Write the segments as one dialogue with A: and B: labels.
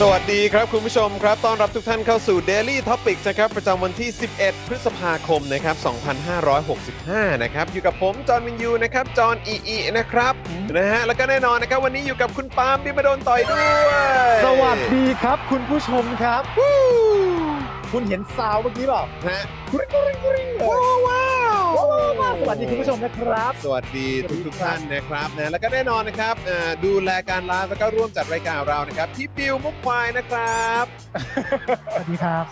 A: สวัสดีครับคุณผู้ชมครับ ต้อนรับทุกท่านเข้าสู่ Daily Topics นะครับประจำวันที่ 11 พฤษภาคมนะครับ 2565 นะครับ อยู่กับผม จอห์นวินยูนะครับ จอห์นอีอีนะครับนะฮะแล้วก็แน่นอนนะครับ วันนี้อยู่กับคุณปาล์มบิบดนต่อยด้วย
B: สวัสดีครับคุณผู้ชมครับ
A: วู้
B: คุณเห็นซาวเมื่อกี้เปล่า
A: ฮะ
B: กริ๊งกริ๊งกริ๊งเลยว้าวว้าวว้าวสวัสดีคุณผู้ชมนะครับ
A: สวัสดีทุกทุกๆท่านนะครับนะแล้วก็แน่นอนนะครับเอ่อดูแลการไลฟ์แล้วก็ร่วมจัดรายการเรานะครับที่บิวมุกควายนะครับ
C: สวัสดีครับ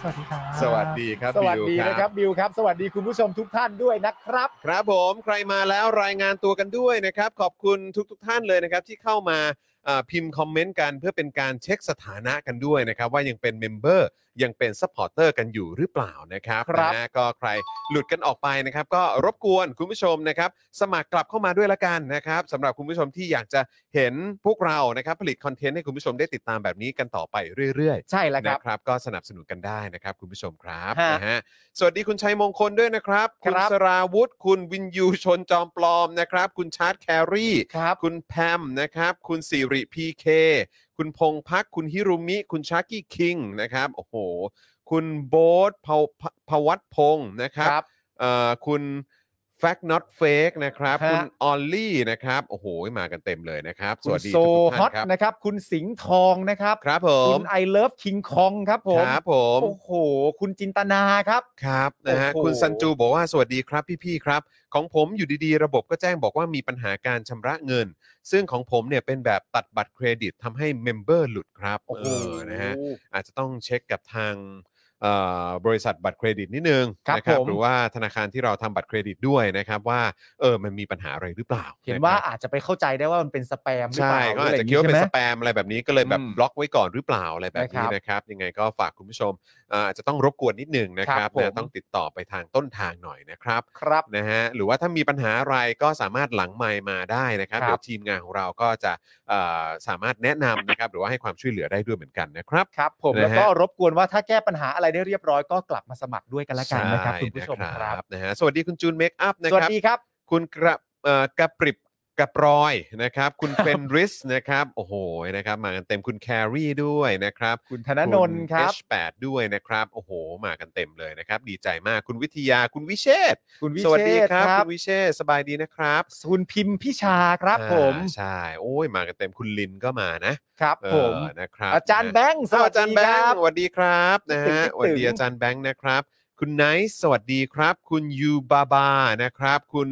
C: สวัสดีครับ
A: สวัสดีครับบิว
B: สวัสดีนะครับบิวครับ สวัสดีคุณผู้ชมทุกท่านด้วยนะครับ
A: ครับผมใครมาแล้วรายงานตัวกันด้วยนะครับ ขอบคุณทุกๆทท่านเลยนะครับ ที่เข้ามาอ่าพิมพ์คอมเมนต์กันเพื่อเป็นการเช็คสถานะกันด้วยนะครับ ว่ายังเป็นเมมเบอร์ยังเป็นซัพพอร์เตอร์กันอยู่หรือเปล่านะครับ
B: ครับ
A: นะฮะก็ใครหลุดกันออกไปนะครับ ก็รบกวนคุณผู้ชมนะครับ สมัครกลับเข้ามาด้วยละกันนะครับสำหรับคุณผู้ชมที่อยากจะเห็นพวกเรานะครับผลิตคอนเทนต์ให้คุณผู้ชมได้ติดตามแบบนี้กันต่อไปเรื่อย
B: ใช่แล้ว
A: ๆ
B: ครับ
A: นะครับ ก็สนับสนุนกันได้นะครับ คุณผู้ชมครับ
B: ฮะ
A: นะฮะ สวัสดีคุณชัยมงคลด้วยนะครับ
B: ค
A: คุณ
B: รับ
A: สราวุธ คุณวินยูชนจอมปลอมนะครับ คุณชาร์ตแครี่
B: ครับ
A: คุณแพมนะครับ คุณสิริพีเค คุณพงพัก คุณฮิรุมิ คุณชาร์กี้คิงนะครับ โอ้โห คุณโบ๊ทพาวพวัตพงศ์นะครับ
B: ครับ
A: เอ่อคุณ Fact Not Fake นะครับ
B: ฮะ
A: คุณออลลี่นะครับ โอ้โห มากันเต็มเลยนะครับ ส
B: คุณ
A: วัสดี
B: โซ
A: ทุก
B: ฮอ
A: ท่านค
B: ต
A: รับ
B: นะครับ คุณสิงห์ทองนะครับ
A: ครับผ
B: คุ
A: ม
B: ณไอเลิฟคิงคองครับผม
A: ครับผม
B: โอ้โห คุณจินตนาครับ
A: ครับนะฮะ
B: โอ้โห
A: คุณซันจูบอกว่าสวัสดีครับพี่ๆครับ ของผมอยู่ดีๆ ระบบก็แจ้งบอกว่ามีปัญหาการชำระเงิน ซึ่งของผมเนี่ยเป็นแบบตัดบัตรเครดิตทำให้เมมเบอร์หลุดครับ
B: โอ้โห
A: เอนะฮะอาจจะต้องเช็คกับทางเอ่อบริษัทบัตรเครดิตนิดนึง
B: ครับ
A: นะ
B: ผม
A: หรือว่าธนาคารที่เราทำบัตรเครดิตด้วยนะครับว่าเออมันมีปัญหาอะไรหรือเปล่า
B: เห็นะ ว่า
A: ครับ
B: อาจจะไปเข้าใจได้ว่ามันเป็นสแปมหรือเป
A: ใช่
B: ล่า
A: ก็อาจจะคิดว่าเป็นส
B: ใช่ไหม
A: แปมอะไรแบบนี้ก็เลยแบบ
B: อืม
A: บล็อกไว้ก่อนหรือเปล่าอะไรแบบนี้
B: นะครับ
A: นะครับ ยังไงก็ฝากคุณผู้ชมเอ่ออาจจะต้องรบกวนนิดหนึ่งนะค
B: ค
A: รั
B: รั
A: บบ
B: ผม
A: นะต้องติดต่อไปทางต้นทางหน่อยนะครับ
B: ครับ
A: นะฮะหรือว่าถ้ามีปัญหาอะไรก็สามารถหลังไมค์มาได้นะครับ
B: ครับ
A: เดี๋ยวทีมงานของเราก็จะเอ่อสามารถแนะนำนะครับ หรือว่าให้ความช่วยเหลือได้ด้วยเหมือนกันนะครับ
B: ครับผม
A: นะฮะ
B: แล้วก็รบกวนว่าถ้าแก้ปัญหาอะไรได้เรียบร้อยก็กลับมาสมัครด้วยกันละกันนะครับ
A: ใช่
B: คุณผู้ชม
A: นะครับ นะฮะสวัสดีคุณจูนเมคอัพนะ
B: ส
A: ค
B: วัส
A: รับ
B: ดีครับ
A: คุณกระเอ่อกระปริบกระปรอยนะครับ คุณเฟนริสนะครับโอ้โหนะครับมากันเต็มคุณแครี่ด้วยนะครับ
B: คุณธนนนท์ครับ
A: คุณ H8 ด้วยนะครับ โอ้โห มากันเต็มเลยนะครับ ดีใจมากคุณวิทยาคุณวิเชษฐ์
B: คุณวิ
A: ส
B: เช
A: วัสดี
B: ษฐ์
A: ครับ
B: ครับ
A: คุณวิเชษฐ์สบายดีนะครับ
B: คุณพิมพ์พิชาครับ
A: อ่า
B: ผม
A: ใช่โอ้ยมากันเต็มคุณลินก็มานะครับ เออ
B: ผม
A: นะครับ
B: อาจารย์แบงค์ส
A: ส
B: วั
A: วัสดี
B: ส
A: อาจารย์
B: ดี
A: แบ
B: ค
A: ง
B: รับ
A: ค์สวัสดีครับนะฮะ
B: คิดถึง
A: ส
B: คิดถึง
A: วัสดีอาจารย์แบงค์นะครับ คุณไนท์สวัสดีครับ คุณยูบาบานะครับ คุณ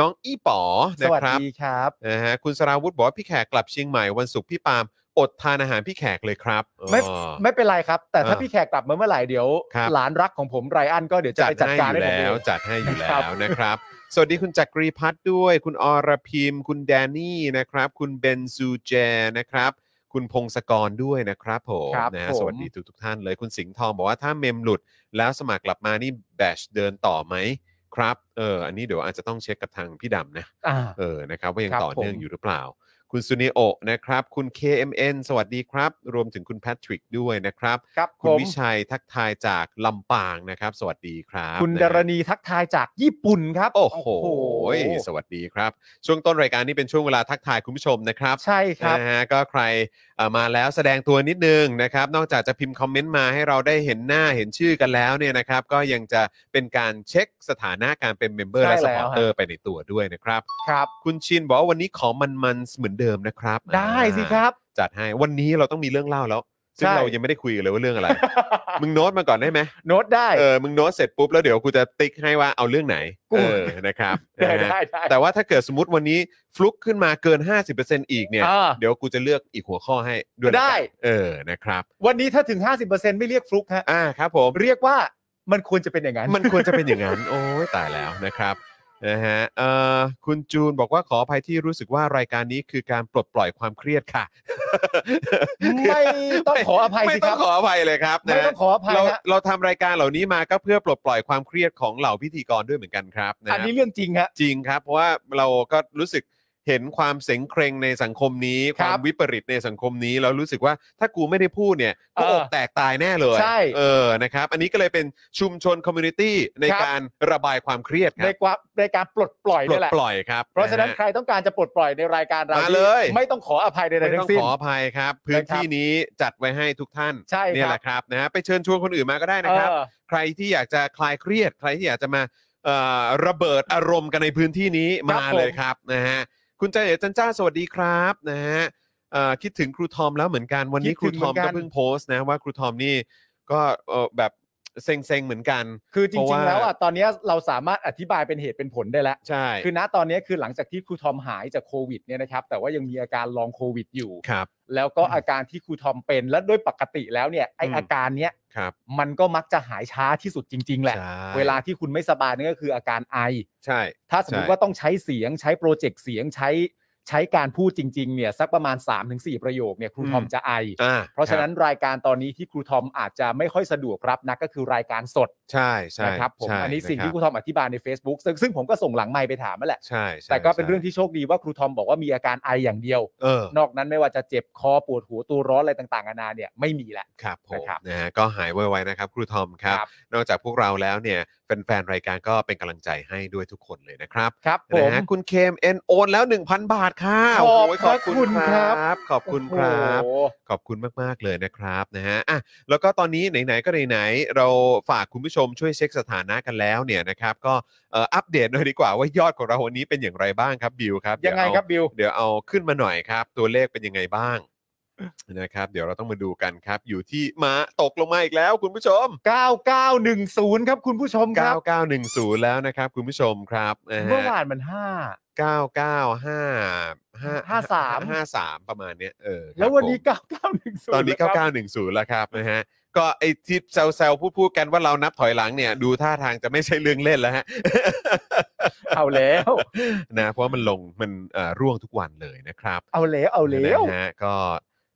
A: น้องอีป๋อ
B: ส
A: นะ
B: วัส
A: ครับ
B: ดีครับ
A: นะฮะคุณสราวุธบอกว่าพี่แขกกลับเชียงใหม่วันศุกร์พี่ปาล์มอดทานอาหารพี่แขกเลยครับ
B: ไม่
A: อ๋อ
B: ไม่เป็นไรครับ แต่ถ้า
A: เออ
B: พี่แขกกลับมาเมื่อไหร่เดี๋ยว
A: ครับ
B: หลานรักของผมไรอันก็เดี๋ยวจะ
A: จัด
B: ไปจัด
A: ให้
B: การ
A: อ
B: ให้
A: ยู่
B: ผมเอ
A: แล้ว
B: ง
A: จัดให้อยู่
B: ค
A: แล้
B: รับ
A: วนะครับ สวัสดีคุณจักรีพัฒน์ด้วย คุณอรพิมพ์ คุณแดนนี่นะครับ คุณเบนซูเจนะครับ คุณพงศกรด้วยนะครับผม
B: ครับ
A: นะฮะ
B: ผม
A: สวัสดีทุกทุกๆท่านเลยคุณสิงห์ทองบอกว่าถ้าเมมหลุด แล้วสมัครกลับมานี่แบชเดินต่อไหมครับเอออันนี้เดี๋ยวอาจจะต้องเช็คกับทางพี่ดำนะ
B: อ่า
A: เออ นะครับ ว่ายัง
B: ครับ
A: ต่อเนื่อง
B: ผม
A: อยู่หรือเปล่า คุณซูเนโอะนะครับ คุณ KMN สวัสดีครับ รวมถึงคุณแพทริกด้วยนะครับ
B: ครับ
A: คุณ
B: ผม
A: วิชัยทักทายจากลำปางนะครับ สวัสดีครับ
B: คุณ
A: นะ
B: ดารณีทักทายจากญี่ปุ่นครับ
A: โอ้โห ส
B: โห
A: วัสดีครับ ช่วงต้นรายการนี้เป็นช่วงเวลาทักทายคุณผู้ชมนะครับ
B: ใช่ครับ
A: นะฮะ ก็ใคร เอ่อมาแล้วแสดงตัวนิดนึงนะครับนอกจากจะพิมพ์คอมเมนต์มาให้เราได้เห็นหน้าเห็นชื่อกันแล้วเนี่ยนะครับก็ยังจะเป็นการเช็คสถานะการเป็นเมมเบอร์
B: ใช่
A: และส
B: แล้ว
A: ปอร์เตอร์ไปในตัวด้วยนะครับ
B: ครับ
A: คุณชินบอกว่าวันนี้ขอมันมันๆเหมือนเดิมนะครับ
B: ได้
A: อ่า
B: สิครับ
A: จัดให้วันนี้เราต้องมีเรื่องเล่าแล้ว ซึ่ง
B: ใช่
A: เรายังไม่ได้คุยกันเลยว่าเรื่องอะไร มึงโน้ตมาก่อนได้ไหม
B: โน้ตได้
A: เออมึงโน้ตเสร็จปุ๊บแล้วเดี๋ยวกูจะติ๊กให้ว่าเอาเรื่องไหน
B: กู
A: เออนะครับ
B: ได้
A: นะ
B: ได้
A: ฮะ
B: ได้
A: แต่ว่าถ้าเกิดสมมติวันนี้ฟลุกขึ้นมาเกิน 50%อีกเนี่ย
B: อ่า
A: เดี๋ยวกูจะเลือกอีกหัวข้อให้ด้วยนะ
B: ได้
A: เออนะครับ
B: วันนี้ถ้าถึง 50%ไม่เรียกฟลุกฮะ
A: อ่าครับผม
B: เรียกว่ามันควรจะเป็นอย่างนั้น
A: มันควรจะเป็นอย่างนั้น โอ้ยตายแล้วนะครับนะฮะเอ่อคุณจูนบอกว่าขออภัยที่รู้สึกว่ารายการนี้คือการปลดปล่อยความเครียดค่ะ
B: ไม่ต้องขออภัย
A: ไม่
B: สิค
A: ต้อ
B: รั
A: ง
B: บ
A: ขออภัยเลยครับนะ
B: ไม่ต้องขออภัย
A: เรา
B: ฮะ
A: เราทำรายการเหล่านี้มาก็เพื่อปลดปล่อยความเครียดของเหล่าพิธีกรด้วยเหมือนกันครับนะ
B: อันนี้เรื่องจริงฮะ
A: จริงครับ เพราะว่าเราก็รู้สึกเห็นความเสงเครงในสังคมนี้
B: ค
A: ครับ วามวิปริตในสังคมนี้แล้วรู้สึกว่าถ้ากูไม่ได้พูดเนี่ยกู
B: เอ
A: อ
B: อก
A: แตกตายแน่เลย
B: ใช่
A: เออนะครับอันนี้ก็เลยเป็นชุมชนคอมมูนิตี้ใน
B: ครับ
A: การระบายความเครียดค
B: ใน
A: รับ
B: ความในการปลดปล่อย
A: ปล
B: นี่
A: ด
B: แหละ
A: ปล่อยครับ
B: เพราะฉะนั้น
A: ฮ
B: ใครต้องการจะปลดปล่อยในรายการเรา
A: มาเลย
B: ไม่ต้องขออภัยใด
A: ไม่
B: ๆทั้
A: ต้อง
B: งสิ้น
A: ขออภัยครับ พื้นที่นี้จัดไว้ให้ทุกท่าน
B: ใช่
A: เนี่ย
B: ค
A: แห
B: รับ
A: ละครับนะฮะไปเชิญชวนคนอื่นมาก็ได้นะครับ
B: เออ
A: ใครที่อยากจะคลายเครียด ใครที่อยากจะมาเอ่อระเบิดอารมณ์กันในพื้นที่นี้
B: ครับ
A: มาเลยครับนะฮะคุณใจาเอ๋จันจ้าสวัสดีครับนะฮะเอ่อคิดถึงครูทอมแล้วเหมือนกันวันนี้
B: คิด
A: ครู
B: ถึง
A: ทอม
B: เหมือนกั
A: ก็
B: น
A: เพิ่งโพสต์นะว่าครูทอมนี่ก็เอ่อแบบเซ็งๆเหมือนกัน
B: คือจ
A: เพราะ
B: ริง
A: ว่า
B: ๆแล้วอ่ะตอนเนี้ยเราสามารถอธิบายเป็นเหตุเป็นผลได้แล้ว
A: ใช่
B: คือณตอนเนี้ยคือหลังจากที่ครูทอมหายจากโควิดเนี่ยนะครับ แต่ว่ายังมีอาการลองโควิดอยู่
A: ครับ
B: แล้วก็อาการที่ครูทอมเป็นและโด้วยปกติแล้วเนี่ยไอ
A: อืม
B: อาการเนี้ย
A: ครับ
B: มันก็มักจะหายช้าที่สุดจริง ๆ แหละ
A: ใช่
B: เวลาที่คุณไม่สบายนั่นก็คืออาการไอ
A: ใช่
B: ถ้าสมมติ
A: ใช่
B: ว่าต้องใช้เสียงใช้โปรเจกต์เสียงใช้ใช้การพูดจริงๆเนี่ยสักประมาณ 3-4 ประโยคเนี่ยครูทอมจะไอ
A: อ่
B: เพราะฉะนั้นรายการตอนนี้ที่ครูทอมอาจจะไม่ค่อยสะดวกรับนักก็คือรายการสด
A: ใช่ใช่
B: นะครับผม
A: ใช่
B: อันนี้สิ่งที่
A: ะ
B: ค
A: บ
B: รูทอมอธิบายใน Facebook ซึ่งซึ่งผมก็ส่งหลังไมค์ไปถามนั่นแหละ
A: ใช่ใช่
B: แต่ก็เป็น
A: ใช่
B: เรื่องที่โชคดีว่าครูทอมบอกว่ามีอาการไออย่างเดียว
A: เออ
B: นอกนั้นไม่ว่าจะเจ็บคอปวดหัวตัวร้อนอะไรต่างๆนานาเนี่ยไม่มีละ
A: ครับผม
B: นะครับ
A: นะฮะก็หายไวๆนะครับ ครูทอมครับ
B: ครับ
A: นอกจากพวกเราแล้วเนี่ยแฟนๆรายการก็เป็นกำลังใจให้ด้วยทุกคนเลยนะครับ
B: ครับผ
A: นะ
B: ม
A: ฮะคุณเคมเอ็นโอนแล้ว 1,000 บาทค่ะ
B: ขอบ
A: โย
B: พระคุณครับ
A: ขอบคุณครับ
B: โอ้โห
A: ขอบคุณมาก ๆ เลยนะครับนะฮะอ่ะแล้วก็ตอนนี้ไหน ๆ ก็ไหน ๆ เราฝากคุณผู้ชมช่วยเช็คสถานะกันแล้วเนี่ยนะครับก็เอ่ออัปเดตหน่อยดีกว่าว่ายอดของเราวันนี้เป็นอย่างไรบ้างครับบิวครับ
B: ยังไง
A: เดี๋วเอา
B: ครับบิว
A: เดี๋ยวเอาขึ้นมาหน่อยครับ ตัวเลขเป็นยังไงบ้าง นะครับ เดี๋ยวเราต้องมาดูกันครับ อยู่ที่มาตกลงมาอีกแล้ว คุณผู้ชม
B: 9910 ครับคุณผู้ชมครับ
A: 9910 แล้วนะครับ คุณผู้ชมครับนะฮะ
B: เมื่อวานมัน 5
A: 995
B: 53
A: 53 ประมาณเนี้ยเออครับ
B: แล้ววันนี้
A: ผม
B: 9910
A: ตอนนี้
B: ะครับ
A: 9910 แล้วครับนะฮะก็ไอ้ที่แซวๆพูดพูดๆกันว่าเรานับถอยหลังเนี่ย ดูท่าทางจะไม่ใช่เรื่องเล่นแล้วฮะ
B: เอาแล้ว
A: นะเพราะว่ามันลงมันเอ่อร่วงทุกวันเลยนะครับ
B: เอาแล้วเอาแล้ว
A: นะฮะก็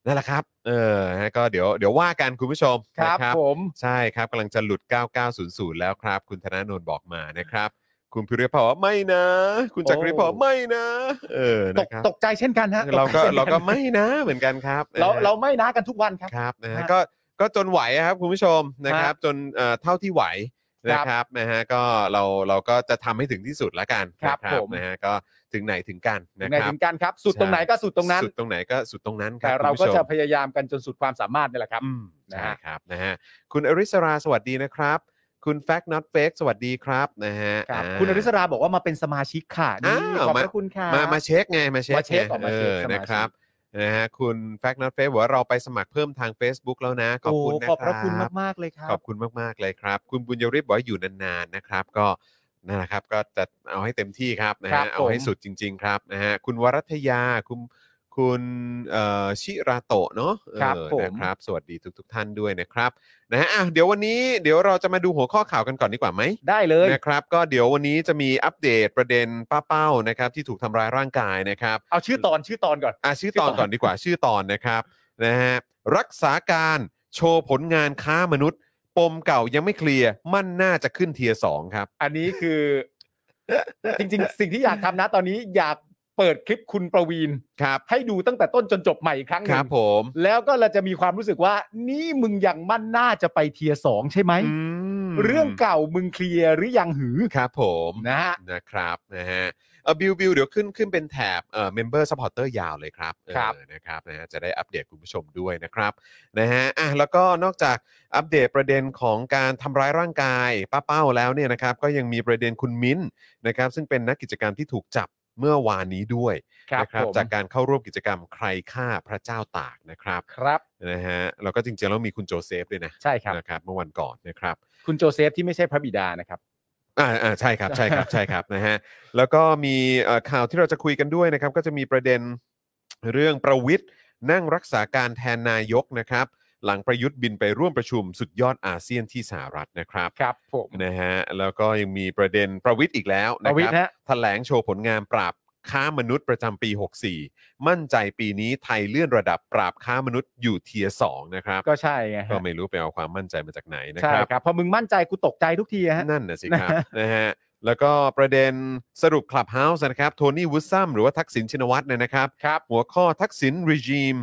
A: นั่นแหละครับ เออฮะก็เดี๋ยวเดี๋ยวว่ากันคุณผู้ชม
B: ครับ
A: นะ
B: ผม
A: ใช่ครับกำลังจะหลุด 9900 แล้วครับ คุณธนาโนนบอกมานะครับ คุณพิริพาว่าไม่นะ คุณจักริพาว่าไม่นะ เออ
B: ต
A: นะ
B: ก
A: ครับ
B: ตกใจเช่นกันฮะ
A: เราก็
B: ตใจช่นน
A: เราก็ไม่นะเหมือนกันครับ
B: เรา
A: นะฮะ
B: เราไม่นะกันทุกวันครับ
A: ครับนะฮะ
B: ฮะ
A: ก็ก็จนไหวอะครับคุณผู้ชมนะครับ จนเอ่อเท่าที่ไหวนะค
B: ครั
A: รับบนะฮะก็เราเราก็จะทำให้ถึงที่สุดละกัน
B: ครับ
A: นะ
B: ผม
A: นะฮะก็ถึงไหนถึงกันนะ
B: ใน
A: ครับ
B: ถึงกันครับ สุดตรงไหนก็สุดตรงนั้น
A: สุดตรงไหนก็สุดตรงนั้นครั
B: แต่
A: บ
B: เรา
A: คุณ
B: ก็
A: ผู้ชม
B: จะพยายามกันจนสุดความสามารถนี่แหละครับ
A: อืม
B: นะ
A: ใช่
B: ฮะ
A: ครับนะฮะคุณอริสราสวัสดีนะครับ คุณแฟกต์น็อตเฟกสวัสดีครับนะฮะ
B: ครับ
A: า
B: คุณอริสราบอกว่ามาเป็นสมาชิกค่ะนี่
A: อ้าว
B: ขอบ
A: มา
B: พระคุณค่ะ
A: มามาเช็คไงมาเช็ค
B: มาเช็คออกมาเช็ค
A: ไง
B: สมาชิก
A: นะครับนะฮะคุณแฟกต์น็อตเฟกบอกว่าเราไปสมัครเพิ่มทาง Facebook แล้วนะขอบคุณนะ
B: โขอบพระคุณ
A: ครับ
B: มาก ๆ เลยครั
A: ข
B: บ
A: อบคุณมากๆเลยครับ คุณบุญยริศบอกว่าอยู่นานๆนะครับ ก็นั่นแหละครับก็จะเอาให้เต็มที่ครับนะ
B: ครั
A: ฮะ
B: บ
A: เอาให้
B: ผม
A: สุดจริง ๆ ครับนะฮะคุณวรัตยาคุณคุณเอ่อชิราโตะเนาะเออ
B: ครับผม
A: นะครับ สวัสดีทุกๆท่านด้วยนะครับ นะฮะอ่ะเดี๋ยววันนี้เดี๋ยวเราจะมาดูหัวข้อข่าวกันก่อนดีกว่าไหม
B: ได้เลย
A: นะครับ ก็เดี๋ยววันนี้จะมีอัปเดตประเด็นป้าเป้านะครับที่ถูกทำร้ายร่างกายนะครับ
B: เอาชื่อตอนชื่อตอนก่อน
A: อ่ะชื่อตอนก่อนดีกว่าชื่อตอนนะครับนะฮะรักษาการโชว์ผลงานค้ามนุษย์ ปมเก่ายังไม่เคลียร์มันน่าจะขึ้นเทียสองครับ
B: อันนี้คือ จริง ๆ สิ่งที่อยากทำนะตอนนี้อยากเปิดคลิปคุณประวีน
A: ครับ
B: ให้ดูตั้งแต่ต้นจนจบใหม่อีกครั้งห
A: ค
B: นึ่
A: รับ
B: ง
A: ผม
B: แล้วก็เราจะมีความรู้สึกว่า นี่มึงยังมั่นหน้าจะไปเทียร์สองใช่ไหม
A: อืม
B: เรื่องเก่ามึงเคลียร์หรือยังหือ
A: ครับผม
B: นะฮะ
A: นะครับนะฮะ เออบิวบิวเดี๋ยวขึ้นขึ้นเป็นแถบเอ่อ member supporter ยาวเลยครับ
B: ครับ
A: เออนะครับนะฮะจะได้อัปเดตคุณผู้ชมด้วยนะครับนะฮะอ่ะแล้วก็นอกจากอัปเดตประเด็นของการทำร้ายร่างกายป้าเป้าแล้วเนี่ยนะครับก็ยังมีประเด็นคุณมิ้นท์นะครับซึ่งเป็นนักกิจกรรมที่ถูกจับเมื่อวานนี้ด้วย
B: ครับ
A: นะครับ
B: ผม
A: จากการเข้าร่วมกิจกรรมใครฆ่าพระเจ้าตากนะครับ
B: ครับ
A: นะฮะแล้วก็จริงๆแล้วมีคุณโจเซฟด้วยนะ
B: ใช่ครับ
A: นะครับเมื่อวันก่อนนะครับ
B: คุณโจเซฟที่ไม่ใช่พระบิดานะครับ
A: อ่าอ่าใช่ครับใช่ครับใช่ครับนะฮะแล้วก็มีเอ่อข่าวที่เราจะคุยกันด้วยนะครับ ก็จะมีประเด็นเรื่องประวิทย์นั่งรักษาการแทนนายกนะครับ หลังประยุทธ์บินไปร่วมประชุมสุดยอดอาเซียนที่สหรัฐนะครับ
B: ครับผม
A: นะฮะแล้วก็ยังมีประเด็นประวิทย์อีกแล้ว
B: ป
A: นะ
B: ระ
A: ค
B: วิท
A: รับ
B: ย์นะฮะ
A: แถลงโชว์ผลงานปราบค้ามนุษย์ประจำปี 64 มั่นใจปีนี้ไทยเลื่อนระดับปราบค้ามนุษย์อยู่เทียสองนะครับ
B: ก็ใช่ไงฮะ
A: ก็ไม่รู้ไปเอาความมั่นใจมาจากไหนนะ
B: ใช่
A: ครับ
B: ครับพอมึงมั่นใจกูตกใจทุกทีอะฮะ
A: นั่นนะสิครับ
B: นะฮะ
A: นะฮะแล้วก็ประเด็นสรุปคลับเฮาส์นะครับโทนี่วูดซัมหรือว่าทักษิณชินวัตรเนี่ยนะครับ
B: ครับ
A: หัวข้อทักษิณ regime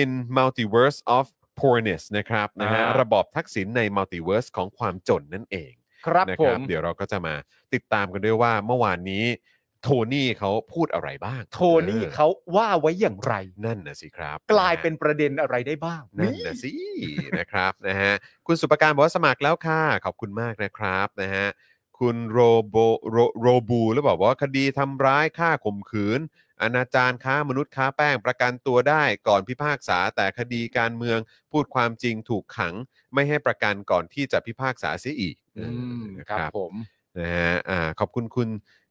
A: in multiverse of poorness นะครับนะฮะ
B: อ่า
A: ระบอบทักษิณใน multiverse ของความจนนั่นเอง
B: ครับ
A: นะ
B: ผ
A: ครั
B: ม
A: เดี๋ยวเราก็จะมาติดตามกันด้วยว่าเมื่อวานนี้โทนี่เขาพูดอะไรบ้าง
B: โทนี่
A: ออ
B: เขาว่าไว้อย่างไร
A: นั่นนะสิครับ
B: กลายเป็นประเด็นอะไรได้บ้าง
A: นั่นนะสิ นะครับนะฮะคุณสุปการบอกว่าสมัครแล้วค่ะ ขอบคุณมากนะครับนะฮะ คุณโรโบโรโรบูแล้วบอกว่าคดีทำร้ายฆ่าข่มขืน อนาจารค้ามนุษย์ค้าแป้งประกันตัวได้ก่อนพิพากษาแต่คดีการเมืองพูดความจริงถูกขัง ไม่ให้ประกันก่อนที่จะพิพากษาเสียอีก
B: อืม
A: เออนะ
B: ครับผม
A: นะฮะอ่าขอบคุณคุณ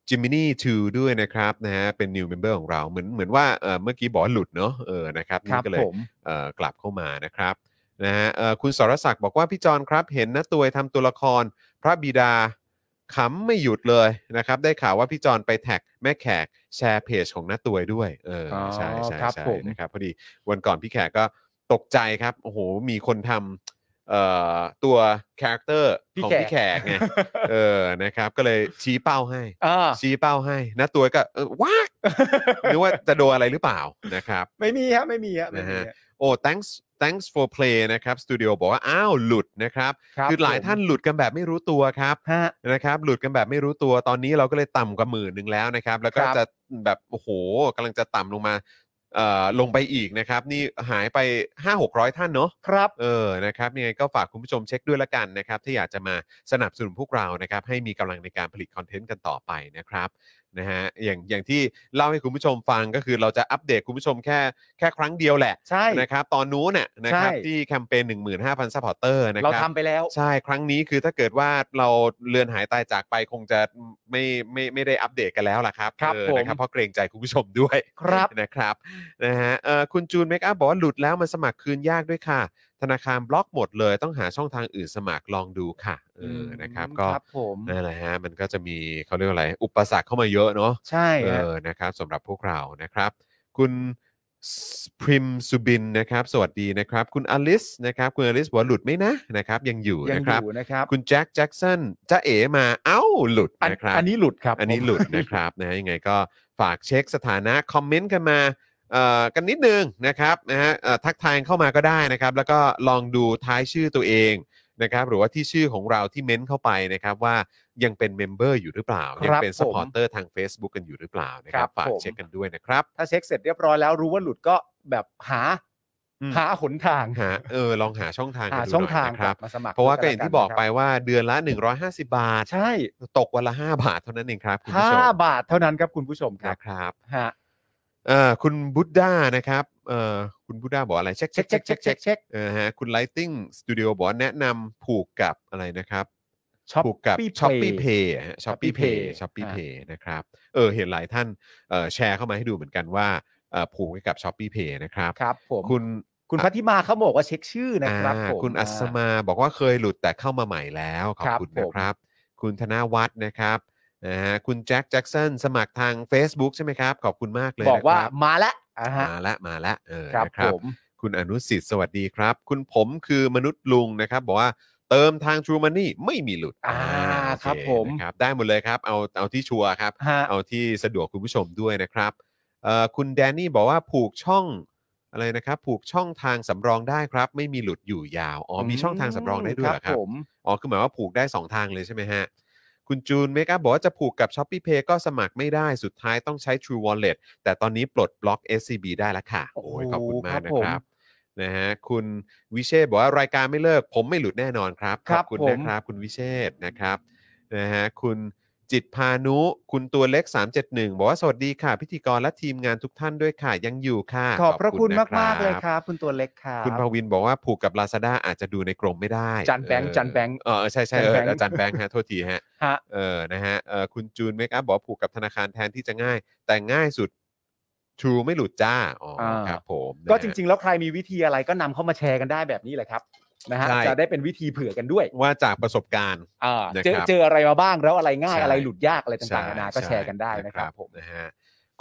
A: จิมมินี่ทูด้วยนะครับนะฮะเป็น new member ของเราเหมือนเหมือนว่าเอ่อเมื่อกี้บอกว่าหลุดเนาะเออนะครับ
B: ค
A: นี่
B: รับ
A: ก็เล
B: ผ
A: ย
B: ม
A: เอ่อกลับเข้ามานะครับนะฮะเอ่อคุณสรศักดิ์บอกว่าพี่จอนครับ เห็นนะตัวยทำตัวละคร พระบิดาขำไม่หยุดเลยนะครับ ได้ข่าวว่าพี่จอนไปแท็กแม่แขกแชร์เพจของน้าตัวยด้วยเอออ
B: อ
A: ใช่ใช่
B: ครับ
A: ใช่
B: ผม
A: นะครับพอดีวันก่อนพี่แขกก็ตกใจครับโอ้โหมีคนทำเอ่อตัวคาแรคเตอร์ของพี่แขก ไง เออ นะครับ ก็เลยชี้เป้าให้
B: อ่า
A: ชี้เป้าให้นะตัวก็เออว้ากนึกว่าจะโดนอะไรหรือเปล่านะครับ
B: ไม่มีฮะไม่มีฮะไม่มี
A: นะฮะ โอ้ thanks thanks for play นะครับ สตูดิโอบอกว่า อ้าว หลุดนะครับ
B: รับ
A: คือหลาย
B: ผม
A: ท่านหลุดกันแบบไม่รู้ตัวครับ
B: ฮะ
A: นะครับ หลุดกันแบบไม่รู้ตัว ตอนนี้เราก็เลยต่ำกว่าหมื่นหนึ่งแล้วนะครับ แล้วก็
B: ครับ
A: จะแบบ โอ้โหกำลังจะต่ำลงมา เอ่อ ลงไปอีกนะครับ นี่หายไป 5 600 ท่านเนาะ
B: ครับ
A: เออ นะครับ ยังไงก็ฝากคุณผู้ชมเช็คด้วยละกันนะครับ ถ้าอยากจะมาสนับสนุนพวกเรา นะครับ ให้มีกำลังในการผลิตคอนเทนต์กันต่อไปนะครับ นะฮะ อย่าง อย่างที่เล่าให้คุณผู้ชมฟังก็คือเราจะอัปเดตคุณผู้ชมแค่ แค่ครั้งเดียวแหละ
B: ใช่
A: นะครับ ตอนนู้นน่ะนะครับ
B: ใช่
A: ที่แคมเปญ15,000ซัพพอร์เตอร์นะ
B: เรา
A: ครั
B: ทำ
A: บ
B: ไปแล้ว
A: ใช่ ครั้งนี้คือถ้าเกิดว่าเราเลือนหายตายจากไปคงจะไม่ไม่ไม่ได้อัปเดตกันแล้วล่ะครับ
B: ครับ
A: เออ
B: ผม
A: นะครับเพราะเกรงใจคุณผู้ชมด้วย
B: ครับ
A: นะครับนะฮะเอ่อคุณจูนเมคอัพบอกว่าหลุดแล้วมันสมัครคืนยากด้วยค่ะ ธนาคารบล็อกหมดเลยต้องหาช่องทางอื่นสมัครลองดูค่ะเออนะครับก็
B: ครับผม
A: นั่นแหละฮะมันก็จะมีเขาเรียกว่าอะไร อุปสรรคเข้ามาเยอะเนาะ
B: ใช่
A: เอ
B: ฮะ
A: อ นะครับสำหรับพวกเรา นะครับ คุณพริมสุบิน นะครับ สวัสดีนะครับ คุณอลิส นะครับ คุณอลิสบอกว่าหลุดไหมนะ นะครับ ยังอยู่
B: ยัง
A: นะ
B: อ
A: ครับ
B: ยู่นะครับ
A: คุณแจ็คแจ็คสันจ้าเอ๋มา เอ้า หลุด
B: อัน
A: นะครับ
B: อันนี้หลุดครับ
A: อันนี้
B: ผม
A: หลุดนะครับ นะฮะยังไงก็ฝากเช็คสถานะ คอมเมนต์กันมาเอ่อกันนิดนึงนะครับนะฮะเอ่อทักทายเข้ามาก็ได้นะครับ แล้วก็ลองดูท้ายชื่อตัวเองนะครับ หรือว่าที่ชื่อของเราที่เม้นเข้าไปนะครับ ว่ายังเป็นเมมเบอร์อยู่หรือเปล่า
B: ครับ
A: ยัเป็นส
B: ผม
A: ปอร์เตอร์ทาง Facebook กันอยู่หรือเปล่านะค
B: ค
A: รั
B: รับ บ
A: ฝาก
B: ผม
A: เช็คกันด้วยนะครับ
B: ถ้าเช็คเสร็จเรียบร้อยแล้วรู้ว่าหลุดก็แบบหา
A: อืม
B: หาหนทาง
A: หาเออลองหาช่องทาง
B: หา
A: กันดู
B: ช่อง
A: หน่
B: ทาง
A: ยนะครับ
B: มาสมัคร
A: เพราะว่าก็อย่าง
B: น
A: ที่บอกไป
B: นะครั
A: ว่าเดือนละ 150 บาท
B: ใช่
A: ตกวันละ 5 บาทเท่านั้นเองครับคุณผู้
B: ห้า
A: ชม
B: บาทเท่านั้นครับคุณผู้ชมครับ
A: นะครับ
B: ฮะ
A: เอ่อคุณบุตด้านะครับเอ่อคุณบุตด้าบอกอะไรเช็ค
B: เช็
A: เช็
B: ค
A: ค
B: เช็
A: เช็
B: ค
A: ค
B: เช็
A: เช็
B: ค
A: คเช็ค
B: เช็คเช็ค
A: เออฮะคุณ Lighting Studio บอกว่าแนะนำผูกกับอะไรนะครับ
B: ช็อป
A: ผูกกับ s h o p
B: ปี้
A: e e
B: เพ
A: Pay ฮะ s h o p e e Pay
B: Shopee Pay
A: s h o p e e
B: อ่า
A: Pay นะครับเออเห็นหลายท่านเอ่อแชร์เข้ามาให้ดูเหมือนกันว่าเอ่อผูกไว้กับ s h o p e e Pay นะครับ
B: ครับผม
A: คุณ
B: คุณพัทธิมาเขาบอกว่าเช็คชื่อนะครับ
A: อ่า
B: ผม
A: คุณอัศมาบอกว่าเคยหลุดแต่เข้ามาใหม่แล้วขอบ
B: ครับ
A: คุณ
B: ผ
A: นะ
B: ม
A: ครับ คุณธนวัฒน์นะครับนะฮะคุณแจ็คแจ็คสันสมัครทาง Facebook ใช่ไหมครับ ขอบคุณมากเลย
B: บ
A: นะ
B: อ
A: ค
B: กว่า
A: รับ
B: มาแล้วอ่าฮะ
A: มาละมาละเออ
B: ครับ
A: นะ
B: ผม
A: คุณอนุสิทธิ์สวัสดีครับ คุณผมคือมนุษย์ลุงนะครับ บอกว่าเติมทาง True Money ไม่มีหลุด
B: อ่า
A: โอเ
B: ครับผม
A: นะครับได้หมดเลยครับ เอาเอาที่ชัวร์ครับ
B: ฮะ
A: เอาที่สะดวกคุณผู้ชมด้วยนะครับเอ่อคุณแดนนี่บอกว่าผูกช่องอะไรนะครับ ผูกช่องทางสำรองได้ครับ ไม่มีหลุดอยู่ยาวอ๋อมีช่องทางสำรองได้ด้วยเหรอครับ
B: ผม
A: อ๋อ คือหมายว่าผูกได้ 2 ทางเลยใช่ไหมฮะ ค คุณจูนเมกาบอกว่าจะผูกกับ s h o p e e Pay ก็สมัครไม่ได้สุดท้ายต้องใช้ True Wallet แต่ตอนนี้ปลดบล็อก SCB ได้แล้วค่ะ โอ้ยขอบคุณมากนะค
B: ครั
A: รับบ
B: ผม
A: นะฮะคุณวิเชษบอกว่ารายการไม่เลิก ผมไม่หลุดแน่นอนครับ
B: ครั
A: ข
B: บ
A: อบคุณ
B: ผม
A: นะครับ คุณวิเชษนะครับนะฮะคุณจิตพานุ คุณตัวเล็ก 371 บอกว่าสวัสดีค่ะ พิธีกรและทีมงานทุกท่านด้วยค่ะยังอยู่ค่ะ
B: ขอบพระคุณ
A: น
B: มากๆเลยครับ คุณตัวเล็กครับ
A: คุณภวินบอกว่าผูกกับ Lazada อาจจะดูในกรงไม่ได้
B: จันแบงค์
A: เออ
B: จันแบงค์
A: เออใช่ใช่
B: จันแบงค์
A: อาจารย์แบงค์ฮะโทษทีฮะ
B: ฮะ
A: เออ นะฮะ เออคุณจูนเมคอัพบอกว่าผูกกับธนาคารแทนที่จะง่าย แต่ง่ายสุด True ไม่หลุดจ้า อ๋ออา ครับผม
B: ก็
A: นะ
B: จ
A: ฮะ
B: ริง ๆ แล้วใครมีวิธีอะไรก็นำเข้ามาแชร์กันได้แบบนี้แหละครับนะฮะ
A: ใช่
B: จะได้เป็นวิธีเผื่อกันด้วย
A: ว่าจากประสบการณ์
B: อ่า
A: นะครับ
B: เจอเจออะไรมาบ้างแล้วอะไรง่าย
A: ใช่
B: อะไรหลุดยากอะไรต่างๆ
A: ใช่
B: นานาก็แชร์กันได้
A: ใช่
B: นะครับผม
A: นะฮะ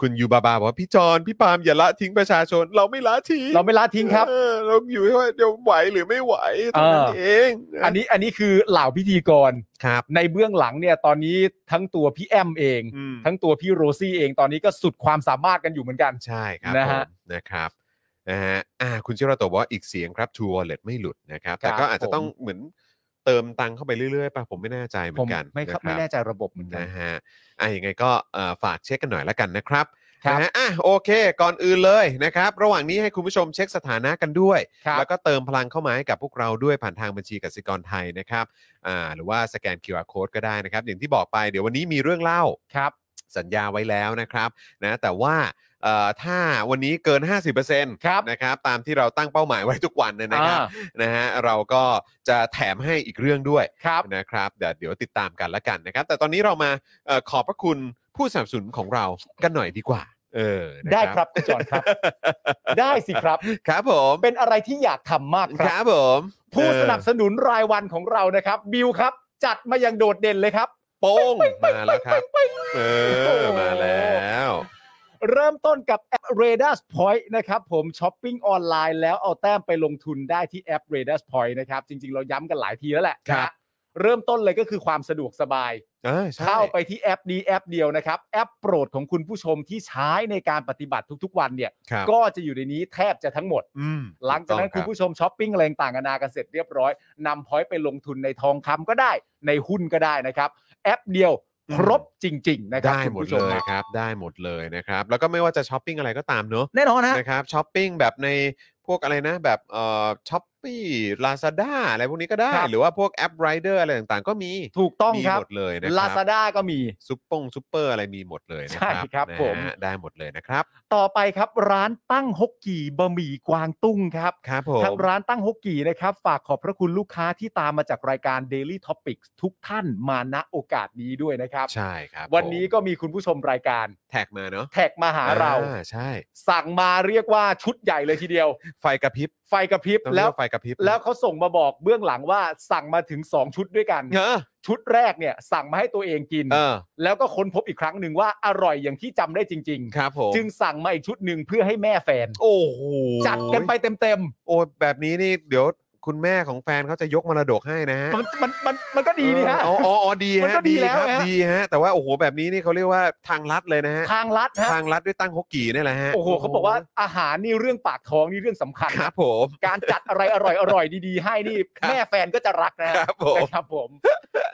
A: คุณยูบาบาบอกว่าพี่จอน พี่ปาล์มอย่าละทิ้งประชาชน เราไม่ละทิ้ง
B: เราไม่ละทิ้งครับ
A: เออเราอยู่ให้ว่าเดี๋ยวไหวหรือไม่ไหวเท่านั้น
B: เออ
A: เองะ
B: อันนี้อันนี้คือเหล่าพิธีกร
A: ครับ
B: ในเบื้องหลังเนี่ยตอนนี้ทั้งตัวพี่แอมเอง
A: อืม
B: ทั้งตัวพี่โรซี่เองตอนนี้ก็สุดความสามารถกันอยู่เหมือนกัน
A: ใช่ครับ
B: นะฮะ
A: ผมนะครับนะฮะอ่าคุณชิราโตะบอกว่าอีกเสียงครับ True Wallet ไม่หลุดนะครับ แต่ก็
B: ครับ
A: อาจจะ
B: ผม
A: ต้องเหมือนเติมตังเข้าไปเรื่อยๆป่ะผมไม่แน่ใจเหมื
B: ผ
A: อ
B: ม
A: นกัน
B: ไม่ครับ
A: นะ
B: ไม่แน่ใจระบบเหมือนกัน
A: นะฮะอ่ะยังไงก็เอ่อฝากเช็คกันหน่อยละกันนะครับ
B: ครับ
A: นะฮะอ่ะโอเค ก่อนอื่นเลยนะครับ ระหว่างนี้ให้คุณผู้ชมเช็คสถานะกันด้วย
B: ครับ
A: แล้วก็เติมพลังเข้ามาให้กับพวกเราด้วยผ่านทางบัญชีกสิกรไทยนะครับอ่าหรือว่าสแกน QR Code ก็ได้นะครับ อย่างที่บอกไปเดี๋ยววันนี้มีเรื่องเล่า
B: ครับ
A: สัญญาไว้แล้วนะครับนะแต่ว่าเอ่อถ้าวันนี้เกิน 50%
B: ครับ
A: นะครับตามที่เราตั้งเป้าหมายไว้ทุกวันเนี่ยนะครับ
B: อ่า
A: นะฮะเราก็จะแถมให้อีกเรื่องด้วย
B: ครับ
A: นะครับเดี๋ยวเดี๋ยวติดตามกันละกันนะครับ แต่ตอนนี้เรามาเออขอบพระคุณผู้สนับสนุนของเรากันหน่อยดีกว่า เออนะ
B: ได้ครับคุณจอนครับ ได้สิครับ
A: ครับผม
B: เป็นอะไรที่อยากทำมากค
A: ครับ รับผม
B: ผู้สนับ
A: เออ
B: สนุนรายวันของเรานะครับ บิวครับ จัดมาอย่างโดดเด่นเลยครับ
A: โป้งมาแล้วครับเออมาแล้ว
B: เริ่มต้นกับแอป r a d a r s Point นะครับผมช้อปปิ้งออนไลน์แล้วเอาแต้มไปลงทุนได้ที่แอป r a d a r s Point นะครับจริง ๆ เราย้ำกันหลายทีแล้วแหละ
A: ครับ
B: นะฮะเริ่มต้นเลยก็คือความสะดวกสบาย
A: เออใช่
B: เข้าไปที่แอปนี้แอปเดียวนะครับ แอปโปรดของคุณผู้ชมที่ใช้ในการปฏิบัติทุกๆ วันเนี่ย
A: ครับ
B: ก็จะอยู่ในนี้แทบจะทั้งหมด
A: อืม
B: หลังจากนั้น
A: ถู
B: คุ
A: ต้อรับ
B: ณผู้ชมช้อปปิ้งอะไรต่างกันานากันเสร็จเรียบร้อยนำพอยต์ไปลงทุนในทองคำก็ได้ในหุ้นก็ได้นะครับ แอปเดียวครบจริง ๆ นะครับ
A: ได้
B: คุณ
A: หมด
B: ผู้ช
A: เล
B: ม
A: ย
B: ครับ
A: ครับได้หมดเลยนะครับ แล้วก็ไม่ว่าจะช้อปปิ้งอะไรก็ตามเนอะ
B: แน่นอนนะ
A: นะครับช้อปปิ้งแบบในพวกอะไรนะแบบเอ่อช้อปปี้ลาซาด้าอะไรพวกนี้ก็ได้
B: ครับ
A: หรือว่าพวกแอปไรเดอร์อะไรต่างๆ ก็มี
B: ถูกต้อง
A: มี
B: ครับ
A: หมดเลยนะครั
B: Lazada ก็มี
A: ซุปปงซุปเปอร์อะไรมีหมดเลยนะค
B: ใช่
A: รับ
B: ครับ
A: นะฮะ
B: ผม
A: ได้หมดเลยนะครับ
B: ต่อไปครับร้านตั้งฮกกี่บะหมี่กวางตุ้งครับ
A: ครับผม
B: ทางร้านตั้งฮกกี่นะครับ ฝากขอบพระคุณลูกค้าที่ตามมาจากรายการ Daily Topics ทุกท่านมาณโอกาสนี้ด้วยนะครับ
A: ใช่ครับ
B: วันนี้
A: ผม
B: ก็มีคุณผู้ชมรายการ
A: แท็กมาเนาะ
B: แท็กมาหาเรา
A: อ่ใช่
B: สั่งมาเรียกว่าชุดใหญ่เลยทีเดียว
A: ไฟกระพริบ
B: ไฟกระพริบ
A: ต้องเรีย
B: แล้
A: ก
B: ว
A: วาไฟกระพริบ
B: แล้วเขาส่งมาบอกเบื้องหลังว่าสั่งมาถึง 2 ชุดด้วยกัน
A: เออ
B: ชุดแรกเนี่ยสั่งมาให้ตัวเองกิน
A: เออ
B: แล้วก็ค้นพบอีกครั้งหนึ่งว่าอร่อยอย่างที่จำได้จริง
A: ครับผม
B: ๆ จึงสั่งมาอีกชุดหนึ่งเพื่อให้แม่แฟน
A: โอ้โห
B: จัดกันไปเต็ม
A: โอ้แบบนี้นี่เดี๋ยวคุณแม่ของแฟนเขาจะยกมรดกให้นะฮะ
B: ๆมันมันมันมันก็ดีนี่ฮะ
A: เอออ๋ออ๋อดี
B: มัน
A: ฮะ
B: ก็ดี
A: ครับ
B: แล้วนะฮะ
A: ดีฮะ แต่ว่าโอ้โหแบบนี้นี่เขาเรียกว่าทางลัดเลยนะฮะ
B: ทางลัดฮะ
A: ทางลัดด้วยตั้งฮกกี่เนี่ยแหละฮะ
B: โอ้โหเขาบอกว่าอาหารนี่เรื่องปากท้องนี่เรื่องสำคัญ
A: ครับผม
B: การจัดอะไรอร่อยอร่อยดีๆ ให้นี่
A: ครับ
B: แม่แฟนก็จะรักนะฮะ
A: ครับผม
B: นะครับผม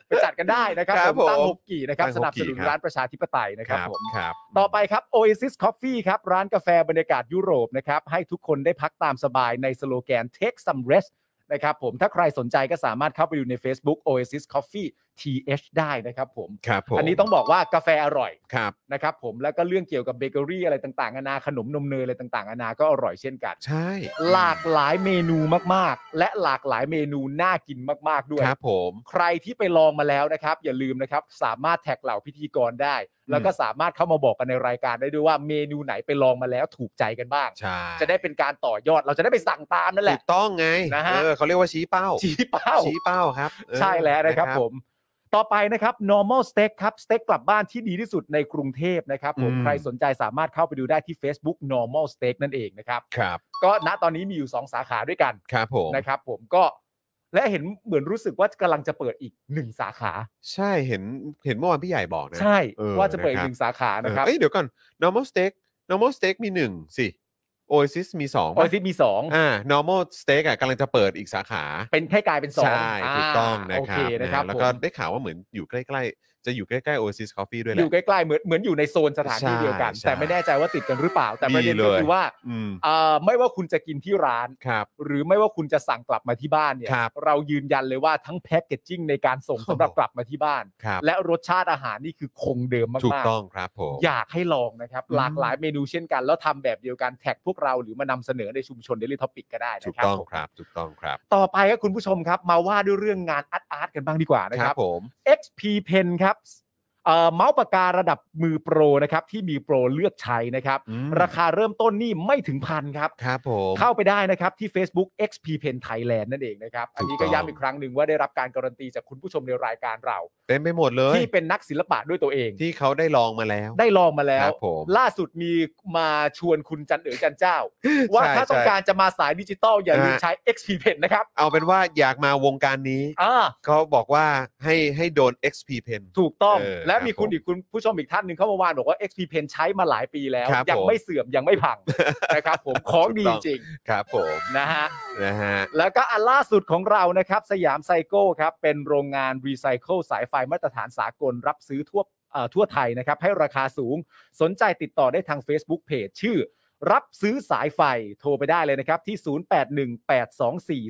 B: ไปจัดกันได้นะครับ
A: ครับ
B: ผมตั้ง
A: ผม
B: ฮกกี่นะครับ
A: ตั้ง
B: ส
A: ฮก
B: นับ
A: กี่
B: สนุน
A: ครับ
B: ร้านประชาธิปไตยนะครับผม
A: ครับ
B: ต่อไปครับ Oasis Coffee ครับ ร้านกาแฟบรรยากาศยุโรปนะครับ ให้ทุกคนได้พักตามสบายในสโลแกน Take some rest นะครับผมถ้าใครสนใจก็สามารถเข้าไปดูใน Facebook Oasis Coffee TH ได้นะครับผม
A: ครับผม
B: อันนี้ต้องบอกว่ากาแฟอร่อย
A: ครับ
B: นะครับผมแล้วก็เรื่องเกี่ยวกับเบเกอรี่อะไรต่างๆนานาขนมนมเนยอะไรต่างๆนานาก็อร่อยเช่นกัน
A: ใช่
B: หลากหลายเมนูมากๆ และหลากหลายเมนูน่ากินมากๆด้วย
A: ครับผม
B: ใครที่ไปลองมาแล้วนะครับ อย่าลืมนะครับ สามารถแท็กเหล่าพิธีกรได้ แล้วก็สามารถเข้ามาบอกกันในรายการได้ด้วยว่าเมนูไหนไปลองมาแล้วถูกใจกันบ้าง
A: ใช่
B: จะได้เป็นการต่อยอดเราจะได้ไปสั่งตามนั่นแห
A: ถูก
B: ละ
A: ต้องไง
B: นะฮะ
A: เออเขาเรียกว่าชี้เป้า
B: ชี้เป้า
A: ชี้เป้าครับเออ
B: ใช่แล้วนะครับผม ต่อไปนะครับ normal steak ครับ สเต็กกลับบ้านที่ดีที่สุดในกรุงเทพนะครับผม ใครสนใจสามารถเข้าไปดูได้ที่ Facebook normal steak นั่นเองนะครับ
A: ครับ
B: ก็ณตอนนี้มีอยู่ 2 สาขาด้วยกัน
A: ครับผม
B: นะครับผมก็และเห็นเหมือนรู้สึกว่ากำลังจะเปิดอีก 1 สาขา ใช่
A: ใช่เห็นเห็นเมื่อวานพี่ใหญ่บอกนะ
B: ใช่
A: เออ
B: ว่าจะเปิดอี
A: นะครับ
B: กหนึ่งสาขานะครับ
A: เอ้ยเดี๋ยวก่อน normal steak normal steak มีหนึ่งสิ oasis มีสอง
B: โอซิมี
A: อ่า normal steak อ่ะกำลังจะเปิดอีกสาขา
B: 2 เป็นแค่กลายเป็น 2
A: ใช่ถูกต้องนะ
B: โอ
A: ครั
B: เค
A: บ
B: นะครับ
A: นะแล้วก็
B: ผม
A: ได้ข่าวว่าเหมือนอยู่ใกล้ ๆ จะอยู่ใกล้ๆ Oasis Coffee ด้วยแห
B: อ
A: ละ
B: ยู่ใกล้ๆเหมือนเหมือนอยู่ในโซนสถานที่
A: ใช่
B: เดียวกัน
A: ใช่
B: แต่ไม่แน่ใจว่าติดกันหรือเปล่า แต่ประเด็น
A: ดีเล
B: ก็
A: ย
B: คือว่า
A: อืม
B: เอ่อไม่ว่าคุณจะกินที่ร้าน
A: ครับ
B: หรือไม่ว่าคุณจะสั่งกลับมาที่บ้านเนี่ย
A: ครับ
B: เรายืนยันเลยว่าทั้งแพ็กเกจจิ้งในการส่ง
A: ครับ
B: สำหรับกลับมาที่บ้าน
A: ครับ
B: และรสชาติอาหารนี่คือคงเดิม
A: ถูก
B: มาก
A: ต้องครับผม
B: ๆ อยากให้ลองนะครับ
A: อืม
B: หลากหลายเมนูเช่นกัน แล้วทำแบบเดียวกันแท็กพวกเราหรือมานำเสนอในชุมชน Daily Topic ก็ได้
A: ถู
B: นะ
A: ก
B: ครับ
A: ต้อง
B: ผม
A: ครับ ถูกต้องครับ
B: ต่อไปครับคุณผู้ชมครับ มาว่าด้วยเรื่องงานอาร์ตอาร์ตกันบ้างดีกว่านะ
A: ค
B: ค
A: รั
B: รั
A: บบ ผม
B: XP Pen ครับเอ่อเมาส์ปากการะดับมือโปรนะครับที่มีโปรเลือกใช้นะครับ
A: อืม
B: ราคาเริ่มต้นนี่ไม่ถึงพันครับ
A: ครับผม
B: เข้าไปได้นะครับ ที่ Facebook XP Pen Thailand นั่นเองนะครับ อันนี้
A: ถูก
B: ก็
A: ต้อง
B: ย้ำอีกครั้งหนึ่งว่าได้รับการการันตีจากคุณผู้ชมในรายการเรา
A: เต็มไปหมดเลย
B: ที่เป็นนักศิลปะด้วยตัวเอง
A: ที่เขาได้ลองมาแล้ว
B: ได้ลองมาแล้ว
A: ครับผม
B: ล่าสุดมีมาชวนคุณจันเอ๋อจันเจ้า ว่า
A: ใช่
B: ถ้าต้องการจะมาสายดิจิตอลอย่าลืม
A: นะ
B: ใช้ XP Pen นะครับ
A: เอาเป็นว่าอยากมาวงการนี้
B: อ่า
A: เขาบอกว่าให้ให้โดน XP Pen
B: ถูกต้อง
A: เออ
B: และ
A: ค
B: มี
A: รับ
B: คุณอีกคุณผู้ชมอีกท่านหนึ่งเข้ามาวานบอกว่า XP Pen ใช้มาหลายปีแล้ว
A: ครับ
B: ยั
A: ผม
B: ไม่เสื่อมยังไม่พังนะครับผมของดีจริง
A: ครับผม
B: ๆนะฮะ
A: นะฮะ
B: แล้วก็อันล่าสุดของเรานะครับ สยามไซโก้ครับ เป็นโรงงานรีไซเคิลสายไฟมาตรฐานสากลรับซื้อทั่วเอ่อทั่วไทยนะครับ ให้ราคาสูงสนใจติดต่อได้ทาง Facebook Page ชื่อ รับซื้อสายไฟโทรไปได้เลยนะครับ ที่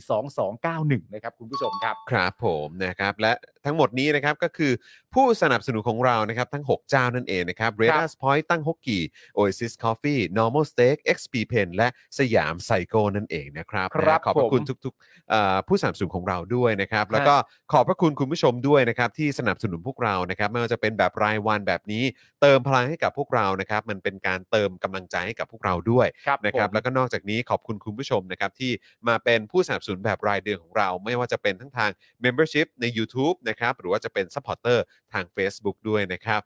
B: 0818242291 นะครับคุณผู้ชมครับ
A: ครับผมนะครับและทั้งหมดนี้นะครับก็คือผู้สนับสนุนของเรานะครับทั้ง 6 เจ้านั่นเองนะครับ r e d a s Point ตั้งฮกกี้ Oasis Coffee Normal Steak XP Pen และสยามไซโก้นั่นเองนะครับ
B: ครับ
A: นะขอบพ
B: ผ
A: ระ
B: ม
A: คุณทุกๆเอ่อผู้สนับสนุนของเราด้วยนะครับ แล้วก็ขอบพระคุณคุณผู้ชมด้วยนะครับที่สนับสนุนพวกเรานะครับไม่ว่าจะเป็นแบบรายวันแบบนี้ เติมพลังให้กับพวกเรานะครับมันเป็นการเติมกำลังใจให้กับพวกเราด้วย นะครับ
B: ผม
A: แล้วก็นอกจากนี้ขอบคุณคุณผู้ชมนะครับที่มาเป็นผู้สนับสนุนแบบรายเดือนของเรา ไม่ว่าจะเป็นทั้งทาง Membership ใน YouTube นะครับหรือว่าจะเป็น Supporter ทาง Facebook ด้วยนะครับ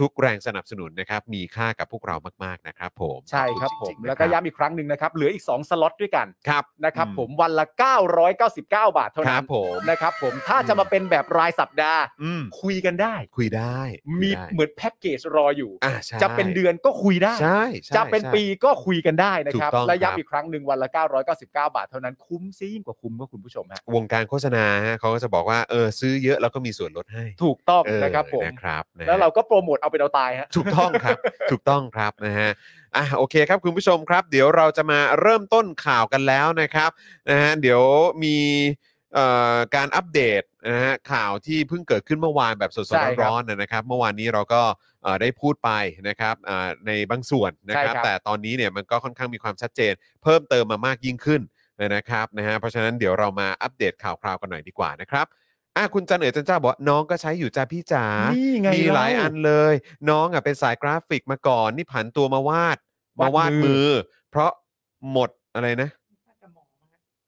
A: ทุกๆ แรงสนับสนุนนะครับมีค่ากับพวกเรามากๆนะครับผม
B: ใช่ครับ
A: ข
B: ผ
A: อ
B: ม
A: ณจงๆ
B: แล้ว
A: นะค
B: ก็
A: รับ
B: ย้ำอีกครั้งหนึ่งนะครับ เหลืออีก 2 สล็อตด้วยกัน
A: ครับ
B: นะครับ
A: อื
B: ผมวันละ 999 บาทเท่า
A: ครั
B: นั้
A: บ
B: น
A: ผม
B: นะครับผมถ้า
A: อืม
B: จะมาเป็นแบบรายสัปดาห์
A: อืม
B: คุยกันได้
A: คุยได้
B: มี
A: คุยได้
B: เหมือนแพ็กเกจรออยู่
A: อ่าใช่
B: จะเป็นเดือนก็คุยได้
A: ใช่ใช่
B: จะเป็น
A: ใช่
B: ปีก็คุยกันได้นะครับ
A: ถูกต้อง
B: และ
A: ครับ
B: ย้ำอีกครั้งหนึ่งวันละ 999 บาทเท่านั้นคุ้มซะยิ่งกว่าคุ้มก็คุณผู้ชมฮะ
A: วงการโฆษณาฮะเขาก็จะบอกว่าเออซื้อเยอะแล้วก็มีส่วนลดให้
B: ถูกต้อง
A: เออ
B: นะครับผม
A: นะครับนะฮะ
B: แล้วเราก็โปรโมทเอาไปเอาตายฮะ
A: ถูกต้องครับ ถูกต้องครับนะฮะอ่ะโอเคครับคุณผู้ชมครับ เดี๋ยวเราจะมาเริ่มต้นข่าวกันแล้วนะครับนะฮะเดี๋ยวมีเอ่อการอัปเดตนะฮะข่าวที่เพิ่งเกิดขึ้นเมื่อวานแบบสด
B: ใช่ครับ
A: ๆร้อนๆนะครับ เมื่อวานนี้เราก็เอ่อได้พูดไปนะครับอ่าในบางส่วนนะครับ
B: ใช่ครับ
A: แต่ตอนนี้เนี่ยมันก็ค่อนข้างมีความชัดเจน เพิ่มเติมมามากยิ่งขึ้นนะครับนะฮะเพราะฉะนั้นเดี๋ยวเรามาอัปเดตข่าวคราวกันหน่อยดีกว่านะครับอ่ะคุณจันเอ๋อจันเจ้าบอกว่าน้องก็ใช้อยู่จ้าพี่จ๋า
B: นี่ไง
A: มีหลาย
B: เ
A: อันเลย น้องอ่ะเป็นสายกราฟิกมาก่อน นี่ผันตัวมาวาด มาวาว
B: า
A: ด
B: ดมื
A: มื
B: อ
A: อ เพราะหมดอะไรนะ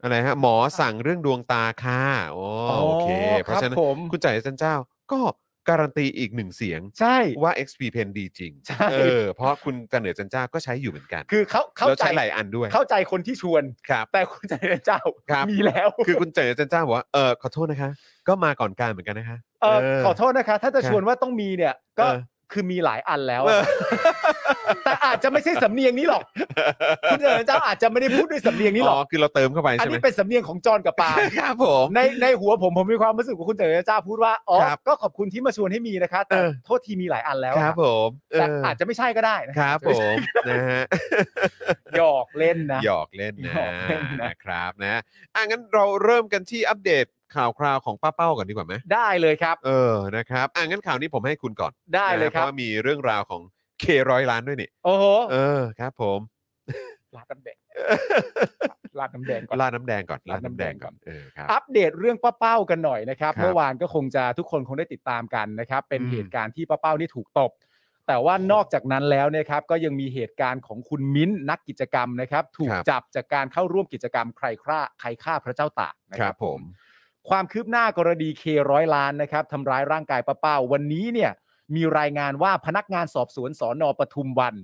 A: อะไรฮะ หมอสั่งเรื่องดวงตาค่ะโอ้โอเค เพราะฉะนั้
B: คน บผม
A: คุณจ่ายจันเจ้า ก็การันตีอีกหนึ่งเสียง
B: ใช่
A: ว่า XP Pen ดีจริง
B: ใช่
A: เออ เพราะคุณจันเหนือจันเจ้าก็ใช้อยู่เหมือนกัน
B: คือเขาเข้า
A: แล้ว
B: ใจ
A: ใช้หลายอันด้วย
B: เข้าใจคนที่ชวน
A: ครับ
B: แต่คุณใจเย็นเจ้า
A: ครับ
B: มีแล้ว
A: คือคุณจันเหนือจันเจ้าบอกว่า เออขอโทษนะคะ ก็มาก่อนการเหมือนกันนะคะ
B: เอ่อ
A: เออ
B: ขอโทษนะคะ ถ้าจะชวนว่าต้องมีเนี่ย ก็
A: เออ
B: คือมีหลายอันแล้ว
A: เออ
B: แต่อาจจะไม่ใช่สำเนียงนี้หรอก คุณเดินเจ้าอาจจะไม่ได้พูดด้วยสำเนียงนี้หรอก
A: คือเราเติมเข้าไป
B: อัน
A: ใช่ไหม
B: นี้เป็นสำเนียงของจอนกับปาล์ม
A: ครับผม
B: ในในหัวผมผมมีความรู้สึกว่าคุณเต๋อเจ้าพูดว่าอ๋อ
A: ครับ
B: ก็ขอบคุณที่มาชวนให้มีนะคะแต่
A: เออ
B: โทษทีมีหลายอันแล้ว
A: ครับผมเ
B: แต่อาจจะไม่ใช่ก็ได้นะครับ
A: ผมนะฮะ
B: หยอกเล่นนะ
A: หยอกเล่นนะ
B: หยอกเล่นนะ
A: นะครับนะอ่ะงั้นเราเริ่มกันที่อัปเดตข่าวคราวของป้าเป้าก่อนดีกว่าไหม
B: ได้เลยครับ
A: เออนะครับอ่ะงั้นข่าวนี้ผมให้คุณก่อน
B: ได้เลย
A: นะ
B: ค
A: เพ
B: รับ
A: ราะว่ามีเรื่องราวของเคร้อยล้านด้วยนี่
B: โอ้โห
A: เออครับ ผม
B: ลาดน้ำแดงลาดน้ำแดงก่อน
A: ลาดน้ำแดงก่อนลา
B: ลา
A: ด
B: ด
A: น้ำ
B: น้ำ
A: แด
B: แด
A: ง
B: งก่
A: ก่อ
B: อน น
A: เออครับ
B: อัปเดตเรื่องป้าเป้ากันหน่อยนะครับ
A: ครับ
B: เมื่อวานก็คงจะทุกคนคงได้ติดตามกันนะครับ เป็น
A: อืม
B: เหตุการณ์ที่ป้าเป้านี่ถูกตบ แต่ว่านอกจากนั้นแล้วเนะครับ ก็ยังมีเหตุการณ์ของคุณมิ้นท์นักกิจกรรมนะครับ ถูกจับจากการเข้าร่วมกิจกรรมใครฆ่าใครฆ่าพระเจ้าตากนะ
A: ค
B: ค
A: รั
B: รั
A: บบ ผม
B: ความคืบหน้ากรณีเคร้อยล้านนะครับทำร้ายร่างกายป้าเป้าวันนี้เนี่ยมีรายงานว่าพนักงานสอบสวนสอนอปทุมวัน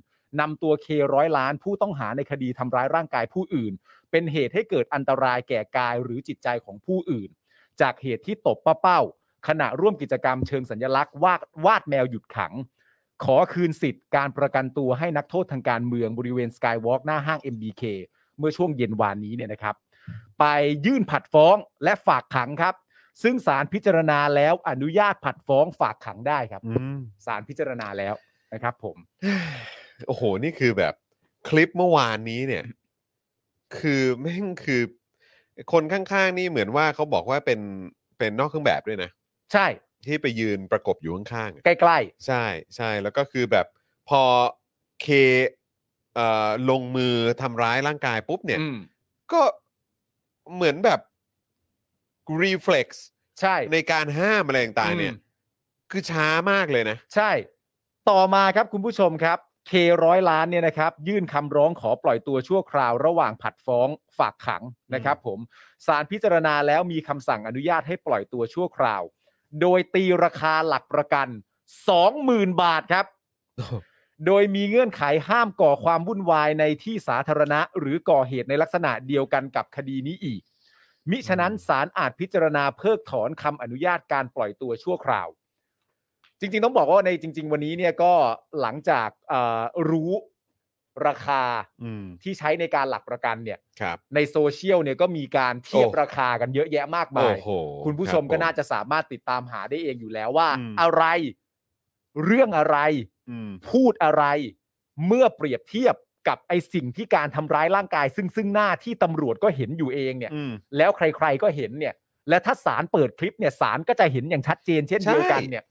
B: นำตัวเคร้อยล้านผู้ต้องหาในคดีทำร้ายร่างกายผู้อื่น เป็นเหตุให้เกิดอันตรายแก่กายหรือจิตใจของผู้อื่น จากเหตุที่ตบป้าเป้า ขณะร่วมกิจกรรมเชิงสัญลักษณ์วาดวาดแมวหยุดขัง ขอคืนสิทธิ์การประกันตัวให้นักโทษทางการเมืองบริเวณสกายวอล์กหน้าห้าง MBK เมื่อช่วงเย็นวานนี้เนี่ยนะครับ ไปยื่นผัดฟ้องและฝากขังครับ ซึ่งศาลพิจารณาแล้วอนุญาตผัดฟ้องฝากขังได้ครับ
A: อืม
B: ศาลพิจารณาแล้วนะครับผม
A: โอ้โห นี่คือแบบคลิปเมื่อวานนี้เนี่ย คือแม่งคือ คนข้างๆนี่เหมือนว่าเขาบอกว่าเป็นเป็นนอกเครื่องแบบด้วยนะ
B: ใช่
A: ที่ไปยืนประกบอยู่ข้างๆอะ
B: ใกล้
A: ใช่ใช่แล้วก็คือแบบพอเคเอ่อลงมือทำร้ายร่างกายปุ๊บเนี่ย
B: ๆอืม
A: ก็เหมือนแบบรีเฟล็กซ์
B: ใช่
A: ในการห้ามอะไรต่างๆเนี่ย
B: อืม
A: คือช้ามากเลยนะ
B: ใช่ ต่อมาครับคุณผู้ชมครับ เคร้อยล้านเนี่ยนะครับ ยื่นคำร้องขอปล่อยตัวชั่วคราวระหว่างผัดฟ้องฝากขังนะครับผมศาลพิจารณาแล้วมีคำสั่งอนุญาตให้ปล่อยตัวชั่วคราว โดยตีราคาหลักประกัน 20,000 บาทครับ โดยมีเงื่อนไขห้ามก่อความวุ่นวายในที่สาธารณะ หรือก่อเหตุในลักษณะเดียวกันกับคดีนี้อีก มิฉะนั้นศาลอาจพิจารณาเพิกถอนคำอนุญาตการปล่อยตัวชั่วคราว จริงๆ ต้องบอกว่าในจริง ๆ วันนี้เนี่ยก็หลังจากเอ่อรู้ราคา
A: อืม
B: ที่ใช้ในการหลักประกันเนี่ย
A: ครับ
B: ในโซเชียลเนี่ยก็มีการเทียบ
A: โอ้
B: ราคากันเยอะแยะมากมาย คุณผู้ชม
A: รับ
B: ก็น่าจะสามารถติดตามหาได้เองอยู่แล้วว่า
A: อืม
B: อะไร เรื่องอะไร
A: อืม
B: พูดอะไร เมื่อเปรียบเทียบกับไอสิ่งที่การทำร้ายร่างกาย ซึ่งซึ่งหน้าที่ตำรวจก็เห็นอยู่เองเนี่ย
A: อืม
B: แล้วใคร ๆก็เห็นเนี่ย และถ้าศาลเปิดคลิปเนี่ยศาลก็จะเห็นอย่างชัดเจนเช่นเดียวกันเนี่ย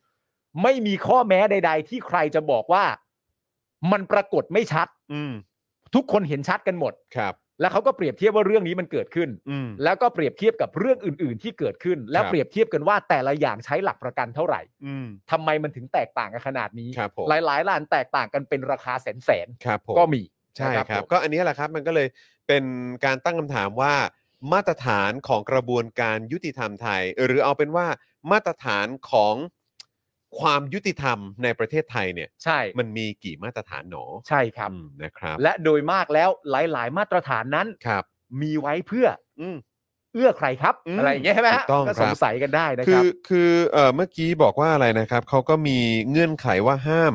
B: ไม่มีข้อแม้ใด ๆ ที่ใครจะบอกว่ามันปรากฏไม่ชัด
A: อืม
B: ทุกคนเห็นชัดกันหมด
A: ครับ
B: แล้วเขาก็เปรียบเทียบว่าเรื่องนี้มันเกิดขึ้น
A: อืม
B: แล้วก็เปรียบเทียบกับเรื่องอื่น ๆ ที่เกิดขึ้น แล้ว
A: ครับ
B: เปรียบเทียบกันว่าแต่ละอย่างใช้หลักประกันเท่าไหร่
A: อืม
B: ทำไมมันถึงแตกต่างกันขนาดนี้
A: ครับผม
B: หลายๆร้านแตกต่างกันเป็นราคาแสนแสน
A: ครับผม
B: ๆก็มี
A: ใช่
B: นะครับ ผม
A: ก็อันนี้แหละครับ มันก็เลยเป็นการตั้งคำถามว่า มาตรฐานของกระบวนการยุติธรรมไทย หรือเอาเป็นว่ามาตรฐานของความยุติธรรมในประเทศไทยเนี่ย
B: ใช่
A: มันมีกี่มาตรฐานหนอ
B: ใช่ครับ
A: อืมนะครับ
B: และโดยมากแล้วหลาย ๆ มาตรฐานนั้น
A: ครับ
B: มีไว้เพื่อ
A: อืม
B: เอื้อใครครับ
A: อืม
B: อะไรอย่างเงี้ยใช่ไหมฮะ
A: ถูกต้อง
B: ก็
A: ค
B: ส
A: รับ
B: งสัยกันได้นะ
A: คื
B: ครั
A: อบ คือเอ่อเมื่อกี้บอกว่าอะไรนะครับเขาก็มีเงื่อนไขว่าห้าม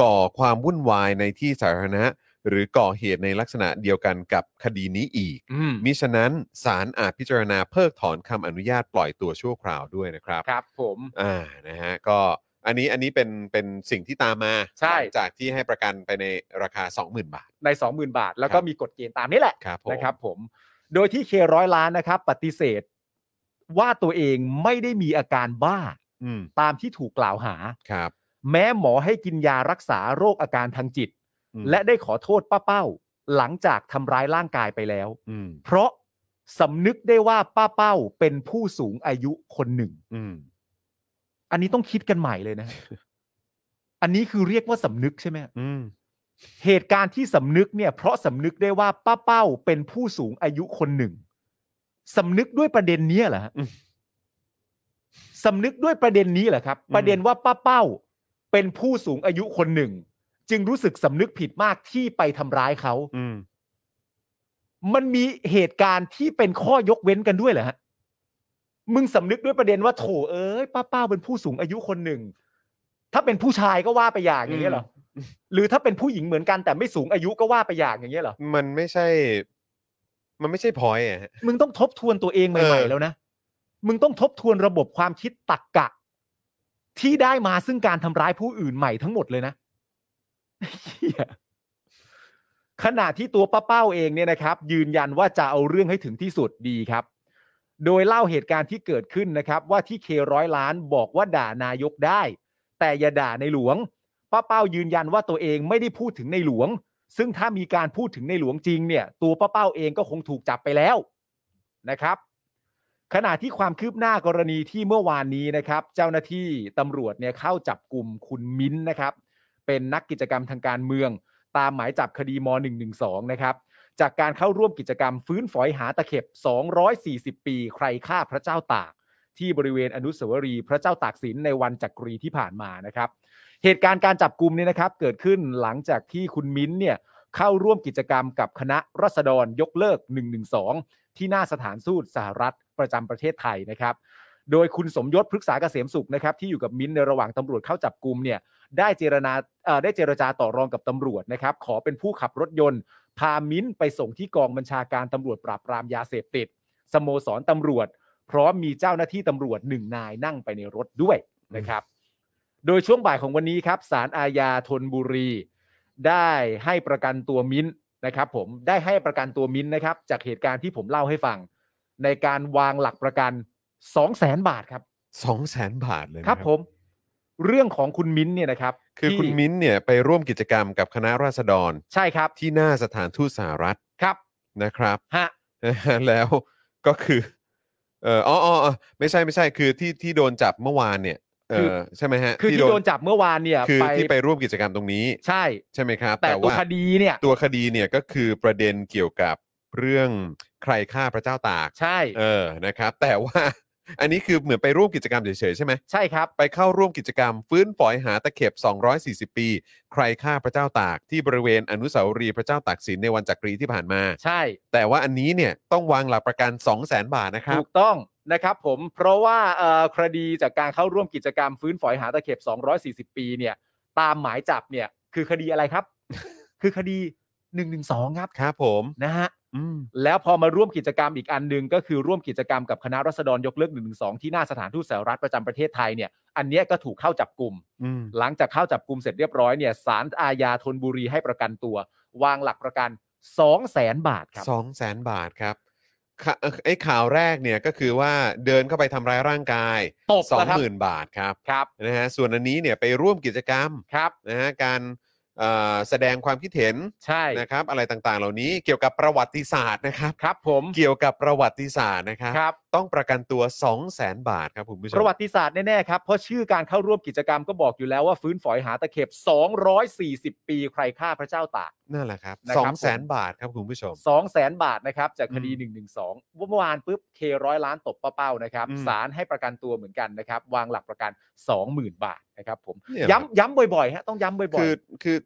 A: ก่อความวุ่นวายในที่สาธารณะ หรือก่อเหตุในลักษณะเดียวกันกับคดีนี้อีก
B: อืม
A: มิฉะนั้นศาลอาจพิจารณาเพิกถอนคำอนุญาตปล่อยตัวชั่วคราวด้วยนะครับ
B: ครับผม
A: อ่านะฮะก็อันนี้อันนี้เป็นเป็นสิ่งที่ตามมา
B: ใช่
A: หลังจากที่ให้ประกันไปในราคา 20,000 บาท
B: ใน 20,000 บาท แล้ว
A: ค
B: ก็
A: รับ
B: มีกฎเกณฑ์ตามนี้แหละ
A: ครับผม
B: นะครับผม โดยที่เคร้อยล้านนะครับ ปฏิเสธ ว่าตัวเองไม่ได้มีอาการบ้า
A: อืม
B: ตามที่ถูกกล่าวหา
A: ครับ
B: แม้หมอให้กินยารักษาโรคอาการทางจิต
A: อืม
B: และได้ขอโทษป้าเป้า หลังจากทำร้ายร่างกายไปแล้ว
A: อืม
B: เพราะสำนึกได้ว่าป้าเป้าเป็นผู้สูงอายุคนหนึ่ง
A: อืม
B: อันนี้ต้องคิดกันใหม่เลยนะฮะ อันนี้คือเรียกว่าสำนึกใช่ไหมฮะ
A: อืม
B: เหตุการณ์ที่สำนึกเนี่ย เพราะสำนึกได้ว่าป้าเป้าเป็นผู้สูงอายุคนหนึ่งสำนึกด้วยประเด็นเนี้ยเหรอฮะสำนึกด้วยประเด็นนี้เหรอครับ ประเด็นว่าป้าเป้า เป็นผู้สูงอายุคนหนึ่ง จึงรู้สึกสำนึกผิดมากที่ไปทำร้ายเขา
A: อืม
B: มันมีเหตุการณ์ที่เป็นข้อยกเว้นกันด้วยเหรอฮะ มึงสำนึกด้วยประเด็นว่าโถเอ้ยป้าเป้าเป็นผู้สูงอายุคนหนึ่ง ถ้าเป็นผู้ชายก็ว่าไปอย่างอย่างเงี้ยเหรอ หรือถ้าเป็นผู้หญิงเหมือนกันแต่ไม่สูงอายุก็ว่าไปอย่างอย่างเงี้ยเหรอ
A: มันไม่ใช่ มันไม่ใช่พอยต์อะฮะ
B: มึงต้องทบทวนตัวเองให
A: เอ
B: ม่
A: อ
B: ๆแล้วนะ มึงต้องทบทวนระบบความคิดตักกะ ที่ได้มาซึ่งการทำร้ายผู้อื่นใหม่ทั้งหมดเลยนะ เหี้ยขณะที่ตัวป้าเป้าเองเนี่ยนะครับ ยืนยันว่าจะเอาเรื่องให้ถึงที่สุดดีครับ โดยเล่าเหตุการณ์ที่เกิดขึ้นนะครับ ว่าที่เคร้อยล้านบอกว่าด่านายกได้ แต่อย่าด่าในหลวง ป้าเป้ายืนยันว่าตัวเองไม่ได้พูดถึงในหลวง ซึ่งถ้ามีการพูดถึงในหลวงจริงเนี่ย ตัวป้าเป้าเองก็คงถูกจับไปแล้วนะครับ ขณะที่ความคืบหน้ากรณีที่เมื่อวานนี้นะครับ เจ้าหน้าที่ตำรวจเนี่ยเข้าจับกลุ่มคุณมิ้นท์นะครับ เป็นนักกิจกรรมทางการเมือง ตามหมายจับคดีม .112 นะครับ จากการเข้าร่วมกิจกรรมฟื้นฝอยหาตะเข็บ 240 ปี ใครฆ่าพระเจ้าตาก ที่บริเวณอนุสาวรีย์พระเจ้าตากสินในวันจักรีที่ผ่านมานะครับ เหตุการณ์การจับกลุ่มเนี่ยนะครับเกิดขึ้นหลังจากที่คุณมิ้นท์เนี่ยเข้าร่วมกิจกรรมกับคณะรัษฎรยกเลิก 112 ที่หน้าสถานสูตสหรัฐประจำประเทศไทยนะครับ โดยคุณสมยศพฤกษาเกษมสุขนะครับที่อยู่กับมิ้นท์ในระหว่างตำรวจเข้าจับกลุ่มเนี่ยได้เจรนาเอ่อได้เจรจาต่อรองกับตำรวจนะครับ ขอเป็นผู้ขับรถยนต์ พามิ้นท์ไปส่งที่กองบัญชาการตำรวจปราบปรามยาเสพติด สโมสรตำรวจ พร้อมมีเจ้าหน้าที่ตำรวจหนึ่งนายนั่งไปในรถด้วยนะครับ โดยช่วงบ่ายของวันนี้ครับสารอาญาธนบุรี ได้ให้ประกันตัวมิ้นท์นะครับ ผมได้ให้ประกันตัวมิ้นท์นะครับ จากเหตุการณ์ที่ผมเล่าให้ฟัง ในการวางหลักประกัน2 0 0แสนบาทครับ
A: สองแสนบาทเลยนะครับ
B: ผมเรื่องของคุณมิ้นท์เนี่ยนะครับ
A: คือ
B: ที่
A: คุณมิ้นท์เนี่ยไปร่วมกิจกรรมกับคณะราษฎร
B: ใช่ครับ
A: ที่หน้าสถานทูตสหรัฐ
B: ครับ
A: นะครับ
B: ฮะ
A: นะฮะ แล้วก็คือเอ่ออ๋ออ๋ออ๋อไม่ใช่ไม่ใช่คือที่ที่โดนจับเมื่อวานเนี่ยเออใช่ไหมฮะ
B: คือที่โดนจับเมื่อวานเนี่ย
A: คือ
B: ไป
A: ที่ไปร่วมกิจกรรมตรงนี้
B: ใช่
A: ใช่ไหมครับ
B: แต่ตัว
A: ว่า
B: คดีเนี่ย
A: ตัวคดีเนี่ยก็คือประเด็นเกี่ยวกับเรื่องใครฆ่าพระเจ้าตาก
B: ใช่
A: เออนะครับ แต่ว่า อันนี้คือเหมือนไปร่วมกิจกรรมเฉยๆใช่ไหม
B: ใช่ครับ
A: ไปเข้าร่วมกิจกรรม ฟื้นฝอยหาตะเข็บ 240 ปี ใครฆ่าพระเจ้าตากที่บริเวณอนุสาวรีย์พระเจ้าตากสินในวันจักรีที่ผ่านมา
B: ใช่
A: แต่ว่าอันนี้เนี่ยต้องวางหลักประกัน 2 0 0แสนบาทนะครับ
B: ถูกต้องนะครับ ผมเพราะว่าเอ่อคดีจากการเข้าร่วมกิจกรรมฟื้นฝอยหาตะเข็บ 240 ปีเนี่ย ตามหมายจับเนี่ย คือคดีอะไร ครับ คือคดี 112 ครับ
A: ครับผม
B: นะฮะ
A: อืม
B: แล้วพอมาร่วมกิจกรรมอีกอันหนึ่งก็คือร่วมกิจกรรมกับคณะรัษฎรยกเลิก1นึที่หน้าสถานทูตสหรัฐประจำประเทศไทยเนี่ยอันเนี้ยก็ถูกเข้าจับกลุ่ม
A: อืม
B: หลังจากเข้าจับกลุ่มเสร็จเรียบร้อยเนี่ยสารอาญาธนบุรีให้ประกันตัว วางหลักประกัน 2 0 0แสนบาทครับ
A: สองแสนบาทครับข่าเอ่อไอ้ข่าวแรกเนี่ยก็คือว่าเดินเข้าไปทำร้ายร่างกาย
B: ตบ
A: สอง
B: นะครับ
A: หมื่นบาทครับ
B: ครับ
A: นะฮะ ส่วนอันนี้เนี่ยไปร่วมกิจกรรม
B: ครับ
A: นะฮะ การเอ่อแสดงความคิดเห็น
B: ใช่
A: นะครับ อะไรต่างๆ เหล่านี้เกี่ยวกับประวัติศาสตร์นะครับ
B: ครับผม
A: เกี่ยวกับประวัติศาสตร์นะครับ
B: ครับ
A: ต้องประกันตัว 2 0 0แสนบาทครับคุณผู้ชม
B: ประวัติศาสตร์แน่ ๆ ครับ เพราะชื่อการเข้าร่วมกิจกรรมก็บอกอยู่แล้วว่าฟื้นฝอยหาตะเข็บ 240 ปีใครฆ่าพระเจ้าตาก
A: นั่นแหละครับ
B: นะ
A: ส
B: ค
A: อ
B: รั
A: ง
B: บ
A: แสนบาทครับคุณผู้ชม
B: 2 0 0แสนบาทนะครับ จากคดี
A: อืม
B: 1 1 2เมื่อวานปุ๊บเคร้อยล้านตบป้าเป้านะครับ
A: อืม
B: ศาลให้ประกันตัวเหมือนกันนะครับ วางหลักประกัน 20,000 บาทนะครับผม
A: เนี่ย
B: ย้ำย้ำบ่อยๆฮะต้องย้ำบ่อย
A: คือคือ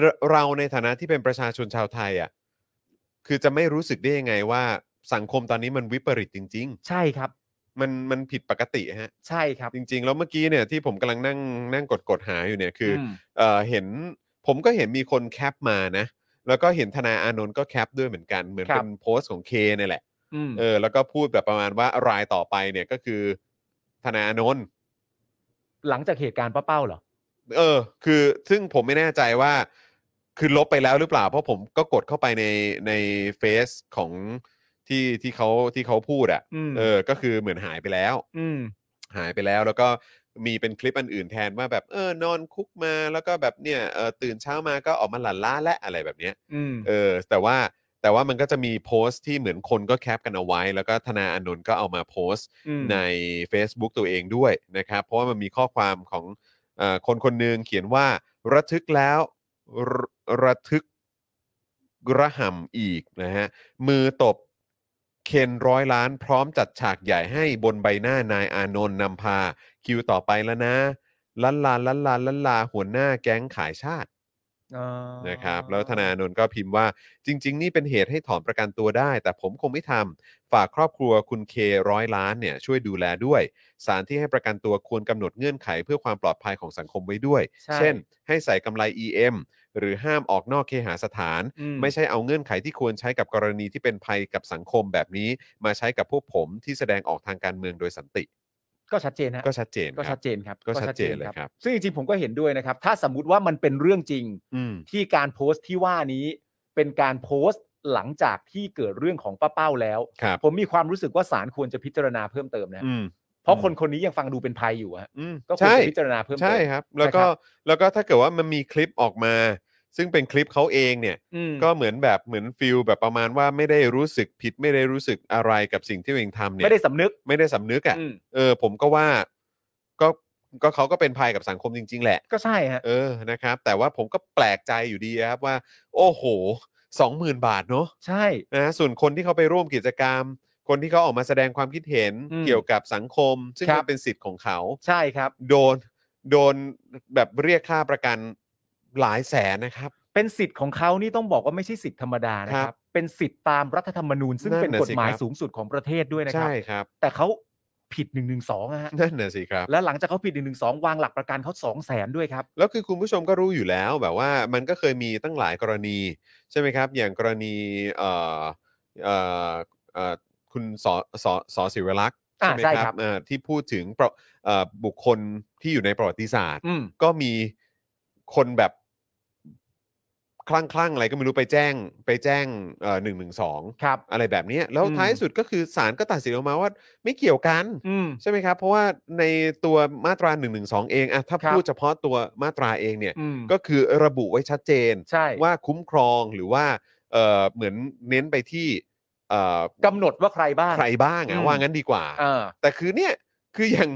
A: เราเราในฐานะที่เป็นประชาชนชาวไทยอ่ะคือจะไม่รู้สึกได้ยังไงว่าสังคมตอนนี้มันวิปริตจริง
B: ๆ ใช่ครับ
A: ๆ มันมันผิดปกติฮะ
B: ใช่ครับ
A: จริง ๆ แล้วเมื่อกี้เนี่ยที่ผมกำลังนั่งนั่งกดกดหาอยู่เนี่ยคืออ
B: ม
A: เอ่อเห็นผมก็เห็นมีคนแคปมานะ แล้วก็เห็นธนายอานนท์ก็แคปด้วยเหมือนกัน เหมือนเป็นโพสต์ของเคเนี่ยแหละ
B: อืม
A: เออแล้วก็พูดแบบประมาณว่ารายต่อไปเนี่ยก็คือธนายอานนท์
B: หลังจากเหตุการณ์ป้าเป้าเหรอ
A: เออ คือซึ่งผมไม่แน่ใจว่า คือลบไปแล้วหรือเปล่า เพราะผมก็กดเข้าไปในในเฟซของที่ที่เขาที่เขาพูดอะ่ะ
B: อืม
A: เออ ก็คือเหมือนหายไปแล้ว
B: อืม
A: หายไปแล้ว แล้วก็มีเป็นคลิปอันอื่นแทนว่าแบบเออนอนคุกมาแล้วก็แบบเนี่ยเออตื่นเช้ามาก็ออกมาหลั่นล้าและอะไรแบบเนี้ย
B: อืม
A: เออ แต่ว่าแต่ว่ามันก็จะมีโพสต์ที่เหมือนคนก็แคปกันเอาไว้ แล้วก็ธนาอานนท์ก็เอามาโพสต์
B: ม
A: ใน Facebook ตัวเองด้วยนะครับ เพราะว่ามันมีข้อความของเออคนคนหนึ่งเขียนว่าระทึกแล้วระระทึกระห่ำอีกนะฮะ มือตบเคนร้อยล้านพร้อมจัดฉากใหญ่ให้บนใบหน้านายอานนท์นำพา คิวต่อไปแล้วนะลันลาลันลาลันลาหัวหน้าแก๊งขายชาติ
B: อ๋อ
A: นะครับแล้วธนาโนนก็พิมพ์ว่าจริง ๆ นี่เป็นเหตุให้ถอนประกันตัวได้ แต่ผมคงไม่ทำฝากครอบครัวคุณเคร้อยล้านเนี่ยช่วยดูแลด้วยสารที่ให้ประกันตัวควรกำหนดเงื่อนไขเพื่อความปลอดภัยของสังคมไว้ด้วย
B: ใช่
A: เช่น ให้ใส่กำไร EM หรือห้ามออกนอกเคหสถาน
B: อื
A: ไม่ใช่เอาเงื่อนไขที่ควรใช้กับกรณีที่เป็นภัยกับสังคมแบบนี้ มาใช้กับพวกผมที่แสดงออกทางการเมืองโดยสันติ
B: ก็ชัดเจนฮะ
A: ก็ชัดเจน
B: ก็
A: ค
B: ชั
A: รั
B: ด
A: บ
B: เจนครับ
A: ก็ชัดเจนเลยครับ
B: ซึ่งจริงๆผมก็เห็นด้วยนะครับ ถ้าสมมติว่ามันเป็นเรื่องจริง
A: อืม
B: ที่การโพสต์ที่ว่านี้ เป็นการโพสต์หลังจากที่เกิดเรื่องของป้าเป้าแล้ว
A: ครับ
B: ผมมีความรู้สึกว่าศาลควรจะพิจารณาเพิ่มเติมนะ
A: อืม
B: เพราะคนคนนี้ยังฟังดูเป็นภัยอยู่ฮะ
A: อืม
B: ก็ควร
A: ใช่
B: จะพิจารณาเพิ่มเติม
A: ใช่ครับ แล้วก็
B: นะครับ
A: แล้วก็ถ้าเกิดว่ามันมีคลิปออกมา ซึ่งเป็นคลิปเขาเองเนี่ย
B: อืม
A: ก็เหมือนแบบเหมือนฟิลแบบประมาณว่าไม่ได้รู้สึกผิดไม่ได้รู้สึกอะไรกับสิ่งที่ตัวเองทำเนี่ย
B: ไม่ได้สำนึก
A: ไม่ได้สำนึกอ่ะ
B: อืม
A: เออ ผมก็ว่าก็ก็เขาก็เป็นภัยกับสังคมจริง ๆ แหละ
B: ก็ใช่ฮะ
A: เออนะครับ แต่ว่าผมก็แปลกใจอยู่ดีครับว่า โอ้โหสองหมื่นบาทเนาะ
B: ใช่
A: นะส่วนคนที่เขาไปร่วมกิจกรรม คนที่เขาออกมาแสดงความคิดเห็น
B: อืม
A: เกี่ยวกับสังคม ซึ่ง
B: ครั
A: มั
B: บ
A: นเป็นสิทธิ์ของเขา
B: ใช่ครับ
A: โดนโดนแบบเรียกค่าประกันหลายแสนนะครับ
B: เป็นสิทธิ์ของเขานี่ต้องบอกว่าไม่ใช่สิทธิ์ธรรมดานะค
A: ครั
B: รั
A: บบ
B: เป็นสิทธิ์ตามรัฐธรรมนูญ ซึ่ง
A: นั่น
B: เป็น
A: น่ะ
B: กฎ
A: สิ
B: หมา
A: ค
B: ย
A: รับ
B: สูงสุดของประเทศด้วยนะครั
A: ใช่
B: บ
A: ครับ
B: แต่เขาผิด1นึะฮะ
A: นั่นน่ะสิครับ
B: แล้วหลังจากเขาผิด1นึวางหลักประกันเขา2 0 0แสนด้วยครับ
A: แล้วคือคุณผู้ชมก็รู้อยู่แล้วแบบว่ามันก็เคยมีตั้งหลายกรณี ใช่ไหมครับ อย่างกรณีเอ่อเอ่อเอ่อคุณสอสอสอศิวรักษ์
B: อ่า
A: ใช่ไหม
B: ใช่
A: ค
B: ครั
A: รับบ เอ่อที่พูดถึงประเอ่อบุคคลที่อยู่ในประวัติศาสตร์
B: อืม
A: ก็มีคนแบบคลั่งๆ อะไรก็ไม่รู้ไปแจ้งไปแจ้งหนึ่งหนึ่งสอง
B: ครับ
A: อะไรแบบเนี้ยแล้ว
B: อืม
A: ท้ายสุดก็คือศาลก็ตัดสินออกมาว่า ไม่เกี่ยวกัน
B: อืม
A: ใช่ไหมครับ เพราะว่าในตัวมาตรา1นึเองอะถ้า
B: ครับ
A: พูดเฉพาะตัวมาตราเองเนี่ย
B: อืม
A: ก็คือระบุไว้ชัดเจน
B: ใช่
A: ว่าคุ้มครองหรือว่าเอ่อเหมือนเน้นไปที่เอ่อก
B: ำหนดว่าใครบ้าง
A: ใครบ้างอะ
B: อืม
A: ว่างั้นดีกว่า
B: เออ
A: แต่คือเนี่ยคืออย่าง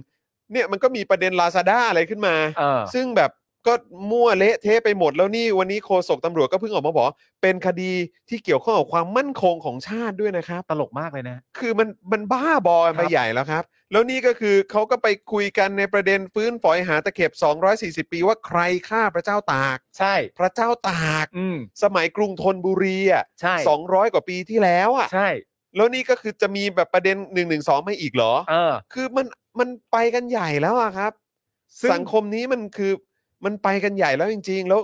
A: เนี่ยมันก็มีประเด็นลาซาด้าอะไรขึ้นมา
B: เออ
A: ซึ่งแบบก็มั่วเละเทะไปหมดแล้วนี่วันนี้โฆษกตำรวจก็เพิ่งออกมาบอก เป็นคดีที่เกี่ยวข้องกับความมั่นคงของชาติด้วยนะครับ
B: ตลกมากเลยนะ
A: คือมันมันบ้าบอกันไป
B: ครับ
A: ใหญ่แล้วครับ แล้วนี่ก็คือเขาก็ไปคุยกันในประเด็นฟื้นฝอยหาตะเข็บ 240 ปีว่าใครฆ่าพระเจ้าตาก
B: ใช่
A: พระเจ้าตาก
B: อืม
A: สมัยกรุงธนบุรีอ่ะ
B: ใช่
A: สองร้อยกว่าปีที่แล้วอ่ะ
B: ใช่
A: แล้วนี่ก็คือจะมีแบบประเด็น1นึมาอีกเหรอ
B: เออ
A: คือมันมันไปกันใหญ่แล้วอะครับ
B: ซึ่ง
A: สังคมนี้มันคือมันไปกันใหญ่แล้วจริง ๆ แล้ว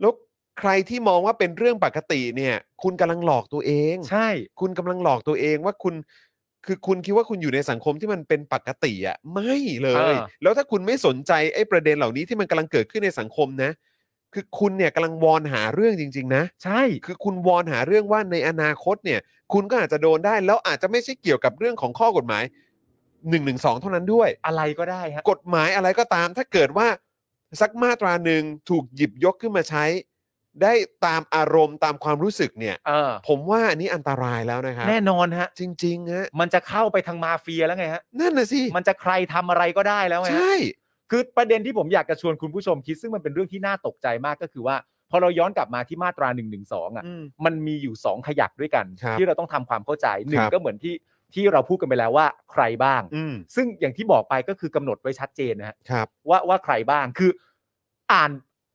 A: แล้วใครที่มองว่าเป็นเรื่องปกติเนี่ย คุณกำลังหลอกตัวเอง
B: ใช่
A: คุณกำลังหลอกตัวเองว่าคุณ คือคุณคิดว่าคุณอยู่ในสังคมที่มันเป็นปกติอะไม่เลย
B: เออ
A: แล้วถ้าคุณไม่สนใจไอ้ประเด็นเหล่านี้ที่มันกำลังเกิดขึ้นในสังคมนะ คือคุณเนี่ยกำลังวอนหาเรื่องจริง ๆ นะ
B: ใช่
A: คือคุณวอนหาเรื่องว่าในอนาคตเนี่ย คุณก็อาจจะโดนได้ แล้วอาจจะไม่ใช่เกี่ยวกับเรื่องของข้อกฎหมาย1นึเท่านั้นด้วย
B: อะไรก็ได้ฮะ
A: กฎหมายอะไรก็ตาม ถ้าเกิดว่าสักมาตราหนึ่งถูกหยิบยกขึ้นมาใช้ ได้ตามอารมณ์ตามความรู้สึกเนี่ย
B: เออ
A: ผมว่าอันนี้อันตรายแล้วนะครับ
B: แน่นอนฮะ
A: จริงๆฮะ
B: มันจะเข้าไปทางมาเฟียแล้วไงฮะ
A: นั่นน่ะสิ
B: มันจะใครทำอะไรก็ได้แล้วไงฮะ
A: ใช่
B: คือประเด็นที่ผมอยากจะชวนคุณผู้ชมคิดซึ่งมันเป็นเรื่องที่น่าตกใจมากก็คือว่า พอเราย้อนกลับมาที่มาตรา1นึอ่ะ
A: อืม
B: มันมีอยู่ 2 ขยักด้วยกัน
A: ครับ
B: ที่เราต้องทำความเข้าใจหนึ่
A: ค
B: ง
A: รับ
B: ก็เหมือนที่ที่เราพูดกันไปแล้วว่าใครบ้าง
A: อืม
B: ซึ่งอย่างที่บอกไปก็คือกำหนดไว้ชัดเจนนะฮะ
A: ครับ
B: ว่าว่าใครบ้างคืออ่าน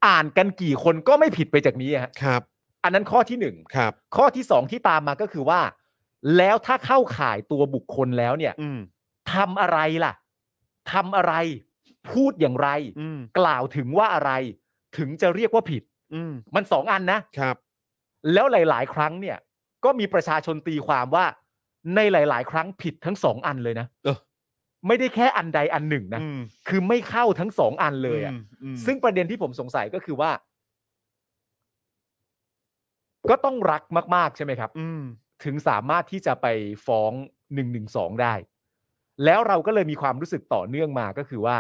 B: อ่านกันกี่คนก็ไม่ผิดไปจากนี้ฮะ
A: ครับ
B: อันนั้นข้อที่หนึ่ง
A: ครับ
B: ข้อที่สองที่ตามมาก็คือว่า แล้วถ้าเข้าข่ายตัวบุคคลแล้วเนี่ย
A: อืม
B: ทำอะไรล่ะทำอะไร พูดอย่างไร
A: อืม
B: กล่าวถึงว่าอะไรถึงจะเรียกว่าผิด
A: อืม
B: มันสองอันนะ
A: ครับ
B: แล้วหลาย ๆ ครั้งเนี่ย ก็มีประชาชนตีความว่า ในหลาย ๆ ครั้งผิดทั้งสองอันเลยนะ
A: เออ
B: ไม่ได้แค่อันใดอันหนึ่งนะ
A: อืม
B: คือไม่เข้าทั้งสองอันเลยอะ
A: อืมอืม
B: ซึ่งประเด็นที่ผมสงสัยก็คือว่า ก็ต้องรักมาก ๆ ใช่ไหมครับ
A: อืม
B: ถึงสามารถที่จะไปฟ้อง1นึได้ แล้วเราก็เลยมีความรู้สึกต่อเนื่องมาก็คือว่า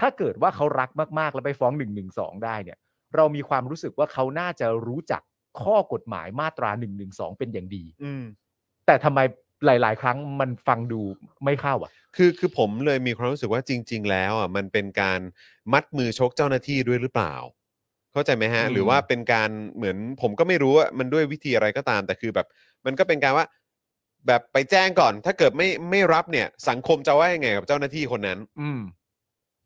B: ถ้าเกิดว่าเขารักมากๆ แล้วไปฟ้อง1นึได้เนี่ย เรามีความรู้สึกว่าเขาน่าจะรู้จักข้อกฎหมายมาตรา1นึเป็นอย่างดี
A: อืม
B: แต่ทำไมหลาย ๆ ครั้งมันฟังดูไม่เข้าอ่ะ
A: คือคือผมเลยมีความรู้สึกว่าจริง ๆ แล้วอ่ะมันเป็นการมัดมือชกเจ้าหน้าที่ด้วยหรือเปล่า เข้าใจไหมฮะ
B: อืม
A: หรือว่าเป็นการเหมือนผมก็ไม่รู้ว่ามันด้วยวิธีอะไรก็ตาม แต่คือแบบ มันก็เป็นการว่า แบบไปแจ้งก่อน ถ้าเกิดไม่ไม่รับเนี่ย สังคมจะว่ายังไงกับเจ้าหน้าที่คนนั้น
B: อืม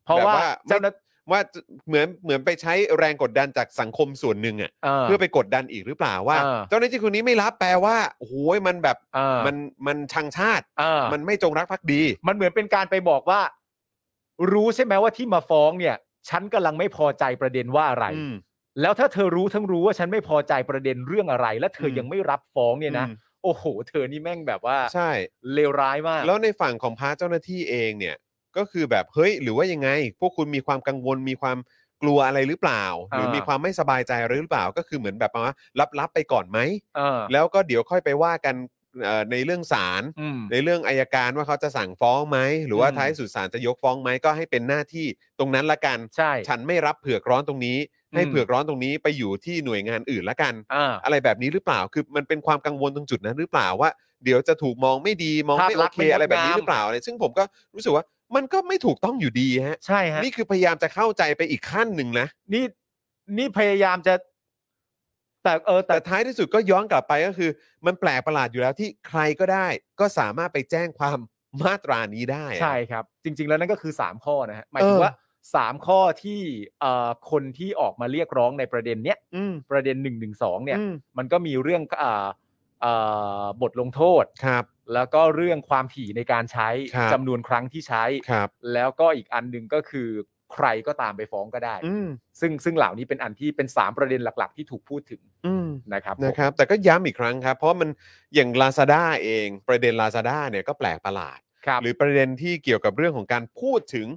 B: เพราะว่า
A: แบบว่าไม่
B: เจ้าหน้า
A: ว่าเหมือนเหมือนไปใช้แรงกดดันจากสังคมส่วนหนึ่งอ่ะ
B: เออ
A: เพื่อไปกดดันอีกหรือเปล่าว่า
B: เออ
A: เจ้าหน้าที่คนนี้ไม่รับแปลว่าโอ้โหมันแบบ
B: เออ
A: มันมันชังชาติ
B: เออ
A: มันไม่จงรักภักดี
B: มันเหมือนเป็นการไปบอกว่า รู้ใช่ไหมว่าที่มาฟ้องเนี่ย ฉันกำลังไม่พอใจประเด็นว่าอะไร
A: อืม
B: แล้วถ้าเธอรู้ทั้งรู้ว่าฉันไม่พอใจประเด็นเรื่องอะไร และเธอ
A: ม
B: ยังไม่รับฟ้องเนี่ยนะ
A: อืม
B: โอ้โห เธอนี่แม่งแบบว่า
A: ใช่
B: เลวร้ายมาก
A: แล้วในฝั่งของพาร์ทเจ้าหน้าที่เองเนี่ย ก็คือแบบเฮ้ยหรือว่ายังไง พวกคุณมีความกังวลมีความกลัวอะไรหรือเปล่า หรือมีความไม่สบายใจอะไรหรือเปล่า ก็คือเหมือนแบบว่ารับๆไปก่อนไหม
B: เออ
A: แล้วก็เดี๋ยวค่อยไปว่ากันเอ่อในเรื่องศาล
B: อืม
A: ในเรื่องอายการว่าเขาจะสั่งฟ้องไหม หรือว่า
B: อืม
A: ท้ายสุดศาลจะยกฟ้องไหมก็ให้เป็นหน้าที่ตรงนั้นละกัน
B: ใช่
A: ฉันไม่รับเผือกร้อนตรงนี้
B: อืม
A: ให้เผือกร้อนตรงนี้ไปอยู่ที่หน่วยงานอื่นละกัน
B: อ่า
A: อะไรแบบนี้หรือเปล่าคือมันเป็นความกังวลตรงจุดนั้นหรือเปล่าว่า เดี๋ยวจะถูกมองไม่ดีมองไม่
B: ภาพ
A: โอ
B: ลักษณ์
A: เค
B: ไม่งดงาม
A: อะไรแบบนี้หรือเปล่าอะไรซึ่งผมก็รู้สึกว่ามันก็ไม่ถูกต้องอยู่ดีฮะ
B: ใช่ฮะ
A: นี่คือพยายามจะเข้าใจไปอีกขั้นหนึ่งนะ
B: นี่นี่พยายามจะ แต่เออแต่
A: แต่ท้ายที่สุดก็ย้อนกลับไปก็คือ มันแปลกประหลาดอยู่แล้วที่ใครก็ได้ ก็สามารถไปแจ้งความมาตรานี้ได้อะ
B: ใช่ครับ จริง ๆ แล้วนั่นก็คือ 3 ข้อนะฮะหมายถึ
A: เอง อ
B: ว่าสามข้อที่เอ่อคนที่ออกมาเรียกร้องในประเด็นเนี้ย
A: อืม
B: ประเด็น1นึเนี่ย
A: อืม
B: มันก็มีเรื่องอ่าอ่าบทลงโทษ
A: ครับ
B: แล้วก็เรื่องความถี่ในการใช้
A: ครับ
B: จำนวนครั้งที่ใช้
A: ครับ
B: แล้วก็อีกอันหนึ่งก็คือใครก็ตามไปฟ้องก็ได้
A: อืม
B: ซึ่งซึ่งเหล่านี้เป็นอันที่เป็น 3 ประเด็นหลัก ๆ ที่ถูกพูดถึง
A: อืม
B: นะครับผม
A: นะครับแต่ก็ย้ำอีกครั้งครับ เพราะมันอย่าง Lazada เองประเด็น Lazada เนี่ยก็แปลกประหลาด
B: ครับ
A: หรือประเด็นที่เกี่ยวกับเรื่องของการพูดถึง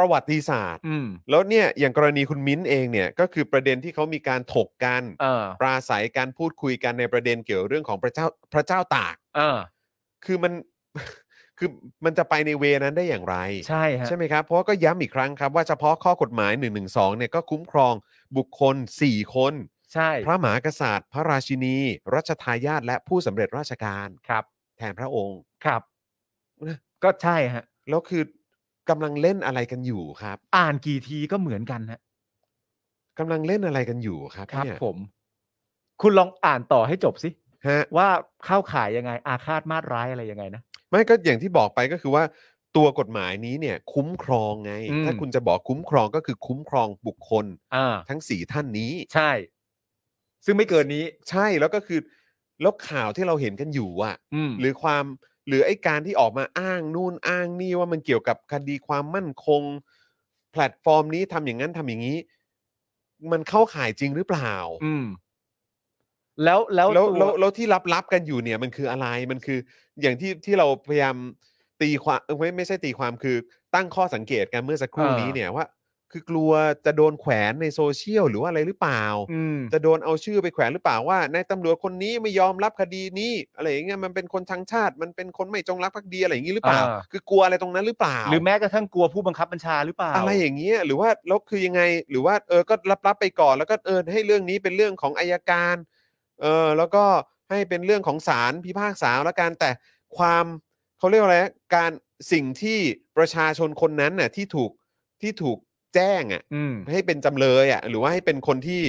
A: ประวัติศาสตร์
B: อืม
A: แล้วเนี่ยอย่างกรณีคุณมิ้นท์เองเนี่ยก็คือประเด็นที่เขามีการถกกัน
B: เออ
A: ปราศัยการพูดคุยกันในประเด็นเกี่ยวเรื่องของพระเจ้าพระเจ้าตาก
B: เออ
A: คือมัน คือมันจะไปในเวนั้นได้อย่างไร
B: ใช่ฮะ
A: ใช่ไหมครับ เพราะก็ย้ำอีกครั้งครับว่าเฉพาะข้อกฎหมาย 1 1 2เนี่ยก็คุ้มครองบุคคล 4 คน
B: ใช่
A: พระมหากษัตริย์ พระราชินี รัชทายาทและผู้สำเร็จราชการ
B: ครับ
A: แทนพระองค์
B: ครับ
A: นะ
B: ก็ใช่ฮะ
A: แล้วคือกำลังเล่นอะไรกันอยู่ครับ
B: อ่านกี่ทีก็เหมือนกันฮะ
A: กำลังเล่นอะไรกันอยู่ครับ
B: ครับ
A: เนี่ย
B: ผม คุณลองอ่านต่อให้จบสิ
A: ฮะ
B: ว่าเข้าข่ายยังไง อาฆาตมาตร้ายอะไรยังไงนะ
A: ไม่ก็อย่างที่บอกไปก็คือว่าตัวกฎหมายนี้เนี่ยคุ้มครองไง
B: อืม
A: ถ้าคุณจะบอกคุ้มครองก็คือคุ้มครองบุคคล
B: อ่า
A: ทั้งสี่ท่านนี้
B: ใช่ ซึ่งไม่เกินนี้
A: ใช่แล้วก็คือแล้วข่าวที่เราเห็นกันอยู่อะ
B: อืม
A: หรือความหรือไอ้การที่ออกมาอ้างนู่นอ้างนี่ว่ามันเกี่ยวกับคดีความมั่นคง แพลตฟอร์มนี้ทำอย่างนั้นทำอย่างนี้ มันเข้าข่ายจริงหรือเปล่า
B: อืม แล้วแล้ว
A: แล้ว
B: ตัว
A: แล้วแล้วที่ลับๆกันอยู่เนี่ยมันคืออะไรมันคืออย่างที่ที่เราพยายามตีความเอ้ยไม่ไม่ใช่ตีความคือตั้งข้อสังเกตกันเมื่อสักครู่นี้เนี่ยว่า คือกลัวจะโดนแขวนในโซเชียลหรือว่าอะไรหรือเปล่า
B: อืม
A: จะโดนเอาชื่อไปแขวนหรือเปล่าว่านายตำรวจคนนี้ไม่ยอมรับคดีนี้อะไรอย่างเงี้ยมันเป็นคนทางชาติ มันเป็นคนไม่จงรักภักดีอะไรอย่างงี้หรือเปล่า
B: อ่า
A: คือกลัวอะไรตรงนั้นหรือเปล่า
B: หรือแม้กระทั่งกลัวผู้บังคับบัญชาหรือเปล่า
A: อะไรอย่างเงี้ยหรือว่าแล้วคือยังไงหรือว่าเออก็รับรับไปก่อน แล้วก็เออให้เรื่องนี้เป็นเรื่องของอายการเออแล้วก็ให้เป็นเรื่องของศาลพิพากษาแล้วกันแต่ความเขาเรียกว่าอะไรการสิ่งที่ประชาชนคนนั้นน่ะที่ถูกที่ถูกแจ้งอ่ะ
B: อืม
A: ให้เป็นจำเลยอ่ะหรือว่าให้เป็นคนที่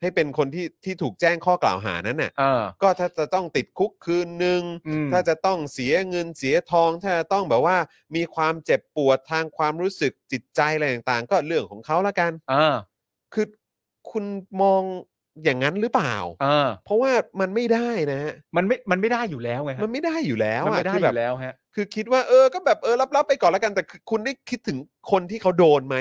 A: ให้เป็นคนที่ที่ถูกแจ้งข้อกล่าวหานั้นน่ะ
B: เออ
A: ก็ถ้าจะต้องติดคุกคืนหนึ่ง
B: อืม
A: ถ้าจะต้องเสียเงินเสียทอง ถ้าจะต้องแบบว่ามีความเจ็บปวดทางความรู้สึกจิตใจอะไรต่างๆ ก็เรื่องของเขาละกัน
B: เออ
A: คือคุณมองอย่างนั้นหรือเปล่า
B: เออ
A: เพราะว่ามันไม่ได้นะฮะ
B: มันไม่มันไม่ได้อยู่แล้วไงฮะ
A: มันไม่ได้อยู่แล้ว
B: มัน
A: อะ
B: ไม่ได้
A: คือ
B: อ
A: แบบ
B: ยู่แล้วฮะ
A: คือคิดว่าเออก็แบบเออรับๆไปก่อนละกันแต่คือคุณได้คิดถึงคนที่เขาโดนไหม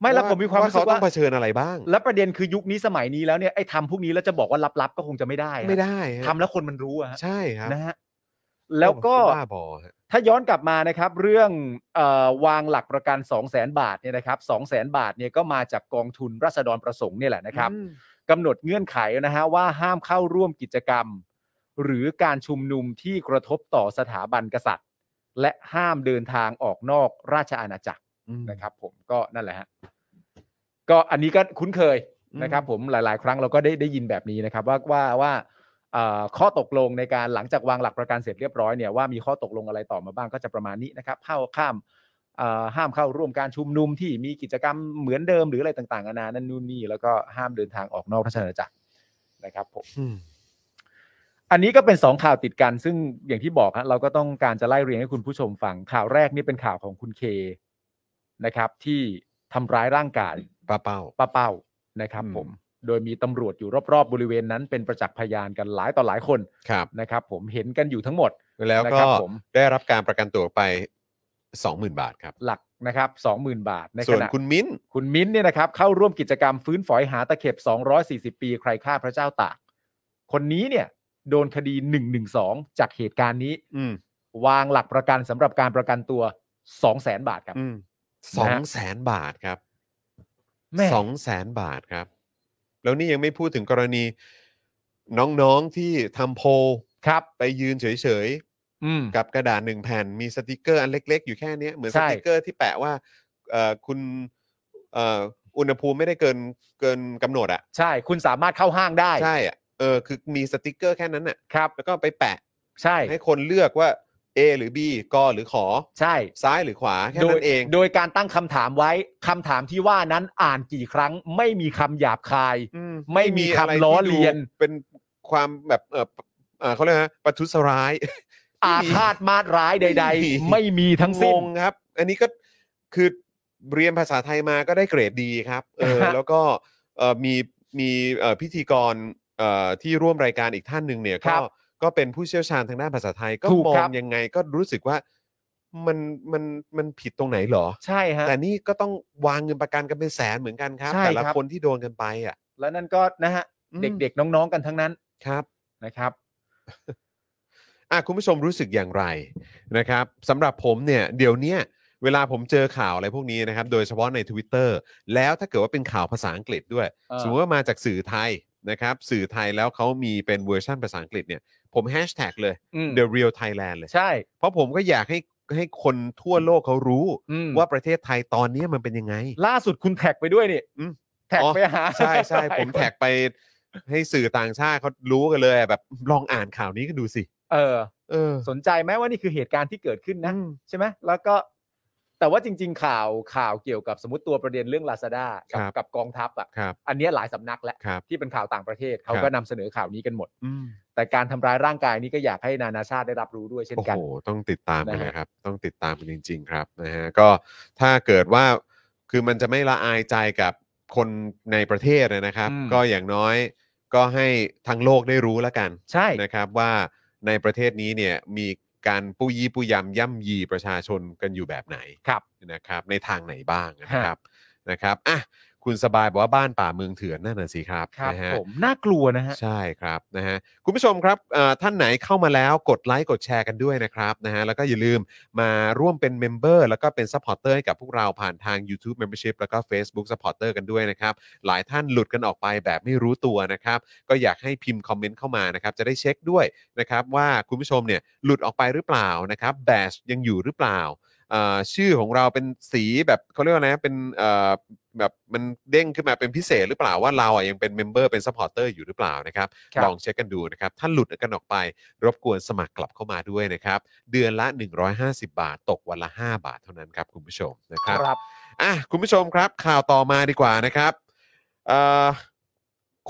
B: ไม่แล้วผมมีความรู้สึก
A: เขาต้อ
B: ว่า
A: งเผชิญอะไรบ้าง
B: แล้วประเด็นคือยุคนี้สมัยนี้แล้วเนี่ยไอ้ทำพวกนี้แล้วจะบอกว่าลับๆก็คงจะไม่ได้ฮะ
A: ไม่ได้ฮะ
B: ทำแล้วคนมันรู้อะฮะ
A: ใช่ครับ
B: นะฮะแล้วก็
A: บ้าบอฮะ
B: ถ้าย้อนกลับมานะครับ เรื่องเออวางหลักประกัน 2 0 0แสนบาทเนี่ยนะครับสองแสนบาทเนี่ยก็มาจากกองทุนรัษฎรประสงค์เนี่ยแหละนะครับ
A: อืม
B: กำหนดเงื่อนไขนะฮะว่าห้ามเข้าร่วมกิจกรรม หรือการชุมนุมที่กระทบต่อสถาบันกษัตริย์ และห้ามเดินทางออกนอกราชอาณาจักรนะครับ ผมก็นั่นแหละฮะก็อันนี้ก็คุ้นเคยนะครับ ผมหลาย ๆ ครั้งเราก็ได้ได้ยินแบบนี้นะครับ ว่าว่าว่า เอ่อข้อตกลงในการหลังจากวางหลักประกันเสร็จเรียบร้อยเนี่ยว่ามีข้อตกลงอะไรต่อมาบ้างก็จะประมาณนี้นะครับเข้าข้ามเอ่อห้ามเข้าร่วมการชุมนุมที่มีกิจกรรมเหมือนเดิมหรืออะไรต่างๆนานานั่นนู่นนี่แล้วก็ห้ามเดินทางออกนอกราชอาณาจักรนะครับผม
A: อืม
B: อันนี้ก็เป็นสองข่าวติดกัน ซึ่งอย่างที่บอกฮะเราก็ต้องการจะไล่เรียงให้คุณผู้ชมฟังข่าวแรกนี่เป็นข่าวของคุณเคนะครับ ที่ทำร้ายร่างกาย
A: ป้าเป้า
B: ป้าเป้านะครับ
A: อืม
B: ผม โดยมีตำรวจอยู่รอบๆ บริเวณนั้นเป็นประจักษ์พยานกันหลายต่อหลายคน
A: ครับ
B: นะครับผมเห็นกันอยู่ทั้งหมด
A: แล้ว
B: นะค
A: ก็
B: รับผม
A: ได้รับการประกันตัวออกไป 20,000 บาทครับ
B: หลักนะครับ20,000 บาท ใน
A: ส่
B: ข
A: วน
B: ณะ
A: คุณมิ้น
B: คุณมิ้นท์เนี่ยนะครับ เข้าร่วมกิจกรรมฟื้นฝอยหาตะเข็บ 240 ปีใครฆ่าพระเจ้าตาก คนนี้เนี่ยโดนคดี 112 จากเหตุการณ์นี้
A: อืม
B: วางหลักประกันสำหรับการประกันตัว 200,000 บาทครับ
A: อืม
B: นะฮะ
A: สองแสนบาทครับ
B: แม่
A: สองแสนบาทครับ แล้วนี่ยังไม่พูดถึงกรณี น้องๆที่ทำโพล
B: ครับ
A: ไปยืนเฉย
B: อืม
A: ๆ กับกระดาษหนึ่งแผ่น มีสติกเกอร์อันเล็ก ๆ อยู่แค่เนี้ยเหมือน
B: ใช่
A: สติกเกอร์ที่แปะว่าเอ่อคุณเอ่ออุณหภูมิไม่ได้เกินเกินกำหนดอะ
B: ใช่คุณสามารถเข้าห้างได้
A: ใช่อะเออคือมีสติกเกอร์แค่นั้นน่ะ
B: ครับ
A: แล้วก็ไปแปะ
B: ใช่
A: ให้คนเลือกว่า A หรือ B กอหรือขอ
B: ใช่
A: ซ้ายหรือขวา แค่
B: โดย
A: นั้นเอง
B: โดยการตั้งคำถามไว้คำถามที่ว่านั้นอ่านกี่ครั้ง ไม่มีคำหยาบคาย
A: อื
B: ไม่มีคำ
A: ะรที่
B: ล้อเลียน
A: ดูเป็นความแบบเออเอ่อเขาเรียกฮะประทุษร้าย
B: อาฆาตมาตร้าย
A: ไม่ม
B: ใด
A: ี
B: ๆ ไม่มีทั้งสิ้น
A: งครับ อันนี้ก็คือเรียนภาษาไทยมาก็ได้เกรดดีครับเอ อ
B: ฮะ
A: แล้วก็เอ่อมีมีเอ่อพิธีกรเอ่อที่ร่วมรายการอีกท่านหนึ่งเนี่ย
B: ค
A: ก็
B: รับ
A: ก็เป็นผู้เชี่ยวชาญทางด้านภาษาไทย ก็
B: ถูก
A: มอ
B: ครั
A: ง
B: บ
A: ยังไงก็รู้สึกว่ามันมันมันผิดตรงไหนเหรอ
B: ใช่ฮะ
A: แต่นี่ก็ต้องวางเงินประกันกันเป็นแสนเหมือนกันครับ
B: ใช่
A: แต่ละ
B: ครับ
A: คนที่โดนกันไปอ่ะ
B: แล้วนั่นก็นะฮะ
A: อืม
B: เด็กๆ น้องๆ กันทั้งนั้น
A: ครับ
B: นะครับ
A: อ่ะคุณผู้ชมรู้สึกอย่างไรนะครับสำหรับผมเนี่ยเดี๋ยวเนี้ยเวลาผมเจอข่าวอะไรพวกนี้นะครับ โดยเฉพาะใน Twitter แล้วถ้าเกิดว่าเป็นข่าวภาษาอังกฤษด้วย
B: เออ
A: สมมติว่ามาจากสื่อไทยนะครับ สื่อไทยแล้วเขามีเป็นเวอร์ชันภาษาอังกฤษเนี่ยผมแฮชแท็กเลย
B: อืม
A: The Real Thailand เลย
B: ใช่
A: เพราะผมก็อยากให้ให้คนทั่วโลกเขารู้
B: อืม
A: ว่าประเทศไทยตอนนี้มันเป็นยังไง
B: ล่าสุดคุณแท็กไปด้วยนี่
A: อืม
B: แท็ก
A: อ๋อ
B: ไปหา
A: ใช่ใช่ผมแท็กไปให้สื่อต่างชาติเขารู้กันเลยอะแบบลองอ่านข่าวนี้กันดูสิ
B: เออ
A: เออ
B: สนใจไหมว่านี่คือเหตุการณ์ที่เกิดขึ้นนะ
A: อืม
B: ใช่ไหมแล้วก็ แต่ว่าจริง ๆ ข่าวข่าวเกี่ยวกับสมมติตัวประเด็นเรื่องลาซาด้ากั
A: ครับ
B: กับกองทัพอ่ะ
A: ครับ
B: อันเนี้ยหลายสำนักแล้ว
A: ครับ
B: ที่เป็นข่าวต่างประเทศเขา
A: ครับ
B: ก็นำเสนอข่าวนี้กันหมด
A: อืม
B: แต่การทำร้ายร่างกายนี้ก็อยากให้นานาชาติได้รับรู้ด้วยเช่น
A: โอ้
B: กั
A: โห
B: น
A: ต้องติดตามกัน
B: นะฮะ
A: นะครับ ต้องติดตามกันจริง ๆ ครับนะฮะก็ถ้าเกิดว่าคือมันจะไม่ละอายใจกับคนในประเทศนะครับ
B: อืม
A: ก็อย่างน้อยก็ให้ทั้งโลกได้รู้แล้วกัน
B: ใช่
A: นะครับว่าในประเทศนี้เนี่ยมีการปู้ยี่ปู้ยำย่ำยีประชาชนกันอยู่แบบไหน
B: ครับ
A: นะครับ ในทางไหนบ้างนะครับนะครับอ่ะคุณสบายบอกว่าบ้านป่าเมืองเถื่อนนั่นน่ะสิครับ
B: ครับ
A: นะฮะ
B: ผมน่ากลัวนะฮะ
A: ใช่ครับนะฮะคุณผู้ชมครับเอ่อท่านไหนเข้ามาแล้วกดไลค์กดแชร์กันด้วยนะครับนะฮะแล้วก็อย่าลืมมาร่วมเป็นเมมเบอร์แล้วก็เป็นซัพพอร์เตอร์ให้กับพวกเราผ่านทาง YouTube Membership แล้วก็ Facebook Supporter กันด้วยนะครับ หลายท่านหลุดกันออกไปแบบไม่รู้ตัวนะครับ ก็อยากให้พิมพ์คอมเมนต์เข้ามานะครับ จะได้เช็คด้วยนะครับ ว่าคุณผู้ชมเนี่ยหลุดออกไปหรือเปล่านะครับแบชยังอยู่หรือเปล่าเอ่อชื่อของเราเป็นสีแบบเขาเรียกว่าอะไรนะเป็นเอ่อแบบมันเด้งขึ้นมาเป็นพิเศษหรือเปล่าว่าเราอ่ะยังเป็นเมมเบอร์เป็นซัพพอร์เตอร์อยู่หรือเปล่านะครับ
B: ครับ
A: ลองเช็คกันดูนะครับ ถ้าหลุดกันออกไป รบกวนสมัครกลับเข้ามาด้วยนะครับ เดือนละ 150 บาท ตกวันละ 5 บาทเท่านั้นครับคุณผู้ชมนะครับ
B: ครับ
A: อ่ะคุณผู้ชมครับข่าวต่อมาดีกว่านะครับเอ่อ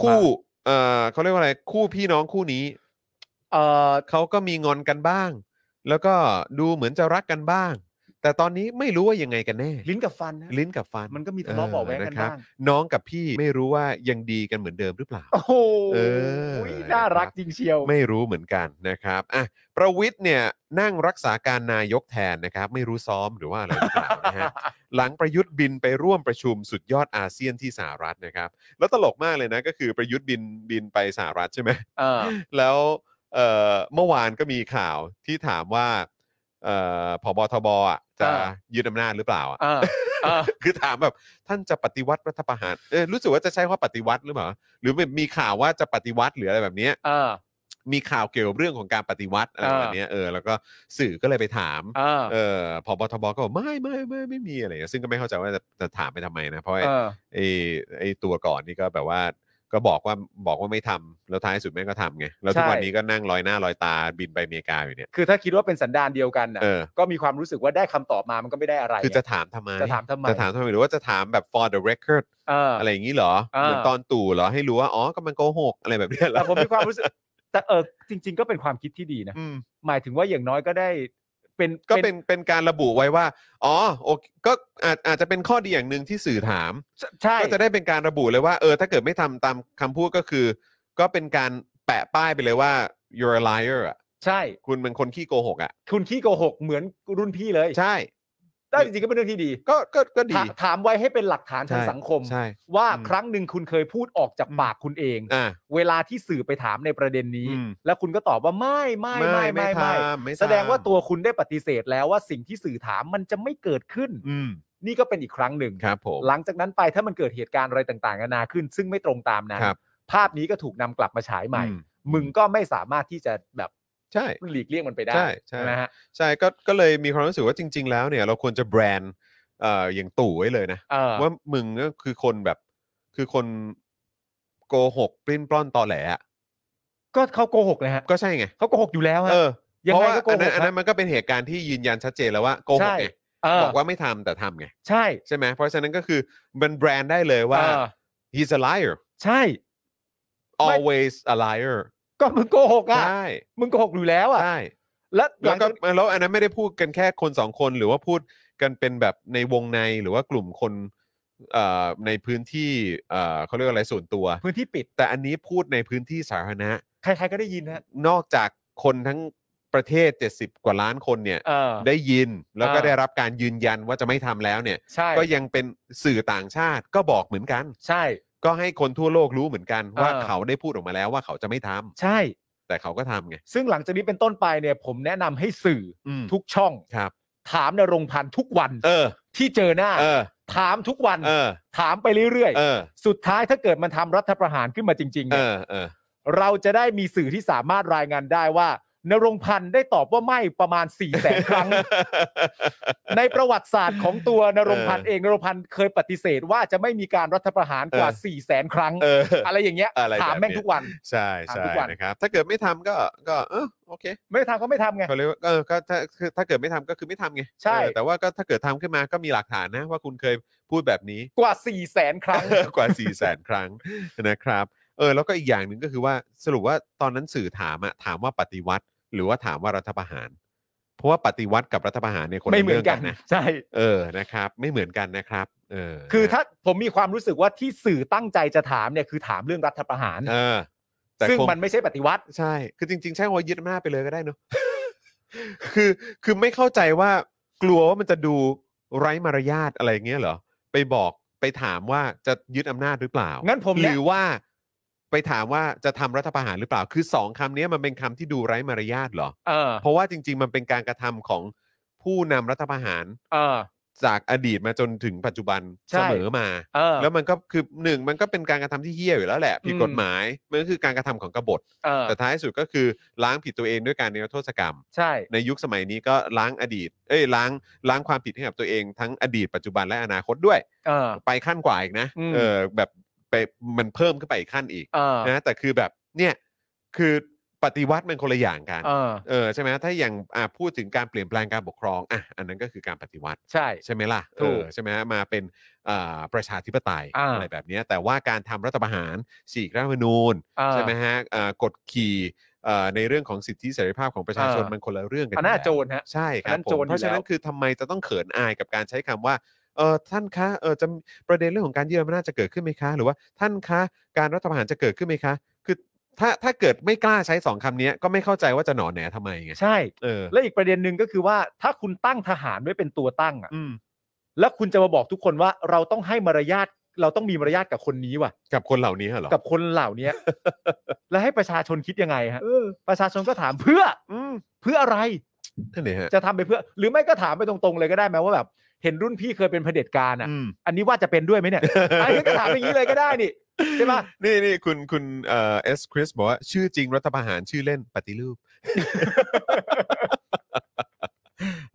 A: คู่เอ่อเขาเรียกว่าอะไรคู่พี่น้องคู่นี้
B: เอ่อ
A: เขาก็มีงอนกันบ้าง แล้วก็ดูเหมือนจะรักกันบ้าง แต่ตอนนี้ไม่รู้ว่ายังไงกันแน่
B: ลิ้นกับฟันนะ
A: ลิ้นกับฟัน
B: มันก็มีทะเลาะเบาะแว้งกันบ้าง
A: น้องกับพี่ไม่รู้ว่ายังดีกันเหมือนเดิมหรือเปล่า
B: โอ้โห
A: เออ
B: น่ารักจริงเชียว
A: ไม่ รู้เหมือนกันนะครับอ่ะประวิทย์เนี่ยนั่งรักษาการนายกแทนนะครับ ไม่รู้ซ้อมหรือว่าอะไรหรือเปล่านะฮะ หลังประยุทธ์บินไปร่วมประชุมสุดยอดอาเซียนที่สหรัฐนะครับ แล้วตลกมากเลยนะก็คือประยุทธ์บินบินไปสหรัฐใช่ไหม
B: เออ
A: แล้วเอ่อเมื่อวานก็มีข่าวที่ถามว่าเอ่อผบทบอ่ะจะ
B: อ่า
A: ยึดอำนาจหรือเปล่าอ่ะ
B: เออเออ
A: คือถามแบบท่านจะปฏิวัติรัฐประหารเออรู้สึกว่าจะใช้คำว่าปฏิวัติหรือเปล่าหรือมันมีข่าวว่าจะปฏิวัติหรืออะไรแบบเนี้ย
B: เออ
A: มีข่าวเกี่ยวกับเรื่องของการปฏิวัติอะไร
B: อ่า
A: แบบเนี้ยเออแล้วก็สื่อก็เลยไปถาม
B: เออ
A: เออพอบทบก็บอกไม่ไม่ไม่ไม่มีอะไรอย่างเงี้ยซึ่งก็ไม่เข้าใจว่าจะจะถามไปทำไมนะ เพราะไอ้
B: เออ
A: ไอ้ไอ้ตัวก่อนนี่ก็แบบว่าก็บอกว่าบอกว่าไม่ทำแล้วท้ายสุดแม่งก็ทำไงแล้วทุก
B: ใช่
A: วันนี้ก็นั่งลอยหน้าลอยตาบินไปอเมริกาอยู่เนี่ย
B: คือถ้าคิดว่าเป็นสันดานเดียวกันนะ
A: เออ
B: ก็มีความรู้สึกว่าได้คำตอบมามันก็ไม่ได้อะไร
A: คือจะถามทำไม
B: จะถามทำไม
A: จะถามทำไมหรือว่าจะถามแบบ for the record
B: เอออ
A: อะไรอย่างนี้เหรอ
B: อ่า
A: เหมือนตอนตู่เหรอให้รู้ว่าอ๋อก็มันโกหกอะไรแบบเนี้ยเหร
B: แต่
A: อ
B: ผมมีความรู้สึก แต่เออจริง ๆ ก็เป็นความคิดที่ดีนะ
A: อืม
B: หมายถึงว่าอย่างน้อยก็ได้ เป็น
A: ก็เป็นเป็นการระบุไว้ว่า อ๋อโอเคก็อาจอาจจะเป็นข้อดีอย่างหนึ่งที่สื่อถาม
B: ใช่
A: ก็จะได้เป็นการระบุเลยว่า เออ ถ้าเกิดไม่ทำตามคำพูดก็คือ ก็เป็นการแปะป้ายไปเลยว่า you're a liar อ่ะ
B: ใช่
A: คุณเป็นคนขี้โกหกอ่ะ
B: คุณขี้โกหกเหมือนรุ่นพี่เลย
A: ใช่
B: แต่จริงๆก็เป็นเรื่องที่ดี
A: ก็ก็ก็ดี
B: ถาถามไว้ให้เป็นหลักฐานทาง
A: ใช่
B: สังคม
A: ใช่
B: ว่า
A: อืม
B: ครั้งหนึ่งคุณเคยพูดออกจากปากคุณเอง
A: อ่า
B: เวลาที่สื่อไปถามในประเด็นนี้
A: อืม
B: แล้วคุณก็ตอบว่าไม่ไม่ไม่ไม่ไม่
A: ทำไม่ทำ
B: แสดงว่าตัวคุณได้ปฏิเสธแล้วว่าสิ่งที่สื่อถามมันจะไม่เกิดขึ้น
A: อืม
B: นี่ก็เป็นอีกครั้งหนึ่ง
A: ครับผม
B: หลังจากนั้นไปถ้ามันเกิดเหตุการณ์อะไรต่างๆนานาขึ้น ซึ่งไม่ตรงตามนั้น
A: ครับ
B: ภาพนี้ก็ถูกนำกลับมาฉายใหม่
A: อืม
B: มึงก็ไม่สามารถที่จะแบบ
A: ใช่
B: หลีกเลี่ยงมันไปได้
A: ใช่ใช่
B: ไหมฮะ
A: ใช่ก็ก็เลยมีความรู้สึกว่าจริง ๆ แล้วเนี่ยเราควรจะแบรนด์เอ่ออย่างตู่ไว้เลยนะ
B: เออ
A: ว่ามึงก็คือคนแบบคือคนโกหกปลิ้นปล้อนตอแหลอะ
B: ก็เขาโกหกนะฮะ
A: ก็ใช่ไง
B: เขาโกหกอยู่แล้วฮะ
A: เออ
B: ยัง
A: เพราะ
B: ไง
A: ว่า
B: ก็โกหก
A: อันนั้นอั
B: ครับ
A: นนั้นมันก็เป็นเหตุการณ์ที่ยืนยันชัดเจนแล้วว่าโกหก
B: ใช่
A: ไง
B: เออ
A: บอกว่าไม่ทำแต่ทำไง
B: ใช่
A: ใช่ไหมเพราะฉะนั้นก็คือมันแบรนด์ได้เลยว่า
B: เออ
A: he's a liar
B: ใช่ ไม่
A: always a liar
B: ก็มึงโกหกอ่ะ
A: ใช่
B: มึงโกหกอยู่แล้วอ่ะ
A: ใช่
B: แล้วห
A: แล้
B: ลั
A: ว
B: ง
A: ก็
B: จาก
A: แล้วอันนั้นไม่ได้พูดกันแค่คนสองคนหรือว่าพูดกันเป็นแบบในวงในหรือว่ากลุ่มคนเอ่อในพื้นที่เอ่อเขาเรียกว่าอะไรส่วนตัว
B: พื้นที่ปิด
A: แต่อันนี้พูดในพื้นที่สาธารณะ
B: ใครๆก็ได้ยินฮะ
A: นอกจากคนทั้งประเทศ 70 กว่าล้านคนเนี่ย
B: เออ
A: ได้ยินแล้วก็
B: อ่า
A: ได้รับการยืนยันว่าจะไม่ทำแล้วเนี่ย
B: ใช่
A: ก็ยังเป็นสื่อต่างชาติก็บอกเหมือนกัน
B: ใช่
A: ก็ให้คนทั่วโลกรู้เหมือนกัน ว่า
B: อ่า
A: เขาได้พูดออกมาแล้วว่าเขาจะไม่ทำ
B: ใช่
A: แต่เขาก็ทำไง
B: ซึ่งหลังจากนี้เป็นต้นไปเนี่ยผมแนะนำให้สื่อ
A: อืม
B: ทุกช่อง
A: ครับ
B: ถามนรงพันธ์ทุกวัน
A: เออ
B: ที่เจอหน้า
A: เออ
B: ถามทุกวัน
A: เออ
B: ถามไปเรื่อย
A: เออ
B: ๆ สุดท้ายถ้าเกิดมันทำรัฐประหารขึ้นมาจริงๆ
A: เอ
B: เนี่ย
A: อ เออ
B: เราจะได้มีสื่อที่สามารถรายงานได้ว่านรงพันธ์ได้ตอบว่าไม่ประมาณ4ี่แส นครั้ง ในประวัติศาสตร์ของตัวนรงพันธ์
A: เออ
B: เองนรงพันธ์เคยปฏิเสธว่าจะไม่มีการรัฐประหารกว่า
A: เออ
B: 4ี่แสนครั้ง
A: เออ
B: อะไรอย่างเงี้ย
A: อะไรแบบ
B: ถามแม่ง
A: นี้
B: ทุกวัน
A: ใช่ใช่
B: ถามทุกวัน
A: นะครับ ถ้าเกิดไม่ทำก็ ก็เออโอเค
B: ไม่ทำก็ไม่ทำไง
A: เขาเรียกว่าเออก็ถ้าคือถ้าเกิดไม่ทำก็คือไม่ทำไง
B: ใช่
A: เออแต่ว่าก็ถ้าเกิดทำขึ้นมาก็มีหลักฐานนะ ว่าคุณเคยพูดแบบนี้
B: กว่า4ี่แสนครั้ง
A: กว่า 4 0 0แสนครั้งนะครับ เออ แล้วก็อีกอย่างหนึ่งก็คือว่าสรุปว่าตอนนั้นสื่อถามอะถามว่าปฏิวัติ หรือว่าถามว่ารัฐประหาร เพราะว่าปฏิวัติกับรัฐประหารเนี่ย คนละ
B: ไม่เหมือนกัน
A: รื่องนะ
B: ใช่
A: เออนะครับ ไม่เหมือนกันนะครับ เออ
B: คือถ้าผมมีความรู้สึกว่าที่สื่อตั้งใจจะถามเนี่ยคือถามเรื่องรัฐประหาร
A: เออ แต่
B: ซึ่ง
A: คง
B: มันไม่ใช่ปฏิวัติ
A: ใช่ คือจริงๆ ใช่ว่ายึดอำนาจไปเลยก็ได้เนอะ คือคือไม่เข้าใจว่ากลัวว่ามันจะดูไร้มารยาทอะไรอย่างเงี้ยเหรอไปบอกไปถามว่าจะยึดอำนาจหรือเปล่า
B: งั้นผม
A: ห
B: เนี่
A: รื
B: ย
A: อว่าไปถามว่าจะทำรัฐประหารหรือเปล่า คือสองคำนี้มันเป็นคำที่ดูไร้มารยาทเหรอ
B: เออ
A: เพราะว่าจริง ๆ มันเป็นการกระทำของผู้นำรัฐประหาร
B: เออ
A: จากอดีตมาจนถึงปัจจุบัน
B: ใช่
A: เสมอมา
B: เออ
A: แล้วมันก็คือหนึ่งมันก็เป็นการกระทำที่เหี้ยอยู่แล้วแหละผิด
B: อืม
A: กฎหมายมันก็คือการกระทำของกบฏ
B: เออ
A: แต่ท้ายสุดก็คือล้างผิดตัวเองด้วยการนิรโทษกรรม
B: ใช่
A: ในยุคสมัยนี้ก็ล้างอดีต เอ้ยล้างล้างความผิดให้กับตัวเองทั้งอดีตปัจจุบันและอนาคตด้วย
B: เออ
A: ไปขั้นกว่าอีกนะ
B: อืม
A: เออแบบไปมันเพิ่มขึ้นไปอีกขั้นอีก
B: เออ
A: นะแต่คือแบบเนี่ยคือปฏิวัติมันคนละอย่างกัน
B: เออ
A: เออใช่ไหมถ้าอย่างอ่ะพูดถึงการเปลี่ยนแปลงการปกครองอ่ะอันนั้นก็คือการปฏิวัติ
B: ใช่
A: ใช่ไหมล่ะ
B: ถูก
A: เออใช่ไหมมาเป็นอ่าประชาธิปไตย
B: อ่า
A: ไรแบบเนี้ยแต่ว่าการทำรัฐประหารฉีกรัฐธรรมนูญ
B: เออ
A: ใช่ไหมฮะอ่ากดขี่เอ่อในเรื่องของสิทธิเสรีภาพของประชาชน
B: อ่ามั
A: มันคนละเรื่องกัน
B: อันน่า
A: ยู่แล้ว
B: โจรฮะ
A: ใช่ค
B: อัน
A: รั
B: นั้
A: บ
B: น
A: ผม
B: โจรอยู่
A: เพราะฉะนั้น
B: แล้ว
A: คือทำไมจะต้องเขินอายกับการใช้คำว่าเออท่านคะเออจะประเด็นเรื่องของการยืดอำนาจจะเกิดขึ้นไหมคะ หรือว่าท่านคะการรัฐประหารจะเกิดขึ้นไหมคะ คือถ้าถ้าเกิดไม่กล้าใช้สองคำนี้ก็ไม่เข้าใจว่าจะหนอแหนทำไมไง
B: ใช่
A: เออ
B: และอีกประเด็นหนึ่งก็คือว่าถ้าคุณตั้งทหารไว้เป็นตัวตั้งอ่ะ
A: อืม
B: แล้วคุณจะมาบอกทุกคนว่าเราต้องให้มารยาทเราต้องมีมารยาทกับคนนี้ว่ะ
A: กับคนเหล่านี้เหรอ
B: กับคนเหล่า นี้ แล้วให้ประชาชนคิดยังไงฮะประชาชนก็ถามเพื่อ
A: อืม
B: เพื่ออะไร
A: นั่นเองฮะ
B: จะทำไปเพื่อ หรือไม่ก็ถามไปตรงๆเลยก็ได้ไหมว่าแบบเห็นรุ่นพี่เคยเป็นเผด็จการอ่ะ
A: อืม
B: อันนี้ว่าจะเป็นด้ว ยไหมเนี่ย อันนี้ก็ถามอย่างนี้เลยก็ได้นี่ใช่ปะ
A: นี่นี่คุณคุณเอ่อสคริสบอกว่า ชื่อจริงรัฐประหารชื่อเล่นปฏิรู ป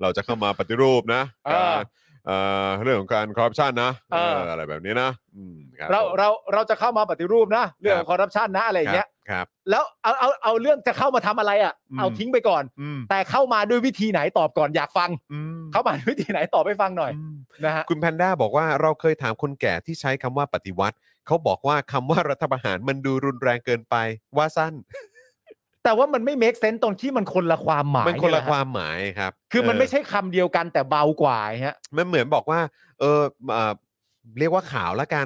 A: เราจะเข้ามาปฏิรูปนะ
B: เออ
A: การเอ่อเรื่องของการคอร์รัปชันนะ
B: เออ
A: เอออะไรแบบนี้นะอืมคบ
B: เรา
A: ผม
B: เราเราจะเข้ามาปฏิรูปนะ เรื่อง
A: ครับ
B: คอร์รัปชันนะอะไรอย่างเงี้ย
A: ครับ
B: แล้วเอาเอาเอาเรื่องจะเข้ามาทำอะไรอ่ะ
A: อืม
B: เอาทิ้งไปก่อน
A: อืม
B: แต่เข้ามาด้วยวิธีไหนตอบก่อนอยากฟัง
A: อืม
B: เข้ามาด้วยวิธีไหนตอบให้ฟังหน่อย
A: อืม
B: นะฮะ
A: คุณแพนด้าบอกว่าเราเคยถามคนแก่ที่ใช้คำว่าปฏิวัติ เขาบอกว่าคำว่ารัฐประหารมันดูรุนแรงเกินไป ว่าสั้น
B: แต่ว่ามันไม่ make sense ตรงที่มันคนละความหมาย
A: มันคนละ
B: เย
A: ค
B: ฮ
A: วามหมายครับ
B: คือมัน
A: เ
B: ไม่ใช่คำเดียวกันแต่เบากว่าฮะ
A: มันเหมือนบอกว่า เออเอ่อเรียกว่าขาวละกัน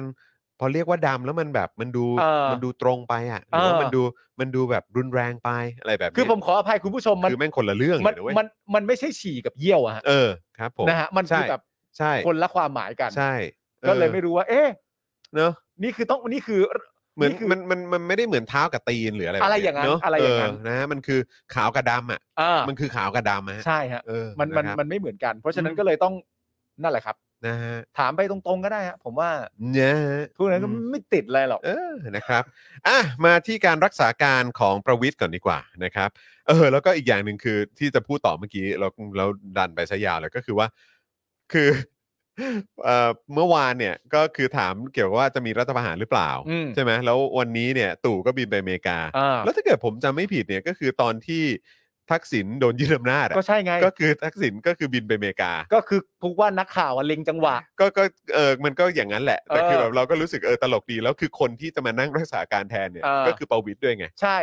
A: พอเรียกว่าดำแล้วมันแบบมันดู
B: เออ
A: มันดูตรงไปอ่ะหรือว่า
B: เออ
A: มันดูมันดูแบบรุนแรงไปอะไรแบบนี้
B: คือผมขออภัยคุณผู้ชมมัน
A: คือแม่งคนละเรื่องเล
B: มั
A: ยนะเว้ย
B: มันมันไม่ใช่ฉี่กับเยี่ยวอะฮะ
A: เออครับผม
B: นะฮะมันคือ
A: ใช่
B: แบบ
A: ใช่
B: คนละความหมายกัน
A: ใช่ออ
B: ก็เลยไม่รู้ว่า เอ๊ะ
A: เนอะ
B: นี่คือต้องนี่คือ
A: เหมือน
B: นี่คือ
A: มันมันมันไม่ได้เหมือนเท้ากับตีนหรืออะไร
B: อะไร
A: แบบ
B: อย่างนั้น
A: เ
B: อะไรอย่างนั้น
A: เนะฮะมันคือขาวกับดำอ่ะ
B: อ่า
A: มันคือขาวกับดำอะฮะ
B: ใช่ฮะ
A: เออ
B: มันมัน
A: นะครับ
B: มันไม่เหมือนกัน เพราะฉะนั้นก็เลยต้องนั่นแหละครับ
A: นะฮะ
B: ถามไปตรงๆก็ได้ฮะผมว่า
A: เนี่ยฮะ
B: พวกนั้นก็ไม่ติดอะไรหรอก
A: เออ นะครับ อ่ะ มาที่การรักษาการของประวิทย์ก่อนดีกว่านะครับ เออ แล้วก็อีกอย่างหนึ่งคือที่จะพูดต่อเมื่อกี้เราเราดันไปซะยาวเลยก็คือว่า คือ เอ่อเมื่อวานเนี่ยก็คือถามเกี่ยวกับว่าจะมีรัฐประหารหรือเปล่า
B: อืม
A: ใช่ไหมแล้ววันนี้เนี่ยตู่ก็บินไปอเมริกา
B: อ่า
A: แล้วถ้าเกิดผมจำไม่ผิดเนี่ยก็คือตอนที่ทักษิณโดนยึดอำนาจอะ
B: ก็ใช่ไง
A: ก็คือทักษิณก็คือบินไปอเมริกา
B: ก็คือพูดว่านักข่าวอะเล็งจังหวะ
A: ก็ก็เออมันก็อย่างนั้นแหละ แต่คือ
B: เออ
A: แบบเราก็รู้สึกเออตลกดีแล้วคือคนที่จะมานั่งรักษาการแทนเนี่ย
B: เออ
A: ก็คือประวิตร ด้วยไง
B: ใช่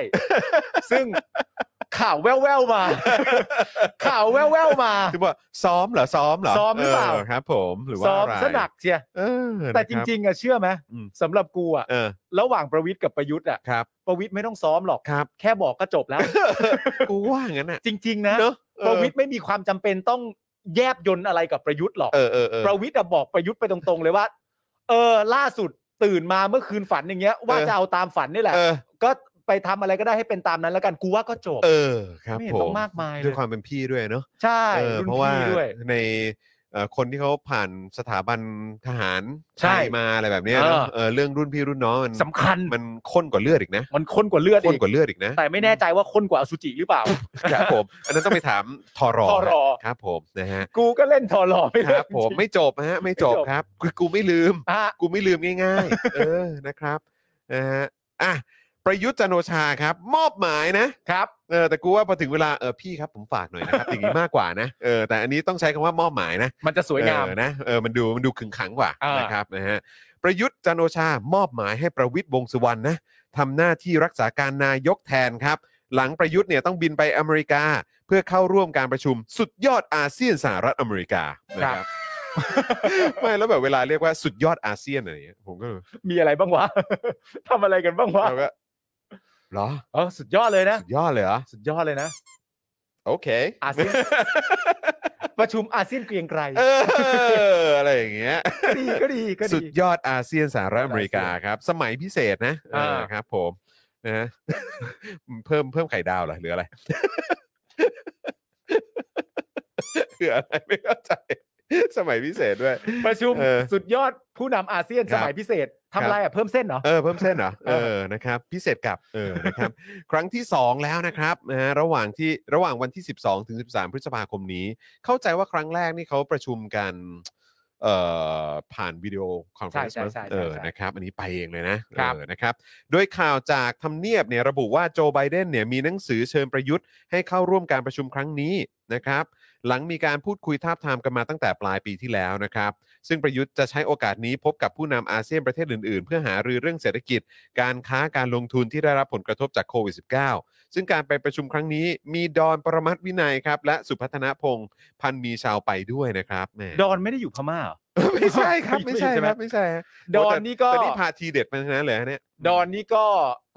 B: ซึ่ง ข่าวแว่วๆมา ข่าวแว่วๆมา
A: คือว่าซ้อมเหรอซ้อมเหรอ
B: ซ้อมหรือเปล่า
A: ครับ ผมหรือว่า
B: ซ้อม
A: ไร
B: สนักเชีย
A: เออ
B: แต่
A: นะ
B: จ
A: คบ
B: ริง ๆอะเชื่อไหม
A: อืม
B: สำหรับกูอะ
A: เออ
B: ระหว่างประวิทย์กับประยุทธ์อะ
A: ครับ
B: ประวิทย์ไม่ต้องซ้อมหรอก
A: ครับ
B: แค่บอกก็จบแล้ว
A: กูว่างั้นอ่ะ
B: จริง ๆ นะ
A: เนอะ
B: ประวิทย์ไม่มีความจำเป็นต้องแยบยนต์อะไรกับประยุทธ์หรอก
A: เออเออเออ
B: ประวิทย์อะบอกประยุทธ์ไปตรงๆเลยว่า เออ ล่าสุดตื่นมาเมื่อคืนฝันอย่างเงี้ย ว่า
A: เออ
B: จะเอาตามฝันนี่แหละ
A: เออ
B: ก็ไป ไปทำอะไรก็ได้ให้เป็นตามนั้นแล้วกันกูว่าก็จบ
A: เออครับ
B: ไม่เห็น
A: ผ
B: ต้อ
A: ม
B: งมากมายเลย
A: ด้วยความเป็นพี่ด้วยเนาะ
B: ใช่
A: เออ
B: รุ่น
A: เพราะว่า
B: พี่ด้วย
A: ในเอ่อคนที่เขาผ่านสถาบันทหาร
B: ใช่
A: ไทยมาอะไรแบบเนี้ยเนอะ
B: เออ
A: เออเรื่องรุ่นพี่รุ่นน้องมัน
B: สำคัญ
A: มันข้นกว่าเลือดอีกนะ
B: มันข้นกว่าเลือด
A: ข้น
B: อีก
A: กว่าเลือดอีกนะ
B: แต่ไม่แน่ใจว่าข้นกว่าอสุจิหรือเปล่า
A: ครับผม อันนั้นต้องไปถามทอรอ
B: ทร
A: ครับผมนะฮะ
B: กูก็เล่นทอรอไม่
A: ค
B: เลิ
A: รั
B: ก
A: บผมไม่จบฮะไม่จบครับคือกูไม่ลืม
B: อ่ะ
A: กูไม่ลืมง่ายๆ เออ นะครับ นะฮะ อ่ะ ประยุทธ์จันทร์โอชาครับ มอบหมายนะ
B: ครับ
A: เออ แต่กูว่าพอถึงเวลา เออ พี่ครับ ผมฝากหน่อยนะครับ อย่างนี้มากกว่านะ เออ แต่อันนี้ต้องใช้คำว่ามอบหมายนะ
B: มันจะสวยงาม
A: เออนะ เออ มันดู มันดูขึงขังกว่า
B: อ่าน
A: นะครับ นะฮะ ประยุทธ์จันทร์โอชา มอบหมายให้ประวิทย์วงษ์สุวรรณนะทำหน้าที่รักษาการนายกแทนครับ หลังประยุทธ์เนี่ยต้องบินไปอเมริกา เพื่อเข้าร่วมการประชุมสุดยอดอาเซียนสหรัฐอเมริกา นะครับ ไม่แล้วแบบเวลาเรียกว่าสุดยอดอาเซียนอะไรอย่างเงี้ยผมก็
B: มีอะไรบ้างวะ ทำอะไรกันบ้างวะ
A: เราก็เหรอ
B: เออสุดยอดเลยนะ
A: สุดยอดเลยเหรอ
B: สุดยอดเลยนะ
A: โอเค
B: อาเซียน ประชุมอาเซียนเกรียงไกร
A: เออ อะไรอย่างเงี้ย
B: ก็ดีก็ดีก็
A: สุ
B: ดี
A: ดยอดอาเซียนสหรัฐอเมริกาครับ สมัยพิเศษนะเออ
B: อ่า
A: ครับผมนะฮ ะ เพิ่มเพิ่มไข่ดาวเหรอหรืออะไร คืออะไรไม่เข้าใจ สมัยพิเศษด้วย
B: ประชุม
A: เออ
B: สุดยอดผู้นำอาเซียน
A: ค
B: ส
A: รับ
B: มัยพิเศษ
A: ครั
B: ทำ
A: บ
B: อะไรอ่ะเพิ่มเส้นเหรอ
A: เออเพิ่มเส้นเหรอ
B: เอ
A: เอ
B: อ
A: อนะครับพิเศษกับเออนะครับ ครั้งที่ 2 แล้วนะครับนะฮะระหว่างที่ระหว่างวันที่ 12 ถึง 13 พฤษภาคมนี้ เข้าใจว่าครั้งแรกนี่เขาประชุมกันเอ่อผ่านวิดีโอคอนเฟอเรนซ์
B: ใช่ใช่ใช่
A: เออ
B: ใช่
A: นะครับอันนี้ไปเองเลยนะครับ เออนะครับโดยข่าวจากทำเนียบเนี่ยระบุว่าโจไบเดนเนี่ยมีหนังสือเชิญประยุทธ์ให้เข้าร่วมการประชุมครั้งนี้นะครับ หลังมีการพูดคุยทาบทามกันมาตั้งแต่ปลายปีที่แล้วนะครับ ซึ่งประยุทธ์จะใช้โอกาสนี้พบกับผู้นำอาเซียนประเทศอื่นๆ เพื่อหารือเรื่องเศรษฐกิจ การค้าการลงทุนที่ได้รับผลกระทบจากโควิด -19 ซึ่งการไปประชุมครั้งนี้มีดอนประมัตถวินัยครับ และสุพัฒนพงศ์พันธ์มีชาวไปด้วยนะครับแหม
B: ดอนไม่ได้อยู่พม่าเหรอ
A: ไม่ใช่ครับ ไม่ใช่
B: ไม่ใช่ใช่ไห
A: ค
B: ม
A: รับไม่ใช่ฮะ
B: ดอน
A: โแต่
B: นี่ก็
A: แต่นี่พาทีเด็ดมาทั้งนั้นเลยฮะเนี่ย
B: ดอนนี่ก็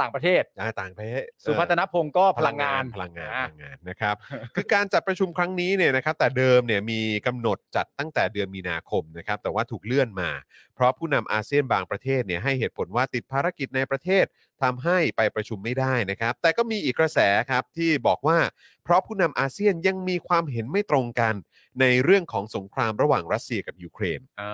B: ต่างประเทศ
A: อ่าต่างประเทศ
B: สุพัฒนพงศ์ก็พลังงาน
A: พลังงาน
B: อ่า
A: พลังงานนะครับ คือการจัดประชุมครั้งนี้เนี่ยนะครับแต่เดิมเนี่ยมีกำหนดจัดตั้งแต่เดือนมีนาคมนะครับแต่ว่าถูกเลื่อนมา เพราะผู้นำอาเซียนบางประเทศเนี่ยให้เหตุผลว่าติดภารกิจในประเทศทำให้ไปประชุมไม่ได้นะครับ แต่ก็มีอีกกระแสครับที่บอกว่า เพราะผู้นำอาเซียนยังมีความเห็นไม่ตรงกัน ในเรื่องของสงครามระหว่างรัสเซียกับยูเครน
B: อ่า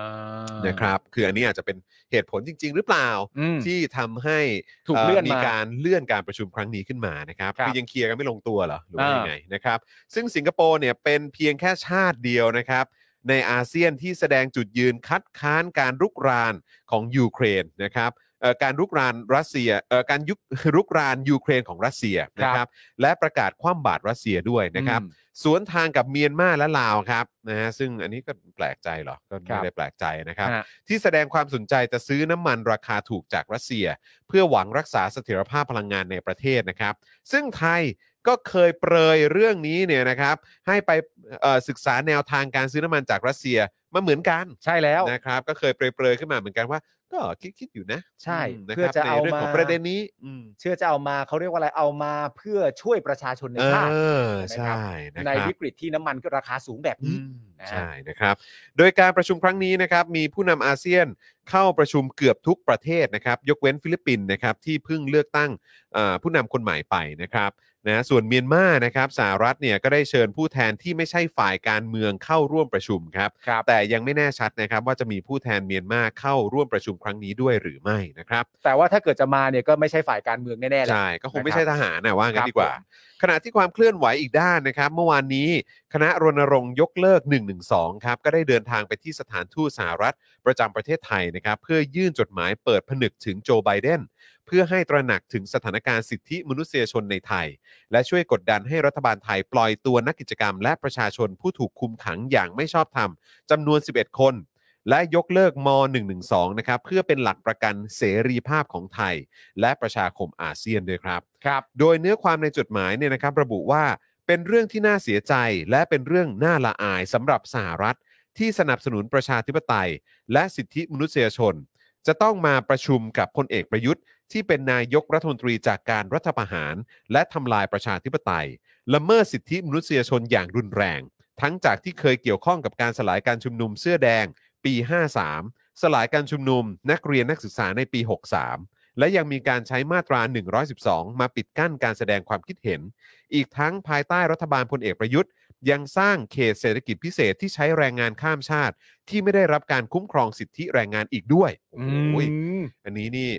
A: นะครับคืออันนี้อาจจะเป็นเหตุผลจริง ๆ หรือเปล่า
B: อืม
A: ที่ทำให้
B: ถูกเลื่อนมา
A: การเลื่อนการประชุมครั้งนี้ขึ้นมานะครับ
B: ครับ
A: คือยังเคลียร์กันไม่ลงตัวเหรอหรือว่า
B: อ่ายั
A: ยังไงนะครับ ซึ่งสิงคโปร์เนี่ยเป็นเพียงแค่ชาติเดียวนะครับ ในอาเซียนที่แสดงจุดยืนคัดค้านการรุกรานของยูเครนนะครับเอ่อการรุกรานรัสเซียเอ่อการยุก รุกรานยูเครนของรัสเซียนะครับ และประกาศคว่ำบาตรรัสเซียด้วยนะครับ
B: อืม
A: สวนทางกับเมียนมาและลาวครับนะฮะซึ่งอันนี้ก็แปลกใจเหรอก็
B: ครั
A: ไม่
B: บ
A: ได้แปลกใจนะครับ
B: ฮะ
A: ที่แสดงความสนใจจะซื้อน้ำมันราคาถูกจากรัสเซีย เพื่อหวังรักษาเสถียรภาพพลังงานในประเทศนะครับ ซึ่งไทยก็เคยเปรยเรื่องนี้เนี่ยนะครับ ให้ไปเอ่อศึกษาแนวทางการซื้อน้ำมันจากรัสเซียมาเหมือนกัน
B: ใช่แล้ว
A: นะครับ ก็เคยเปรยๆขึ้นมาเหมือนกันว่า ก็คิดๆอยู่นะ
B: ใช่
A: มน
B: เพื่อ
A: ครับ
B: จะเอา
A: ในเรื่องของ
B: มา
A: ประเด็นนี้อืม
B: เชื่อจะเอามาเขาเรียกว่าอะไรเอามาเพื่อช่วยประชาชนใน
A: เอ
B: ชาติ
A: อ
B: ใช่
A: ใช่
B: ไหมครับ
A: นะ
B: ใน
A: ครับ
B: วิกฤตที่น้ำมันก็ราคาสูงแบบนี้ นะฮะ
A: ใช่นะครับ โดยการประชุมครั้งนี้นะครับมีผู้นำอาเซียนเข้าประชุมเกือบทุกประเทศนะครับ ยกเว้นฟิลิปปินส์นะครับที่เพิ่งเลือกตั้งอ่าผู้นำคนใหม่ไปนะครับนะส่วนเมียนมานะครับสหรัฐเนี่ยก็ได้เชิญผู้แทนที่ไม่ใช่ฝ่ายการเมืองเข้าร่วมประชุมครับ
B: ครับ
A: แต่ยังไม่แน่ชัดนะครับว่าจะมีผู้แทนเมียนมาเข้าร่วมประชุมครั้งนี้ด้วยหรือไม่นะครับ
B: แต่ว่าถ้าเกิดจะมาเนี่ยก็ไม่ใช่ฝ่ายการเมืองแน่ๆแหละ
A: ใช่ ก็คงไม่ใช่ทหารนะว่างั้
B: ครั
A: น
B: บ
A: ดีกว่า
B: ผม
A: ขณะที่ความเคลื่อนไหวอีกด้านนะครับ เมื่อวานนี้คณะรณรงค์ยกเลิก 112 ครับ ก็ได้เดินทางไปที่สถานทูตสหรัฐประจำประเทศไทยนะครับ เพื่อยื่นจดหมายเปิดผนึกถึงโจไบเดน เพื่อให้ตระหนักถึงสถานการณ์สิทธิมนุษยชนในไทย และช่วยกดดันให้รัฐบาลไทยปล่อยตัวนักกิจกรรม และประชาชนผู้ถูกคุมขังอย่างไม่ชอบธรรมจำนวน 11 คน และยกเลิกม .112 นะครับเพื่อเป็นหลักประกันเสรีภาพของไทย และประชาคมอาเซียนด้วยครับ
B: ครับ
A: โดยเนื้อความในจดหมายเนี่ยนะครับ ระบุว่าเป็นเรื่องที่น่าเสียใจและเป็นเรื่องน่าละอายสำหรับสหรัฐ ที่สนับสนุนประชาธิปไตย และสิทธิมนุษยชน จะต้องมาประชุมกับพลเอกประยุทธ์ ที่เป็นนายกรัฐมนตรีจากการรัฐประหาร และทำลายประชาธิปไตย ละเมิดสิทธิมนุษยชนอย่างรุนแรง ทั้งจากที่เคยเกี่ยวข้องกับการสลายการชุมนุมเสื้อแดง ปี 53 สลายการชุมนุม นักเรียนนักศึกษาในปี 63 และยังมีการใช้มาตรา 112 มาปิดกั้นการแสดงความคิดเห็น อีกทั้งภายใต้รัฐบาลพลเอกประยุทธ์ ยังสร้างเขตเศรษฐกิจพิเศษที่ใช้แรงงานข้ามชาติ ที่ไม่ได้รับการคุ้มครองสิทธิแรงงานอีกด้วยโอ้โหอันนี้นี่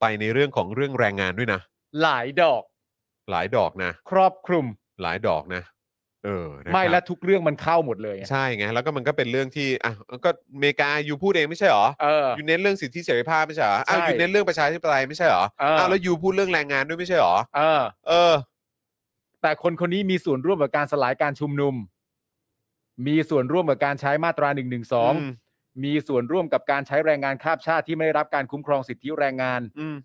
A: ไปในเรื่องของเรื่องแรงงานด้วยนะ
B: หลายดอก
A: หลายดอกนะ
B: ครอบคลุม
A: หลายดอกนะ เออนะครับ
B: ไม่และทุกเรื่องมันเข้าหมดเลยไง
A: ใช่ไงแล้วก็มันก็เป็นเรื่องที่อ่ะก็อเมริกาอยู่พูดเองไม่ใช่เหรอ
B: เออ
A: อยู่เน้นเรื่องสิทธิเสรีภาพไม่ใช่เหรออ้าว
B: ใช่
A: อยู่เน้นเรื่องประชาธิปไตยไม่ใช่เหรอ
B: เอออ้
A: อ้าวแล้วอยู่พูดเรื่องแรงงานด้วยไม่ใช่เหรอ
B: เออ
A: เออ
B: แต่คนคนนี้มีส่วนร่วมกับการสลายการชุมนุม มีส่วนร่วมกับการใช้มาตรา1นึ
A: อืม
B: มีส่วนร่วมกับการใช้แรงงานข้ามชาติที่ไม่ได้รับการคุ้มครองสิทธิแรงงาน
A: อืม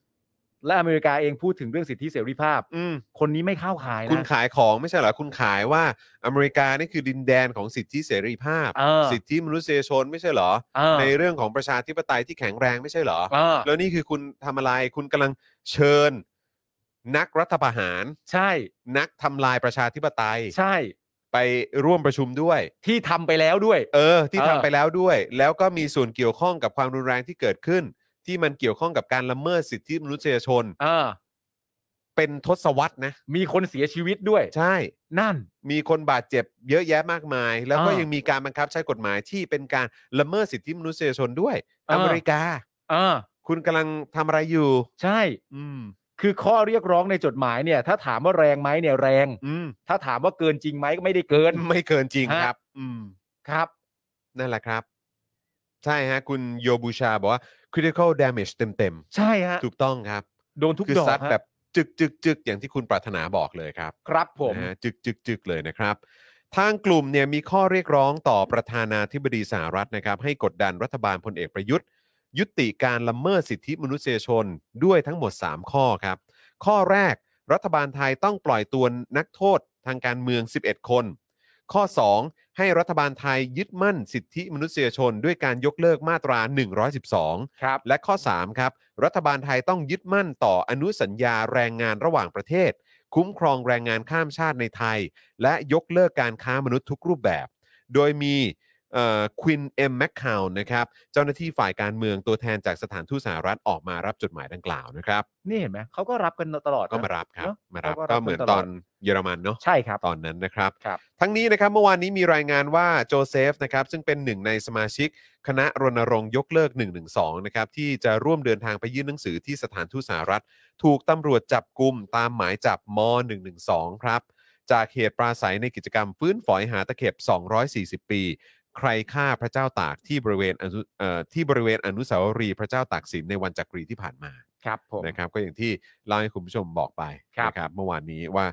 B: และอเมริกาเองพูดถึงเรื่องสิทธิเสรีภาพ
A: อืม
B: คนนี้ไม่เข้าขาย
A: คุณ
B: นะ
A: ขายของไม่ใช่เหรอคุณขายว่าอเมริกานี่คือดินแดนของสิทธิเสรีภาพ
B: เออ
A: สิทธิมนุษยชนไม่ใช่เหรอ
B: เออ
A: ในเรื่องของประชาธิปไตยที่แข็งแรงไม่ใช่เหรอ
B: เออ
A: แล้วนี่คือคุณทำอะไรคุณกำลังเชิญ นักรัฐประหาร
B: ใช่
A: นักทำลายประชาธิปไตย
B: ใช่
A: ไปร่วมประชุมด้วย
B: ที่ทำไปแล้วด้วย
A: เออ ที่
B: เออ
A: ทำไปแล้วด้วย แล้วก็มีส่วนเกี่ยวข้องกับความรุนแรงที่เกิดขึ้น ที่มันเกี่ยวข้องกับการละเมิดสิทธิมนุษยชน
B: เออ
A: เป็นทศวรรษนะ
B: มีคนเสียชีวิตด้วย
A: ใช่
B: นั่น
A: มีคนบาดเจ็บเยอะแยะมากมาย แล้วก็
B: เออ
A: ยังมีการบังคับใช้กฎหมายที่เป็นการละเมิดสิทธิมนุษยชนด้วย
B: เออ
A: อ
B: อ
A: เมริกา
B: เออ
A: คุณกำลังทำอะไรอยู่
B: ใช่
A: อืม
B: คือข้อเรียกร้องในจดหมายเนี่ย ถ้าถามว่าแรงไหมเนี่ยแรง
A: อืม
B: ถ้าถามว่าเกินจริงไหมก็ไม่ได้เกิน
A: ไม่เกินจริง
B: ฮะ
A: ครับ อืม
B: ครับ
A: นั่นแหละครับ ใช่ฮะ คุณโยบูชาบอกว่า critical damage เต็ม
B: ใช่ฮะ
A: ๆ ถูกต้องครับ
B: โดนทุก
A: คือ
B: ดอก
A: ซัด
B: ฮะ
A: แบบจึกจึกจึกอย่างที่คุณปรารถนาบอกเลยครับ
B: ครับผม
A: นะฮะจึกจึกจึกเลยนะครับ ทางกลุ่มเนี่ยมีข้อเรียกร้องต่อประธานาธิบดีสหรัฐนะครับ ให้กดดันรัฐบาลพลเอกประยุทธ์ ยุติการละเมิดสิทธิมนุษยชนด้วยทั้งหมด 3 ข้อครับ ข้อแรกรัฐบาลไทยต้องปล่อยตัวนักโทษทางการเมือง 11 คน ข้อ 2 ให้รัฐบาลไทยยึดมั่นสิทธิมนุษยชน ด้วยการยกเลิกมาตรา 112
B: ครับ
A: และข้อ 3 ครับ รัฐบาลไทยต้องยึดมั่นต่ออนุสัญญาแรงงานระหว่างประเทศ คุ้มครองแรงงานข้ามชาติในไทย และยกเลิกการค้ามนุษย์ทุกรูปแบบ โดยมีควินเอ่อ็มแมคคาวนะครับ เจ้าหน้าที่ฝ่ายการเมืองตัวแทนจากสถานทูตสหรัฐออกมารับจดหมายดังกล่าวนะครับ
B: นี่เห็นไหม เขาก็รับกันตลอดนะ
A: ก็มารับครับ
B: เนอะ
A: มารับ
B: ข
A: ก็เหมือน
B: กั
A: ต
B: ล
A: อนเยอรมันเนาะ
B: ใช่ครับ
A: ตอนนั้นนะครับ
B: ครับ
A: ทั้งนี้นะครับเมื่อวานนี้มีรายงานว่าโจเซฟนะครับซึ่งเป็นหนึ่งในสมาชิก คณะรณรงค์ยกเลิก 112 นะครับที่จะร่วมเดินทางไปยื่นหนังสือที่สถานทูตสหรัฐ ถูกตำรวจจับกลุ่มตามหมายจับม 112 ครับ จากเหตุปราศัยในกิจกรรมฟื้นฝอยหาตะเข็บ 240 ปี ใครฆ่าพระเจ้าตากที่บริเวณอนุเอ่อที่บริเวณอนุสาวรีย์พระเจ้าตากสินในวันจักรีที่ผ่านมา
B: ครับผม
A: นะครับก็อย่างที่เล่าให้คุณผู้ชมบอกไป
B: ครับ
A: นะครับเมื่อวานนี้ว่า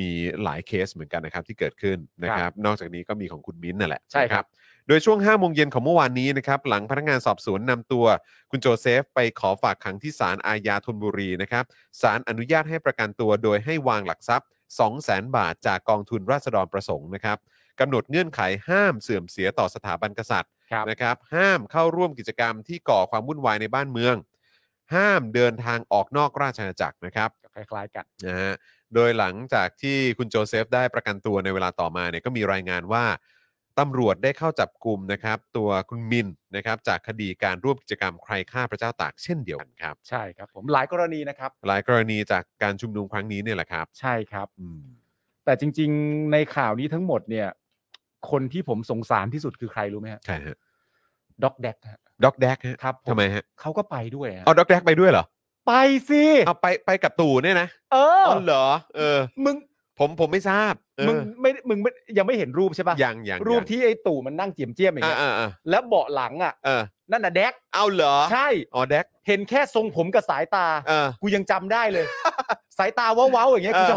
A: มีหลายเคสเหมือนกันนะครับที่เกิดขึ้นนะครับ นอกจากนี้ก็มีของคุณมิ้นท์นั่นแหละ
B: ใช่ครับ
A: นะโดยช่วง 5 โมงเย็นของเมื่อวานนี้นะครับ หลังพนักงานสอบสวนนำตัวคุณโจเซฟไปขอฝากขังที่ศาลอาญาธนบุรีนะครับศาลอนุญาตให้ประกันตัวโดยให้วางหลักทรัพย์ 200,000 บาทจากกองทุนราษฎรประสงค์นะครับกำหนดเงื่อนไขห้ามเสื่อมเสียต่อสถาบันกษัตริย์
B: ครับ
A: นะครับห้ามเข้าร่วมกิจกรรมที่ก่อความวุ่นวายในบ้านเมือง ห้ามเดินทางออกนอกราชอาณาจักรนะครับ
B: คล้ายๆกัน
A: นะฮะโดยหลังจากที่คุณโจเซฟได้ประกันตัวในเวลาต่อมาเนี่ยก็มีรายงานว่าตำรวจได้เข้าจับกลุ่มนะครับตัวคุณมินนะครับจากคดีการร่วมกิจกรรมใครฆ่าพระเจ้าตากเช่นเดียวกันครับ
B: ใช่ครับผม หลายกรณีนะครับ
A: หลายกรณีจากการชุมนุมครั้งนี้เนี่ยแหละครับ
B: ใช่ครับ
A: อืม
B: แต่จริง ๆ ในข่าวนี้ทั้งหมดเนี่ย คนที่ผมสงสารที่สุดคือใครรู้ไหมฮะ
A: ใช่ฮะ
B: ด็อกแดกฮะ
A: ด็อกแดกฮะ
B: ครับผ
A: ทำไมฮะ
B: เขาก็ไปด้วยฮะ
A: เอาด็อกแดกไปด้วยเหรอ
B: ไปสิ
A: เอาไปไปกับตู่เนี่ยนะ
B: เออ
A: อ๋อเหรอเออ
B: มึง
A: ผมผมไม่ทราบเออ
B: มึงไม่มึงไม่ยังไม่เห็นรูปใช่ปะ
A: ยังยัง
B: รูป
A: ยัง
B: ที่ไอ้ตู่มันนั่งเจียมเจียมๆอย่าง
A: อ่า
B: เงี้ย
A: อ่าอ่า
B: แล้วเบาะหลังอ่ะ
A: เออ
B: นั่นน่ะแดก
A: เอาเหรอ
B: ใช่
A: อ๋อแดก
B: เห็นแค่ทรงผมกับสายตา
A: เออ
B: กูยังจำได้เลย สายตาว้าวๆอย่างเงี้ยกู
A: เออ
B: จ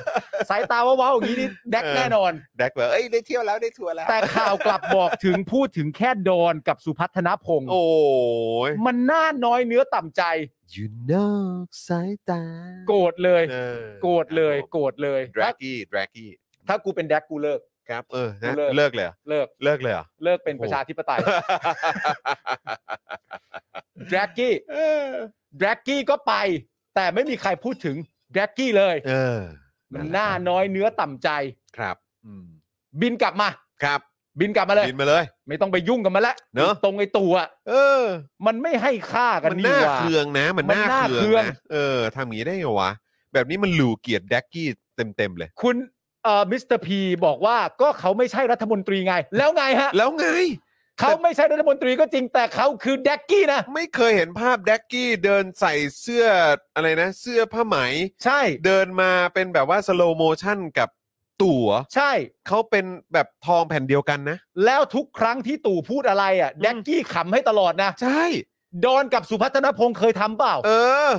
B: ำ สายตาว้าวๆอย่างนี้นี่แดก
A: เออ
B: แน่นอน
A: แดกแบบเอ้ยได้เที่ยวแล้วได้ทัวร์แล้ว
B: แต่ข่าวกลับบอกถึงพูดถึงแค่ดอนกับสุพัฒนพงศ์
A: โอ้ย
B: มันน่าน้อยเนื้อต่ำใจ
A: you know สายตา
B: โกรธเลย
A: เออ
B: โกรธเลย
A: ครับผม
B: โกรธเลย
A: ดรา
B: ถ้า
A: กี้ดรากี้
B: ถ้ากูเป็นแดกกูเลิก
A: ครับเออนะ
B: เลิก
A: เลิกเลยเหรอ
B: เลิก
A: เลิกเลยเหรอ
B: เลิกเป็น
A: โอ้
B: ประชาธิปไตยแดกกี้
A: เออ
B: แดกกี้ก็ไป แต่ไม่มีใครพูดถึงแดกกี้เลย
A: เออ
B: มันน่าน้อยเนื้อต่ำใจ
A: ครับอืม
B: บินกลับมา
A: ครับ
B: บินกลับมาเลย
A: บินมาเลย
B: ไม่ต้องไปยุ่งกับมันละ
A: เนอะ
B: ตรงไอ้ตัวอะ
A: เออ
B: มันไม่ให้ค่ากัน
A: มัน
B: นี่
A: น่า
B: หว่า
A: เคืองนะ มัน
B: มัน
A: น่า
B: น่า
A: เคือง
B: เคือง
A: นะเออทำอย่างนี้ได้ไงวะ แบบนี้มันหลูเกียรติแดกกี้เต็มๆเลย
B: คุณเอ่อมิสเตอร์พีบอกว่าก็เขาไม่ใช่รัฐมนตรีไง แล้วไงฮะ
A: แล้วไง
B: เขาไม่ใช่รัฐมนตรีก็จริงแต่เขาคือแดกกี้นะ
A: ไม่เคยเห็นภาพแดกกี้เดินใส่เสื้ออะไรนะ เสื้อผ้าไหม
B: ใช่
A: เดินมาเป็นแบบว่าสโลโมชั่นกับตั๋ว
B: ใช่
A: เขาเป็นแบบทองแผ่นเดียวกันนะ
B: แล้วทุกครั้งที่ตู่พูดอะไรอ่ะแดกกี้ขำให้ตลอดนะ
A: ใช่
B: ดอนกับสุพัฒนพงศ์เคยทำเปล่า
A: เออ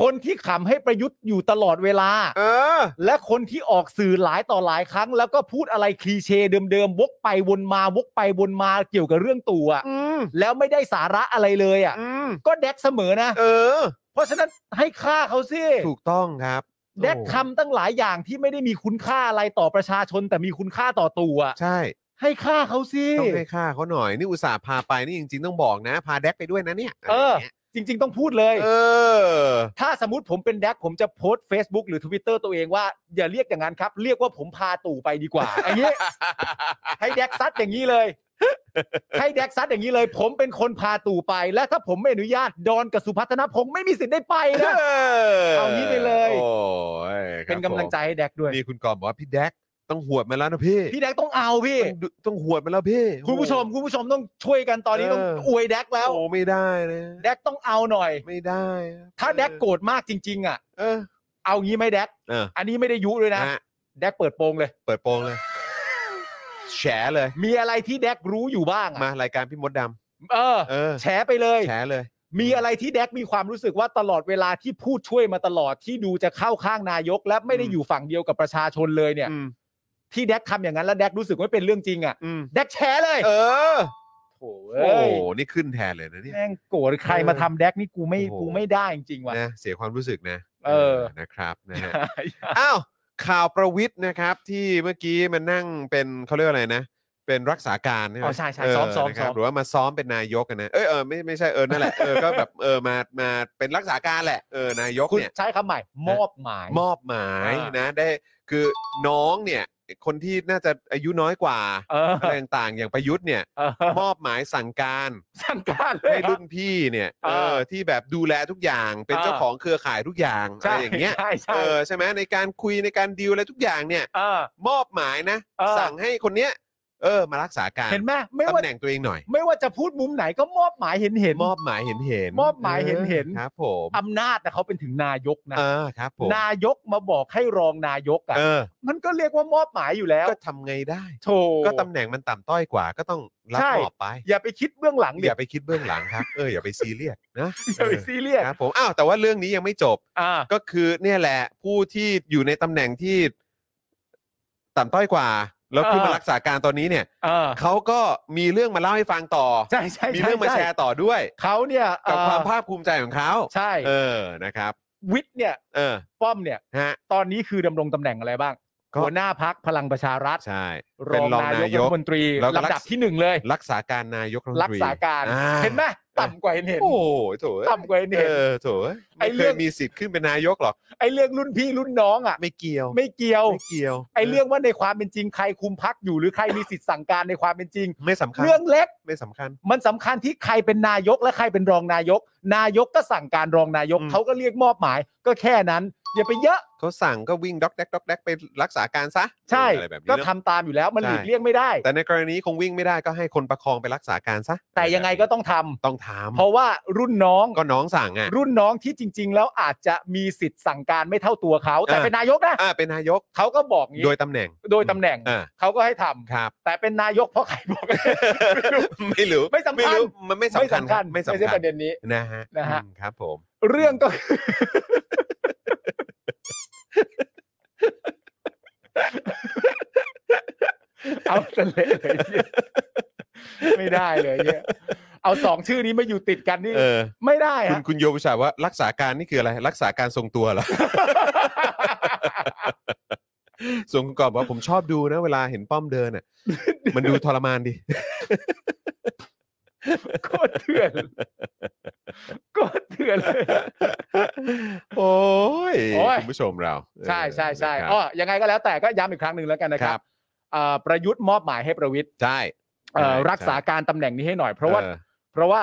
B: คนที่ขำให้ประยุทธ์อยู่ตลอดเวลา
A: เออ
B: และคนที่ออกสื่อหลายต่อหลายครั้ง แล้วก็พูดอะไรคลีเช่เดิมๆวกไปวนมาวกไปวนมาเกี่ยวกับเรื่องตู่อ่ะ
A: อืม
B: แล้วไม่ได้สาระอะไรเลยอ่ะ
A: อืม
B: ก็แดกเสมอนะ
A: เออ
B: เพราะฉะนั้นให้ค่าเขาสิ
A: ถูกต้องครับ
B: แดกคำตั้งหลายอย่างที่ไม่ได้มีคุณค่าอะไรต่อประชาชน แต่มีคุณค่าต่อตู่อ่ะ
A: ใช่
B: ให้ค่าเขาสิ
A: ต้องให้ค่าเขาหน่อย นี่อุตส่าห์พาไปนี่จริงๆต้องบอกนะ พาแดกไปด้วยนะเนี่ย
B: เออ
A: ะไรย่างงี้ย
B: จริง ๆ ต้องพูดเลย
A: เออ
B: ถ้าสมมติผมเป็นแดกผมจะโพสต์ Facebook หรือ Twitter ตัวเองว่า อย่าเรียกอย่างนั้นครับ เรียกว่าผมพาตู่ไปดีกว่า อย่างนี้ ให้แดกซัดอย่างนี้เลย ให้แดกซัดอย่างนี้เลย ผมเป็นคนพาตู่ไป และถ้าผมไม่อนุญาตดอนกับสุพัฒนพงศ์ไม่มีสิทธิ์ได้ไปนะ เอางี้ไปเลย
A: โอ้ยครับ
B: เป็นกำลังใจให้แดกด้วย
A: นี่คุณกอมบอกว่าพี่แดกต้องหวดมาแล้วนะพี่
B: พี่แดกต้องเอาพี่
A: ต้องดูต้องหวดมาแล้วพี่
B: คุณผู้ชมคุณผู้ชมต้องช่วยกันตอนนี้ต้อง
A: เออ
B: อวยแดกแล้ว
A: โอ้ไม่ได้นะ
B: แดกต้องเอาหน่อย
A: ไม่ได้นะ
B: ถ้าแดกโกรธมากจริง ๆ อ่ะ
A: เออ
B: เอางี้ไหมแดก
A: เออ
B: อันนี้ไม่ได้ยุด้วยนะ
A: ฮะ
B: แดกเปิดโปงเลย
A: เปิดโปงเลย แฉเลย
B: มีอะไรที่แดกรู้อยู่บ้าง
A: มา
B: อะ
A: รายการพี่มดด
B: เออ
A: ำเออ
B: แฉไปเลย
A: แฉเลย
B: มีอะไรที่แดกมีความรู้สึกว่าตลอดเวลาที่พูดช่วยมาตลอดที่ดูจะเข้าข้างนายก และไม่ได้อยู่ฝั่งเดียวกับประชาชนเลยเนี่ย
A: อืม
B: ที่แดกทำอย่างนั้นแล้วแดกรู้สึกว่าเป็นเรื่องจริงอ่ะ
A: อืม
B: แดกแฉเลย
A: เออ
B: โอ้
A: โอ้
B: ย
A: โหนี่ขึ้นแทนเลยนะเนี่ย
B: แม่งโกรธใครมาทำแดกนี่กูไม่
A: โอ้โห
B: กูไม่ได้จริงๆว่ะ
A: นะเสียความรู้สึกนะ
B: เออ
A: นะครับนะฮะ อ้าวข่าวประวิทย์นะครับที่เมื่อกี้มันนั่งเป็นเขาเรียกว่าอะไรนะ เป็นรักษาการใช่ไหม
B: อ๋อใช่ใช่
A: เ
B: ซ้อมซ้อม
A: นะครับ
B: ซ้อม
A: หรือว่ามาซ้อมเป็นนายกกันนะเออเออไม่ไม่ใช่เออนั่นแหละเออก็แบบเออมามาเป็นรักษาการแหละเออนายก
B: คุณ
A: เนี่ย
B: ใช้คำใหม่ มอบหมาย
A: มอบหมาย
B: อ่าน
A: นะได้คือน้องเนี่ยคนที่น่าจะอายุน้อยกว่า
B: เออ
A: อะไรต่างๆอย่างประยุทธ์เนี่ย
B: เออ
A: มอบหมายสั่งการ
B: สั่งการเลย
A: ให้
B: เหรอ
A: รุ่นพี่เนี่ยเอ
B: เอ
A: อ
B: อ
A: ที่แบบดูแลทุกอย่างเป็น
B: อ่า
A: เจ้าของเครือข่ายทุกอย่างอะไรอย่างเงี้ย
B: ใช่ใช่
A: เออใช่ไหมในการคุยในการดีลอะไรทุกอย่างเนี่ย
B: เออ
A: มอบหมายนะ
B: เออ
A: สั่งให้คนเนี้ย เออ มารักษาการ
B: เห็นไหมไม่ว่า
A: ตำแหน่งตัวเองหน่อย
B: ไม่ว่าจะพูดมุมไหนก็มอบหมายเห็นเห็น
A: มอบหมายเห็นเห็น
B: มอบหมายเห็นเห็น
A: ครับผม
B: อำนาจนะเขาเป็นถึงนายกนะ
A: เออครับผม
B: นายกมาบอกให้รองนายกอ่ะ
A: เออ
B: มันก็เรียกว่ามอบหมายอยู่แล้ว
A: ก็ทำไงได้
B: โถ
A: ก็ตำแหน่งมันต่ำต้อยกว่า ก็ต้องรับ
B: ใช่
A: มอบไป
B: อย่าไปคิดเบื้องหลัง
A: อ
B: เดี๋
A: ย่า
B: ยว
A: ไปคิดเบื้องหลังครับ เออ อย่าไปซีเรียสนะ
B: อย่าไปซีเรียส
A: ครับผม อ้าว แต่ว่าเรื่องนี้ยังไม่จบ
B: อ่า
A: ก็คือเนี่ยแหละ ผู้ที่อยู่ในตำแหน่งที่ต่ำต้อยกว่า แล้วขึ้นมารักษาการตอนนี้เนี่ย
B: อ่า
A: เขาก็มีเรื่องมาเล่าให้ฟังต่อ
B: ใช่ใช่
A: มี
B: ใช่
A: เรื่องมาแชร์ต่อด้วย
B: เขาเนี่ย
A: กับความ
B: เอ่อ
A: ภาคภูมิใจของเขา
B: ใช่
A: เออ นะครับ
B: วิทย์เนี่ย
A: เออ
B: ป้อมเนี่ย
A: ฮะ
B: ตอนนี้คือดำรงตำแหน่งอะไรบ้าง
A: ก็
B: หัวหน้าพักพลังประชารัฐ
A: ใช่
B: ร
A: เป็
B: อน ง
A: รอง
B: นา
A: า
B: น
A: ย ยก
B: กรัฐมนตรี
A: แล้วก็รัก
B: ลำดับที่หนึ่งเลย
A: รักษาการนายกรัฐมนตรี
B: รักษาการ
A: อ่
B: เห็นไหมต่ำกว่าเห็นเห็น
A: โอ้โหโถเอ้ย
B: ต่ำกว่าเห็น
A: เอ
B: เห็น
A: อโถเอ้ยไม่
B: ไอ้
A: เค
B: เรื่อย ง
A: มีสิทธิ์ขึ้นเป็นนายกหรอก
B: ไอ้เรื่องรุ่นพี่รุ่นน้องอ่ะ
A: ไม่เกี่ยว
B: ไม่เกี่ยว
A: ไม่เกี่ยว
B: ไอ้เรื่องว่าในความเป็นจริงใครคุมพักอยู่หรือใครมีสิทธิ์สั่งการในความเป็นจริง
A: ไม่สำคัญ
B: เรื่องเล็ก
A: ไม่สำคัญ
B: มันสำคัญที่ใครเป็นนายกและใครเป็นรองนายก นายกก็สั่งการรองนายก
A: อืม
B: เขาก็เรียกมอบหมาย ก็แค่นั้น อย่าไปเยอะ
A: เขาสั่งก็วิ่งด็อกแดกด็อกแดกไปรักษาการซะ
B: ใช่
A: อะไรแบบนี้
B: ก็
A: เน
B: ทำ
A: อะ
B: ตามอยู่แล้วมัน
A: ใช่
B: หลีกเลี่ยงไม่ได้
A: แต่ในกรณีคงวิ่งไม่ได้ก็ให้คนประคองไปรักษาการซะ
B: แต่ยังไงก็ต้องทำ
A: ต้องถาม
B: เพราะว่ารุ่นน้อง
A: ก็น้องสั่งอ่ะ
B: รุ่นน้องที่จริง ๆ แล้วอาจจะมีสิทธิ์สั่งการไม่เท่าตัวเขาแต่
A: อ่า
B: เป็นนายกนะ
A: อ่าเป็นนายก
B: เขาก็บอกงี้
A: โดยตำแหน่ง
B: โดยตำแหน่ง
A: อ่า
B: เขาก็ให้ทำ
A: ครับ
B: แต่เป็นนายกเพราะใครบอกไม่รู้
A: ไม่รู้
B: ไม่สำคัญ
A: รู้มันไม่
B: ไม่
A: สำคัญ
B: สำคัญ
A: ไม่
B: ไม่
A: สำ
B: ใช่
A: คัญ
B: ประเด็นนี้
A: นะฮะ
B: นะฮะ
A: อืมครับผม
B: เรื่องก็ คือ เอาสเละเลยเหี้ยไม่ได้เลยเนี่ยเอาสองชื่อนี้มาอยู่ติดกันนี่
A: เออ
B: ไม่ได้
A: คุณ
B: ฮะ
A: คุณโยมชาว่ารักษาการนี่คืออะไร รักษาการทรงตัวเหรอ ส่วนคุณกอบว่าผมชอบดูนะ เวลาเห็นป้อมเดิน อ่ะ มันดูทรมานดิ
B: โคตรเถื่อนโคตรเถื่อนเลย
A: โอ้ย
B: โอ้ย
A: คุณผู้ชมเรา
B: ใช่ใช่ใช่
A: เออนะครับ
B: อ๋อยังไงก็แล้วแต่ก็ย้ำอีกครั้งหนึ่งแล้วกันนะค
A: ครั
B: รับบ เอ่อประยุทธ์มอบหมายให้ประวิทย์
A: ใช่
B: เอ่อ
A: ใช่
B: รักษาการตำแหน่งนี้ให้หน่อย เพราะว่า
A: ออ
B: เพราะว่า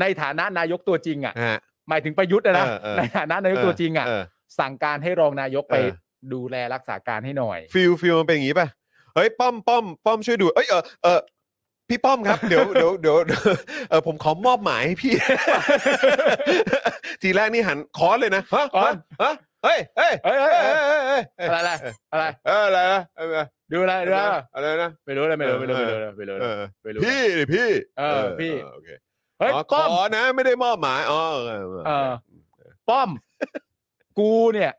B: ในฐานะนายกตัวจริงอ่ะ
A: ฮะ
B: หมายถึงประยุทธ์นะนะ
A: เออเออ
B: ในฐานะนายกตัวจริงอ่ะ
A: เ
B: สั่งการให้รองนายกไป
A: เออ
B: ดูแลรักษาการให้หน่อย
A: ฟิลฟิลมันเป็นอย่างนี้ป่ะ เฮ้ยป้อมป้อมป้อมช่วยดู เอ้ยเออเออพี่ป้อมครับ เดี๋ยวเดี๋ยวเดี๋ยวเออผมขอมอบหมายให้พี่ ทีแรกนี่หันคอนเลยนะฮะ
B: อ๋อ
A: ฮะฮะเฮ้ยเฮ้ย
B: เอ้ย
A: เฮ้
B: เอ้
A: ย
B: ย
A: เฮ้
B: เอ้
A: ย
B: ย
A: เฮ้ยเฮ้ย
B: อะไรอะไรอะไร
A: เอออะไรนะเออ
B: ดูอะไร
A: อะไร
B: ดูอะไร
A: นะอะไรนะ
B: ไม่รู้เลยไม่รู้ไม่รู้
A: เอ
B: ไม่
A: อ
B: รู้เลยไม่รู้เล
A: เอย อ
B: ไม่รู้เลย
A: พี่ดิพี่
B: เออพี่
A: โอเค
B: เฮ้ย
A: อ๋อ
B: ป้อม
A: ขอนะไม่ได้มอบหมายอ๋อเออเออ
B: เออ ป้อม กูเนี่ย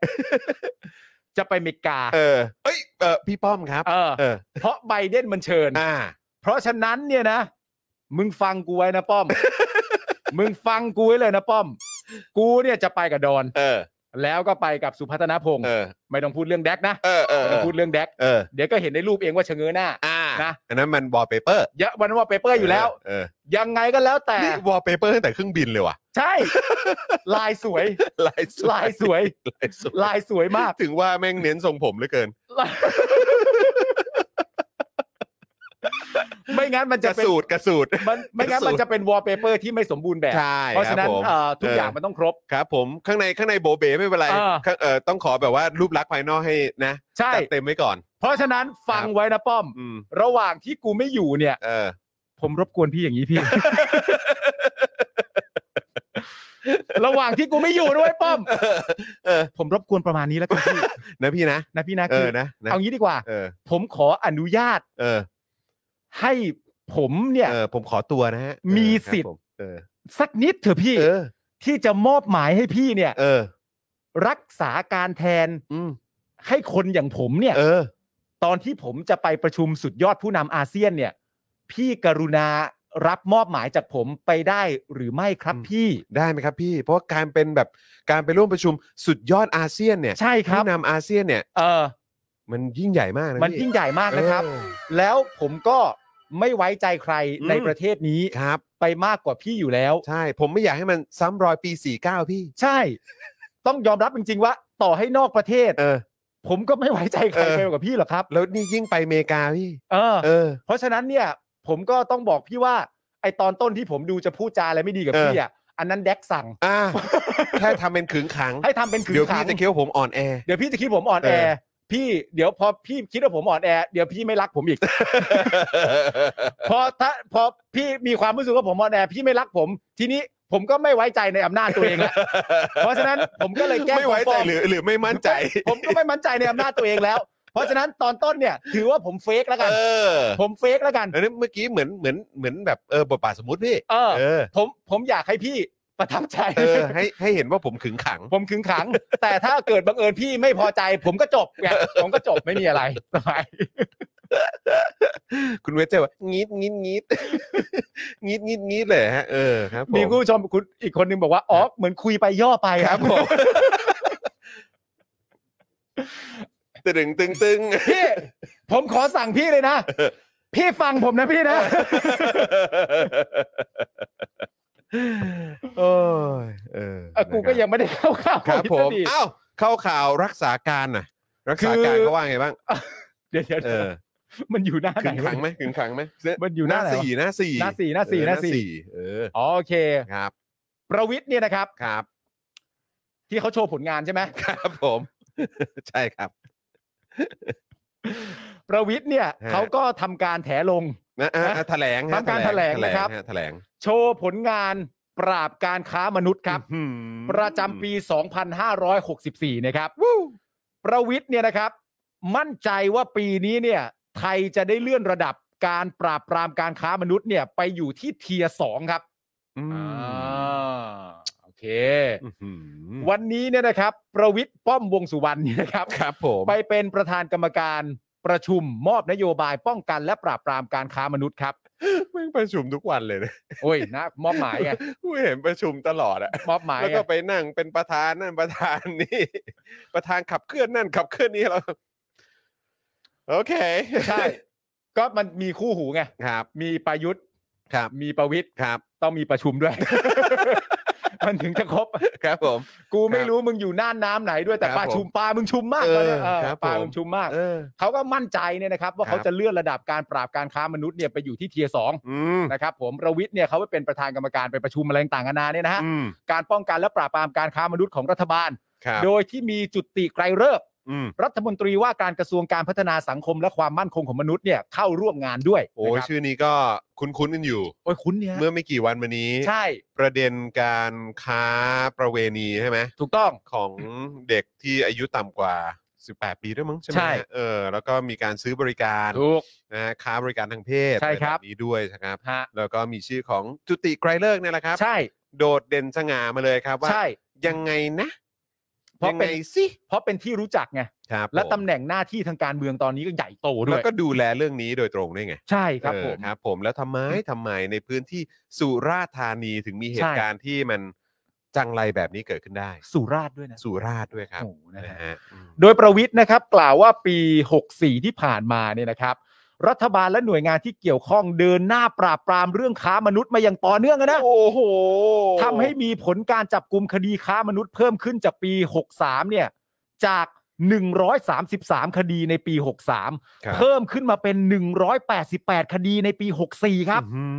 B: จะไปอเมริกา
A: เออเอ้ยเออพี่ป้อมครับ
B: เออ
A: เออ
B: เพราะไบเดนมันเชิญ
A: อ่า
B: เพราะฉะนั้นเนี่ยนะ มึงฟังกูไว้นะ ป้อม มึงฟังกูไว้เลยนะป้อม กูเนี่ยจะไปกับดอน
A: เออ
B: แล้วก็ไปกับสุพัฒนพงศ์
A: เออ
B: ไม่ต้องพูดเรื่องแดกนะ
A: เออเออเอ
B: ไม่ต้อ
A: อง
B: พูดเรื่องแดก
A: เออ
B: เดี๋ยวก็เห็นในรูปเองว่าชะเง้อหน้า
A: อ่า
B: นะ
A: อันนั้นมันวอลเปเปอร์
B: เยอะวันนั้นว่าเปเปอร์อยู่แล้ว
A: เออ
B: ยังไงก็แล้วแต่
A: นี่วอลเปเปอร์ตั้งแต่เครื่องบินเลยว่ะ
B: ใช่ ลายสวย
A: ลายสว
B: ลาย
A: ย
B: สวย
A: ลายสวย
B: ลายสวยมาก
A: ถึงว่าแม่งเน้นทรงผมเหลือเกิน
B: ไม่งั้นมัน
A: ก
B: จะ
A: ระ
B: เป็น
A: สูตรกระสูตร
B: มันไม่งั้น
A: สูตร
B: มันจะเป็นวอลเปเปอร์ที่ไม่สมบูรณ์แบบ
A: ใช่
B: เพราะฉะนั้น
A: คบผม
B: เอ่อทุก
A: เออ
B: อ
A: อ
B: ย่างมันต้องครบ
A: ครับผมข้างในข้างในโบเบไม่เป็นไร
B: เออ
A: ข้างเออต้องขอแบบว่ารูปลักษณ์ภายนอกให้นะ
B: ใช่
A: จัดเต็มไว้ก่อน
B: เพราะฉะนั้นฟัง
A: ครับ
B: ไว้นะป้อม
A: อืม
B: ระหว่างที่กูไม่อยู่เนี่ย
A: เออ
B: ผมรบกวนพี่อย่างนี้พี่ ระหว่างที่กูไม่อยู่ด้วยป้อม
A: เออ
B: ผมรบกวนประมาณนี้แล้วกันพี่
A: นะพี่นะ
B: นะพี่นะ
A: เอ
B: คือ อ
A: นะนะ
B: เอางี้ดีกว่า
A: เออ
B: ผมขออนุญาต
A: เออ
B: ให้ผมเนี่ย
A: เออผมขอตัวนะฮะ
B: มี
A: เออครับ
B: สิทธิ์
A: ผมเออ
B: สักนิดเถอะพี่
A: เออ
B: ที่จะมอบหมายให้พี่เนี่ย
A: เออ
B: รักษาการแทน
A: อืม
B: ให้คนอย่างผมเนี่ย
A: เออ
B: ตอนที่ผมจะไปประชุมสุดยอดผู้นำอาเซียนเนี่ย พี่กรุณารับมอบหมายจากผมไปได้หรือไม่ครับ
A: อืม
B: พี่
A: ได้ไหมครับพี่เพราะการเป็นแบบการไปร่วมประชุมสุดยอดอาเซียนเนี่ย
B: ใช่ครั
A: ผู้
B: บ
A: นำอาเซียนเนี่ย
B: เออ
A: มันยิ่งใหญ่มากนะ
B: มัน
A: พี่
B: ยิ่งใหญ่มากนะครับ
A: เออ
B: แล้วผมก็ไม่ไว้ใจใคร
A: อืม
B: ในประเทศนี้
A: ครับ
B: ไปมากกว่าพี่อยู่แล้ว
A: ใช่ผมไม่อยากให้มันซ้ำรอยปี 49 พี่
B: ใช่ ต้องยอมรับจริงๆว่า ต่อให้นอกประเทศ
A: เออ
B: ผมก็ไม่ไว้ใจใคร
A: เออ
B: ไปกว่าพี่หรอกครับ
A: แล้วนี่ยิ่งไปอเมริกาพี่
B: เออ
A: เออ
B: เพราะฉะนั้นเนี่ย ผมก็ต้องบอกพี่ว่า ไอตอนต้นที่ผมดูจะพูดจาอะไรไม่ดีกับ
A: เออ
B: พี่อ่ะอันนั้นแดก สั่ง
A: อ่า แค่ทำเป็นขึงขัง
B: ให้ทำเป็นขืน
A: เดี๋ยว
B: ขั
A: พี่
B: ง
A: จะเคี้ยวาผมอ่อนแอ
B: เดี๋ยวพี่จะคิดผมอ่อนแอ
A: เออ
B: พี่เดี๋ยวพอพี่คิดว่าผมอ่อนแอ เดี๋ยวพี่ไม่รักผมอีก พอถ้าพอพี่มีความรู้สึกว่าผมอ่อนแอ พี่ไม่รักผม ทีนี้ผมก็ไม่ไว้ใจในอำนาจตัวเองแล้ว เพราะฉะนั้นผมก็เลยแกล้ง
A: ไม่ไว้ใจ
B: ปลอมๆ
A: ห รือหรือไม่มั่นใจ
B: ผมก็ไม่มั่นใจในอำนาจตัวเองแล้ว เพราะฉะนั้นตอนต้นเนี่ย ถือว่าผมเฟกแล้วกัน
A: เออ
B: ผมเฟกแล้วกัน
A: อันนี้เมื่อกี้เหมือนเหมือนเหมือนแบบเออบทบาทสมมติพี่
B: เออ
A: เออ
B: ผมผมอยากให้พี่ประทับใจ
A: เออ ให้ให้เห็นว่าผมขึงขัง
B: ผมขึงขัง แต่ถ้าเกิดบังเอิญพี่ไม่พอใจ ผมก็จบไงผมก็จบไม่มีอะไรสบาย
A: คุณเวทเจว่างีดงีดงีด งีดงีดงีดเลยฮะ เออครับผ
B: มี
A: ม
B: คุณผู้ชมคุณอีกคนนึงบอกว่าอ๋อเหมือนคุยไปย่อไป
A: ครับผม ตึงตึงตึง
B: พี่ผมขอสั่งพี่เลยนะ พี่ฟังผมนะพี่นะ
A: โอ้ยเออ
B: เออกูก็ยังไม่ได้เข้าข่าว
A: ครับผ
B: ทฤษ
A: ม
B: ฎี
A: อ้าวเข้าข่าวรักษาการน่ะ รักษาการ
B: คือ
A: เขาว่าไงบ้าง
B: เดี๋ยวเดี๋ยว
A: เออ
B: มันอยู่หน้าไห
A: ขึ
B: น
A: งขังไหมขึงขังไหม
B: มันอยู่หน้าไหนวะ
A: สี่หน้าสี่
B: หน้าสี่หน้าสี่
A: เออ
B: หน้าสี่
A: เออ
B: อ๋อโอเค
A: ครับ
B: ประวิทย์เนี่ยนะครับ
A: ครับ
B: ที่เขาโชว์ผลงานใช่ไหม
A: ครับผม ใช่ครับ
B: ประวิทย์เนี่ย
A: ฮะ
B: เขาก็ทำการแถลง
A: นะอ่ะอ่ะแถลงฮะ
B: ทำการแถลงนะครับ
A: ฮแถลง
B: โชว์ผลงานปราบการค้ามนุษย์ครับ
A: อื้อหือ
B: ประจำปี 2564 นะครับ ประวิทย์เนี่ยนะครับ มั่นใจว่าปีนี้เนี่ย ไทยจะได้เลื่อนระดับการปราบปรามการค้ามนุษย์เนี่ยไปอยู่ที่เทียสองครับ
A: อืม
B: โอเค
A: อื้อหือ
B: วันนี้เนี่ยนะครับ ประวิทย์ป้อมวงษ์สุวรรณเนี่ยนะครับ
A: ครับผม
B: ไปเป็นประธานกรรมการประชุมมอบนโยบายป้องกันและปราบปรามการค้ามนุษย์ครับ
A: แม่งประชุมทุกวันเลย นะ
B: โอ้ยนะมอบหมายไง
A: กูเห็นประชุมตลอดอะ
B: มอบหมาย
A: แล้ว
B: ไง
A: ก็ไปนั่งเป็นประธานนั่นประธานนี่ ประธานขับเคลื่อนนั่นขับเคลื่อนนี่เราโอเค
B: ใช่ ก็มันมีคู่หูไง
A: ครับ
B: มีประยุทธ์
A: ครับ
B: มีประวิทย์
A: ครับ
B: ต้องมีประชุมด้วย มันถึงจะครบ
A: ครับผม
B: กูไม่รู้มึงอยู่น่านน้ำไหนด้วยแต่
A: ครับ
B: ปลา
A: ผม
B: ชุมปลามึงชุมมาก
A: เออ
B: ตอนเนี้ยเออ
A: ครับ
B: ปลา
A: ผม
B: มึงชุมมาก
A: เออ
B: เขาก็มั่นใจเนี่ยนะครับ ว่า
A: ครับ
B: เขาจะเลื่อนระดับการปราบการค้ามนุษย์เนี่ยไปอยู่ที่เทียสอง
A: อืม
B: นะครับผมประวิทย์เนี่ยเขาไปเป็นประธานกรรมการไปประชุมอะไรต่างๆนานาเนี่ยนะฮะ
A: อืม
B: การป้องกันและปราบปรามการค้ามนุษย์ของรัฐบาล
A: ครับ
B: โดยที่มีจุติไกรเลิกษ์
A: อืม
B: รัฐมนตรีว่าการกระทรวงการพัฒนาสังคมและความมั่นคงของมนุษย์เนี่ยเข้าร่วมงานด้วย
A: โอ้ย
B: นะครับ
A: ชื่อนี้ก็คุ้นๆกันอยู่
B: โอ้ยคุ้นเนี่ย
A: เมื่อไม่กี่วันมานี้
B: ใช่
A: ประเด็นการค้าประเวณีใช่ไหม
B: ถูกต้อง
A: ของเด็กที่อายุต่ำกว่า 18 ปีด้วยมั้งใช่ไหม
B: ใช่
A: ฮะเออแล้วก็มีการซื้อบริการ
B: ถูก
A: นะฮะค้าบริการทางเพศ
B: ใช่ครับ
A: แนี้ด้วยนะครับ
B: ฮะ
A: แล้วก็มีชื่อของจุติไกรเลิกษ์เนี่ยแหละครับ
B: ใช่
A: โดดเด่นสง่ามาเลยครับว่า
B: ใช่
A: ยังไงนะ
B: เพราะ
A: ยัง
B: เป็
A: ไง
B: น
A: สิ
B: เพราะเป็นที่รู้จักไง
A: ครับ
B: และ
A: ผม
B: ตำแหน่งหน้าที่ทางการเมืองตอนนี้ก็ใหญ่โตด้
A: แล้ว วย ก็ดูแลเรื่องนี้โดยตรงด้วยไง
B: ใช่ครับ
A: เออ
B: ผม
A: ครับ ผมแล้วทำไมทำไมในพื้นที่สุราษฎร์ธานีถึงมีเห
B: ใช่
A: ตุการณ์ที่มันจังไรแบบนี้เกิดขึ้นได้
B: สุราษฎร์ด้วยนะ
A: สุราษฎร์ด้วยครับ
B: โอ้โหนะ
A: นะ
B: ฮะ
A: ฮะอืม
B: โดยประวิทย์นะครับกล่าวว่าปี 64 ที่ผ่านมาเนี่ยนะครับ รัฐบาลและหน่วยงานที่เกี่ยวข้องเดินหน้าปราบปรามเรื่องค้ามนุษย์มาอย่างต่อเนื่องอะนะ
A: โอ้โห
B: ทำให้มีผลการจับกลุ่มคดีค้ามนุษย์เพิ่มขึ้นจากปี 63 เนี่ยจาก 133 คดีในปี 63
A: ครับ
B: เพิ่มขึ้นมาเป็น 188 คดีในปี 64 ครับ
A: อื้อหื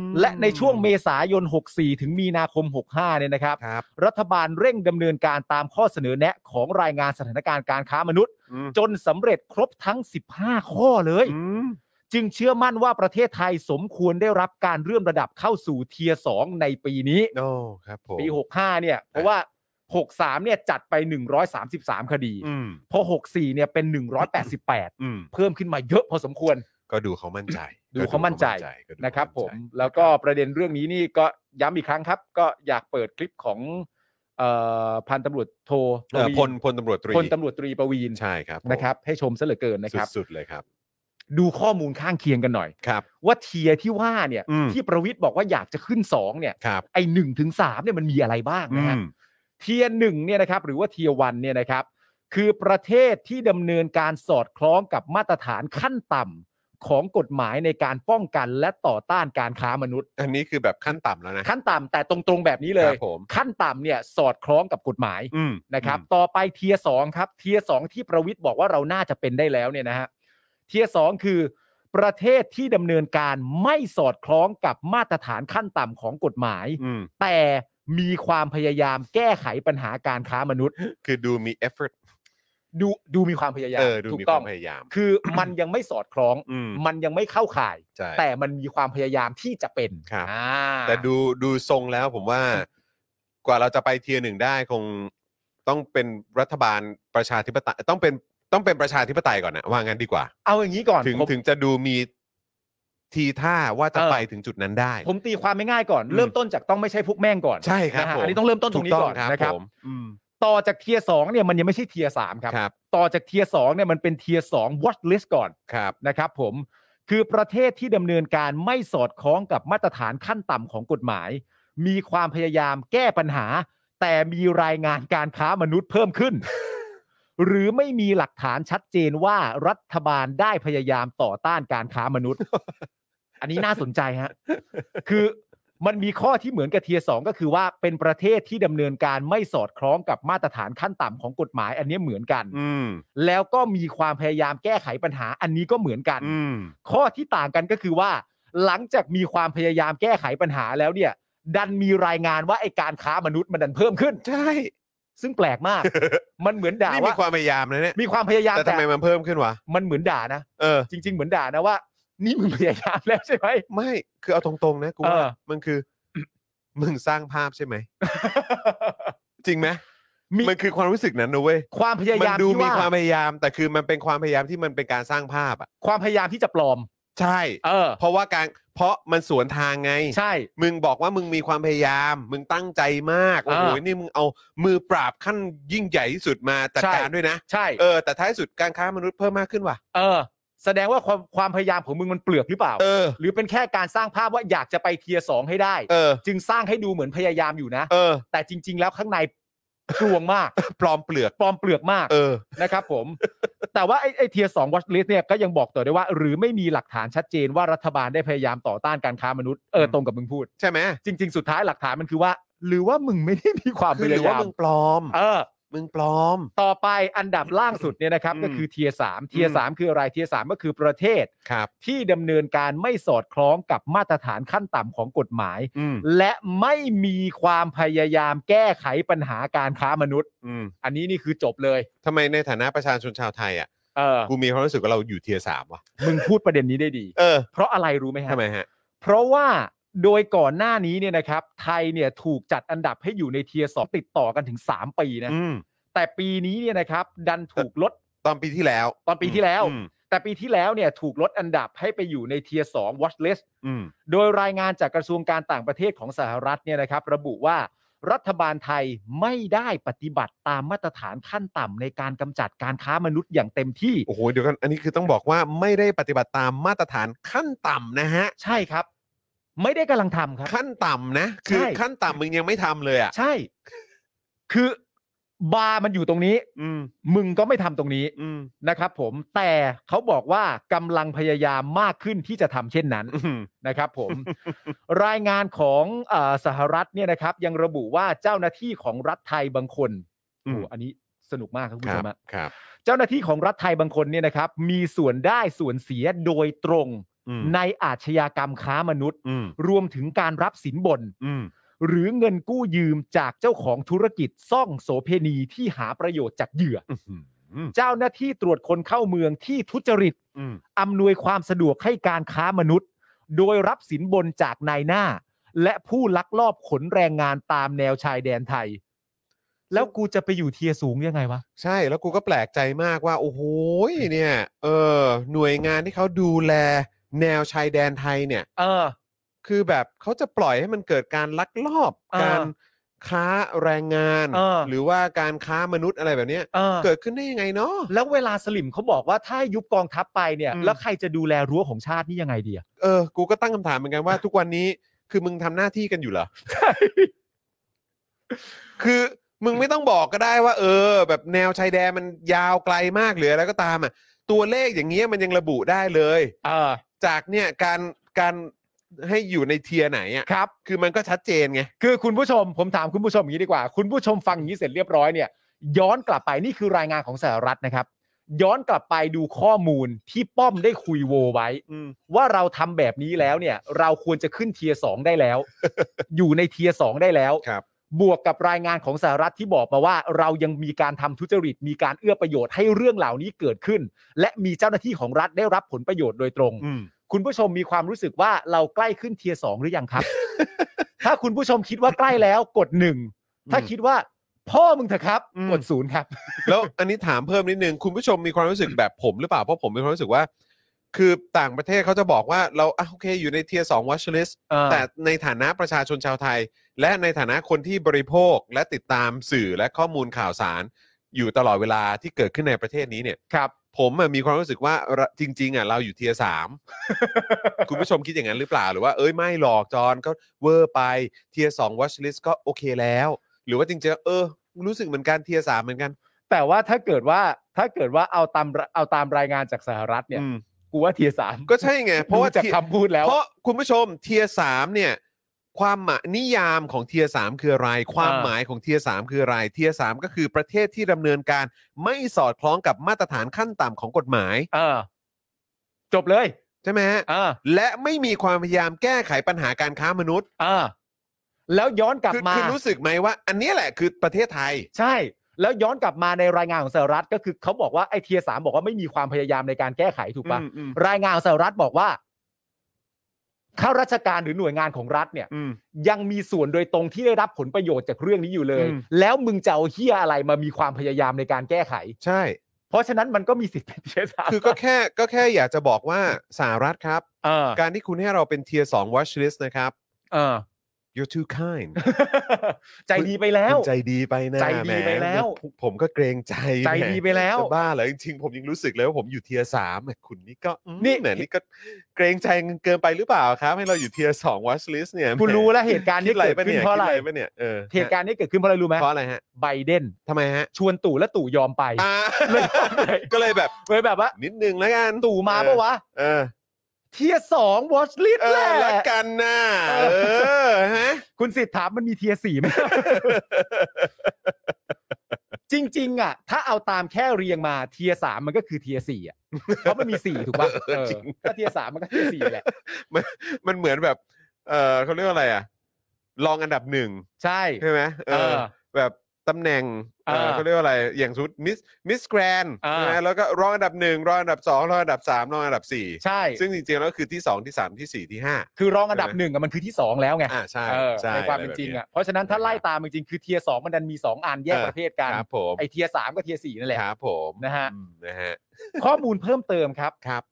A: อ
B: และในช่วงเมษายน 64 ถึงมีนาคม 65 เนี่ยนะครับ
A: ครับ
B: รัฐบาลเร่งดำเนินการตามข้อเสนอแนะของรายงานสถานการณ์การค้ามนุษย์
A: อืม
B: จนสำเร็จครบทั้ง 15 ข้อเลย
A: อืม
B: จึงเชื่อมั่นว่าประเทศไทยสมควรได้รับการเลื่อนระดับเข้าสู่เทียร์2ในปีนี้
A: โอ้ครับผม
B: ปี 65 เนี่ย เพราะว่า 63 เนี่ยจัดไป 133 คดี
A: อืม
B: พอ 64 เนี่ยเป็น 188
A: อืม
B: เพิ่มขึ้นมาเยอะพอสมควร
A: ก็ดูเขามั่นใจ
B: ดูเขามั่นใจ
A: ก็ดูเขามั่
B: นะครับผม
A: ใจ
B: แล้วก็ประเด็นเรื่องนี้นี่ก็ย้ำอีกครั้งครับ ก็อยากเปิดคลิปของเอ่อพันตำรวจโทป
A: เอ่อ
B: ระวีณ
A: พลพลตำรวจตรี
B: พลตำรวจตรีประวีน
A: ใช่ครับผม
B: นะครับ ให้ชมซะเหลือเกินนะครับ
A: สุดๆเลยครับ
B: ดูข้อมูลข้างเคียงกันหน่อย
A: ครับ
B: ว่าเทียร์ที่ว่าเนี่ย
A: อืม
B: ที่ประวิทย์บอกว่าอยากจะขึ้น 2 เนี่ย
A: ครับ
B: ไอหนึ่งถึงสามเนี่ยมันมีอะไรบ้าง
A: อื
B: นะฮะ
A: ม
B: เทียร์หนึ่งเนี่ยนะครับ หรือว่าเทียร์วันเนี่ยนะครับ คือประเทศที่ดำเนินการสอดคล้องกับมาตรฐานขั้นต่ำของกฎหมายในการป้องกันและต่อต้านการค้ามนุษย์
A: อันนี้คือแบบขั้นต่ำแล้วนะ
B: ขั้นต่ำแต่ตรงๆแบบนี้เล
A: ครั
B: ย
A: บผม
B: ขั้นต่ำเนี่ยสอดคล้องกับกฎหมาย
A: อืม
B: นะครับ ต่อไปเทียร์สองครับ เทียร์สองที่ประวิทย์บอกว่าเราน่าจะเป็นได้แล้วเนี่ยนะฮะเทียร์สองคือ ประเทศที่ดำเนินการไม่สอดคล้องกับมาตรฐานขั้นต่ำของกฎหมาย
A: อืม
B: แต่มีความพยายามแก้ไขปัญหาการค้ามนุษย์
A: คือดูมี effort
B: ดูดูมีความพยายาม
A: เออดู
B: ถู
A: มี
B: ก
A: ค
B: ต้อ
A: วาง มพยายาม
B: คือมันยังไม่สอดคล้อง
A: อืม
B: มันยังไม่เข้าข่าย
A: ใช่
B: แต่มันมีความพยายามที่จะเป็น
A: ครับ
B: อ่า
A: แต่ดูดูทรงแล้วผมว่า กว่าเราจะไปเทียร์หนึ่งได้คงต้องเป็นรัฐบาลประชาธิปไตยต้องเป็นต้องเป็นประชาธิปไตยก่อนนะว่างั้นดีกว่า
B: เอาอย่างนี้ก่อน
A: ถึง
B: ผม
A: ถึงจะดูมีทีท่าว่าจะ
B: เออ
A: ไปถึงจุดนั้นได้
B: ผมตีความไม่ง่ายก่อน
A: อืม
B: เริ่มต้นจากต้องไม่ใช่พวกแม่งก่อน
A: ใช่ครับ
B: นะฮะ
A: ผม
B: อันนี้ต้องเริ่มต้นตรงนี้ก่อน
A: ถู
B: นะครับ
A: ผมอืม
B: ต่อจากเทียร์สองเนี่ยมันยังไม่ใช่เทียร์สามครับ
A: ครับ
B: ต่อจากเทียร์สองเนี่ยมันเป็นเทียร์สองวอตลิสก่อน
A: ครับ
B: นะครับผมคือประเทศที่ดำเนินการไม่สอดคล้องกับมาตรฐานขั้นต่ำของกฎหมาย มีความพยายามแก้ปัญหา แต่มีรายงานการค้ามนุษย์เพิ่มขึ้น หรือไม่มีหลักฐานชัดเจนว่ารัฐบาลได้พยายามต่อต้านการค้ามนุษย์ อันนี้น่าสนใจฮะ คือมันมีข้อที่เหมือนกับเทียสองก็คือว่าเป็นประเทศที่ดำเนินการไม่สอดคล้องกับมาตรฐานขั้นต่ำของกฎหมาย อันนี้เหมือนกัน
A: อืม
B: แล้วก็มีความพยายามแก้ไขปัญหา อันนี้ก็เหมือนกัน
A: อืม
B: ข้อที่ต่างกันก็คือว่า หลังจากมีความพยายามแก้ไขปัญหาแล้วเนี่ย ดันมีรายงานว่าไอการค้ามนุษย์มันดันเพิ่มขึ้น
A: ใช่
B: ซึ่งแปลก มาก มันเหมือนด่า
A: นี่มี
B: ว่า
A: ความพยายามนะเนี่ย
B: มีความพยายาม
A: แต่ทำไมมันเพิ่มขึ้นวะ
B: มันเหมือนด่านะ
A: เออ
B: จริง ๆ เหมือนด่านะว่า นี่มึงพยายามแล้วใช่ไหม
A: ไม่คือเอาตรงๆนะกู
B: เอ
A: ว่า
B: อ
A: มัน คือ มึงสร้างภาพใช่ไหมจริงไหม
B: มี
A: มันคือความรู้สึกนั้นนะเว้ย
B: ความพยา
A: มัน
B: ยาม
A: ดู
B: ที่
A: มี
B: ว่า
A: ความพยายาม แต่คือมันเป็นความพยายามที่มันเป็นการสร้างภาพอ่ะ
B: ความพยายามที่จะปลอม
A: ใช่
B: เออ
A: เพราะว่าการเพราะมันสวนทางไง
B: ใช่
A: มึงบอกว่ามึงมีความพยายาม มึงตั้งใจมากโอ้โห
B: เออ
A: นี่มึงเอามือปราบขั้นยิ่งใหญ่ที่สุดมาจัด
B: ใช่
A: การด้วยนะ
B: ใช่
A: เออแต่ท้ายสุดการค้ามนุษย์เพิ่มมากขึ้นว่ะ
B: เออ แสดงว่าความความพยายามของมึงมันเปลือกหรือเปล่า
A: เออ
B: หรือเป็นแค่การสร้างภาพว่าอยากจะไปเทียร์สองให้ได้
A: เออ
B: จึงสร้างให้ดูเหมือนพยายามอยู่นะ
A: เออ
B: แต่จริง ๆ แล้วข้างในกลวงมาก
A: ปลอมเปลือก
B: ปลอมเปลือกมาก
A: เออ
B: นะครับผม แต่ว่าไอ้ไอ้เทียสองวอชลิสเนี่ยก็ยังบอกต่อได้วยว่า หรือไม่มีหลักฐานชัดเจนว่ารัฐบาลได้พยายามต่อต้านการค้ามนุษย์เออ
A: อืม
B: ตรงกับมึงพูด
A: ใช่ไหม
B: จริง ๆ สุดท้ายหลักฐานมันคือว่า หรือว่ามึงไม่ได้มีความพ
A: คือหรือว่าย
B: ยาาม
A: มึงปลอม
B: เออ
A: มึงปลอม
B: ต่อไปอันดับล่างสุดเนี่ยนะครับ
A: อืม
B: ก็คือเทียสามเทียสามคืออะไรเทียสามก็คือประเทศ
A: ครับ
B: ที่ดำเนินการไม่สอดคล้องกับมาตรฐานขั้นต่ำของกฎหมาย
A: อืม
B: และไม่มีความพยายามแก้ไขปัญหาการค้ามนุษย์
A: อืม
B: อันนี้นี่คือจบเลย
A: ทำไมในฐานะประชาชนชาวไทยอ่ะ
B: เออ
A: กูมีความรู้สึกว่าเราอยู่เทียสามวะ
B: มึงพูดประเด็นนี้ได้ดี
A: เออ
B: เพราะอะไรรู้ไหมฮะ
A: ทำไมฮะ
B: เพราะว่าโดยก่อนหน้านี้เนี่ยนะครับ ไทยเนี่ยถูกจัดอันดับให้อยู่ในเทียสองติดต่อกันถึง 3 ปีนะ
A: อืม
B: แต่ปีนี้เนี่ยนะครับ ดันถูกลด
A: ตอนปีที่แล้ว
B: ตอนปีที่แล้ว
A: อืม
B: แต่ปีที่แล้วเนี่ยถูกลดอันดับให้ไปอยู่ในเทียสองวอชเลส
A: อืม
B: โดยรายงานจากกระทรวงการต่างประเทศของสหรัฐเนี่ยนะครับ ระบุว่ารัฐบาลไทยไม่ได้ปฏิบัติตามมาตรฐานขั้นต่ำในการกำจัดการค้ามนุษย์อย่างเต็มที่
A: โอ้โหเดี๋ยวกันอันนี้คือต้องบอกว่าไม่ได้ปฏิบัติตามมาตรฐานขั้นต่ำนะฮะ
B: ใช่ครับ ไม่ได้กำลังทำครับ
A: ขั้นต่ำนะ คือ
B: ใช่
A: ขั้นต่ำมึงยังไม่ทำเลยอ่ะ
B: ใช่ คือบาร์มันอยู่ตรงนี้
A: อืม
B: มึงก็ไม่ทำตรงนี้
A: อืม
B: นะครับผมแต่เขาบอกว่ากำลังพยายามมากขึ้นที่จะทำเช่นนั้น
A: อืม
B: นะครับ ผม รายงานของเออสหรัฐเนี่ยนะครับ ยังระบุว่าเจ้าหน้าที่ของรัฐไทยบางคน
A: อื
B: โอ้
A: ม
B: อันนี้สนุกมากครับคุณ
A: ค
B: ผู้
A: รั
B: ช
A: บ
B: มอะ
A: ครับ
B: เจ้าหน้าที่ของรัฐไทยบางคนเนี่ยนะครับ มีส่วนได้ส่วนเสียโดยตรง
A: อืม
B: ในอาชญากรรมค้ามนุษย์
A: อืม
B: รวมถึงการรับสินบน
A: อืม
B: หรือเงินกู้ยืมจากเจ้าของธุรกิจซ่องโสเพณีที่หาประโยชน์จากเหยื่อ
A: อืมอืม
B: เจ้าหน้าที่ตรวจคนเข้าเมืองที่ทุจริต
A: อืม
B: อำนวยความสะดวกให้การค้ามนุษย์ โดยรับสินบนจากนายหน้า และผู้ลักลอบขนแรงงานตามแนวชายแดนไทย แล้วกูจะไปอยู่เทียร์สูงยังไงวะ
A: ใช่แล้วกูก็แปลกใจมากว่าโอ้โหเนี่ย เออ หน่วยงานที่เขาดูแลแนวชายแดนไทยเนี่ย
B: เออ
A: คือแบบเขาจะปล่อยให้มันเกิดการลักลอบ
B: เออ
A: การค้าแรงงาน
B: เออ
A: หรือว่าการค้ามนุษย์อะไรแบบเนี้ย
B: เออ
A: เกิดขึ้นได้ยังไงเนาะ
B: แล้วเวลาสลิมเขาบอกว่าถ้ายุบกองทัพไปเนี่ย
A: อืม
B: แล้วใครจะดูแลรั้วของชาตินี่ยังไงดีอะ
A: เออ กูก็ตั้งคำถามเหมือนกัน ว่าทุกวันนี้คือมึงทำหน้าที่กันอยู่เหรอ ใช่ คือมึงไม่ต้องบอกก็ได้ว่า เออ แบบแนวชายแดนมันยาวไกลมากเหลือแล้วก็ตามอ่ะ ตัวเลขอย่างเงี้ยมันยังระบุได้เลย
B: เออ
A: จากเนี่ยการการให้อยู่ในเทียร์ไหนอ่ะ
B: ครับ
A: คือมันก็ชัดเจนไง
B: คือคุณผู้ชมผมถามคุณผู้ชมอย่างนี้ดีกว่า คุณผู้ชมฟังอย่างนี้เสร็จเรียบร้อยเนี่ย ย้อนกลับไปนี่คือรายงานของสหรัฐนะครับ ย้อนกลับไปดูข้อมูลที่ป้อมได้คุยโวไว้
A: อืม
B: ว่าเราทำแบบนี้แล้วเนี่ย เราควรจะขึ้นเทียร์สองได้ แล้ว อยู่ในเทียร์สองได้แล้ว
A: ครับ
B: บวกกับรายงานของสหรัฐที่บอกมาว่า เรายังมีการทำทุจริต มีการเอื้อประโยชน์ให้เรื่องเหล่านี้เกิดขึ้น และมีเจ้าหน้าที่ของรัฐได้รับผลประโยชน์โดยตรง
A: อืม
B: คุณผู้ชมมีความรู้สึกว่าเราใกล้ขึ้นเทียร์สองหรือยังครับ ถ้าคุณผู้ชมคิดว่าใกล้แล้วกดหนึ่ง ถ้าคิดว่า พ่อมึงเถอะครับ
A: อืม
B: กดศูนย์ครับ
A: แล้วอันนี้ถามเพิ่มนิดนึง คุณผู้ชมมีความรู้สึกแบบผมหรือเปล่า เพราะผมมีความรู้สึกว่า คือต่างประเทศเขาจะบอกว่าเราอ่ะโอเค อยู่ในเทียร์สองวอชลิส แต่ในฐานะประชาชนชาวไทย และในฐานะคนที่บริโภคและติดตามสื่อและข้อมูลข่าวสาร อยู่ตลอดเวลาที่เกิดขึ้นในประเทศนี้เนี่ย
B: ครับ
A: ผมอะมีความรู้สึกว่าระจริง ๆอ่ะเราอยู่เทียสาม คุณผู้ชมคิดอย่างนั้นหรือเปล่าหรือว่าเอ้ยไม่หลอกจอนก็เวอร์ไปเทียสองวอชลิสก็โอเคแล้ว หรือว่าจริงๆเออ รู้สึกเหมือนกันเทียสามเหมือนกัน
B: แต่ว่าถ้าเกิดว่าถ้าเกิดว่าเอาตามเอาตามรายงานจากสหรัฐเนี่ย
A: อืม
B: กูว่าเทียร์สาม
A: ก็ใช่ไงเพราะว่า
B: ดูจาก
A: เทีย
B: คำพูดแล้ว
A: เพราะคุณผู้ชมเทียสามเนี่ย ความหมายนิยามของเทียสามคืออะไร ความ
B: อ่า
A: หมายของเทียสามคืออะไร เทียสามก็คือประเทศที่ดำเนินการไม่สอดคล้องกับมาตรฐานขั้นต่ำของกฎหมาย
B: เออ จบเลย
A: ใช่ไหมฮะ
B: เออ
A: และไม่มีความพยายามแก้ไขปัญหาการค้ามนุษย์
B: เออแล้วย้อนกลับ
A: คือ
B: มา
A: คือรู้สึกไหมว่า อันเนี้ยแหละคือประเทศไทย
B: ใช่ แล้วย้อนกลับมาในรายงานของสหรัฐก็คือเขาบอกว่าไอเทียสามบอกว่าไม่มีความพยายามในการแก้ไขถูกปะ
A: อืมอืม
B: รายงานของสหรัฐบอกว่าข้าราชการหรือหน่วยงานของรัฐเนี่ย
A: อืม
B: ยังมีส่วนโดยตรงที่ได้รับผลประโยชน์จากเรื่องนี้อยู่เลย
A: อืม
B: แล้วมึงจะเอาเฮียอะไรมามีความพยายามในการแก้ไข
A: ใช่
B: เพราะฉะนั้นมันก็มีสิทธิ์เป็นเทียสาม
A: คือก็แค่ก็แค่อยากจะบอกว่าสหรัฐครับ
B: เออ
A: การที่คุณให้เราเป็นเทียสองวอชลิสนะครับ
B: เออ
A: you're too kind
B: ใจดีไปแล้ว
A: คุณใจดีไปนะ
B: ใจดีไปแล้ว
A: หมผมก็เกรงใจ
B: ใจ
A: แหม
B: ดีไปแล้ว
A: จะบ้าเหรอจริงๆผมยังรู้สึกเลยว่าผมอยู่เทียสามคุณนี่ก็อืม
B: นี่
A: แหมนี่ก็เกรงใจเกินไปหรือเปล่าครับ ให้เราอยู่เทียสองวอชลิสเนี่ย
B: คุณรู้แล้วเหตุการณ์
A: คิ
B: นี้
A: ดอะไร
B: เกิด
A: ปะ
B: ขึ้น
A: เนี่ย
B: เพราะอะไร
A: คิดปเนี่ยเออ
B: เหตุการณ์นี้เกิดขึ้นเพราะอะไรรู้ไหม
A: เพราะอะไรฮะ
B: ไบเดน
A: ทำไมฮะ
B: ชวนตู่และตู่ยอมไป
A: อ่า
B: เลย
A: ก็เลยแบบ
B: เลยแบบว่า
A: นิดนึงแล้วกัน
B: ตู่มาปะวะ
A: เออ
B: เทียสองวอชลิส
A: เอ
B: แหล
A: อละ
B: ะ
A: กันนะเออฮะ
B: คุณสิทธิ์ถามมันมีเทีย สี่ไหม จริง ๆ อ่ะ ถ้าเอาตามแค่เรียงมาเทียสามมันก็คือเทียสี่อ่ะ เพราะมันมีสี่ถูกป่ะ
A: เออจริง
B: ถ้าเทียสามมันก็เทียสี่แหละ
A: มันเหมือนแบบ เออเขาเรียกว่าอะไรอ่ะรองอันดับหนึ่ง
B: ใช่
A: ใช่ไหมเอ
B: เอ
A: อ
B: อ
A: แบบตำแหน่งเออ
B: เออ
A: เขาเรียกว่าอะไร อย่างสมมุดมิสมิสแกรน
B: อ่า
A: ใช่ไหมแล้วก็รองอันดับหนึ่งรองอันดับสองรองอันดับสามรองอันดับสี่
B: ใช่
A: ซึ่งจริงๆแล้วคือที่สองที่สามที่สี่ที่ห้า
B: คือรองอันดับหนึ่งอะมันคือที่สองแล้วไง
A: อ่าใช่
B: เออ
A: ใช่
B: ในความเป็นจริงอ่ะ เพราะฉะนั้นถ้าไล่ตามจริงๆคือเทียสองมันดันมีสองอันแยกประเภทกัน
A: ครับผม
B: ไอเทียสามก็เทียสี่นั่นแหละ
A: ครับผม
B: นะฮะ
A: อืมนะฮะ
B: ข้อมูลเพิ่มเติมครับ
A: ครับ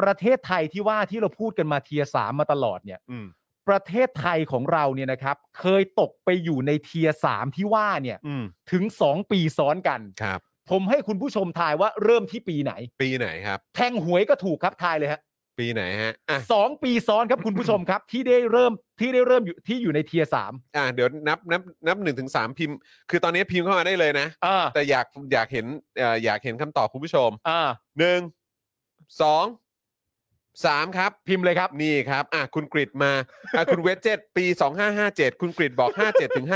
B: ประเทศไทยที่ว่าที่เราพูดกันมาเทียสามมาตลอดเนี่ย
A: อืม
B: ประเทศไทยของเราเนี่ยนะครับ เคยตกไปอยู่ในเทียสามที่ว่าเนี่ย
A: อืม
B: ถึง 2 ปีซ้อนกัน
A: ครับ
B: ผมให้คุณผู้ชมทายว่าเริ่มที่ปีไหน
A: ปีไหนครับ
B: แทงหวยก็ถูกครับทายเลยฮะ
A: ปีไหนฮะอ่ะ
B: สองปีซ้อนครับคุณผู้ชมครับ ที่ได้เริ่มที่ได้เริ่มอยู่ที่อยู่ในเทียสาม
A: อ่ะเดี๋ยวนับนับนับหนึ่งถึงสามพิมพ์ คือตอนนี้พิมพ์เข้ามาได้เลยนะ
B: อ่า
A: แต่อยากอยากเห็นเอ่ออยากเห็นคำตอบคุณผู้ชม
B: อ่า
A: หนึ่งสองสามครับ
B: พิมพ์เลยครับ
A: นี่ครับ อ่ะ คุณกริดมา อ่ะ คุณเวจเจตปี 2557 คุณกริดบอก 57ถึง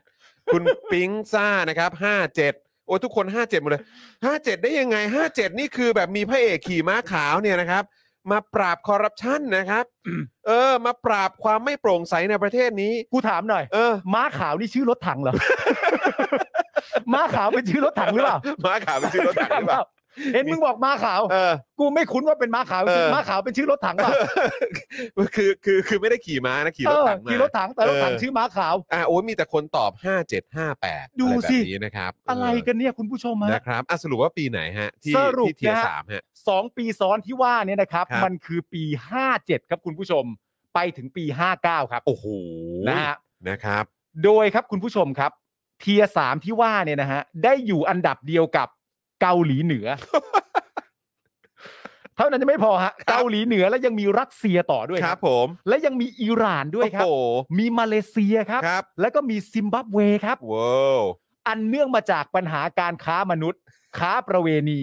A: 58 คุณปิงซ่านะครับ 57 โอ้ทุกคน 57หมดเลย 57 ได้ยังไง 57 นี่คือแบบมีพระเอกขี่ม้าขาวเนี่ยนะครับ มาปราบคอร์รัปชันนะครับ เออ มาปราบความไม่โปร่งใสในประเทศนี้
B: กูถามหน่อย
A: เออ
B: ม้าขาวนี่ชื่อรถถังเหรอ ม้าขาวเป็นชื่อรถถังหรือเปล่า
A: ม้าขาวเป็นชื่อรถถังหรือเปล่า
B: เห็นมึงบอกม้าขาว
A: เออ
B: กูไม่คุ้นว่าเป็นม้าขาวจริง
A: เออ
B: ม้าขาวเป็นชื่อรถถังเปล่ะ
A: คือ คือคือไม่ได้ขี่ม้านะ ขี่รถถังมา
B: ขี่รถถังแต่รถถัง
A: เออ
B: ชื่อม้าขาว
A: อ่ะโอ้ยมีแต่คนตอบ 5758
B: ดูสิ
A: อะไรแบบนี้นะครับเ
B: อะไรกันเนี่ยคุณผู้ชมฮะ
A: นะครับอ่ะสรุปว่าปีไหนฮะ ที่
B: สรุป
A: ที่เทีย
B: นะฮะ
A: สามฮะ
B: สองปีซ้อนที่ว่าเนี่ยนะครับ
A: ครับ
B: มันคือปี 57 ครับคุณผู้ชมไปถึงปี 59 ครับ
A: โอ้โห
B: นะฮะ
A: นะครับ
B: โดยครับคุณผู้ชมครับ เทียสามที่ว่าเนี่ยนะฮะได้อยู่อันดับเดียวกับเกาหลีเหนือ เท่านั้นยังไม่พอฮะเกาหลีเหนือแล้วยังมีรัสเซียต่อด้วย
A: ค
B: ค
A: รั
B: รั
A: บบ ผม
B: และยังมีอิหร่านด้วยครับ
A: โอ้โห
B: มีมาเลเซียครับ
A: ครับ
B: แล้วก็มีซิมบับเวครับ
A: ว้าว
B: อันเนื่องมาจากปัญหาการค้ามนุษย์ ค้าประเวณี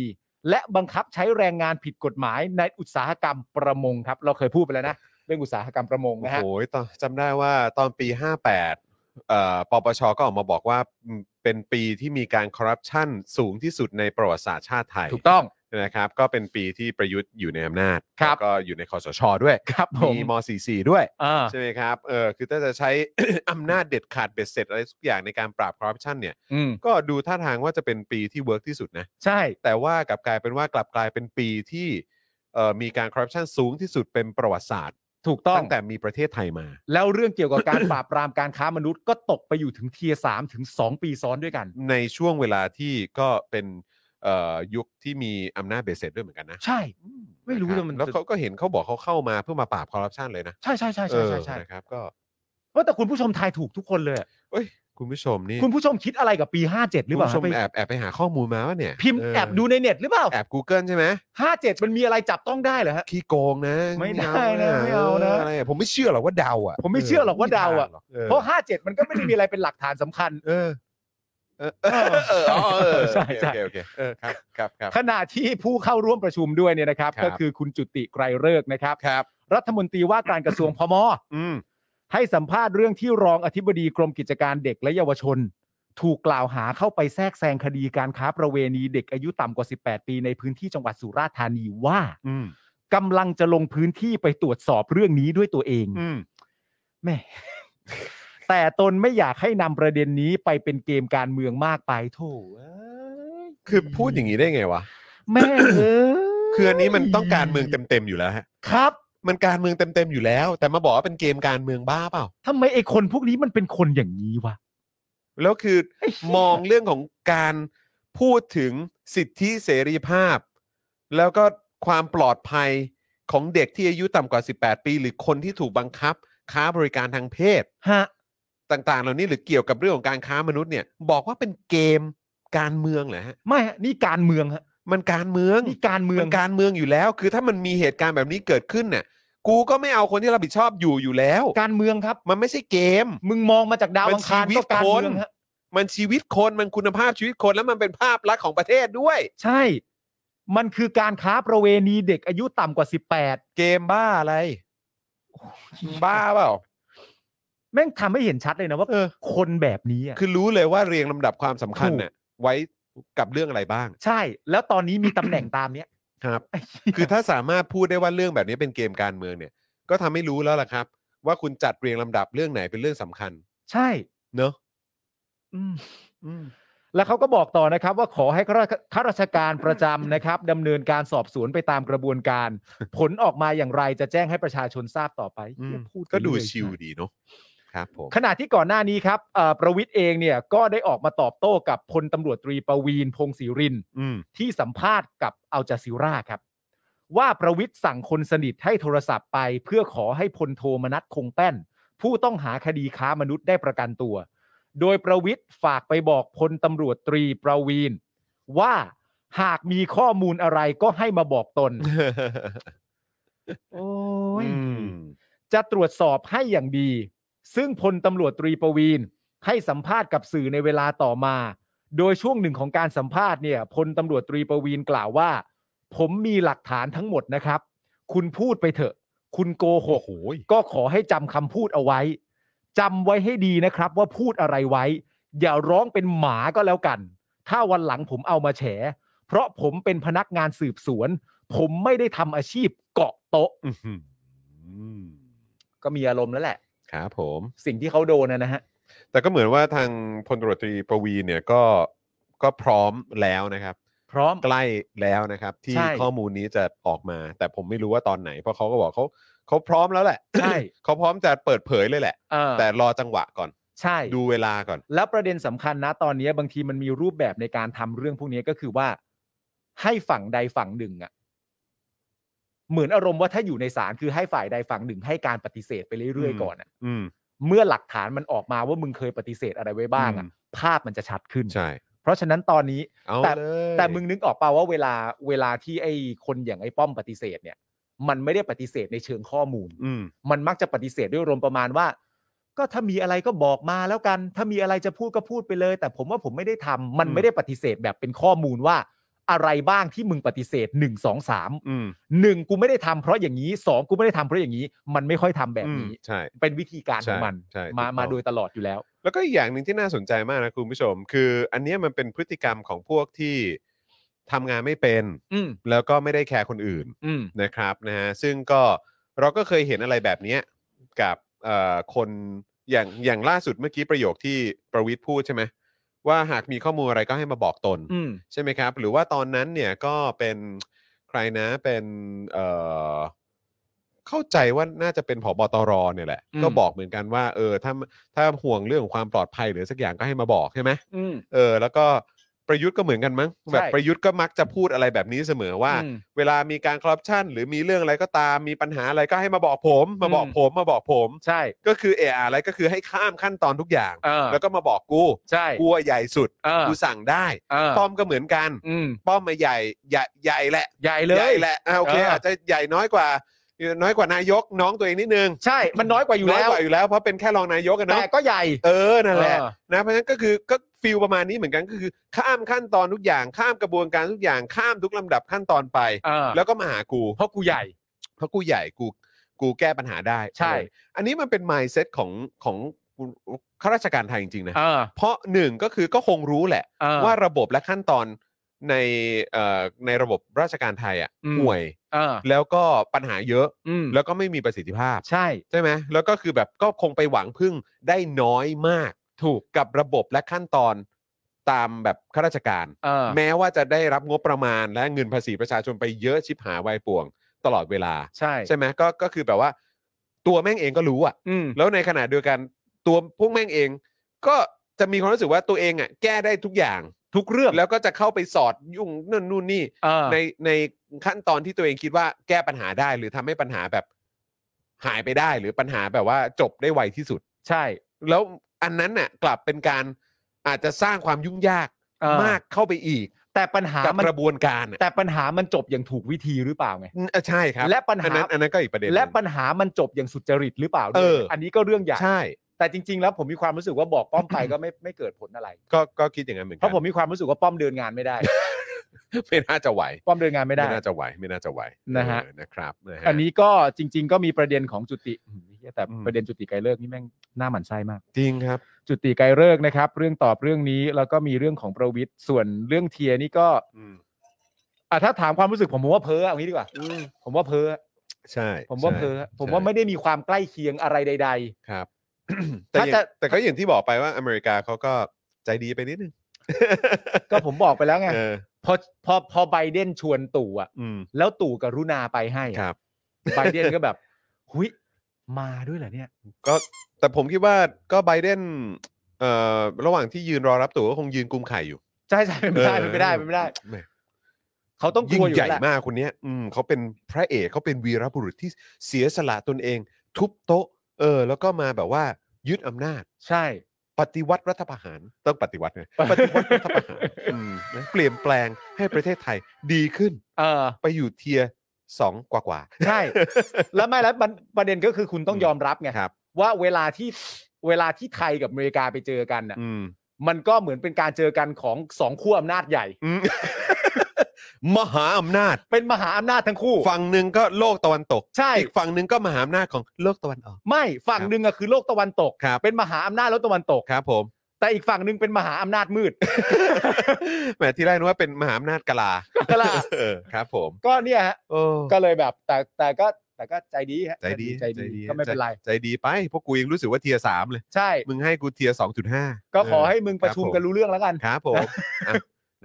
B: และบังคับใช้แรงงานผิดกฎหมายในอุตสาหกรรมประมงครับ เราเคยพูดไปแล้วนะ เรื่องอุตสาหกรรมประมง
A: โอ้
B: นะ
A: โห
B: ฮะ
A: ตอนจำได้ว่าตอนปี 58เอ่อปปชก็ออกมาบอกว่าเป็นปีที่มีการคอร์รัปชันสูงที่สุดในประวัติศาสตร์ชาติไทย
B: ถูกต้อง
A: นะครับ ก็เป็นปีที่ประยุทธ์อยู่ในอำนาจ
B: ครับ
A: แล้วก็อยู่ในคอสชด้วย
B: ครับผม
A: มีม .44 ด้วย
B: อ่า
A: ใช่ไหมครับเออคือถ้าจะใช้ อำนาจเด็ดขาดเบ็ดเสร็จอะไรทุกอย่างในการปราบคอร์รัปชันเนี่ย
B: อืม
A: ก็ดูท่าทางว่าจะเป็นปีที่เวิร์กที่สุดนะ
B: ใช่
A: แต่ว่ากลับกลายเป็นว่ากลับกลายเป็นปีที่เอ่อมีการคอร์รัปชันสูงที่สุดเป็นประวัติศาสตร์
B: ถูกต้อง
A: ตั้งแต่มีประเทศไทยมา
B: แล้วเรื่องเกี่ยวกับการ ปราบปรามการค้ามนุษย์ก็ตกไปอยู่ถึงเทียสามถึงสองปีซ้อนด้วยกัน
A: ในช่วงเวลาที่ก็เป็นเอ่อยุคที่มีอำนาจเบสเสร็จด้วยเหมือนกันนะ
B: ใช่ ไม่รู้
A: นะคบ
B: ว่ามันจะ
A: แล้วเขาก็เห็นเขาบอกเขาเข้ามาเพื่อมาปราบคอร์รัปชันเลยนะ
B: ใช่ใช่ใช่ใช่ใช่ใช่
A: เออนะครับก็
B: ว่าแต่คุณผู้ชมทายถูกทุกคนเลยอะ
A: เอ้ยคุณผู้ชมนี่
B: คุณผู้ชมคิดอะไรกับปี 57 หรือเปล่า
A: คุณผู้ชม
B: ไป
A: แอบแอบไปหาข้อมูลมาว่าเนี่ย
B: พิมพ์
A: เ
B: แอบดูในเน็ตหรือเปล่า
A: แอบ Google ใช่ไหม
B: 57 มันมีอะไรจับต้องได้เหรอฮะ
A: ขี้โกงนะ
B: ไม่ได้นะไม่เอานะ
A: อะไรผมไม่เชื่อหรอกว่าเดาอ่ะ
B: ผมไม่เชื่อหรอกว่าเดาอะ
A: ออ
B: เพราะ 57 มันก็ไม่ได้มีอะไรเป็นหลักฐานสำคัญ
A: เออ เออ เออ เออเออ
B: ใช่ใช่
A: โอเคโอเคโอเคเออครับ ครับครับ
B: ขณะที่ผู้เข้าร่วมประชุมด้วยเนี่ยนะครับ
A: ครับ
B: ก็คือคุณจุติไกรเลิกษ์นะครับ
A: ครับ
B: รัฐมนตรีว่าการกระทรวงพม
A: อืม
B: ให้สัมภาษณ์เรื่องที่รองอธิบดีกรมกิจการเด็กและเยาวชน ถูกกล่าวหาเข้าไปแทรกแซงคดีการค้าประเวณีเด็กอายุต่ำกว่า 18 ปีในพื้นที่จังหวัดสุราษฎร์ธานีว่า
A: อืม
B: กำลังจะลงพื้นที่ไปตรวจสอบเรื่องนี้ด้วยตัวเอง
A: อืม
B: แม่ แต่ตนไม่อยากให้นำประเด็นนี้ไปเป็นเกมการเมืองมากไปโถเอ้ย
A: คือพูดอย่างนี้ได้ไงวะ
B: แม่ เอ้ย
A: คืออันนี้มันต้องการเมืองเต็มๆอยู่แล้วฮะ
B: ครับ
A: มันการเมืองเต็มๆอยู่แล้ว แต่มาบอกว่าเป็นเกมการเมืองบ้าเปล่า
B: ทำไมไอ้คนพวกนี้มันเป็นคนอย่างนี้วะ
A: แล้วคือ
B: ไเหี้ย
A: มองเรื่องของการพูดถึงสิทธิเสรีภาพ แล้วก็ความปลอดภัยของเด็กที่อายุต่ำกว่า 18 ปี หรือคนที่ถูกบังคับ ค้าบริการทางเพศ
B: ฮะ
A: ต่างๆ เหล่านี้หรือเกี่ยวกับเรื่องของการค้ามนุษย์เนี่ยบอกว่าเป็นเกมการเมืองเหรอฮะ
B: ไม่ฮะนี่การเมืองฮะ
A: มันการเมือง
B: นี่การเมือ
A: มั
B: ง
A: นการเมืองอยู่แล้ว คือถ้ามันมีเหตุการณ์แบบนี้เกิดขึ้นเนี่ยกูก็ไม่เอาคนที่รับผิดชอบอยู่อยู่แล้ว
B: การเมืองครับ
A: มันไม่ใช่เกม
B: มึงมองมาจากดาว
A: มัน
B: อังคาร
A: ชีวิต
B: ก็การ
A: คน
B: เมืองฮะ
A: มันชีวิตคนมันคุณภาพชีวิตคนแล้วมันเป็นภาพลักษณ์ของประเทศด้วย
B: ใช่ มันคือการค้าประเวณีเด็กอายุต่ำกว่า 18
A: เกมบ้าอะไรมึงบ้าเปล่า
B: แม่งทำให้เห็นชัดเลยนะว่า
A: เออ
B: คนแบบนี้อะ
A: คือรู้เลยว่าเรียงลำดับความสำคัญเนี่ยไว้กับเรื่องอะไรบ้าง
B: ใช่ แล้วตอนนี้มีตำแหน่งตามเนี้ย
A: ครับ
B: ไอ้เหี้ย
A: คือถ้าสามารถพูดได้ว่าเรื่องแบบนี้เป็นเกมการเมืองเนี่ย ก็ทำให้รู้แล้วล่ะครับ ว่าคุณจัดเรียงลำดับเรื่องไหนเป็นเรื่องสำคัญ
B: ใช่
A: เนอะ
B: อืม แล้วเขาก็บอกต่อนะครับว่าขอให้ข้าราชข้าราชการประจำนะครับดำเนินการสอบสวนไปตามกระบวนการ ผลออกมาอย่างไรจะแจ้งให้ประชาชนทราบต่อไป
A: อืม
B: เหี้ยพูไป
A: ก็ดู
B: เรื่อย
A: ชิลดีเนอะครับผม
B: ขณะที่ก่อนหน้านี้ครับเอ่อประวิทย์เองเนี่ยก็ได้ออกมาตอบโต้กับพลตำรวจตรีประวีนพงศิรินทร์
A: อืม
B: ที่สัมภาษณ์กับอัลจาซิราครับ ว่าประวิทย์สั่งคนสนิทให้โทรศัพท์ไป เพื่อขอให้พลโทมนัสคงแป้น ผู้ต้องหาคดีค้ามนุษย์ได้ประกันตัว โดยประวิทย์ฝากไปบอกพลตำรวจตรีประวีนว่าหากมีข้อมูลอะไรก็ให้มาบอกตน โอ้ย
A: อืม
B: จะตรวจสอบให้อย่างดี ซึ่งพลตำรวจตรีประวีนให้สัมภาษณ์กับสื่อในเวลาต่อมา โดยช่วงหนึ่งของการสัมภาษณ์เนี่ยพลตำรวจตรีประวีนกล่าวว่า ผมมีหลักฐานทั้งหมดนะครับ คุณพูดไปเถอะ คุณโกหก
A: โอ้โหย
B: ก็ขอให้จำคำพูดเอาไว้จำไว้ให้ดีนะครับ ว่าพูดอะไรไว้ อย่าร้องเป็นหมาก็แล้วกัน ถ้าวันหลังผมเอามาแฉ เพราะผมเป็นพนักงานสืบสวน ผมไม่ได้ทำอาชีพเกาะโต๊ะ
A: อื้อหือ
B: ก็มีอารมณ์แล้วแหละ
A: ครับผม
B: สิ่งที่เขาโดนนะนะฮะ
A: แต่ก็เหมือนว่าทางพลตำรวจตรีประวีณเนี่ยก็ก็พร้อมแล้วนะครับ
B: พร้อม
A: ใกล้แล้วนะครับ ที่
B: ใช่
A: ข้อมูลนี้จะออกมา แต่ผมไม่รู้ว่าตอนไหน เพราะเขาก็บอกเขาเขาพร้อมแล้วแหละ
B: ใช่
A: เขาพร้อมจะเปิดเผยเลยแหละ
B: เออ
A: แต่รอจังหวะก่อน
B: ใช่
A: ดูเวลาก่อน
B: แล้วประเด็นสำคัญนะตอนนี้บางทีมันมีรูปแบบในการทำเรื่องพวกนี้ก็คือว่า ให้ฝั่งใดฝั่งหนึ่งอะเหมือนอารมณ์ว่าถ้าอยู่ในศาลคือให้ฝ่ายใดฝั่งหนึ่ง ให้การปฏิเสธไปเรื่อย
A: อืม
B: ๆก่อนอะ
A: อืม
B: เมื่อหลักฐานมันออกมาว่ามึงเคยปฏิเสธอะไรไว้บ้างอะ
A: อืม
B: ภาพมันจะชัดขึ้น
A: ใช่
B: เพราะฉะนั้นตอนนี้
A: เอา
B: แต่
A: เลย
B: แต่มึงนึกออกเปล่าว่าเวลาเวลาที่ไอ้คนอย่างไอ้ป้อมปฏิเสธเนี่ย มันไม่ได้ปฏิเสธในเชิงข้อมูล
A: อืม
B: มันมักจะปฏิเสธด้วยอารมณ์ประมาณว่า ก็ถ้ามีอะไรก็บอกมาแล้วกัน ถ้ามีอะไรจะพูดก็พูดไปเลย แต่ผมว่าผมไม่ได้ทำมัน
A: อืม
B: ไม่ได้ปฏิเสธแบบเป็นข้อมูลว่า อะไรบ้างที่มึงปฏิเสธหนึ่งสองสาม
A: อืม
B: หนึ่งกูไม่ได้ทำเพราะอย่างนี้สองกูไม่ได้ทำเพราะอย่างนี้ มันไม่ค่อยทำแบบ
A: อืม
B: นี้
A: ใช่
B: เป็นวิธีการของมัน
A: ใช่ใช่
B: มา
A: ถูกต้อง
B: มาโดยตลอดอยู่แล้ว
A: แล้วก็อีกอย่างหนึ่งที่น่าสนใจมากนะคุณผู้ชม คือ อันเนี้ยมันเป็นพฤติกรรมของพวกที่ทำงานไม่เป็น
B: อืม
A: แล้วก็ไม่ได้แคร์คนอื่น
B: อืม
A: นะครับนะฮะซึ่งก็เราก็เคยเห็นอะไรแบบเนี้ยกับเอ่อคนอย่างอย่างล่าสุดเมื่อกี้ประโยคที่ประวิทย์พูดใช่ไหมว่าหากมีข้อมูลอะไรก็ให้มาบอกตน
B: อืม
A: ใช่ไหมครับ หรือว่าตอนนั้นเนี่ยก็เป็นใครนะเป็นเอ่อเข้าใจว่าน่าจะเป็นผบตรเนี่ยแหละ
B: อืม
A: ก็บอกเหมือนกันว่าเออถ้าถ้าห่วงเรื่องของความปลอดภัยหรือสักอย่างก็ให้มาบอกใช่ไหม
B: อืม
A: เออแล้วก็ประยุทธ์ก็เหมือนกันมั้งแบบ
B: ใช่
A: ประยุทธ์ก็มักจะพูดอะไรแบบนี้เสมอว่า
B: อืม
A: เวลามีการคอร์รัปชันหรือมีเรื่องอะไรก็ตามมีปัญหาอะไรก็ให้มาบอกผม มาบอก
B: อืม
A: ผมมาบอกผม
B: ใช่
A: ก็คือเอออะไรก็คือให้ข้ามขั้นตอนทุกอย่าง
B: เออ
A: แล้วก็มาบอกกู
B: ใช่
A: กูอะใหญ่สุด
B: เออ
A: กูสั่งได้
B: เออ
A: ป้อมก็เหมือนกัน
B: อืม
A: ป้อมมาใหญ่ใหญ่ใหญ่แหละ
B: ใหญ่เล
A: ใหญ่
B: ย
A: แหละอ่ะโอเค
B: เอออ
A: อาจจะใหญ่น้อยกว่า น้อยกว่านายกน้องตัวเองนิดนึง
B: ใช่มันน้อยกว่าอยู่
A: น้อย
B: แล้ว
A: กว่าอยู่แล้วเพราะเป็นแค่รองนายกกัน
B: แต่
A: เนาะ
B: ก็ใหญ่
A: เออนั่นแหละ
B: เออ
A: นะเพราะฉะนั้นก็คือก็ฟิลประมาณนี้เหมือนกันก็คือ ข้ามขั้นตอนทุกอย่าง ข้ามกระบวนการทุกอย่างข้ามทุกลำดับขั้นตอนไป
B: เออ
A: แล้วก็มาหากู
B: เพราะกูใหญ่
A: เพราะกูใหญ่กูกูแก้ปัญหาได้
B: ใช่
A: อะไรอันนี้มันเป็น mindset ของของข้าราชการไทยจริงๆนะ
B: เออ
A: เพราะหนึ่งก็คือก็คงรู้แหละ
B: เออ
A: ว่าระบบและขั้นตอนในเอ่อในระบบราชการไทยอ่ะ
B: อืม
A: ห่วย
B: เออ
A: แล้วก็ปัญหาเยอะ
B: อืม
A: แล้วก็ไม่มีประสิทธิภาพ
B: ใช่
A: ใช่ไหมแล้วก็คือแบบก็คงไปหวังพึ่งได้น้อยมาก
B: ถูก
A: กับระบบและขั้นตอนตามแบบข้าราชการ
B: เออ
A: แม้ว่าจะได้รับงบประมาณและเงินภาษีประชาชนไปเยอะชิบหายวายป่วง ตลอดเวลา
B: ใช่
A: ใช่ไหมก็ก็คือแบบว่า ตัวแม่งเองก็รู้อะ
B: อืม
A: แล้วในขณะเดียวกันตัวพวกแม่งเอง ก็จะมีความรู้สึกว่าตัวเองอะแก้ได้ทุกอย่าง
B: ทุกเรื่อง
A: แล้วก็จะเข้าไปสอดยุ่งนั่นนู่นนี่
B: เออ
A: ในในขั้นตอนที่ตัวเองคิดว่าแก้ปัญหาได้ หรือทำให้ปัญหาแบบหายไปได้ หรือปัญหาแบบว่าจบได้ไวที่สุด
B: ใช่
A: แล้วอันนั้นน่ะกลับเป็นการอาจจะสร้างความยุ่งยาก
B: เออ
A: มากเข้าไปอีก
B: แต่ปัญหา
A: กับ
B: มัน
A: กระบวนการน่ะ
B: แต่ปัญหามันจบอย่างถูกวิธีหรือเปล่าไง
A: อืมอ่ะใช่ครับ
B: และปัญ
A: อัน
B: หา
A: นั้นอันนั้นก็อีกประเด็นหนึ่ง
B: และปัญหามันจบอย่างสุจริตหรือเปล่าด้วย
A: เออ
B: อันนี้ก็เรื่องใหญ่
A: ใช่
B: แต่จริง ๆ แล้วผมมีความรู้สึกว่าบอกป้อมไปก็ไม่ไม่เกิดผลอะไร
A: ก็ก็คิดอย่างนั้นเหมือน
B: เพ
A: กั
B: ราะผมมีความรู้สึกว่าป้อมเดินงานไม่ได้
A: ไม่น่าจะไหว
B: ป้อมเดินงานไม่ได้
A: น่าจะไหวไม่น่าจะไหว
B: นะฮะ
A: เออนะครับะฮะ
B: อันนี้ก็จริง ๆ ก็มีประเด็นของจุติอืมเหี้ยแต่
A: อืม
B: ประเด็นจุติไกลเลิกษ์นี่แม่งหน้าหมันไส้มาก
A: จริงครับ
B: จุติไกลเลิกษ์นะครับ เรื่องตอบเรื่องนี้แล้วก็มีเรื่องของประวิทย์ส่วนเรื่องเทียนี่ก็
A: อืม
B: อ่ะถ้าถามความรู้สึกผมผมว่าเพ้อเอางี้ดีกว่า
A: อืม
B: ผมว่าเพ้อ
A: ใช่
B: ผมว่า
A: ใช่
B: เพ้อผม
A: ใช่
B: ว่าไม่ได้มีความใกล้เคียงอะไรใด
A: ครับ
B: ถ้า
A: แต่อย่า
B: จะ
A: งแต่ก็อย่างที่บอกไปว่าอเมริกาเขาก็ใจดีไป นิดนึง
B: ๆ ก็ผมบอกไปแล้วไง
A: เออ
B: พอพอพอไบเดนชวนตู่อ่ะ
A: อืม
B: แล้วตู่กรุณาไปให้อะ
A: ครับ
B: ไบเดนก็แบบ หุยมาด้วยเหรอเนี่ย
A: ก็แต่ผมคิดว่าก็ไบเดนเอ่อระหว่างที่ยืนรอรับตั๋วก็คงยืนกุมไข่อยู่
B: ใช่ใช่เป็นไม่ได้เป็นไม่ได้เป็นไม่ได้
A: แหม่
B: เขาต้องก
A: ยิ่
B: ลั
A: ง
B: วอยู่
A: ใหญ่
B: แล้วแหละ
A: มากคนเนี้ยอืมเขาเป็นพระเอกเขาเป็นวีรบุรุษที่เสียสละตนเอง ทุบโต๊ะ เออ แล้วก็มาแบบว่ายึดอำนาจ
B: ใช่
A: ปฏิวัติรัฐประหารต้องปฏิวัติไง ปฏิวัติรัฐประหารอืมนะเปลี่ยนแปลงให้ประเทศไทยดีขึ้น
B: เออ
A: ไปอยู่เทียร์สองกว่ากว่า
B: ใช่ แล้วไม่แล้วมันประเด็นก็คือคุณต้อง
A: อืม
B: ยอมรับไง
A: ครับ
B: ว่าเวลาที่เวลาที่ไทยกับอเมริกาไปเจอกันน่ะ
A: อืม
B: มันก็เหมือนเป็นการเจอกันของสองขั้วอำนาจใหญ่
A: อืม มหาอำนาจ
B: เป็นมหาอำนาจทั้งคู่
A: ฝั่งหนึ่งก็โลกตะวันตก
B: ใช่
A: อีกฝั่งหนึ่งก็มหาอำนาจของโลกตะวันออก
B: ไม่ฝั่ง
A: ครับ
B: หนึ่งอะคือโลกตะวันตก
A: ครับ
B: เป็นมหาอำนาจโลกตะวันตก
A: ครับผม
B: แต่อีกฝั่งหนึ่งเป็นมหาอำนาจมืด
A: แหมที่แรกนึกว่าเป็นมหาอำนาจกลาก
B: ลา
A: เออครับผม
B: ก็เนี่ยฮะ
A: โอ้
B: ก็เลยแบบแต่แต่ก็แต่ก็ใจดีฮะ
A: ใจดี
B: ใจดีก็ไม่เป็นไร
A: ใจดีไปเพราะกูยังรู้สึกว่าเทียร์สามเลย
B: ใช่
A: มึงให้กูเทียร์สองจุดห้า
B: ก็ขอให้มึงประชุมกันรู้เรื่องแล้วกัน
A: ครับผมอ่ะ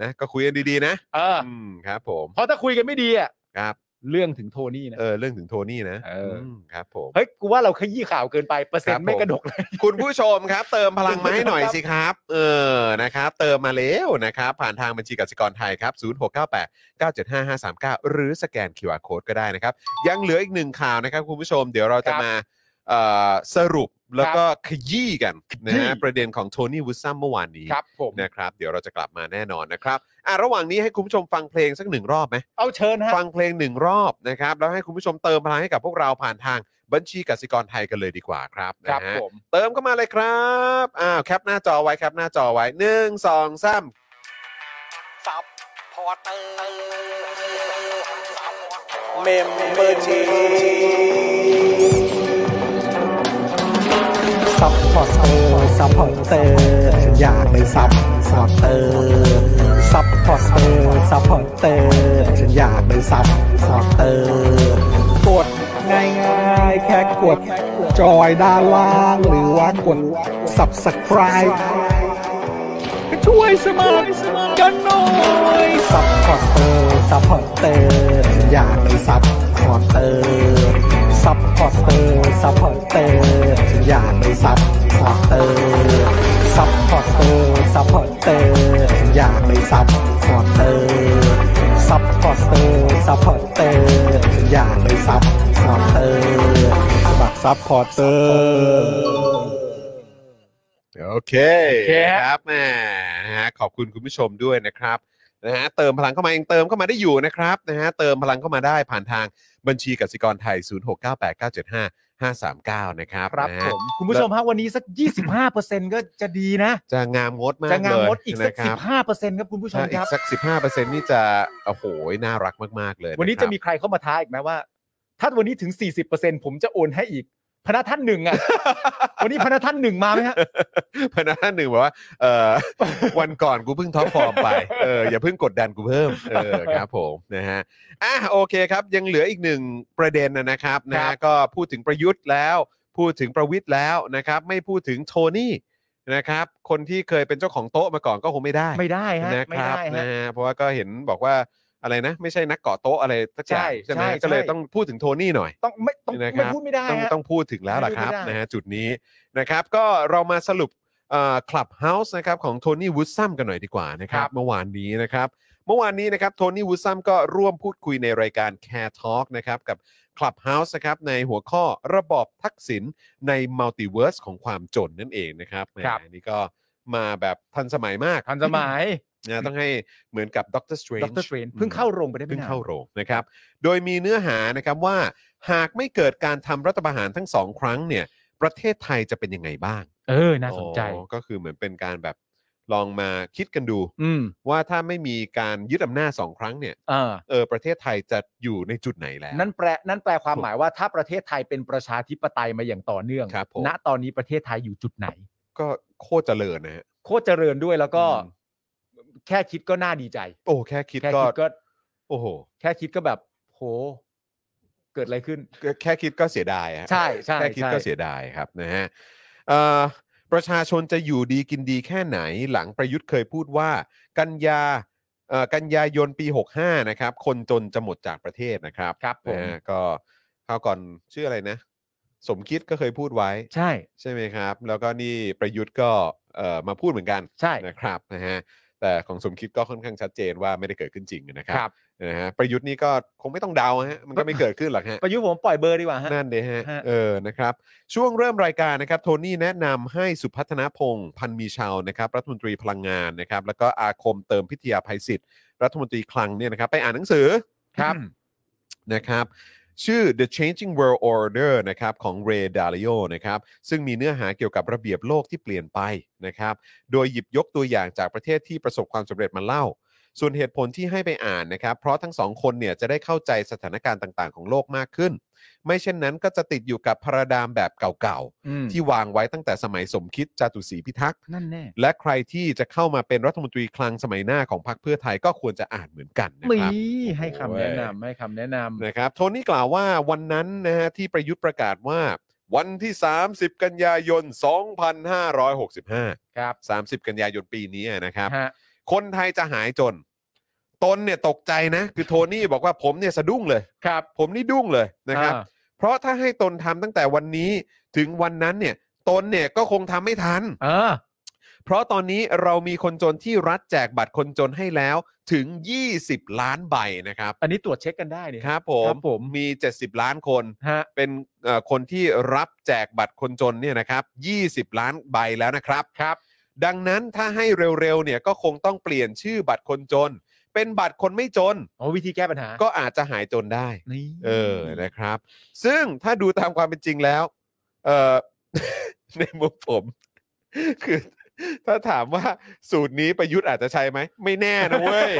A: นะก็คุยกันดีๆนะ
B: เออ
A: อืมครับผม
B: เพราะถ้าคุยกันไม่ดีอ่ะ
A: ครับ
B: เรื่องถึงโทนี่นะ
A: เออเรื่องถึงโทนี่นะ
B: เอออื
A: มครับผม
B: เฮ้ยกูว่าเราขยี้ข่าวเกินไปเปอร์เซ็น
A: ครับ
B: ต์ไม่
A: ผม
B: กระดกเลย
A: คุณผู้ชมครับ เติมพลังมาให้หน่อยสิครับ เออนะครับ เติมมาแล้วนะครับ ผ่านทางบัญชีกสิกรไทยครับ 0698 975 539 หรือสแกน QR Code ก็ได้นะครับ ยังเหลืออีกหนึ่งข่าวนะครับ คุณผู้ชมเดี๋ยวเราจะ
B: ครับ
A: มาเอ่อสรุปแล้วก็ขยี้กันนะฮะประเด็นของโทนี่วูดซัมเมื่อวานนี้
B: ครับผม
A: นะครับเดี๋ยวเราจะกลับมาแน่นอนนะครับอ่ะระหว่างนี้ให้คุณผู้ชมฟังเพลงสักหนึ่งรอบไหม
B: เอาเชิญฮะ
A: ฟังเพลงหนึ่งรอบนะครับ แล้วให้คุณผู้ชมเติมพลังให้กับพวกเราผ่านทางบัญชีกสิกรไทยกันเลยดีกว่าครับ
B: ครับ
A: นะฮะ
B: ผม
A: เติมเข้ามาเลยครับอ้าวแคปหน้าจอไว้แคปหน้าจอไว้หนึ่งสองสาม
D: ซับพอเตอร์เมมเบอร์ชี
E: ซัพพอร์ตเตอร์ซัพพอร์ตเตอร์อยากเป็นซัพพอร์ตเตอร์ซัพพอร์ตเตอร์ซัพพอร์ตเตอร์ฉันอยากเป็นซัพพอร์ตเตอร์กดง่ายๆ แค่กดจอยด้านล่าง หรือว่ากด subscribe ก็ช่วยสมัครกันหน่อยซัพพอร์ตเตอร์ซัพพอร์ตเตอร์ฉันอยากเป็นซัพพอร์ตเตอร์ซัพพอร์ตเตอร์ซัพพอร์ตเตอร์ฉันอยากเป็นซัพพอร์ตเตอร์ซัพพอร์ตเตอร์ซัพพอร์ตเตอร์ฉันอยากเป็นซัพพอร์ตเตอร์ซัพพอร์ตเตอร์ซัพพอร์ตเตอร์ฉันอยากเป็นซัพพอร์ตเตอร์สมัครซัพพอร์ตเตอร์
A: โอเค
B: โอเคฮะ
A: ครับแหมนะฮะขอบคุณคุณผู้ชมด้วยนะครับนะฮะเติมพลังเข้ามาเองเติมเข้ามาได้อยู่นะครับนะฮะเติมพลังเข้ามาได้ผ่านทางบัญชีกสิกรไทย 0698975539 นะครับ
B: ครับ
A: นะฮะ
B: ผมคุณผู้ชมฮะวันนี้สัก 25%ก็จะดีนะ
A: จะงามงดมาก
B: จะงาม
A: เลย
B: งดอีกสัก
A: นะครั
B: 15%ครับคุณผู้ชม
A: ถ้าอี
B: ค
A: ก
B: รับ
A: สักสิบห้าเปอร์เซ็นต์นี่จะโอ้โหน่ารักมาก ๆ เลย
B: วันนี้
A: ครั
B: จะ
A: บ
B: มีใครเข้ามาท้าอีกไหมว่า ถ้าวันนี้ถึง 40%ผมจะโอนให้อีก พนักท่านห นึ่งอ่ะ วันนี้พนักท่านหนึ่งมาไหมฮะ
A: พนักงานหนึ่งบอกว่าเออ วันก่อนกูเพิ่งท็อปฟอร์มไปเอออย่าเพิ่งกดดันกูเพิ่ มเออครับผมนะฮะอ่ะโอเคครับ ยังเหลืออีกหนึ่งประเด็นนะนะครับนะ
B: ครั
A: ฮะ
B: บ
A: ก็พูดถึงประยุทธ์แล้ว พูดถึงประวิทย์แล้วนะครับ ไม่พูดถึงโทนี่นะครับ คนที่เคยเป็นเจ้าของโต๊ะมาก่อนก็คงไม่ได้
B: ไม่ได้ฮะ
A: นะ
B: ไม่
A: ครับ
B: ได้
A: นะ
B: ฮะ
A: ฮะเพราะว่าก็เห็นบอกว่าอะไรนะ ไม่ใช่นักเกาะโต๊ะอะไรสักอย่าง
B: ใช่
A: ใช่ไหม
B: ใช่
A: ก็เลย
B: ใช่
A: ต้องพูดถึงโทนี่หน่อย
B: ต้องไม่ต้อง
A: นะครั
B: ไม่
A: บ
B: พูดไม่ได้
A: ต้อง
B: ฮะ
A: ต้องพูดถึงแล้วล่ะครับ
B: ไม่ได้
A: นะฮะจุดนี้นะครับ ก็เรามาสรุปคลับเฮาส์นะครับของโทนี่วูดซัมกันหน่อยดีกว่านะครับ เมื่อวานนี้นะครับ เมื่อวานนี้นะครับโทนี่วูดซัมก็ร่วมพูดคุยในรายการ Care Talk นะครับกับ Clubhouse นะครับในหัวข้อระบอบทักษิณในมัลติเวิร์สของความจนนั่นเองนะครับแหม
B: ครับ
A: นี่ก็มาแบบทันสมัยมาก
B: ทันสมัย
A: นะต้องให้เหมือนกับด็อกเตอร์สเตรน
B: ดรเทรนเพิ่งเข้าโรงไปได้ไม่
A: เพิ่ง
B: นาน
A: เข้าโรงนะครับ โดยมีเนื้อหานะครับว่าหากไม่เกิดการทำรัฐประหารทั้งสองครั้งเนี่ย ประเทศไทยจะเป็นยังไงบ้าง
B: เออน่าสนใจ
A: อ๋อก็คือเหมือนเป็นการแบบ ลองมาคิดกันดู
B: อืม
A: ว่าถ้าไม่มีการยึดอำนาจสองครั้งเนี่ย
B: เออ
A: เออประเทศไทยจะอยู่ในจุดไหนแล้ว
B: นั่นแปลนั่นแปลความหมายว่าถ้าประเทศไทยเป็นประชาธิปไตยมาอย่างต่อเนื่อง
A: ครับผม
B: ณ ตอนนี้ประเทศไทยอยู่จุดไหน
A: ก็โคตรเจริญนะฮะ
B: โคตรเจริญด้วยแล้วก็
A: อืม
B: แค่คิดก็น่าดีใจ
A: โอ้แค่คิด
B: แค่
A: ก็
B: คิดก็
A: โอ้โห
B: แค่คิดก็แบบ โห เกิดอะไรขึ้น
A: แค่คิดก็เสียดายอะ
B: ใช่ใช่
A: แค่คิด
B: ใช่
A: ก็เสียดายครับนะฮะเอ่อประชาชนจะอยู่ดีกินดีแค่ไหนหลังประยุทธ์เคยพูดว่า กันยาเอ่อกันยายนปี 65 นะครับ คนจนจะหมดจากประเทศนะครับ
B: ครับผม
A: นะฮะก็ข้าวก่อนชื่ออะไรนะ สมคิดก็เคยพูดไว้
B: ใช่
A: ใช่ไหมครับ แล้วก็นี่ประยุทธ์ก็เอ่อมาพูดเหมือนกัน
B: ใช่
A: นะครับนะฮะแต่ของสมคิดก็ค่อนข้างชัดเจนว่าไม่ได้เกิดขึ้นจริงนะครั
B: ครับ
A: นะฮะประยุทธ์นี่ก็คงไม่ต้องเดาฮะมันก็ไม่เกิดขึ้นหรอกฮะ
B: ประยุทธ์ผมปล่อยเบอร์ดีกว่าฮะ
A: นั่นเดยฮะ
B: ฮะ
A: เออ นะครับ ช่วงเริ่มรายการนะครับ โทนี่แนะนำให้สุพัฒนพงศ์พันมีชาวนะครับ รัฐมนตรีพลังงานนะครับ แล้วก็อาคมเติมพิทยาภัยศิษย์รัฐมนตรีคลังเนี่ยนะครับ ไปอ่านหนังสือ
B: ครับ
A: นะครับ ชื่อ The Changing World Order นะครับของ Ray Dalio นะครับ ซึ่งมีเนื้อหาเกี่ยวกับระเบียบโลกที่เปลี่ยนไปนะครับ โดยหยิบยกตัวอย่างจากประเทศที่ประสบความสำเร็จมาเล่า ส่วนเหตุผลที่ให้ไปอ่านนะครับ เพราะทั้งสองคนเนี่ยจะได้เข้าใจสถานการณ์ต่าง ๆ ของโลกมากขึ้น ไม่เช่นนั้นก็จะติดอยู่กับพระดามแบบเก่า
B: อืม
A: ๆ ที่วางไว้ตั้งแต่สมัยสมคิดจาตุศรีพิทักษ์
B: นั่นแน่
A: และใครที่จะเข้ามาเป็นรัฐมนตรีคลังสมัยหน้าของพรรคเพื่อไทยก็ควรจะอ่านเหมือนกันนะ
B: มี
A: ครับ
B: ให้คำแนะนำให้คำแนะนำ
A: นะครับโทนี่กล่าวว่าวันนั้นนะฮะที่ประยุทธ์ประกาศว่า วันที่ 30 กันยายน 2565
B: ครับ
A: 30 กันยายนปีนี้นะครับ
B: ฮะ
A: คนไทยจะหายจน ตนเนี่ยตกใจนะ คือโทนี่บอกว่าผมเนี่ยสะดุ้งเลย
B: ครับ
A: ผมนี่ดุ้งเลยนะครับ
B: อ่า
A: เพราะถ้าให้ตนทำตั้งแต่วันนี้ถึงวันนั้นเนี่ยตนเนี่ยก็คงทำไม่ทัน
B: เออ
A: เพราะตอนนี้เรามีคนจนที่รัฐแจกบัตรคนจนให้แล้วถึง 20 ล้านใบนะครับ
B: อันนี้ตรวจเช็คกันได้เนี่ย
A: ครับผม
B: ครับผม
A: มี 70 ล้านคน
B: ฮะ
A: เป็นเอ่อคนที่รับแจกบัตรคนจนเนี่ยนะครับ 20 ล้านใบแล้วนะครับ
B: ครับ
A: ดังนั้นถ้าให้เร็วๆเนี่ยก็คงต้องเปลี่ยนชื่อบัตรคนจน เป็นบัตรคนไม่จน
B: อ๋อวิธีแก้ปัญหา
A: ก็อาจจะหายจนได้
B: นี่
A: เออ นะครับ ซึ่งถ้าดูตามความเป็นจริงแล้วเอ่ อ ในมุมผม คือ ถ้าถามว่าสูตรนี้ประยุทธ์อาจจะใช่ไหม ไม่แน่นะเว้ย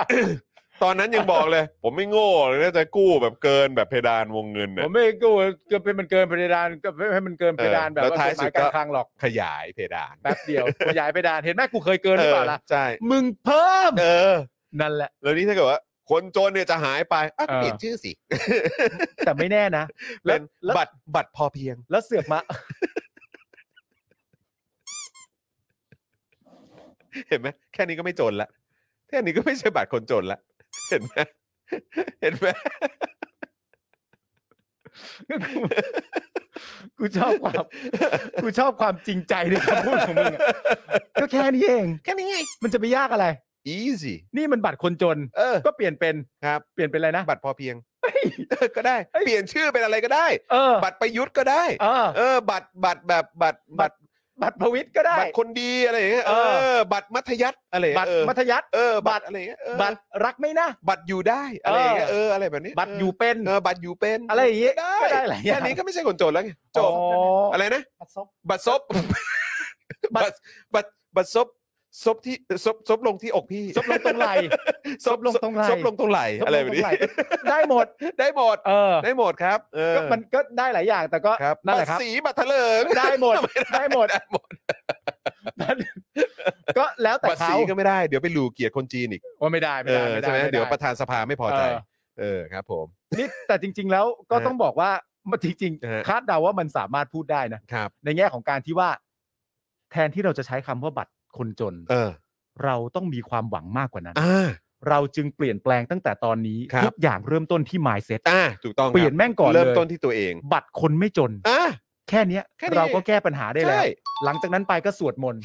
A: ตอนนั้นยังบอกเลย ผมไม่โง่เลยนะจะกู้แบบเกินแบบเพดานวงเงิน
B: ผ
A: เนี่ย
B: มไม่กูเกินเป็นมันเกินเพดานก็ไม่ให้มันเกินเพดาน
A: เออ
B: แบบ
A: แล้ว
B: ว่า
A: ท้าย
B: กฎห
A: สุ
B: มาย
A: ดก็
B: การคลังหรอก
A: ขยายเพดาน
B: แป๊บเดียว ขยายเพดานเห็นไหมกูเคยเกินหรือเปล่าล่ะ
A: ใช่
B: มึงเพิ่ม
A: เออ
B: นั่นแหละ
A: แล้วนี่ถ้าเกิดว่า คนจนเนี่ยจะหายไปอ่ะ
B: เออ
A: เปลี่ยนชื่อสิ
B: แต่ไม่แน่ นะแล้
A: เป็
B: วน แล้ว
A: บัตรบัตรพอเพียง
B: แล้วเสือกมา
A: เห็นไหมแค่นี้ก็ไม่จนละแค่นี้ก็ไม่ใช่บัตรคนจนละเห็นไหมเห็นไหม
B: กูชอบความ กูชอบความจริงใจในคำพูดของมึงอะ ก็แค่นี้เอง
A: แค่นี้ไง
B: มันจะไปยากอะไร
A: easy
B: นี่มันบัตรคนจน
A: เออ
B: ก็เปลี่ยนเป็น
A: ครับ
B: เปลี่ยนเป็นอะไรนะ
A: บัตรพอเพียงเออก็ได้ เปลี่ยนชื่อเป็นอะไรก็ได้
B: เออ
A: บัตรประยุทธ์ก็ได้
B: เออ
A: เออ บัตรบัตรแบบบัตรบัตร
B: บัตรพวิตก็ได้
A: บัตรคนดีอะไรอย่างเงี้ยเอ
B: เออ
A: อ บัตรมัธยัติอะไร
B: บัตร
A: เออ
B: มัธยัติ
A: เออบัตรอะไรอย่างเงี้ยเออ
B: บัตรรักไหม่นะ
A: บัตรอยู่ได้อะไรอย่างเงี้ย
B: เอ
A: เอ
B: อ
A: ออะไรแบบนี้
B: บัตรอยู่เป็น
A: เออบัตรอยู่เป็น
B: อะไรอย่างเงี้ย
A: ได้
B: ก็ได้หลายอย่าง
A: แค่นี้ก็ไม่ใช่คนจนแล้วไงจ
B: อ๋
A: บ
B: อ
A: อะไรนะ
C: บัตรซบ
A: บัตรซบ
B: บั
A: บั
B: ต
A: ต
B: ร
A: รบัตรบัตรซบซบที่ซบซบลงที่อกพี่
B: ซบลงตรงไหล
A: ซบ
B: ซบลงตรงไหล่
A: ซบลงตรงไหลอะไรแบบนี้
B: ซลงตรงไหล่ได้หมด
A: ได้หมด
B: เออ
A: ได้หมดครับเออ
B: ก็มันก็ได้หลายอย่างแต่ก็
A: ครับ
B: นั่นแห
A: บัตร
B: ละครับ
A: สีบัตรเถลิง
B: ได้หมดได้หมด
A: ได้หมด
B: ก็แล้วแต่
A: บัตร
B: เขา
A: สีก็ไม่ได้เดี๋ยวไปหลูเกียรติคนจีนอีก
B: โอ้ไม่ได้
A: เอ
B: ไม่
A: อ
B: ได้ไม่ได้
A: ใช่ไหม
B: ด้
A: เดี๋ยวประธานสภาไม่พอใจ
B: เออ
A: เออครับผม
B: นี่แต่จริง ๆ แล้วก็
A: นะฮะ
B: ต้องบอกว่ามันจริง
A: นะฮะ
B: ๆ คาดเดาว่ามันสามารถพูดได้นะ
A: ครับ
B: ในแง่ของการที่ว่า แทนที่เราจะใช้คำว่าบัตรคนจน
A: เออ
B: เราต้องมีความหวังมากกว่านั้น
A: อ่า
B: เราจึงเปลี่ยนแปลงตั้งแต่ตอนนี้
A: ครับ
B: ทุกอย่างเริ่มต้นที่ mindset
A: อ่าถูกต้องครับ
B: เปลี่ยนแม่งก่อน
A: เริ่ม
B: ลย
A: ต้นที่ตัวเอง
B: บัตรคนไม่จน
A: อ่า
B: แค่เนี้ย
A: แค่นี้
B: เราก็แก้ปัญหาได้แล้
A: ใช่
B: ว หลังจากนั้นไปก็สวดมนต์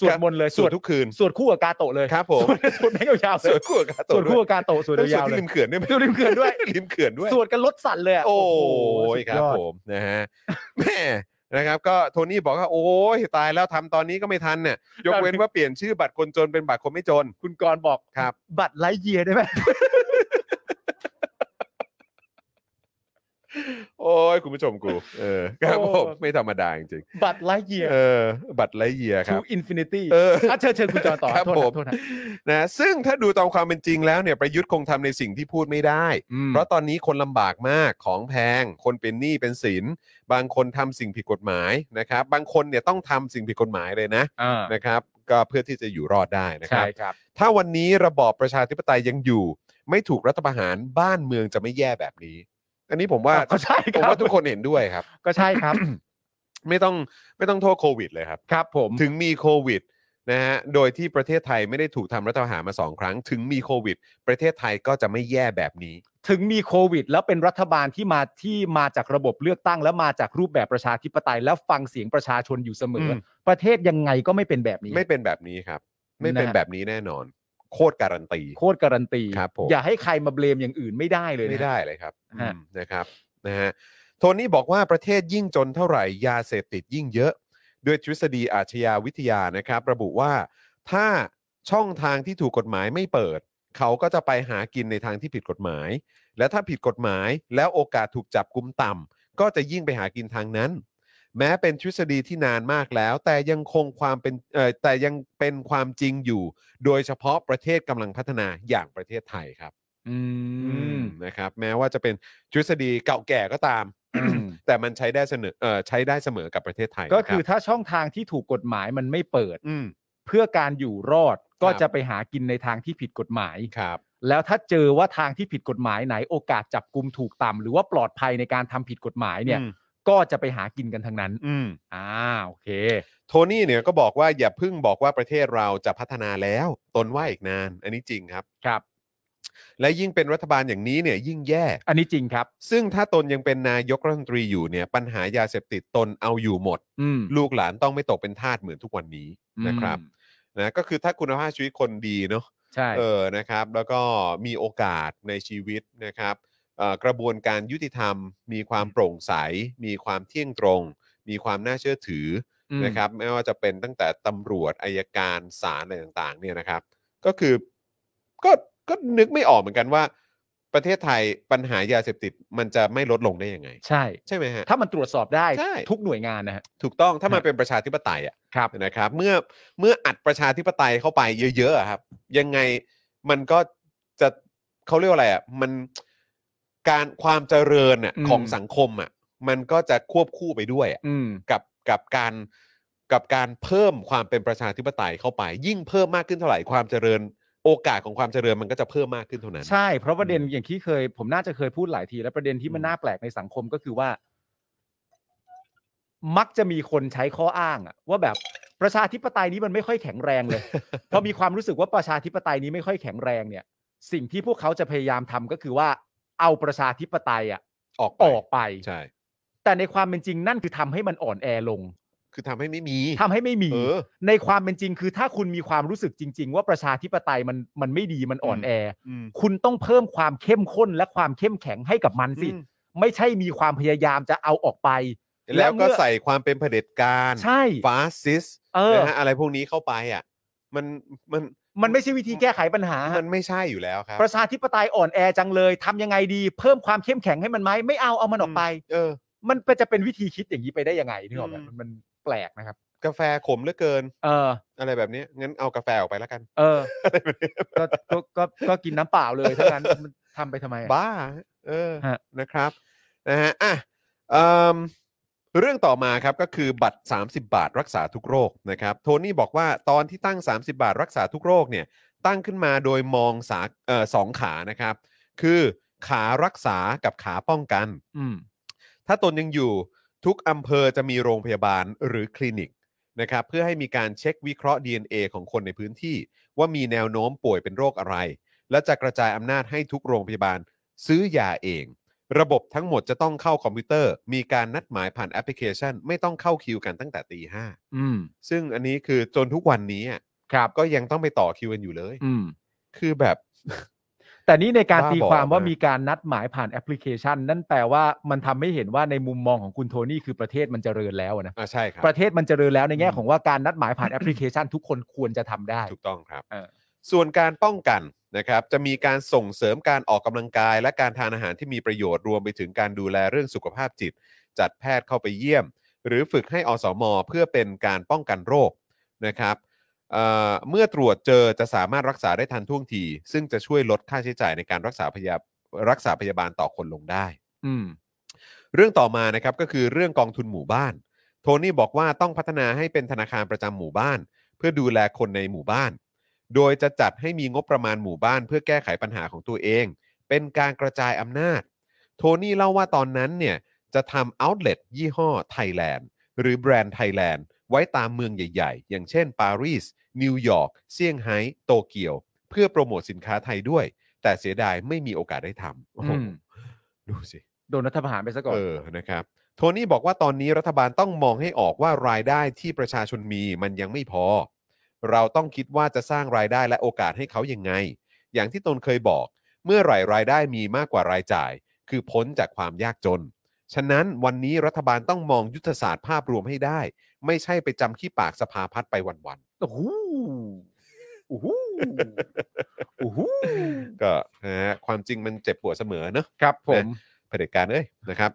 B: สวดมนต์เลย
A: สวดทุกคืน
B: สวดคู่กับกาโตะเลย
A: ครับผม
B: สวดสวดแม่งยาวๆ
A: ส
B: เลยว
A: ดคู่กับกา
B: ส
A: โตะ
B: วดคู่กับกาโตะสวด
A: ด้วยสวย
B: า
A: ด
B: วๆ
A: ที่
B: เลย
A: ริมเขื่อนด้วยไหม
B: สวดริมเขื่อนด้วย
A: ริมเขื่อนด้วย
B: สวดกันรถสั่นเลยะ
A: โอ้ย
B: สุด
A: ครั
B: ย
A: บ
B: อด
A: ผมนะฮะ แม่นะครับ ก็โทนี่บอกว่าโอ้ยตายแล้วทำตอนนี้ก็ไม่ทัน เนี่ยยกเว้นว่าเปลี่ยนชื่อบัตรคนจนเป็นบัตรคนไม่จน
B: คุณกรณ์บอก
A: ครับ
B: ตรไลท์เยียร์ได้ไหม
A: โอ้ยคุณผู้ชมกู เออ ครับ
B: โอ้
A: ผมไม่ธรรมดาจริง
B: บัตรไลท์เยีย
A: ๆ
B: ร์
A: เออ บัตรไลท์เยียร์ค
B: ทู
A: รับ
B: อินฟินิตี้
A: เอ อ
B: เชิญเชิญคุณจอต่อ
A: ครับ
B: โทษ
A: ผม
B: นะโทษนะ
A: นะซึ่งถ้าดูตามความเป็นจริงแล้วเนี่ยประยุทธ์คงทำในสิ่งที่พูดไม่ได้
B: อืม
A: เพราะตอนนี้คนลำบากมากของแพง คนเป็นหนี้เป็นสิน บางคนทำสิ่งผิดกฎหมายนะครับ บางคนเนี่ยต้องทำสิ่งผิดกฎหมายเลยนะ
B: อ่า
A: นะครับก็เพื่อที่จะอยู่รอดได้นะค
B: ใช่
A: รับ
B: ครับ
A: ถ้าวันนี้ระบอบประชาธิปไตยยังอยู่ ไม่ถูกรัฐประหารบ้านเมืองจะไม่แย่แบบนี้ อันนี้ผมว่า
B: ก็ใช่ครับ
A: ผมว่าทุกคนเห็นด้วยครับ
B: ก็ใช่ครับ
A: ไม่ต้องไม่ต้องโทษโควิดเลยครับ
B: ครับผม
A: ถึงมีโควิดนะฮะโดยที่ประเทศไทยไม่ได้ถูกทำรัฐประหารมาสองครั้ง ถึงมีโควิด ประเทศไทยก็จะไม่แย่แบบนี้
B: ถึงมีโควิด แล้วเป็นรัฐบาลที่มาที่มาจากระบบเลือกตั้ง และมาจากรูปแบบประชาธิปไตย แล้วฟังเสียงประชาชนอยู่เสมออ
A: ม
B: ประเทศยังไงก็ไม่เป็นแบบนี้
A: ไม่เป็นแบบนี้ครับ ไม่เป็น
B: นะฮะ
A: แบบนี้แน่นอน โคตรการันตี
B: โคตรการันตี
A: ครับผม
B: อย่าให้ใครมาเบลมอย่างอื่นไม่ได้เลยนะ
A: ไม่ได้เลยครับ
B: ฮะ
A: อืมนะครับนะฮะโทนี่บอกว่าประเทศยิ่งจนเท่าไหร่ยาเสพติดยิ่งเยอะ ด้วยทฤษฎีอาชญาวิทยานะครับ ระบุว่าถ้าช่องทางที่ถูกกฎหมายไม่เปิด เขาก็จะไปหากินในทางที่ผิดกฎหมาย และถ้าผิดกฎหมายแล้วโอกาสถูกจับกุมต่ำก็จะยิ่งไปหากินทางนั้น แม้เป็นทฤษฎีที่นานมากแล้ว แต่ยังคงความเป็นเอ่อแต่ยังเป็นความจริงอยู่ โดยเฉพาะประเทศกำลังพัฒนาอย่างประเทศไทยครับ
B: อืม
A: นะครับแม้ว่าจะเป็นทฤษฎีเก่าแก่ก็ตาม แต่มันใช้ได้เสนอเออใช้ได้เสมอกับประเทศไทย
B: ก็คือ
A: นะรับ
B: ถ้าช่องทางที่ถูกกฎหมายมันไม่เปิด
A: อืม
B: เพื่อการอยู่รอดก็
A: ครับ
B: จะไปหากินในทางที่ผิดกฎหมาย
A: ครับ
B: แล้วถ้าเจอว่าทางที่ผิดกฎหมายไหนโอกาสจับกลุมถูกต่ำหรือว่าปลอดภัยในการทำผิดกฎหมายเนี่ย
A: อืม
B: ก็จะไปหากินกันทางนั้น
A: อืม
B: อ่าโอเค
A: โทนี่เนี่ยก็บอกว่าอย่าเพึ่งบอกว่าประเทศเราจะพัฒนาแล้ว ตนว่าอีกนาน อันนี้จริงครับ
B: ครับ
A: และยิ่งเป็นรัฐบาลอย่างนี้เนี่ยยิ่งแย่
B: อันนี้จริงครับ
A: ซึ่งถ้าตนยังเป็นนายกรัฐมนตรีอยู่เนี่ยปัญหายาเสพติดตนเอาอยู่หมด
B: อืม
A: ลูกหลานต้องไม่ตกเป็นทาสเหมือนทุกวันนี้นะครับ
B: อืม
A: นะก็คือถ้าคุณภาพชีวิตคนดีเนาะ
B: ใช่
A: เออ นะครับ แล้วก็มีโอกาสในชีวิตนะครับเอ่อกระบวนการยุติธรรม มีความโปร่งใส มีความเที่ยงตรง มีความน่าเชื่อถืออ
B: ม
A: นะครับ ไม่ว่าจะเป็นตั้งแต่ตำรวจ อายการ ศาลอะไรต่างๆ เนี่ยนะครับ ก็คือ ก็ ก็นึกไม่ออกเหมือนกันว่า ประเทศไทยปัญหายาเสพติดมันจะไม่ลดลงได้ยังไง
B: ใช่
A: ใช่ไหมฮะ
B: ถ้ามันตรวจสอบได้
A: ใช่
B: ทุกหน่วยงานนะฮะ
A: ถูกต้อง ถ้ามัน
B: ฮะ
A: เป็นประชาธิปไตยอะ
B: ครับ
A: นะครับเมื่อเมื่ออัดประชาธิปไตยเข้าไปเยอะๆอะครับ ยังไงมันก็จะเขาเรียกว่าอะไรอ่ะมันการความเจริญอ่ะ
B: อืม
A: ของสังคมอ่ะมันก็จะควบคู่ไปด้วยอะ
B: อืม
A: กับกับการกับการเพิ่มความเป็นประชาธิปไตยเข้าไป ยิ่งเพิ่มมากขึ้นเท่าไหร่ความเจริญ โอกาสของความเจริญมันก็จะเพิ่มมากขึ้นเท่านั้น
B: ใช่ เพราะประเด็นอย่างที่เคย ผมน่าจะเคยพูดหลายที และประเด็นที่มัน
A: อืม
B: น่าแปลกในสังคมก็คือว่า มักจะมีคนใช้ข้ออ้างอะว่าแบบประชาธิปไตยนี้มันไม่ค่อยแข็งแรงเลย พอมีความรู้สึกว่าประชาธิปไตยนี้ไม่ค่อยแข็งแรงเนี่ย สิ่งที่พวกเขาจะพยายามทำก็คือว่า เอาประชาธิปไตยอะ
A: ออกไป
B: ออกไป
A: ใช่
B: แต่ในความเป็นจริงนั่นคือทำให้มันอ่อนแอลง
A: คือทำให้ไม่มี
B: ทำให้ไม่มี
A: เออ
B: ในความเป็นจริงคือถ้าคุณมีความรู้สึกจริง ๆ ว่าประชาธิปไตยมันมันไม่ดีมันอ่อนแอ
A: อืม
B: คุณต้องเพิ่มความเข้มข้นและความเข้มแข็งให้กับมันสิ
A: อืม
B: ไม่ใช่มีความพยายามจะเอาออกไป
A: แล้วก็
B: เมื่อ
A: ใส่ความเป็นเผด็จการ
B: ใช่
A: ฟาสซิส
B: เออ
A: นะฮะอะไรพวกนี้เข้าไปอ่ะมันมัน
B: มันไม่ใช่วิธีแก้ไขปัญหาม
A: มันไม่ใช่อยู่แล้วครับ
B: ประชาธิปไตยอ่อนแอจังเลยทำยังไงดี เพิ่มความเข้มแข็งให้มันไหมไม่เอาเอามันออกไป
A: เออ
B: มันเป็นจะเป็นวิธีคิดอย่างนี้ไปได้ยังไงนึกออกไหม
A: อืม
B: มันมันแปลกนะครับ
A: กาแฟขมเหลือเกิน
B: เออ
A: อะไรแบบนี้งั้นเอากาแฟออกไปแล้วกัน
B: เออก็ก็ก็ก็กินน้ำเปล่าเลยถ้างั้นมันทำไปทำไมอะ
A: บ้า เออ
B: ฮะ
A: นะครับนะฮะอ่ะเอิ่มเรื่องต่อมาครับก็คือบัตร 30 บาทรักษาทุกโรคนะครับโทนี่บอกว่าตอนที่ตั้ง 30 บาทรักษาทุกโรคเนี่ยตั้งขึ้นมาโดยมองสาเอ่อสองขานะครับ คือขารักษากับขาป้องกัน
B: อืม
A: ถ้าตนยังอยู่ทุกอำเภอจะมีโรงพยาบาลหรือคลินิกนะครับเพื่อให้มีการเช็ควิเคราะห์ DNA ของคนในพื้นที่ ว่ามีแนวโน้มป่วยเป็นโรคอะไร และจะกระจายอำนาจให้ทุกโรงพยาบาลซื้อยาเอง ระบบทั้งหมดจะต้องเข้าคอมพิวเตอร์ มีการนัดหมายผ่านแอปพลิเคชัน ไม่ต้องเข้าคิวกันตั้งแต่ตีห้า
B: อืม
A: ซึ่งอันนี้คือจนทุกวันนี้อะ
B: ครับ
A: ก็ยังต้องไปต่อคิวกันอยู่เลย
B: อืม
A: คือแบบ
B: แต่นี่ในการ
A: บ้า
B: ตี
A: บอ
B: ความว่า
A: ามาก
B: มีการนัดหมายผ่านแอปพลิเคชัน นั่นแปลว่ามันทำให้เห็นว่าในมุมมองของคุณโทนี่คือประเทศมันเจริญแล้วอะนะ
A: อ่าใช่ครับ
B: ประเทศมันเจริญแล้วในแง่ของว่าการนัดหมายผ่านแอปพลิเคชัน ทุกคนควรจะทำได้
A: ถูกต้องครับ
B: เออ
A: ส่วนการป้องกัน นะครับจะมีการส่งเสริมการออกกำลังกาย และการทานอาหารที่มีประโยชน์รวมไปถึงการดูแลเรื่องสุขภาพจิต จัดแพทย์เข้าไปเยี่ยม หรือฝึกให้อสม เพื่อเป็นการป้องกันโรคนะครับเอ่อเมื่อตรวจเจอจะสามารถรักษาได้ทันท่วงที ซึ่งจะช่วยลดค่าใช้จ่ายในการรักษาพยารักษาพยาบาลต่อคนลงได้
B: อืม
A: เรื่องต่อมานะครับก็คือเรื่องกองทุนหมู่บ้าน โทนี่บอกว่าต้องพัฒนาให้เป็นธนาคารประจำหมู่บ้าน เพื่อดูแลคนในหมู่บ้าน โดยจะจัดให้มีงบประมาณหมู่บ้าน เพื่อแก้ไขปัญหาของตัวเอง เป็นการกระจายอำนาจ โทนี่เล่าว่าตอนนั้นเนี่ยจะทำ outlet ยี่ห้อไทยแลนด์หรือแบรนด์ไทยแลนด์ไว้ตามเมืองใหญ่ ๆ อย่างเช่นปารีสนิวยอร์กเซี่ยงไฮ้โตเกียว เพื่อโปรโมทสินค้าไทยด้วย แต่เสียดายไม่มีโอกาสได้ทำโอ้โห
B: อืม
A: ดูสิ
B: โดนรัฐประหารไปซะก่อน
A: เออ นะครับ โทนี่บอกว่าตอนนี้รัฐบาลต้องมองให้ออกว่ารายได้ที่ประชาชนมีมันยังไม่พอ เราต้องคิดว่าจะสร้างรายได้และโอกาสให้เขายังไง อย่างที่ตนเคยบอก เมื่อไหร่รายได้มีมากกว่ารายจ่าย คือพ้นจากความยากจน ฉะนั้นวันนี้รัฐบาลต้องมองยุทธศาสตร์ภาพรวมให้ได้ ไม่ใช่ไปจำขี้ปากสภาพัฒน์ไปวัน
B: โอ้โหโอ้โหโอ้โห
A: ๆ ก็นะฮะความจริงมันเจ็บปวดเสมอเนอะ
B: ครับผม
A: เผด็จการเอ้ยนะครับ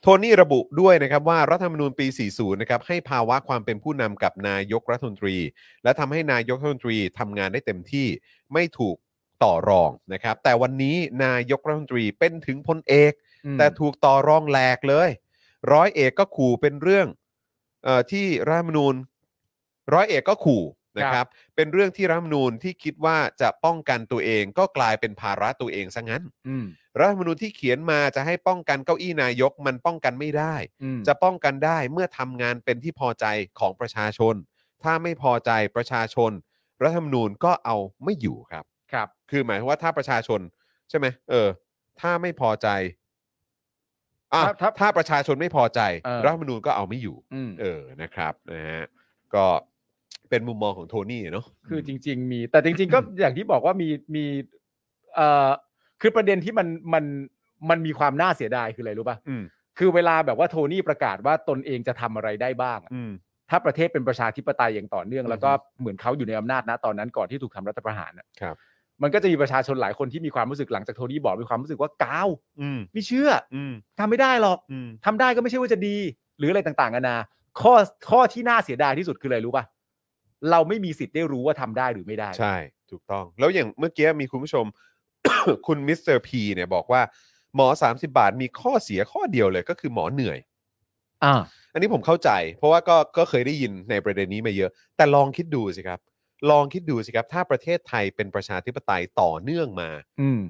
A: โทนี่ระบุด้วยนะครับว่ารัฐธรรมนูญปี 40 นะครับให้ภาวะความเป็นผู้นำกับนายกรัฐมนตรี และทำให้นายกรัฐมนตรีทำงานได้เต็มที่ไม่ถูกต่อรองนะครับ แต่วันนี้นายกรัฐมนตรีเป็นถึงพลเอก แต่ถูกต่อรองแหลกเลย ร้อยเอกก็ขู่เป็นเรื่องเออที่รัฐธรรมนูญร้อยเอกก็ขู่นะค
B: ครั
A: รับ
B: บ
A: เป็นเรื่องที่รัฐธรรมนูญที่คิดว่าจะป้องกันตัวเองก็กลายเป็นภาระตัวเองซะงั้น
B: อืม
A: รัฐธรรมนูญที่เขียนมาจะให้ป้องกันเก้าอี้นายกมันป้องกันไม่ได้
B: อืม
A: จะป้องกันได้เมื่อทำงานเป็นที่พอใจของประชาชน ถ้าไม่พอใจประชาชน รัฐธรรมนูญก็เอาไม่อยู่ครับ
B: ครับ
A: คือหมายความว่าถ้าประชาชนใช่ไหมเออ ถ้าไม่พอใจอ่ะ
B: ถ้าถ้า
A: ถ้าประชาชนไม่พอใจ
B: เออ
A: รัฐธรรมนูญก็เอาไม่อยู่
B: อืม
A: เออนะครับนะฮะก็เป็นมุมมองของโทนี่เนาะ
B: คือจริง ๆ มี แต่จริง ๆ ก็อย่างที่บอกว่ามีมีเอ่อคือประเด็นที่มันมันมันมีความน่าเสียดายคืออะไรรู้ป่ะ
A: อืม
B: คือเวลาแบบว่าโทนี่ประกาศว่าตนเองจะทำอะไรได้บ้างอะ
A: อืม
B: ถ้าประเทศเป็นประชาธิปไตยอย่างต่อเนื่อง
A: อือฮึ
B: แล้วก็เหมือนเขาอยู่ในอำนาจนะตอนนั้นก่อนที่ถูกทำรัฐประหารอะ
A: ครับ
B: มันก็จะมีประชาชนหลายคนที่มีความรู้สึกหลังจากโทนี่บอกมีความรู้สึกว่ากาว
A: อืม
B: ไม่เชื่อ
A: อืม
B: ทำไม่ได้หรอก
A: อืม
B: ทำได้ก็ไม่ใช่ว่าจะดี หรืออะไรต่างๆนานาข้อข้อที่น่าเสียดายที่สุดคืออะไรรู้ป่ะ เราไม่มีสิทธิ์ได้รู้ว่าทำได้หรือไม่ได้
A: ใช่ถูกต้อง แล้วอย่างเมื่อกี้มีคุณผู้ชม คุณมิสเตอร์พีเนี่ยบอกว่าหมอ 30 บาทมีข้อเสียข้อเดียวเลยก็คือหมอเหนื่อย
B: อ่า
A: อันนี้ผมเข้าใจ เพราะว่าก็ก็เคยได้ยินในประเด็นนี้มาเยอะ แต่ลองคิดดูสิครับ ลองคิดดูสิครับ ถ้าประเทศไทยเป็นประชาธิปไตยต่อเนื่องมา
B: อืม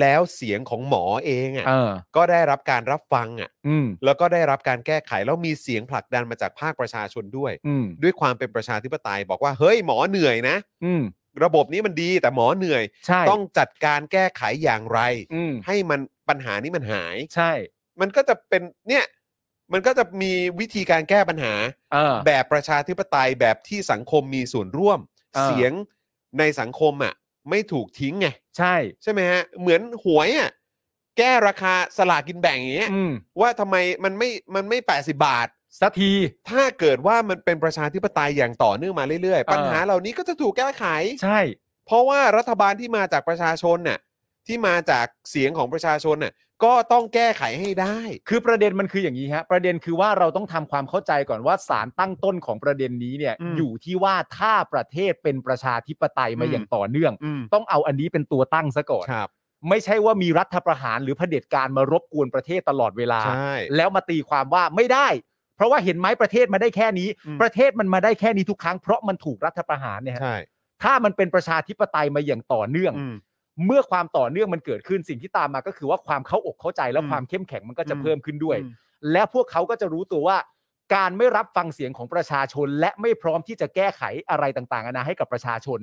A: แล้วเสียงของหมอเอง
B: เอ
A: อะ่ะ
B: อ
A: ก็ได้รับการรับฟังอ่ะ
B: อืม
A: แล้วก็ได้รับการแก้ไขแล้วมีเสียงผลักดันมาจากภาคประชาชนด้วย
B: อืม
A: ด้วยความเป็นประชาธิปไตยบอกว่าเฮ้ยหมอเหนื่อยนะ
B: อืม
A: ระบบนี้มันดีแต่หมอเหนื่อย
B: ใช่
A: ต้องจัดการแก้ไขอย่างไร
B: อืม
A: ให้มันปัญหานี้มันหาย
B: ใช่
A: มันก็จะเป็นเนี่ยมันก็จะมีวิธีการแก้ปัญหา
B: เออ
A: แบบประชาธิปไตยแบบที่สังคมมีส่วนร่วม
B: เออ
A: เสียงในสังคมอ่ะไม่ถูกทิ้งไง
B: ใช่
A: ใช่ไหมฮะเหมือนหวยอ่ะแก้ราคาสลากกินแบ่งอย่างเงี้ย
B: อืม
A: ว่าทำไมมันไม่มันไม่ 80 บาท
B: สักที
A: ถ้าเกิดว่ามันเป็นประชาธิปไตยอย่างต่อเนื่องมาเรื่อย
B: เออ
A: ๆ ปัญหาเหล่านี้ก็จะถูกแก้ไข
B: ใช่
A: เพราะว่ารัฐบาลที่มาจากประชาชนน่ะที่มาจากเสียงของประชาชนน่ะก็ต้องแก้ไขให้ได้
B: คือประเด็นมันคืออย่างนี้ฮะ ประเด็นคือว่าเราต้องทำความเข้าใจก่อนว่าสารตั้งต้นของประเด็นนี้เนี่ย
A: อืม
B: อยู่ที่ว่าถ้าประเทศเป็นประชาธิปไตยมา
A: อืม
B: อย่างต่อเนื่อง
A: อืม
B: ต้องเอาอันนี้เป็นตัวตั้งซะก่อน
A: ครับ
B: ไม่ใช่ว่ามีรัฐประหารหรือเผด็จการมารบกวนประเทศตลอดเวลา
A: ใช่
B: แล้วมาตีความว่าไม่ได้ เพราะว่าเห็นไหมประเทศมาได้แค่นี้
A: อืม
B: ประเทศมันมาได้แค่นี้ทุกครั้งเพราะมันถูกรัฐประหารเนี่ยฮะ
A: ใช่
B: ถ้ามันเป็นประชาธิปไตยมาอย่างต่อเนื่อง
A: อืม
B: เมื่อความต่อเนื่องมันเกิดขึ้นสิ่งที่ตามมาก็คือว่าความเข้าอกเข้าใจและ
A: อืม
B: ความเข้มแข็งมันก็จะ
A: อืม
B: เพิ่มขึ้นด้วย
A: อืม
B: และพวกเขาก็จะรู้ตัวว่า การไม่รับฟังเสียงของประชาชน และไม่พร้อมที่จะแก้ไขอะไรต่างๆนานาให้กับประชาชน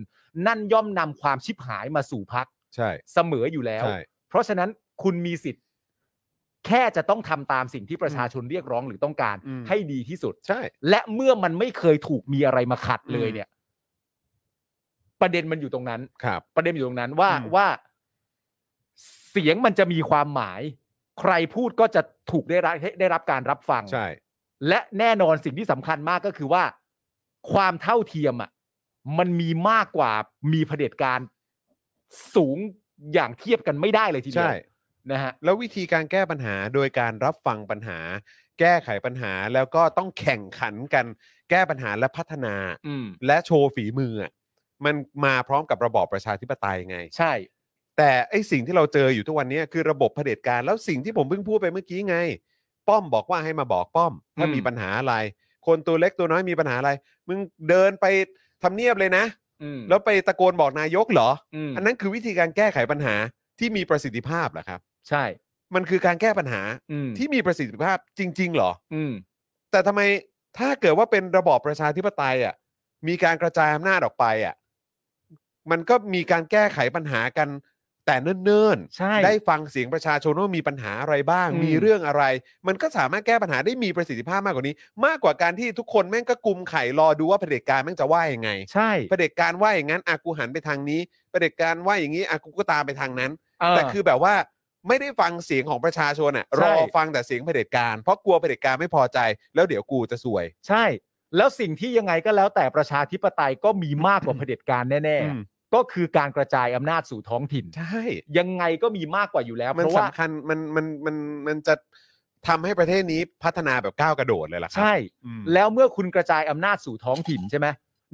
B: นั่นย่อมนำความชิบหายมาสู่พัก
A: ใช่
B: เสมออยู่แล้ว
A: ใช่
B: เพราะฉะนั้นคุณมีสิทธิ์ แค่จะต้องทำตามสิ่งที่ประชาชนเรียกร้องหรือต้องการ
A: อืม
B: ให้ดีที่สุด
A: ใช่
B: และเมื่อมันไม่เคยถูกมีอะไรมาขัดเลย
A: อืม
B: เนี่ย ประเด็นมันอยู่ตรงนั้น
A: ครับ
B: ประเด็นอยู่ตรงนั้นว่า
A: อืม
B: ว่า เสียงมันจะมีความหมาย ใครพูดก็จะถูกได้รับได้รับการรับฟัง
A: ใช่
B: และแน่นอนสิ่งที่สำคัญมากก็คือว่า ความเท่าเทียมอ่ะมันมีมากกว่ามีเผด็จการ สูงอย่างเทียบกันไม่ได้เลยทีเดี
A: ใช่
B: วนะฮะ
A: แล้ววิธีการแก้ปัญหาโดยการรับฟังปัญหา แก้ไขปัญหาแล้วก็ต้องแข่งขันกัน แก้ปัญหาและพัฒนา
B: อืม
A: และโชว์ฝีมืออะมันมาพร้อมกับระบอบประชาธิปไตยไง
B: ใช่
A: แต่ไอสิ่งที่เราเจออยู่ทุกวันนี้คือระบบเผด็จการแล้วสิ่งที่ผมเพิ่งพูดไปเมื่อกี้ไง ป้อมบอกว่าให้มาบอกป้อม ถ้ามีปัญหาอะไร คนตัวเล็กตัวน้อยมีปัญหาอะไร มึงเดินไปทำเนียบเลยนะ
B: อืม
A: แล้วไปตะโกนบอกนายกเหรอ
B: อืม
A: อันนั้นคือวิธีการแก้ไขปัญหาที่มีประสิทธิภาพเหรอครับ
B: ใช่
A: มันคือการแก้ปัญหา
B: อืม
A: ที่มีประสิทธิภาพจริง ๆ เหรอ
B: อืม
A: แต่ทำไมถ้าเกิดว่าเป็นระบอบประชาธิปไตยอ่ะมีการกระจายอำนาจออกไปอ่ะมันก็มีการแก้ไขปัญหากันแต่เนิ่น
B: ใช่
A: ๆได้ฟังเสียงประชาชนว่ามีปัญหาอะไรบ้าง
B: อืม
A: มีเรื่องอะไร มันก็สามารถแก้ปัญหาได้มีประสิทธิภาพมากกว่านี้ มากกว่าการที่ทุกคนแม่งก็กุมไข่รอดูว่าเผด็จการแม่งจะว่ายังไง
B: ใช่
A: เผด็จการว่าอย่างนั้นอากูหันไปทางนี้เผด็จการว่าอย่างนี้อากูก็ตามไปทางนั้น
B: เ
A: แต่คือแบบว่าไม่ได้ฟังเสียงของประชาชนอ่ะร
B: ใช่
A: อฟังแต่เสียงเผด็จการ เพราะกลัวเผด็จการไม่พอใจ แล้วเดี๋ยวกูจะซวย
B: ใช่ แล้วสิ่งที่ยังไงก็แล้วแต่ประชาธิปไตยก็มีมากกว่าเผด็จการแน่
A: อืม
B: ๆ ก็คือการกระจายอำนาจสู่ท้องถิ่น
A: ใช่
B: ยังไงก็มีมากกว่าอยู่แล้ว
A: มัน
B: เพราะว่า
A: สำคัญมันมันมันมันจะทำให้ประเทศนี้พัฒนาแบบก้าวกระโดดเลยล่ะครั
B: ใช่
A: อืม
B: แล้วเมื่อคุณกระจายอำนาจสู่ท้องถิ่นใช่ไหม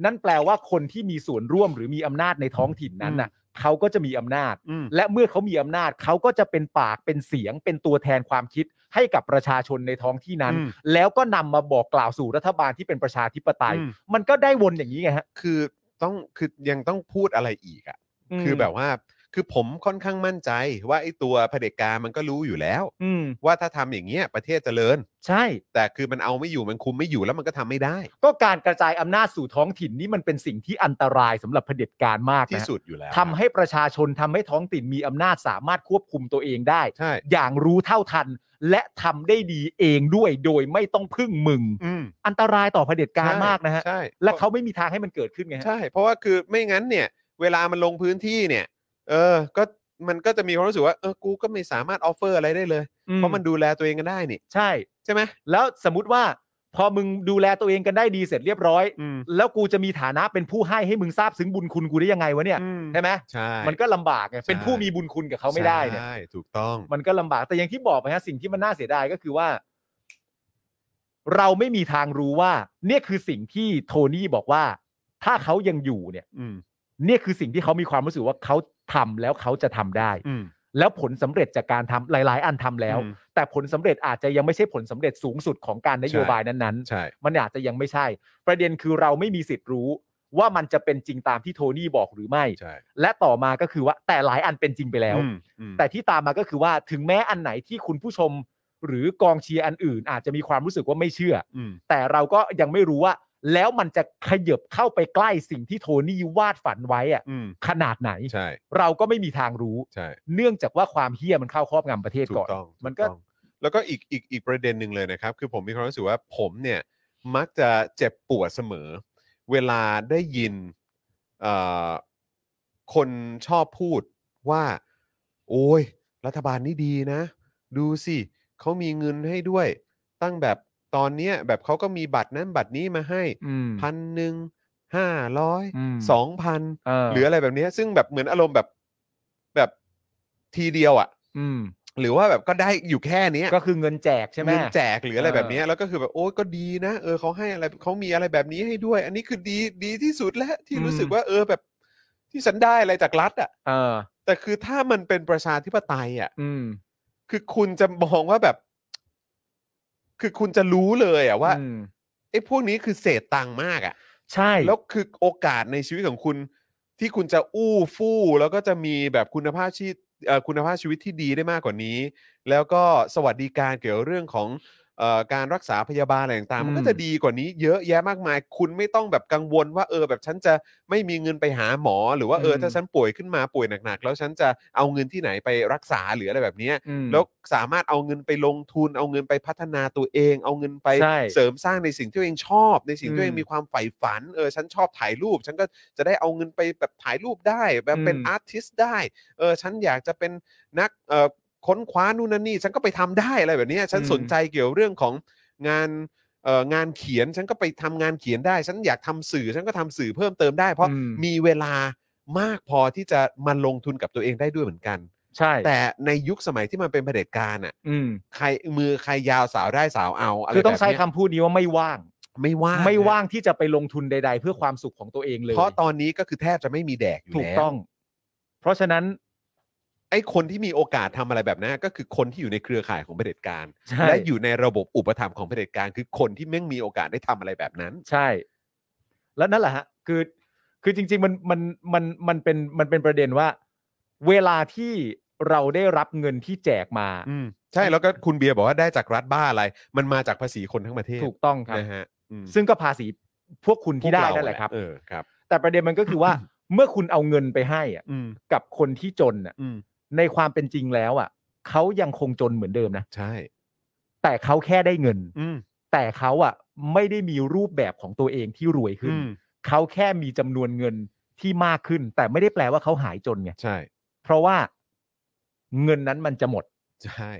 B: นั่นแปลว่าคนที่มีส่วนร่วมหรือมีอำนาจในท้องถิ่นนั้นน่ะเขาก็จะมีอำนาจ
A: อืม
B: และเมื่อเขามีอำนาจเขาก็จะเป็นปากเป็นเสียง เป็นตัวแทนความคิดให้กับประชาชนในท้องที่นั้น
A: อืม
B: แล้วก็นำมาบอกกล่าวสู่รัฐบาลที่เป็นประชาธิปไตย
A: อืม
B: มันก็ได้วนอย่างนี้ไงฮะ
A: คือต้องคือยังต้องพูดอะไรอีกอ่ะ
B: ม
A: คือแบบว่าคือผมค่อนข้างมั่นใจว่าไอ้ตัวเผด็จการมันก็รู้อยู่แล้ว
B: อืม
A: ว่าถ้าทำอย่างเงี้ยประเทศเจริญ
B: ใช่
A: แต่คือมันเอาไม่อยู่มันคุมไม่อยู่แล้วมันก็ทำไม่ได้
B: ก็การกระจายอำนาจสู่ท้องถิ่นนี่มันเป็นสิ่งที่อันตรายสำหรับเผด็จการมากนะ
A: ที่สุดอยู่แล้ว
B: ทำให้ประชาชนทำให้ท้องถิ่นมีอำนาจสามารถควบคุมตัวเองได้
A: ใช่
B: อย่างรู้เท่าทัน และทำได้ดีเองด้วยโดยไม่ต้องพึ่งมึง
A: อืม
B: อันตรายต่อเผด็จการ
A: ใช่
B: มากนะฮะ
A: ใช่
B: และเขาไม่มีทางให้มันเกิดขึ้นไงฮะ
A: ใช่ เพราะว่าคือไม่งั้นเนี่ย เวลามันลงพื้นที่เนี่ย เออ ก็มันก็จะมีความรู้สึกว่าเออกูก็ไม่สามารถออฟเฟอร์อะไรได้เลย
B: อื
A: เพราะมันดูแลตัวเองกันได้นี่
B: ใช่
A: ใช่ไหม
B: แล้วสมมติว่า พอมึงดูแลตัวเองกันได้ดีเสร็จเรียบร้อย
A: อืม
B: แล้วกูจะมีฐานะเป็นผู้ให้ให้มึงทราบซึ้งบุญคุณกูได้ยังไงวะเนี่ยใช่ไหม
A: ใช่
B: มันก็ลำบากไงเป็นผู้มีบุญคุณกับเขาไม่ได้เนี่ย
A: ใช่ถูกต้อง
B: มันก็ลำบากแต่อย่างที่บอกไปฮะสิ่งที่มันน่าเสียดายก็คือว่า เราไม่มีทางรู้ว่า เนี่ยคือสิ่งที่โทนี่บอกว่า ถ้าเขายังอยู่เนี่ย
A: อืม
B: เนี่ยคือสิ่งที่เขามีความรู้สึกว่าเขาทำแล้วเขาจะทำได้
A: อืม
B: แล้วผลสำเร็จจากการทำหลาย ๆ อันทำแล้ว
A: อืม
B: แต่ผลสำเร็จอาจจะยังไม่ใช่ผลสำเร็จสูงสุดของการนโย
A: ใช่
B: บายนั้น
A: ใช่
B: ๆ มันอาจจะยังไม่ใช่ ประเด็นคือเราไม่มีสิทธิ์รู้ ว่ามันจะเป็นจริงตามที่โทนี่บอกหรือไม่
A: ใช่
B: และต่อมาก็คือว่าแต่หลายอันเป็นจริงไปแล้ว
A: อืมอืม
B: แต่ที่ตามมาก็คือว่าถึงแม้อันไหนที่คุณผู้ชม หรือกองเชียร์อันอื่น อาจจะมีความรู้สึกว่าไม่เชื่อ
A: อืม
B: แต่เราก็ยังไม่รู้ว่า แล้วมันจะขยบเข้าไปใกล้สิ่งที่โทนี่วาดฝันไว้อะ
A: อืม
B: ขนาดไหน
A: ใช่
B: เราก็ไม่มีทางรู้
A: ใช่
B: เนื่องจากว่าความเฮี้ยมันเข้าครอบงำประเทศ
A: ถู
B: ก่อก น
A: ต้อง
B: มันก็
A: ถูต้องแล้วก็อีกอีกอีกประเด็นหนึ่งเลยนะครับ คือผมมีความรู้สึกว่าผมเนี่ย มักจะเจ็บปวดเสมอ เวลาได้ยินเอ่อคนชอบพูดว่า โอ้ย รัฐบาลนี่ดีนะ ดูสิเขามีเงินให้ด้วย ตั้งแบบตอนเนี้ยแบบเขาก็มีบัตรนั้นบัตรนี้มาให้
B: อืม
A: พันหนึ่งห้าร้อย
B: อืม
A: สองพัน
B: เออ
A: หรืออะไรแบบเนี้ยซึ่งแบบเหมือนอารมณ์แบบแบบทีเดียวอะ่ะ
B: อืม
A: หรือว่าแบบก็ได้อยู่แค่เนี้ย
B: ก็คือเงินแจกใช่ไหม
A: เงินแจกหรืออะไร
B: เออ
A: แบบเนี้ยแล้วก็คือแบบโอ้ยก็ดีนะเออเขาให้อะไรเขามีอะไรแบบนี้ให้ด้วย อันนี้คือดีดีที่สุดแล้วที่รู้สึกว่าเออแบบที่ฉันได้อะไรจากรัฐอ่ะ
B: เออ
A: แต่คือถ้ามันเป็นประชาธิปไตยอ่ะ
B: อืม
A: คือคุณจะมองว่าแบบ คือคุณจะรู้เลยอ่ะว่า
B: อืม
A: ไอ้พวกนี้คือเศษตังค์มากอ่ะ
B: ใช่
A: แล้วคือโอกาสในชีวิตของคุณ ที่คุณจะอู้ฟู่แล้วก็จะมีแบบคุณภาพชีวิตเอ่อคุณภาพชีวิตที่ดีได้มากกว่านี้ แล้วก็สวัสดิการเกี่ยวเรื่องของเอ่อการรักษาพยาบาลอะไรต่างๆมันก็จะดีกว่านี้ เยอะแยะมากมาย คุณไม่ต้องแบบกังวลว่าเออแบบฉันจะไม่มีเงินไปหาหมอ หรือว่าเออถ้าฉันป่วยขึ้นมาป่วยหนักๆแล้วฉันจะเอาเงินที่ไหนไปรักษาหรืออะไรแบบเนี้ย
B: อืม
A: แล้วสามารถเอาเงินไปลงทุน เอาเงินไปพัฒนาตัวเอง เอาเงินไป
B: ใช่
A: เสริมสร้างในสิ่งที่ตัวเองชอบ ในสิ่งที่ตัวเอง
B: อืม
A: มีความใฝ่ฝันเออฉันชอบถ่ายรูป ฉันก็จะได้เอาเงินไปแบบถ่ายรูปได้แบบเป็น
B: อืม
A: อาร์ติสได้เออฉันอยากจะเป็นนักเอ่อค้นคว้านู่นนั่นนี่ ฉันก็ไปทำได้อะไรแบบเนี้ยฉันสนใจเกี่ยวเรื่องของงานเอ่องานเขียนฉันก็ไปทำงานเขียนได้ ฉันอยากทำสื่อฉันก็ทำสื่อเพิ่มเติมได้เพราะ
B: อืม
A: มีเวลา มากพอที่จะมาลงทุนกับตัวเองได้ด้วยเหมือนกัน
B: ใช่
A: แต่ในยุคสมัยที่มันเป็นเผด็จการอ่ะ
B: อืม
A: ใครมือใครยาวสาวได้สาวเอาอะไร
B: คือต้อง
A: แบบ
B: ใช้
A: เนี้ย
B: คำพูดนี้ว่าไม่ว่าง
A: ไม่ว่าง
B: ไม่
A: นะ
B: ว่างที่จะไปลงทุนใด ๆ เพื่อความสุขของตัวเองเลย
A: เพราะตอนนี้ก็คือแทบจะไม่มีแดกอยู่
B: ถูก
A: แล้ว
B: ต้อง เพราะฉะนั้น
A: ไอ้คนที่มีโอกาสทำอะไรแบบนั้นก็คือคนที่อยู่ในเครือข่ายของเผด็จการ
B: ใช่
A: และอยู่ในระบบอุปถัมภ์ของเผด็จการคือคนที่แม่งมีโอกาสได้ทำอะไรแบบนั้น
B: ใช่ แล้วนั่นแหละฮะ คือ คือจริง ๆ มันมันมันมันเป็นมันเป็นประเด็นว่า เวลาที่เราได้รับเงินที่แจกมา
A: อืมใช่แล้วก็คุณเบียร์บอกว่าได้จากรัฐบ้าอะไร มันมาจากภาษีคนทั้งประเทศ
B: ถูกต้องครับ
A: นะฮะอืม
B: ซึ่งก็ภาษีพวกคุณ
A: พว
B: ที่
A: ก
B: ได้
A: เา
B: นั่นแหละครับ
A: เออครับ
B: แต่ประเด็นมันก็คือว่า เมื่อคุณเอาเงินไปให้อะ
A: อืม
B: กับคนที่จนน่ะ
A: อืม
B: ในความเป็นจริงแล้วอ่ะเขายังคงจนเหมือนเดิมนะ
A: ใช่
B: แต่เขาแค่ได้เงิน
A: อืม
B: แต่เขาอ่ะไม่ได้มีรูปแบบของตัวเองที่รวยขึ้น
A: อืม
B: เขาแค่มีจำนวนเงินที่มากขึ้น แต่ไม่ได้แปลว่าเขาหายจนไง
A: ใช่
B: เพราะว่าเงินนั้นมันจะหมด
A: ใช่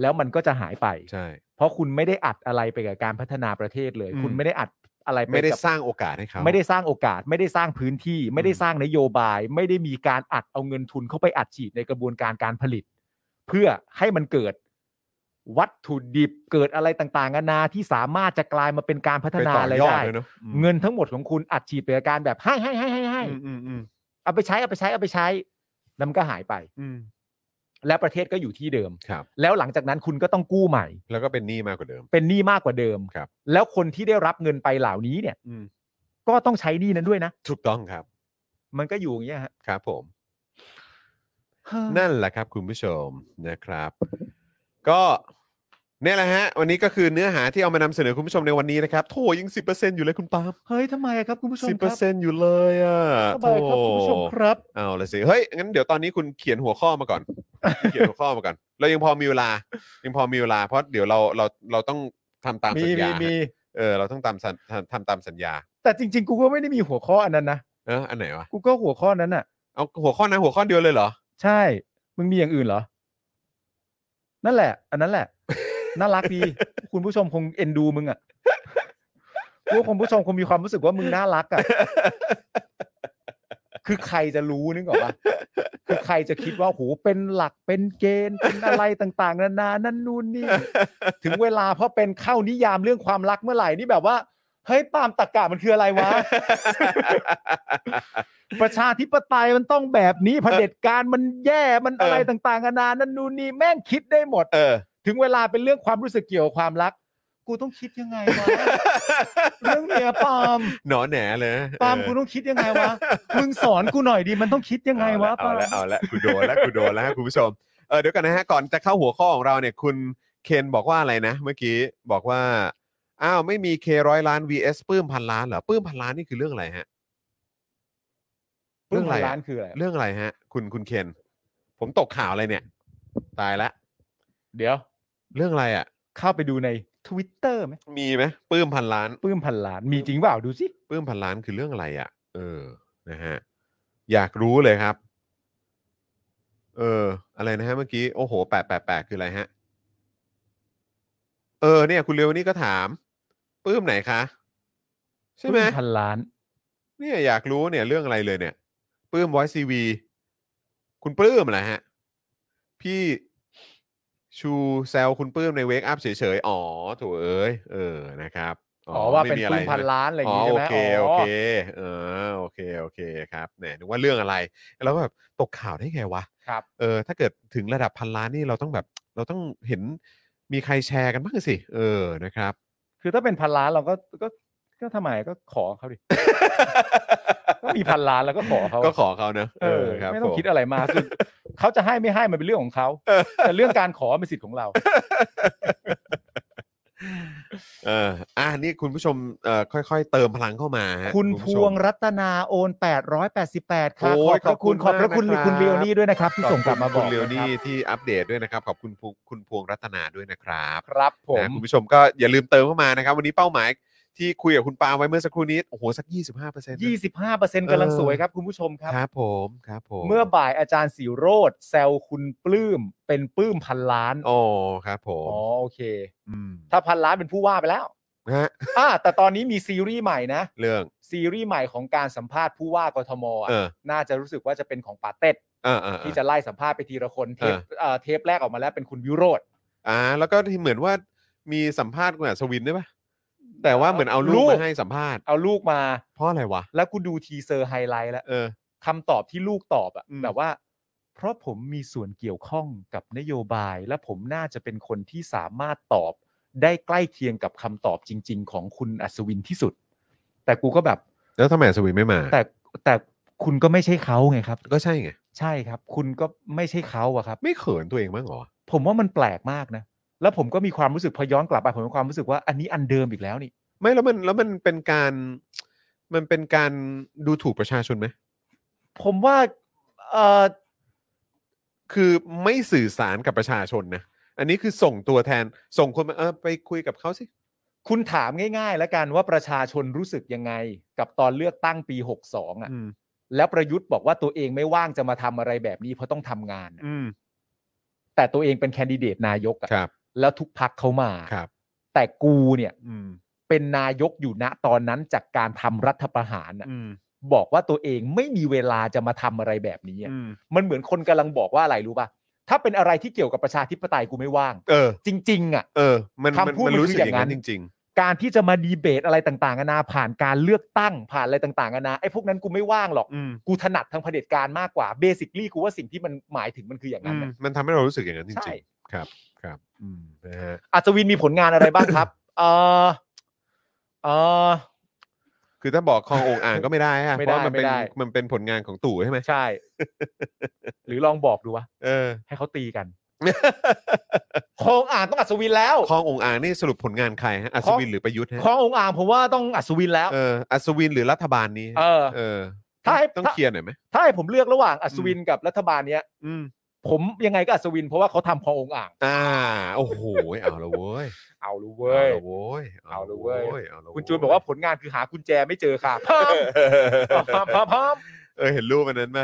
B: แล้วมันก็จะหายไป
A: ใช่
B: เพราะคุณไม่ได้อัดอะไรไปกับการพัฒนาประเทศเลย
A: อืม
B: คุณไม่ได้อัดอะไรปกับ
A: ไม่ได้สร้างโอกาสให้เขา
B: ไม่ได้สร้างโอกาสไม่ได้สร้างพื้นที่ ไม่ได้สร้างนโยบาย ไม่ได้มีการอัดเอาเงินทุนเข้าไปอัดฉีดในกระบวนการการผลิต เพื่อให้มันเกิดวัตถุดิบเกิดอะไรต่างๆนานาที่สามารถจะกลายมาเป็นการพัฒ
A: ป
B: นา
A: ต่
B: อะไร
A: ย
B: ได้
A: ด้วยเนอะอืม
B: เงินทั้งหมดของคุณอัดฉีดไปกับการแบบให้ให้ให้ให้ให้
A: อืมอืมอืม
B: เอาไปใช้เอาไปใช้เอาไปใช้แล้วมันก็หายไป
A: อืม
B: และประเทศก็อยู่ที่เดิม
A: ครับ
B: แล้วหลังจากนั้นคุณก็ต้องกู้ใหม่
A: แล้วก็เป็นหนี้มากกว่าเดิม
B: เป็นหนี้มากกว่าเดิม
A: ครับ
B: แล้วคนที่ได้รับเงินไปเหล่านี้เนี่ย
A: อืม
B: ก็ต้องใช้หนี้นั้นด้วยนะ
A: ถูกต้องครับ
B: มันก็อยู่อย่างเงี้ยฮะ
A: ครับผม นั่นแหละครับคุณผู้ชมนะครับ ก็เนี่ยแหละฮะ วันนี้ก็คือเนื้อหาที่เอามานำเสนอคุณผู้ชมในวันนี้นะครับโถยัง 10%อยู่เลยคุณปาล์ม
B: เฮ้ยทำไมอะครับคุณผู้ชม
A: สิบ
B: ค
A: เปอ
B: รั
A: ร์เซ็นต์อยู่เลยอ่ะ
B: สบายครับคุณผู้ชมครับ
A: โถ่เอาละสิ เฮ้ย งั้นเดี๋ยวตอนนี้คุณเขียนหัวข้อมาก่อน เขียนหัวข้อมาก่อน เรายังพอมีเวลา ยังพอมีเวลา เพราะเดี๋ยวเราเราเราต้องทำตาม
B: มี
A: สัญ
B: มี
A: ญา
B: มี
A: เออเราต้องตามสัญทำทำตามสัญญา
B: แต่จริง ๆ กูก็ไม่ได้มีหัวข้ออันนั้นนะ
A: เอออันไหนวะ
B: กูก็หัวข้อนั้นอ่ะ
A: เอาหัวข้อนะหัวข้อเดียวเลยเหรอ
B: ใช่ มึงมีอย่างอื่นเหรอ นั่นแหละ อันนั้นแหละ น่ารักดี คุณผู้ชมคงเอ็นดูมึงอ่ะกูว่าคุณผู้ชมคงมีความรู้สึกว่ามึงน่ารักอ่ะ คือใครจะรู้นึกออกปะคือใครจะคิดว่าโหเป็นหลักเป็นเกณฑ์เป็นอะไรต่างๆนานานั่นนู่นนี่ ถึงเวลาเพราะเป็นเข้านิยามเรื่องความรักเมื่อไหร่นี่แบบว่า เฮ้ยปาล์มตะกะมันคืออะไรวะ ประชาธิปไตยมันต้องแบบนี้เผด็จการมันแย่มันอะไร
A: เออ
B: ต่างๆนานานั่นนู่นนี่แม่งคิดได้หมด
A: เออ
B: ถึงเวลาเป็นเรื่องความรู้สึกเกี่ยวกับความรัก กูต้องคิดยังไง วะ เรื่องเมียปาล์ม
A: หนอแหนเลยนะ
B: ปาล์ม
A: เออ
B: กูต้องคิดยังไงวะมึงสอนกูหน่อยดิมันต้องคิดยังไงวะ
A: เอา
B: ปาล์
A: ละ
B: ม
A: เอาละกูโดนแล้วกูโดนแล้วคุณผู้ชมเออเดี๋ยวกันนะฮะก่อนจะเข้าหัวข้อของเราเนี่ยคุณเคนบอกว่าอะไรนะ เมื่อกี้บอกว่าอ้าวไม่มีเคร้อยล้าน vs ปื้มพันล้านเหรอปื้มพันล้านนี่คือเรื่องอะไรฮะ เรื่
B: เรื่
A: อ
B: อง ง
A: อะไรอะ
B: ร้านคืออะไร
A: เรื่องอะไรฮะ คุณคุณเคน ผมตกข่าวอะไรเนี่ย ตายละ
B: เดี๋ยว
A: เรื่องอะไรอ่ะ
B: เข้าไปดูใน Twitter ไหม
A: มีไหมปื้มพันล้าน
B: ปลื้มพันล้านมีจริงเปล่าดูสิ
A: ปื้มพันล้านคือเรื่องอะไรอ่ะ เออนะฮะอยากรู้เลยครับ เออ อะไรนะฮะเมื่อกี้โอ้โหแปดแปดแปดคืออะไรฮะ เออเนี่ย คุณเรียวนี่ก็ถามปื้มไหนคะ ใช่ไหม
B: ปึ้พันล้าน
A: เนี่ยอยากรู้เนี่ยเรื่องอะไรเลยเนี่ยปื้มไวซีวีคุณปื้มอะไรอฮะ พี่ชูแซวคุณปื้มในเวกอัพเฉยๆ อ๋อโถูกเอ้ยเออนะครับ
B: อ๋อว่า
A: ไม่
B: เป็น
A: มีอะ
B: ป
A: ไร
B: ลื้ม
A: ใช่
B: พัน
A: ไหม
B: ล้านอะไรอย่าง
A: อ๋อ
B: งี้
A: โอ
B: ใช่ไหม
A: เคโอเคเออโอเคโอเคครับแหมนึกว่าเรื่องอะไร แล้วแบบตกข่าวได้ไงวะ
B: ครับ
A: เออถ้าเกิดถึงระดับพันล้านนี่เราต้องแบบเราต้องเห็นมีใครแชร์กันบ้างสิ เออนะครับ
B: คือถ้าเป็นพันล้านเราก็ก็ก็ทำไมก็ขอเขาดิ ก็มีพันล้านแล้วก็ขอเขา
A: ก็ขอเขาเนอะ
B: เออ
A: ครับ
B: ไม่ต้อ
A: ผ
B: งคิดอะไรมาก คือเขาจะให้ไม่ให้มันเป็นเรื่องของเขาแต่เรื่องการขอเป็นสิทธิ์ของเรา
A: เอออ่ะนี่คุณผู้ชมเอ่อค่อย ๆ เติมพลังเข้ามาฮะ
B: คุณพ
A: ผู้ช
B: ว
A: ม
B: งรัตนาโอน 888ค่ะ
A: โอ้
B: ขอย บพระคุณ
A: ข
B: ข
A: อ
B: อ
A: บบ คุณ
B: พระคุณ
A: มากนะครับ
B: คุณเรียวนี่ด้วยนะครับ ที่ส่งกลับมา
A: ข
B: บอ
A: คุ
B: ก
A: ณเรียวนี่
B: ะครับ
A: ที่อัปเดตด้วยนะครับ ขอบคุณพวงคุณพวงรัตนาด้วยนะครับ
B: ครับผ
A: นะ
B: ม
A: คุณผู้ชมก็อย่าลืมเติมเข้ามานะครับ วันนี้เป้าหมายที่คุยกับคุณปาล์มไว้เมื่อสักครู่นี้โอ้โหสัก 25%
B: 25%กำลังสวยครับคุณผู้ชมครับ
A: ครับผมครับผม
B: เมื่อบ่ายอาจารย์สีโรดแซวคุณปลื้มเป็นปลื้มพันล้าน
A: โอ้ครับผม
B: อ๋อโอเค
A: อืม
B: ถ้าพันล้านเป็นผู้ว่าไปแล้ว
A: นะฮะ
B: อ่าแต่ตอนนี้มีซีรีส์ใหม่นะ
A: เรื่อง
B: ซีรีส์ใหม่ของการสัมภาษณ์ผู้ว่ากทมอ่ะ
A: เออ
B: น่าจะรู้สึกว่าจะเป็นของปาเต็ด
A: เออเออเอ
B: ที่
A: อ
B: จะไล่สัมภาษณ์ไปทีละคนเทป
A: เออ
B: เอ่อเทปแรกออกมาแล้วเป็นคุณวิโรธ
A: อ่าแล้วก็ที่เหมือนว่ามีสัมภาษณ์คุณอัศวินด้วยปะแต่ว่าเหมือนเอาลูกมาให้สัมภาษณ์
B: เอาลูกมา
A: เพราะอะไรวะ
B: แล้วกูดูทีเซอร์ไฮไลท์แล้ว
A: เออ
B: คำตอบที่ลูกตอบอ่ะ
A: อืม
B: แบบว่า เพราะผมมีส่วนเกี่ยวข้องกับนโยบาย และผมน่าจะเป็นคนที่สามารถตอบได้ใกล้เคียงกับคำตอบจริง ๆ ของคุณอัศวินที่สุด แต่กูก็แบบ
A: แล้วทำไมอัศวินไม่มา
B: แต่แต่คุณก็ไม่ใช่เขาไงครับ
A: ก็ใช่ไง
B: ใช่ครับ คุณก็ไม่ใช่เขาอะครับ
A: ไม่เขินตัวเองบ้างเหรอ
B: ผมว่ามันแปลกมากนะ แล้วผมก็มีความรู้สึกพอย้อนกลับไปผมมีความรู้สึกว่าอันนี้อันเดิมอีกแล้วนี่
A: ไม่แล้วมันแล้วมันเป็นการมันเป็นการดูถูกประชาชนไหม
B: ผมว่าเออ
A: คือไม่สื่อสารกับประชาชนนะอันนี้คือส่งตัวแทนส่งคนมาเออไปคุยกับเขาสิ
B: คุณถามง่ายๆ แล้วกันว่าประชาชนรู้สึกยังไง กับตอนเลือกตั้งปี 62อะ
A: อืม
B: แล้วประยุทธ์บอกว่าตัวเองไม่ว่างจะมาทำอะไรแบบนี้เพราะต้องทำงานอะ
A: อืม
B: แต่ตัวเองเป็นแคนดิเดตนายกอะ
A: ครับ
B: แล้วทุกพักเขามา
A: ครับ
B: แต่กูเนี่ย
A: อืม
B: เป็นนายกอยู่ณตอนนั้นจากการทำรัฐประหารอะ
A: อืม
B: บอกว่าตัวเองไม่มีเวลาจะมาทำอะไรแบบนี้อะ
A: อืม
B: มันเหมือนคนกำลังบอกว่าอะไรรู้ป่ะ ถ้าเป็นอะไรที่เกี่ยวกับประชาธิปไตยกูไม่ว่าง
A: เออ
B: จริง ๆ อ่ะ
A: เออ มันมัน
B: คำพูด
A: มัน
B: มัน
A: รู้
B: คือ
A: สึกอย่
B: อา
A: ย่าง ง
B: นั้
A: นั้น นจริง
B: การที่จะมาดีเบตอะไรต่างๆนานาผ่านการเลือกตั้งผ่านอะไรต่างๆนานาไอ้พวกนั้นกูไม่ว่างหรอก
A: ๆ อืม
B: กูถนัดทางเผด็จการมากกว่าเบสิคลี่กูว่าสิ่งที่มันหมายถึงมันคืออย่างนั้นน่ะ
A: มันทำให้เรารู้สึกอย่างนั้นจ
B: ใช่
A: ริงๆ ครับ ครับ อืมนะฮะ
B: อัศวินมีผลงานอะไรบ้างครับ เออเออ
A: คือถ้าบอกคลองโองอ่างก็ไม่ได้อะ
B: ไม่
A: เพ
B: ได้
A: ราะมันเป็น
B: ไม่ได้
A: มันเป็นผลงานของตู่ใช่ไหม
B: ใช่ หรือลองบอกดูวะ
A: เออ
B: ให้เขาตีกันคลองอ่านต้องอัศวินแล้ว
A: คลองโองอ่างนี่สรุปผลงานใครฮะ อัศวินหรือประยุทธ์ฮะ
B: คลององอ่างผมว่าต้องอัศวินแล้ว
A: เออ อัศวินหรือรัฐบาลนี้
B: เออ
A: เออ
B: ถ้าให้
A: ต้องเคลียร์หน่อยไหม
B: ถ้าให้ผมเลือกระหว่างอัศวินกับรัฐบาลเนี้ย
A: อืม
B: ผมยังไงก็อัศวินเพราะว่าเขาทำคลององอ่าง
A: อ่า โอ้โห เอาละเว้ย
B: เอาละ
A: เอา
B: เว้ย
A: ละเว้ย
B: เอาละเว้ย
A: เอาละเ
B: คุณจูนบอกว่าผลงานคือหากุญแจไม่เจอค่ะพร้อมพร้อมพร้อมพร้อม
A: เออ เห็นรูปอันนั้นไหม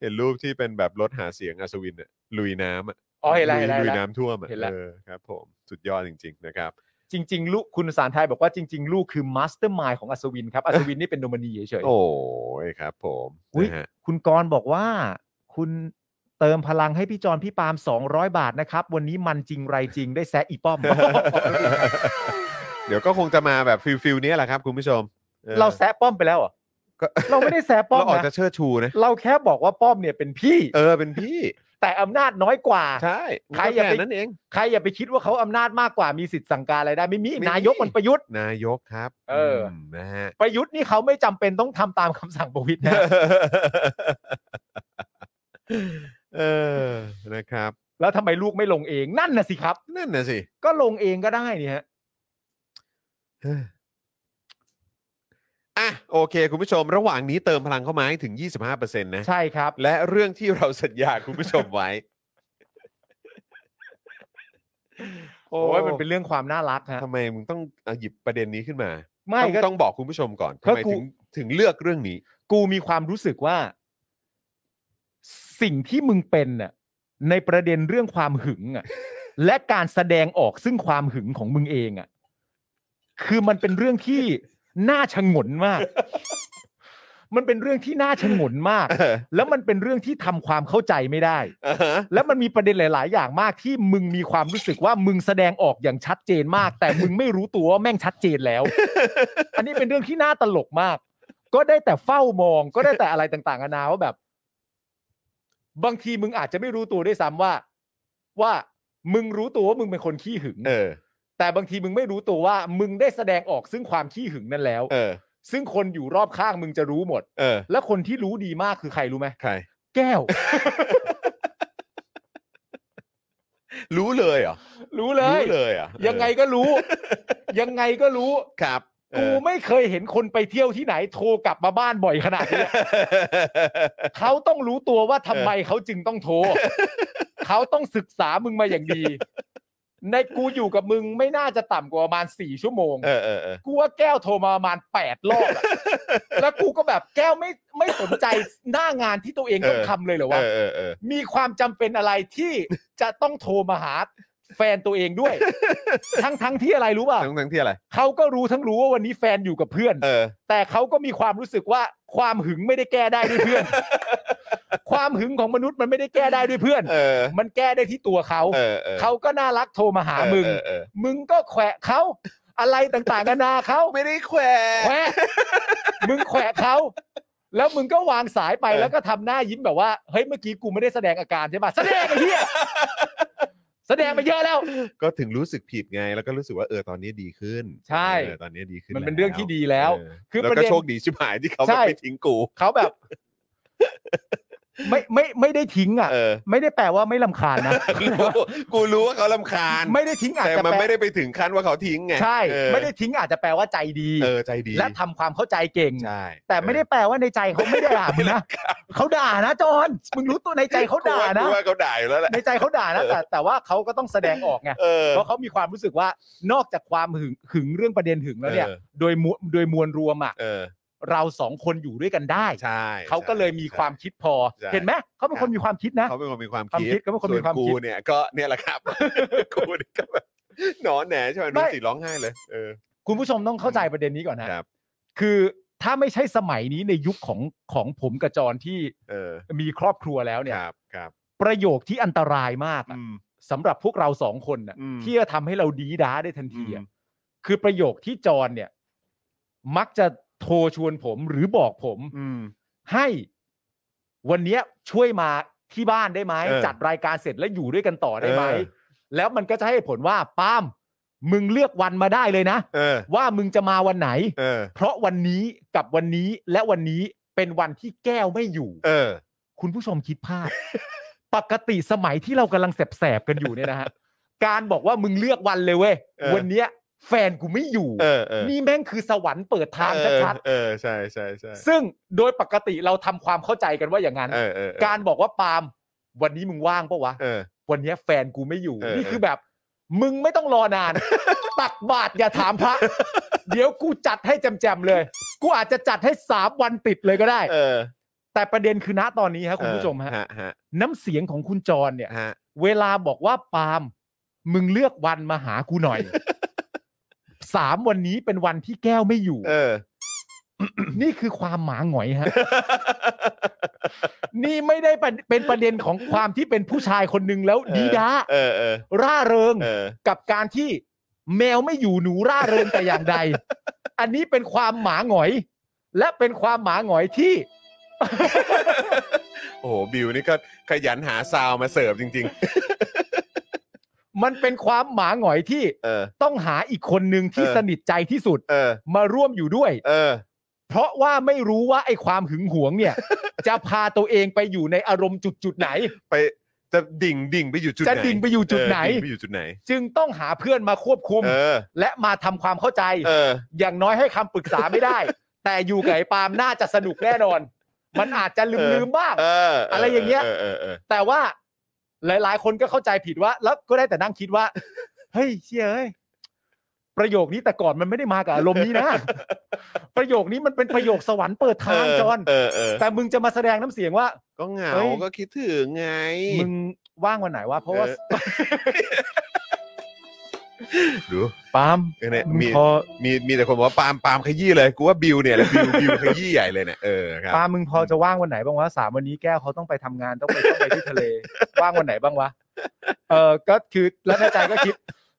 A: เห็นรูปที่เป็นแบบรถหาเสียงอัศวินอะลุยน้ำอะ
B: อ๋อเห็นแล้ว
A: ลุย
B: เห็น
A: ลุ
B: แล้วเห็
A: ย
B: นแล้ว
A: น้ำท่วมอ่ะ
B: เห็นแล้ว
A: ออครับผมสุดยอดจริง ๆ นะครับ
B: จริง ๆ ลูกคุณสารไทยบอกว่าจริง ๆ ลูกคือมาสเตอร์มายของอัศวินครับอัศวินนี่เป็นโนมินีเฉย
A: โอ้ยครับผม
B: อุ๊ย
A: นะฮ ะ
B: ๆคุณกรณ์บอกว่า คุณเติมพลังให้พี่จอนพี่ปาล์ม200 บาทนะครับ วันนี้มันจริงไรจริงได้แซะอี ป้อม
A: เดี๋ยวก็คงจะมาแบบฟิลฟิลนี้ยแหละครับคุณผู้ชมออ
B: เราแซะป้อมไปแล้วเหรอ
A: ก็
B: เราไม่ได้แซะป้อม
A: เราออก
B: นะ
A: จะเชิดชูนะ
B: เราแค่บอกว่าป้อมเนี่ยเป็นพี่
A: เออเป็นพี่
B: แต่อำนาจน้อยกว่า
A: ใช่
B: ใคร
A: ก็
B: อย่า
A: แค่
B: ไป
A: นั้นเอง
B: ใครอย่าไปคิดว่าเขาอำนาจมากกว่ามีสิทธิ์สั่งการอะไรได้ไม่มี
A: ไม่มี
B: นายกมันประยุทธ์
A: นายกครับ
B: เอออื
A: มนะฮะ
B: ประยุทธ์นี่เขาไม่จำเป็นต้องทำตามคำสั่งประวิทย์นะ
A: เออนะครับ
B: แล้วทำไมลูกไม่ลงเองนั่นน่ะสิครับ
A: นั่นน่ะสิ
B: ก็ลงเองก็ได้นี่ฮะ
A: เอออ่ะโอเค คุณผู้ชม ระหว่างนี้เติมพลังเข้ามาให้ถึง 25%นะ
B: ใช่ครับ
A: และเรื่องที่เราสัญญาคุณผู้ชมไว้ โอ้
B: โอ้ยมันเป็นเรื่องความน่ารักฮะ
A: ทำไมมึงต้องเอาหยิบประเด็นนี้ขึ้นมา
B: ไม่
A: ต้อง
B: ก็
A: ต้องบอกคุณผู้ชมก่อน
B: ก็
A: ทำไม
B: กู
A: ถึงถึงเลือกเรื่อง นี้
B: กูมีความรู้สึกว่า สิ่งที่มึงเป็นน่ะในประเด็นเรื่องความหึง อ่ะ และการแสดงออกซึ่งความหึงของมึงเองอ่ะ คือมันเป็นเรื่องที่ น่าชงนมาก มันเป็นเรื่องที่น่าชงนมาก
A: เออ
B: แล้วมันเป็นเรื่องที่ทำความเข้าใจไม่ได้
A: อ่าฮะ
B: แล้วมันมีประเด็นหลาย ๆ อย่างมากที่มึงมีความรู้สึกว่ามึงแสดงออกอย่างชัดเจนมาก แต่มึงไม่รู้ตัวว่าแม่งชัดเจนแล้ว อันนี้เป็นเรื่องที่น่าตลกมาก ก็ได้แต่เฝ้ามอง ก็ได้แต่อะไรต่างๆนานาว่าแบบ บางทีมึงอาจจะไม่รู้ตัวด้วยซ้ำว่า ว่ามึงรู้ตัวว่ามึงเป็นคนขี้หึง
A: เออ
B: แต่บางทีมึงไม่รู้ตัวว่า มึงได้แสดงออกซึ่งความขี้หึงนั่นแล้ว
A: เออ
B: ซึ่งคนอยู่รอบข้างมึงจะรู้หมด
A: เออ
B: และคนที่รู้ดีมากคือใครรู้ไหม
A: ใคร
B: แก้ว
A: รู้เลยเหรอ
B: รู้เล
A: รู้
B: ย
A: เลยเหรอ่ะ
B: ยังไงก็รู้ ยังไงก็รู้
A: ครับเอ
B: กู
A: อ
B: ไม่เคยเห็นคนไปเที่ยวที่ไหนโทรกลับมาบ้านบ่อยขนาด นี้ เขาต้องรู้ตัวว่าทำไมเขาจึงต้อง โทร เขาต้องศึกษามึงมาอย่างดี ในกูอยู่กับมึงไม่น่าจะต่ำกว่าประมาณสี่ชั่วโมง
A: เออเออเออ
B: กูว่าแก้วโทรมาประมาณแปดรอบ อะแล้วกูก็แบบแก้วไม่ไม่สนใจหน้างานที่ตัวเองต้องทำเลยเหรอ
A: เอ
B: วะ
A: อเออเออ
B: มีความจำเป็นอะไรที่จะต้องโทรมาหา แฟนตัวเองด้วย ทั้งทั้งที่อะไรรู้ป่ะ
A: ทั้งทั้งที่อะไร
B: เขาก็รู้ทั้งรู้ว่าวันนี้แฟนอยู่กับเพื่อน
A: เออ
B: แต่เขาก็มีความรู้สึกว่าความหึงไม่ได้แก้ได้ด้วยเพื่อน ความหึงของมนุษย์มันไม่ได้แก้ได้ด้วยเพื่อน
A: เออ
B: มันแก้ได้ที่ตัวเขา
A: เออ เออ
B: เขาก็น่ารักโทรมาหามึง
A: เออเออ
B: มึงก็แขวะเขาอะไรต่างๆนานาเขา
A: ไม่ได้แควะ
B: แขวะมึงแขวะเขา แล้วมึงก็วางสายไป
A: เออ
B: แล้วก็ทำหน้ายิ้มแบบว่าเฮ้ยเมื่อกี้กูไม่ได้แสดงอาการใช่ป่ะแสดงไอ้เหี้ยแสดงไปเยอะแล้ว
A: ก็ถึงรู้สึกผิดไง แล้วก็รู้สึกว่าเออตอนนี้ดีขึ้น
B: ใช่
A: เออตอนนี้ดีขึ้น
B: มันเป็นเรื่องที่ดีแล้ว
A: เออ
B: คือ
A: แล้ว
B: ประ
A: ก็
B: เด็น
A: โชคดีชิบหายที่เขา
B: ใช่
A: แบบไม่ทิ้งกู
B: เขาแบบ ไม่ไม่ไม่ได้ทิ้งอ่ะ
A: เออ
B: ไม่ได้แปลว่าไม่ลำคาญ นะ
A: กูกูรู้ว่าเขาลำคาญ
B: ไม่ได้ทิ้งอาจ
A: แต่
B: จะ
A: มัน
B: แปล
A: ไม่ได้ไปถึงขั้นว่าเขาทิ้งไง
B: ใช่
A: เออ
B: ไม่ได้ทิ้งอาจจะแปลว่าใจดี
A: เออใจดี
B: และทำความเข้าใจเก่ง
A: ใช่
B: แต่ไม่ได้แปลว่าในใจเขาไม่ได้ด่ามึงนะเขาด่านะจอนมึงรู้ตัวในใจเขาด่านะ
A: กูว่าเขาด่าอยู่แล้วแหละ
B: ในใจเขาด่านะแต่แต่ว่าเขาก็ต้องแสดงออกไง
A: เออ
B: เพราะเขามีความรู้สึกว่านอกจากความหึงหึงเรื่องประเด็นหึงแล้วเนี่ย
A: เออ
B: โดยมวโดยมวลรวมอ่ะ
A: เออ
B: เราสองคนอยู่ด้วยกันได้
A: ใช่
B: เขาก็เลยมีความคิดพอ
A: ใช่
B: เห็นไหมเขาเป็นคนมีความคิดนะ
A: เขาเป็นคนมีความ
B: ความคิดเขาเป็นคนมีความคิด
A: ส่กูเนี่ยก็เนี่ยแหละครับ กูเนี่ยก็แบบหนอนแหนใช่ไหม
B: ไม่
A: ดูสิร้องไห้เลย เออ
B: คุณผู้ชมต้องเข้าใจประเด็นนี้ก่อนนะครับ คือถ้าไม่ใช่สมัยนี้ในยุคของของผมกระจรที่
A: เออ
B: มีครอบครัวแล้วเนี่
A: ค
B: ย
A: รับครับ
B: ประโยคที่อันตรายมากอะ สำหรับพวกเราสองคนน่ะ
A: อืม
B: ที่จะทำให้เราดีด้าได้ทันทีอะ
A: อืม
B: คือประโยคที่จรเนี่ย มักจะโทรชวนผมหรือบอกผม
A: อืม
B: ให้วันเนี้ยช่วยมาที่บ้านได้ไหม
A: เออ
B: จัดรายการเสร็จแล้วอยู่ด้วยกันต่อได้ไหม
A: เออ
B: แล้วมันก็จะให้ผลว่าป้าล์มมึงเลือกวันมาได้เลยนะ
A: เออ
B: ว่ามึงจะมาวันไหน
A: เออ
B: เพราะวันนี้กับวันนี้และวันนี้เป็นวันที่แก้วไม่อยู่
A: เออ
B: คุณผู้ชมคิดภาพ ปกติสมัยที่เรากำลังแสบๆกันอยู่เนี่ยนะฮะ การบอกว่ามึงเลือกวันเลยเว้ย
A: เออ
B: วันเนี้ย แฟนกูไม่อยู่
A: เออเออ
B: นี่แม่งคือสวรรค์เปิดทางชัด
A: เออเออใช่ใช่ใช่
B: ๆซึ่งโดยปกติเราทำความเข้าใจกันว่าอย่างนั้น
A: เออเออเออ
B: การบอกว่าปาล์มวันนี้มึงว่างปะวะ
A: เออ
B: วันเนี้ยแฟนกูไม่อยู่
A: เออ
B: นี่คือแบบ มึงไม่ต้องร อนาน ตักบาตรอย่าถามพระ เดี๋ยวกูจัดให้แจมๆเลย กูอาจจะจัดให้สามวันติดเลยก็ได้
A: เออ
B: แต่ประเด็นคือณตอนนี้ฮะคุณผู้ชมฮะ
A: ฮะฮะ
B: น้ำเสียงของคุณจรเนี่ย
A: ฮะ
B: เวลาบอกว่าปาล์มมึงเลือกวันมาหากู หน่อย สามวันนี้เป็นวันที่แก้วไม่อยู่
A: เออ
B: นี่คือความหมาหงอยฮะ นี่ไม่ได้เป็นเป็นประเด็นของความที่เป็นผู้ชายคนหนึ่งแล้ว
A: เออ
B: ดีด้า
A: เออเออ
B: ร่าเริง
A: เออ
B: กับการที่แมวไม่อยู่หนูร่าเริงแต่อย่างใด อันนี้เป็นความหมาหงอย และเป็นความหมาหงอยที่
A: โอ้โหบิวนี่ก็ขยันหาซาวมาเสิร์ฟจริง
B: มันเป็นความหมาหงอยที่
A: ๆ เออ
B: ต้องหาอีกคนหนึ่งที่
A: เออ
B: สนิทใจที่สุด
A: เออ
B: มาร่วมอยู่ด้วย
A: เออ
B: เพราะว่าไม่รู้ว่าไอ้ความหึงหวง เนี่ย จะพาตัวเองไปอยู่ในอารมณ์จุดจุดๆไหน
A: ไปจะดิ่งดิ่งไปอยู่จุดไหน
B: จะดิ่งไปอยู่จุดไหน
A: เออดิ่งไปอยู่จุดไหน
B: จึงต้องหาเพื่อนมาควบคุม
A: เออ
B: และมาทำความเข้าใจ
A: เออ
B: อย่างน้อยให้คำปรึกษาไม่ได้ แต่อยู่กับไอ้ปาล์มน่าจะสนุกแน่นอน มันอาจจะลืม
A: เออ
B: ลืมบ้าง
A: เออ
B: อะ
A: อะไร
B: อย่างเงี้ย
A: เออเออเออ
B: แต่ว่าหลายๆ คนก็เข้าใจผิดว่า แล้วก็ได้แต่นั่งคิดว่า เฮ้ยเชี่ยเอ้ยประโยคนี้แต่ก่อนมันไม่ได้มากับอารมณ์นี้นะ ประโยคนี้มันเป็นประโยคสวรรค์เปิดทางจอน
A: เออเออเออ
B: แต่มึงจะมาแสดงน้ำเสียงว่า
A: ก็เหงา
B: เฮ้ย
A: ก็คิดถึงไง
B: มึงว่างวันไหนวะเพราะว่า
A: เออ ดู
B: ปาล์ม
A: เออเนี่ย
B: มึง
A: มี
B: พอ
A: มีมีแต่คนบอกว่าปาล์มปาล์มขยี้เลยกูว่าบิวเนี่ยแหละ บิวบิวขยี้ใหญ่เลยเนี่ยเออครับ
B: ปาล์มมึงพอจะว่างวันไหนบ้างวะสามวันนี้แก้วเขาต้องไปทำงานต้องไปต้องไปที่ทะเล ว่างวันไหนบ้างวะเออก็คือแล้วในใจก็คิด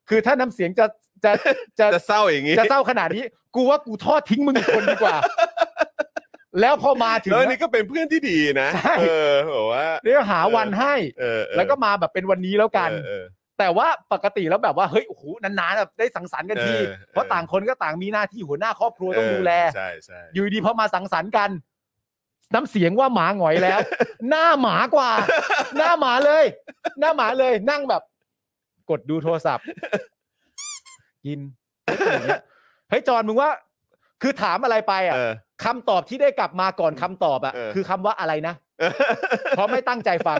B: คือถ้าน้ำเสียงจะจะจะ
A: จะเศร้าอย่างงี้
B: จะเศร้าขนาดนี้ กูว่ากูทอดทิ้งมึงอีกคนดีกว่า แล้วพอมาถึง
A: แล้วอัน
B: นะ
A: นี่ก็เป็นเพื่อนที่ดีนะเออบอกว่า
B: เดี๋ยวหาวันให้
A: เออเออ
B: แล้วก็มาแบบเป็นวันนี้แล้วกัน
A: เออเออ
B: แต่ว่าปกติแล้วแบบว่าเฮ้ยโอ้โหนานๆแบบได้สังสรรค์กันที
A: เออเออ
B: เพราะต่างคนก็ต่างมีหน้าที่หัวหน้าครอบครัวต้องดูแล
A: ใช่ใช่
B: อยู่ดีพอมาสังสรรค์กัน น้ำเสียงว่าหมาหงอย แล้ว หน้าหมากว่า หน้าหมาเลย หน้าหมาเลยนั่งแบบ กดดูโทรศัพท์ กินอย่างเงี้ยเฮ้ยจอนมึงว่า คือถามอะไรไปอ่ะ
A: เออ
B: คำตอบที่ได้กลับมาก่อนคำตอบอ่ะ
A: เออ
B: คือคำว่าอะไรนะเพราะไม่ตั้งใจฟัง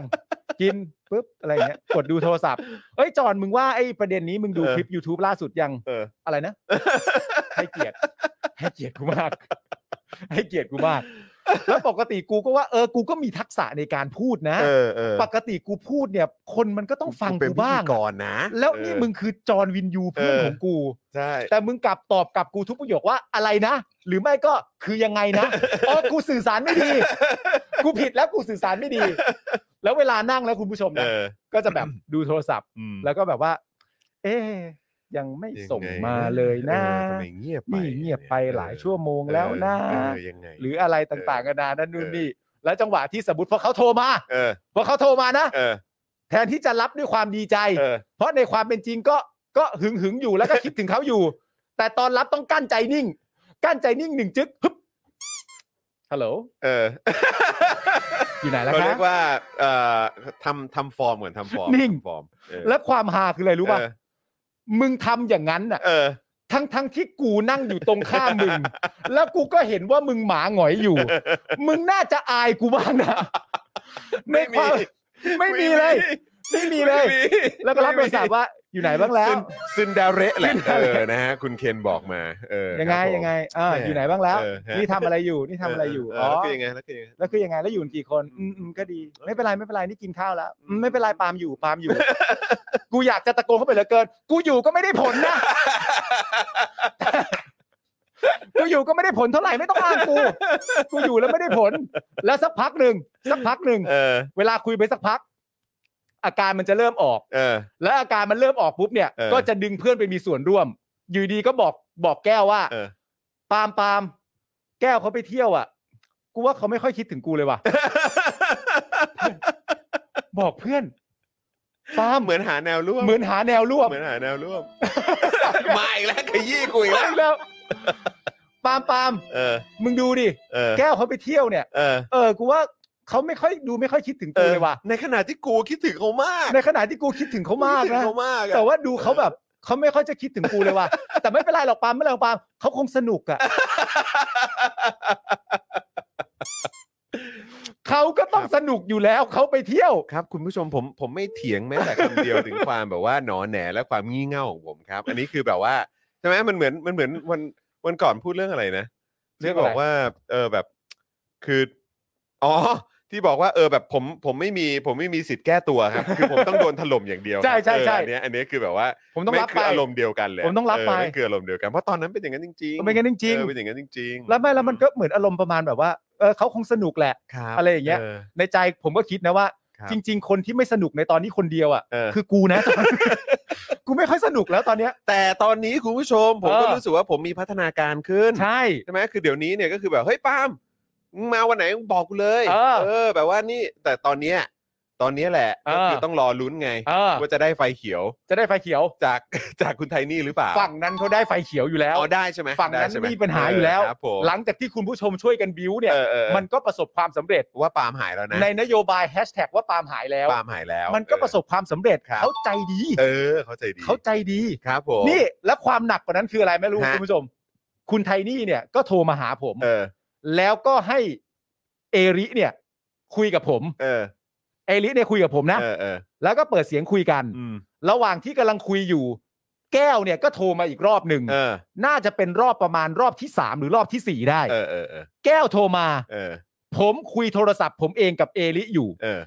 B: กินปุ๊บอะไรเงี้ยกดดูโทรศัพท์เฮ้ยจอนมึงว่าไอ้ประเด็นนี้มึงดูคลิป YouTube ล่าสุดยัง
A: เออ
B: อะไร นะ ให้เกียรติให้เกียรติกูมาก ให้เกียรติกูมาก แล้วปกติกูก็ว่าเออกูก็มีทักษะในการพูดนะ
A: เออเออ
B: ปกติกูพูดเนี่ย คนมันก็ต้องฟัง
A: เป็น
B: กู
A: พิ
B: บ้า
A: ธี
B: ง
A: กรนะ
B: แล้วนี่มึงคือจอห์นวินยูเพื่อน
A: เออ
B: ของกู
A: ใช่
B: แต่มึงกลับตอบกลับกูทุกประโยคว่าอะไรนะ หรือไม่ก็คือยังไง นะ อ๋อกูสื่อสารไม่ดี กูผิดแล้วกูสื่อสารไม่ดี แล้วเวลานั่งแล้วคุณผู้ชม
A: เอ
B: นะ
A: อ
B: ก็จะแบบ ดูโทรศัพท์ แล้วก็แบบว่า เอ๊ะยังไม่ส่ง
A: ยัไ
B: มาเลยนะ
A: ออทำไมเงียบไป
B: นี่เงียบไปหลายชั่วโมง
A: เออ
B: แล้วนะ
A: เออยังไง
B: หรืออะไรต่างๆกันานานั่นนู่น
A: เออ
B: นี่ แล้วจังหวะที่สมมติพอเขาโทรมา
A: เออ
B: พอเขาโทรมานะ
A: เออ
B: แทนที่จะรับด้วยความดีใจ
A: เออ
B: เพราะในความเป็นจริงก็ก็หึงหึงๆอยู่แล้วก็คิดถึงเขาอยู่ แต่ตอนรับต้องกั้นใจนิ่ง กั้นใจนิ่งหนึ่งจึ๊กฮึบฮัลโหล
A: เออ
B: อยู่ไหนแล้ว
A: เขา
B: ค
A: เรี
B: รั
A: ย
B: บ
A: กว่าเอ่อทำทำฟอร์มก่อนทำฟอร์ม
B: นิ่ง
A: ทำฟอร์มเออ
B: แล้วความฮาคืออะไรรู้ป่ะ
A: เออ
B: มึงทำอย่างนั้นน่ะ
A: เออ
B: ทั้งทั้งที่กูนั่งอยู่ตรงข้ามมึง แล้วกูก็เห็นว่ามึงหมาหงอยอยู่ มึงน่าจะอายกูบ้างนะ
A: ไม่มี
B: ในความไม่มีเลย ไม่มีเลย
A: ไม่มี
B: แล้วก็รับโทรศัพท์ว่าอยู่ไหนบ้างแล้ว
A: ซึนซึนดาเระแหละ
B: ซึน
A: เอ
B: ดาเระ
A: อนะฮะคุณเคนบอกมา เออ
B: ยังไง
A: ครับผม
B: ยังไงอ่า
A: แหม่
B: อยู่ไหนบ้างแล้ว
A: เออฮะ
B: นี่ทำอะไรอยู่นี่ทำอะไรอยู่อ๋อ
A: เแล้วคือยังไงแล้วคือยังไง
B: แล้วคือยังไงแล้วอยู่กันกี่คนอืมอืมก็ดี ไม่เป็นไรไม่เป็นไรนี่กินข้าวแล้วอืมไม่เป็นไรปาล์มอยู่ปาล์ มอยู่ กูอยากจะตะโกนเข้าไปเหลือเกิน กูอยู่ก็ไม่ได้ผล นะ กูอยู่ก็ไม่ได้ผลเท่าไหร่ไม่ต้องอ้างกู กูอยู่แล้วไม่ได้ผล แล้วสักพักหนึ่งสักพักหนึ่ง
A: เออ
B: เวลาคุยไปสักพัก อาการมันจะเริ่มออก
A: เออ
B: แล้วอาการมันเริ่มออกปุ๊บเนี่ย
A: เออ
B: ก็จะดึงเพื่อนไปมีส่วนร่วม อยู่ดีก็บอกบอกแก้วว่า
A: เอ อ
B: ปาล์มปาล์มแก้วเขาไปเที่ยวอ่ะ กูว่าเขาไม่ค่อยคิดถึงกูเลยว่ะ บอกเพื่อนปาล์ม
A: เหมือนหาแนวร่วม
B: เหมือนหาแนวร่วม
A: เหมือนหาแนว ร่วมมาอีกแล้วขยี้กูอีก
B: ไป
A: แล้ว
B: แล้วปาล์มปาล์ม
A: เออ
B: มึงดูดิ
A: เออ
B: แก้วเขาไปเที่ยวเนี่ย
A: เออ
B: เออ กูว่าเขาไม่ค่อยดูไม่ค่อยคิดถึง
A: เอ
B: กู
A: อ
B: เลยว่ะ
A: ในขณะที่กูคิดถึงเขามาก
B: ในขณะที่กูคิดถึงเขามาก
A: คิดถึง
B: นะ
A: เขามากอะ
B: แต่ว่าดูเขาแบบเขาไม่ค่อยจะคิดถึงกูเลยว่ะ แต่ไม่เป็นไรหรอกปาล์มไม่เป็นไรหรอกปาล์มเขาคงสนุก อะเขาก็ต้องสนุกอยู่แล้วเขาไปเที่ยว
A: ครับ คุณผู้ชมผมผมไม่เถียงแม้แต่คำเดียวถึ งความแบบว่าหนอแหนและความงี่เง่าของผมครับ อันนี้คือแบบว่าใช่ไหมมันเหมือนมันเหมือนวันวันก่อนพูดเรื่องอะไรนะ
B: เรื่
A: เรื่อ
B: อง ง
A: บ
B: อะ
A: อ
B: ไร
A: กว่า เออแบบคืออ๋อที่บอกว่าเออแบบผมผมไม่มีผมไม่มีสิทธิ์แก้ตัวครับ คือผมต้องโดนถล่มอย่างเดียว
B: ใช่ใช่
A: เออ
B: ใช่
A: อันเนี้ยอันเนี้ยคือแบบว่า
B: ผมต้องรับ
A: แงคื
B: ไป
A: ออารมณ์เดียวกันเลย
B: ผมต้องรับ
A: เ
B: ไป
A: แงคืออารมณ์เดียวกันเพราะตอนนั้นเป็นอย่างนั้นจริงๆ
B: ไม่งั้นจริง
A: เออเป็นอย่างนั้นจริง
B: ๆแล้วไม่แล้วมันก็เหมือนอารมณ์ประมาณแบบว่าเออเขาคงสนุกแหละ
A: คบ
B: อะไรอย่างเงี้ย ในใจผมก็คิดนะว่า
A: ครับ
B: จริง ๆ คนที่ไม่สนุกในตอนนี้คนเดียวอ่ะ
A: เออ
B: คือกูนะต อนนี้กูไม่ค่อยสนุกแล้วตอนเนี้ย
A: แต่ตอนนี้คุณผู้ชมผม
B: เออ
A: ก็รู้สึกว่าผมมีพัฒนาการขึ้น
B: ใช่
A: ใช่ไหมคือเดี๋ยวนี้เนี่ยก็คือแบบเฮ้ยปาล์มมึงมาวันไหนมึงบอกกูเลย
B: เออ
A: แบบว่านี่แต่ตอนเนี้ยตอนเนี้ยแหละ
B: เออ
A: ก็คือต้องรอลุ้นไง
B: เออ
A: ว่าจะได้ไฟเขียว
B: จะได้ไฟเขียว
A: จาก จากคุณไทนี่หรือเปล่า
B: ฝั่งนั้นเขาได้ไฟเขียวอยู่แล้ว
A: อ๋อได้ใช่ไหม
B: ฝั่งนั้น
A: ด้ใช่ห
B: ไม่มีปัญหาอยู่แล้ว
A: ครับผม
B: หลังจากที่คุณผู้ชมช่วยกันบิวเนี่ย
A: เออเออ
B: มันก็ประสบความสำเร็จ
A: ว่าปาล์มหายแล้วนะ
B: ในนโยบายแฮชแท็กว่าปาล์มหายแล้ว
A: ปาล์มหายแล้ว
B: มันก็ประสบความสำเร็จ
A: ครับ
B: เขาใจดี
A: เออเข้าใจดี
B: เขาใจดี
A: ครับผม
B: นี่และความหนักกว่านั้นคืออะไรไม่รู้
A: ฮะ
B: คุณผู้ชม คุณไทนี่เนี่ยก็โทรมาหาผม
A: เออ
B: แล้วก็ให้เอริเนี่ย คุยกับผม
A: เออ
B: เอริเนี่ยคุยกับผมนะ
A: เออเออ
B: แล้วก็เปิดเสียงคุยกัน
A: อืม
B: ระหว่างที่กำลังคุยอยู่ แก้วเนี่ยก็โทรมาอีกรอบหนึ่ง
A: เออ
B: น่าจะเป็นรอบประมาณรอบที่สามหรือรอบที่สี่ได้
A: เออเออเออ
B: แก้วโทรมา
A: เออ
B: ผมคุยโทรศัพท์ผมเองกับเอริอยู่
A: เออ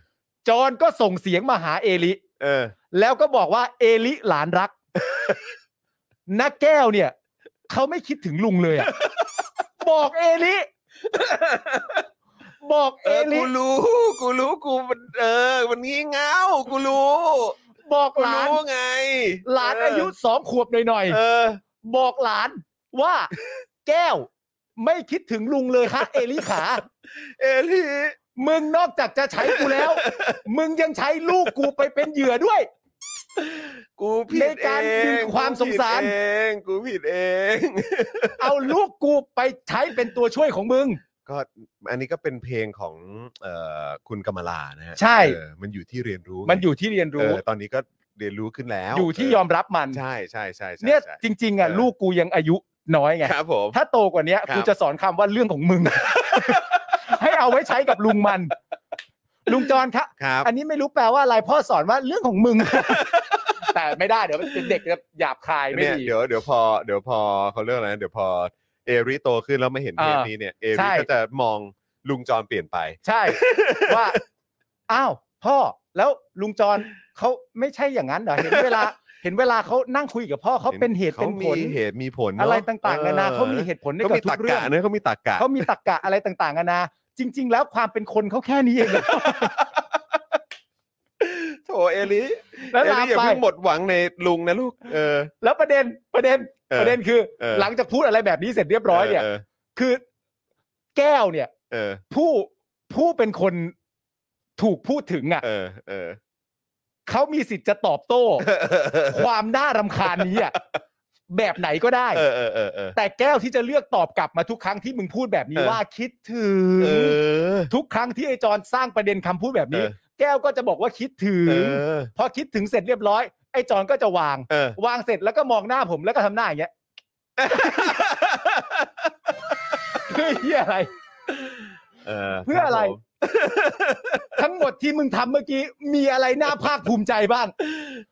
B: จอนก็ส่งเสียงมาหาเอริ
A: เออ
B: แล้วก็บอกว่าเอลิหลานรัก นักแก้วเนี่ยเขาไม่คิดถึงลุงเลยอะ บอกเอลิ บอกเอ
A: เออ
B: ลิ
A: กูรู้ กูรู้กูมันเออ มันงี่เง่ากูรู้
B: บอก
A: กู
B: หลาน
A: รู้ไง
B: หลานอายุสองขวบหน่อย
A: เออ
B: ๆบอกหลานว่า แก้ว ไม่คิดถึงลุงเลยค่ะเอ ลิขา
A: เอลี่
B: มึงนอกจากจะใช้กูแล้ว มึงยังใช้ลูกกูไปเป็นเหยื่อด้วย
A: กูผิด
B: ในการ
A: เอ
B: ดึงความสงสาร
A: กูผิดเองกูผิดเอง
B: เอาลูกกูไปใช้เป็นตัวช่วยของมึง
A: ก็อันนี้ก็เป็นเพลงของเอ่อคุณกำมลานะฮะ
B: ใช่
A: เออมันอยู่ที่เรียนรู้
B: มันอยู่ที่เรียน
A: เอ
B: รู้
A: อตอนนี้ก็เรียนรู้ขึ้นแล้ว
B: อยู่ที่ยอมรับมัน
A: ใช่ใช่ใช่ใช่
B: เนี่ย
A: ใช่
B: จริงๆอ่ะ
A: เออ
B: ลูกกูยังอายุน้อยไง
A: ครับผม
B: ถ้าโตกว่าเนี้ย
A: ครับ
B: กูจะสอนคำว่าเรื่องของมึง ให้เอาไว้ใช้กับลุงมัน ลุงจอนครับ
A: ครับ
B: อันนี้ไม่รู้แปลว่าอะไรพ่อสอนว่าเรื่องของ มึง แต่ไม่ได้เดี๋ยวเด็กจะหยาบคายไม่
A: เนี่ย
B: ดี
A: เดี๋ยวเดี๋ยวพอเดี๋ยวพอเขาเรียกอะไรนะเดี๋ยวพอเอริโตขึ้นแล้วมาเห็น
B: เอ
A: เพล
B: อ
A: งนี้เนี่ยเอริ
B: ใช่
A: ก็จะมอง ลุงจอนเปลี่ยนไป
B: ใช่ ว่า อ้าวพ่อแล้วลุงจรเขาไม่ใช่อย่างนั้นเหรอเห็นเวลา เห็นเวลาเขานั่งคุยกับพ่อเขาเป็นเหตุเป็นผล
A: ขามีเหตุมีผลเน
B: อะไรต่างๆนานา
A: ออ
B: เขามีเหตุผลใน
A: เขา
B: กับ
A: มี
B: ทุ
A: ตร
B: ก
A: ร
B: เรื่
A: กะ
B: อง
A: นะเขามีตรรกะ
B: เขามีตรรกะอะไรต่างๆนานา จริง ๆ แล้วความเป็นคนเขาแค่นี้เอง
A: โถเอลิ
B: แล้ว
A: เอ
B: ลา
A: ลิอย่า
B: ไป
A: เพิ่งหมดหวังในลุงนะลูก เออ
B: แล้วประเด็นประเด็น
A: เออ
B: ประเด็นคือ
A: เออ
B: หลังจากพูดอะไรแบบนี้เสร็จเรียบร้อยเนี่ย
A: เออ
B: คือ แก้วเนี่ย
A: เออ
B: ผู้ผู้เป็นคนถูกพูดถึงอ่ะ
A: เออ เออ
B: เขามีสิทธิ์จะตอบ โต้ ความน่ารำคาญนี้อ่ะแบบไหนก็ได้
A: เออ เออ เออ เออ
B: แต่แก้วที่จะเลือกตอบกลับมาทุกครั้งที่มึงพูดแบบนี้
A: เออ
B: ว่าคิดถึง
A: เออ
B: ทุกครั้งที่ไอจอนสร้างประเด็นคำพูดแบบนี้
A: เออ
B: แก้วก็จะบอกว่าคิดถึง
A: เออ
B: พอคิดถึงเสร็จเรียบร้อยไอ้จอนก็จะวาง
A: เออ
B: วางเสร็จแล้วก็มองหน้าผมแล้วก็ทำหน้าอย่างเงี้ยเพื่อเหี้ยอะไร
A: เออ
B: เพื่ออะไร
A: คบผม
B: ทั้งหมดที่มึงทำเมื่อกี้มีอะไรน่าภาคภูมิใจบ้าง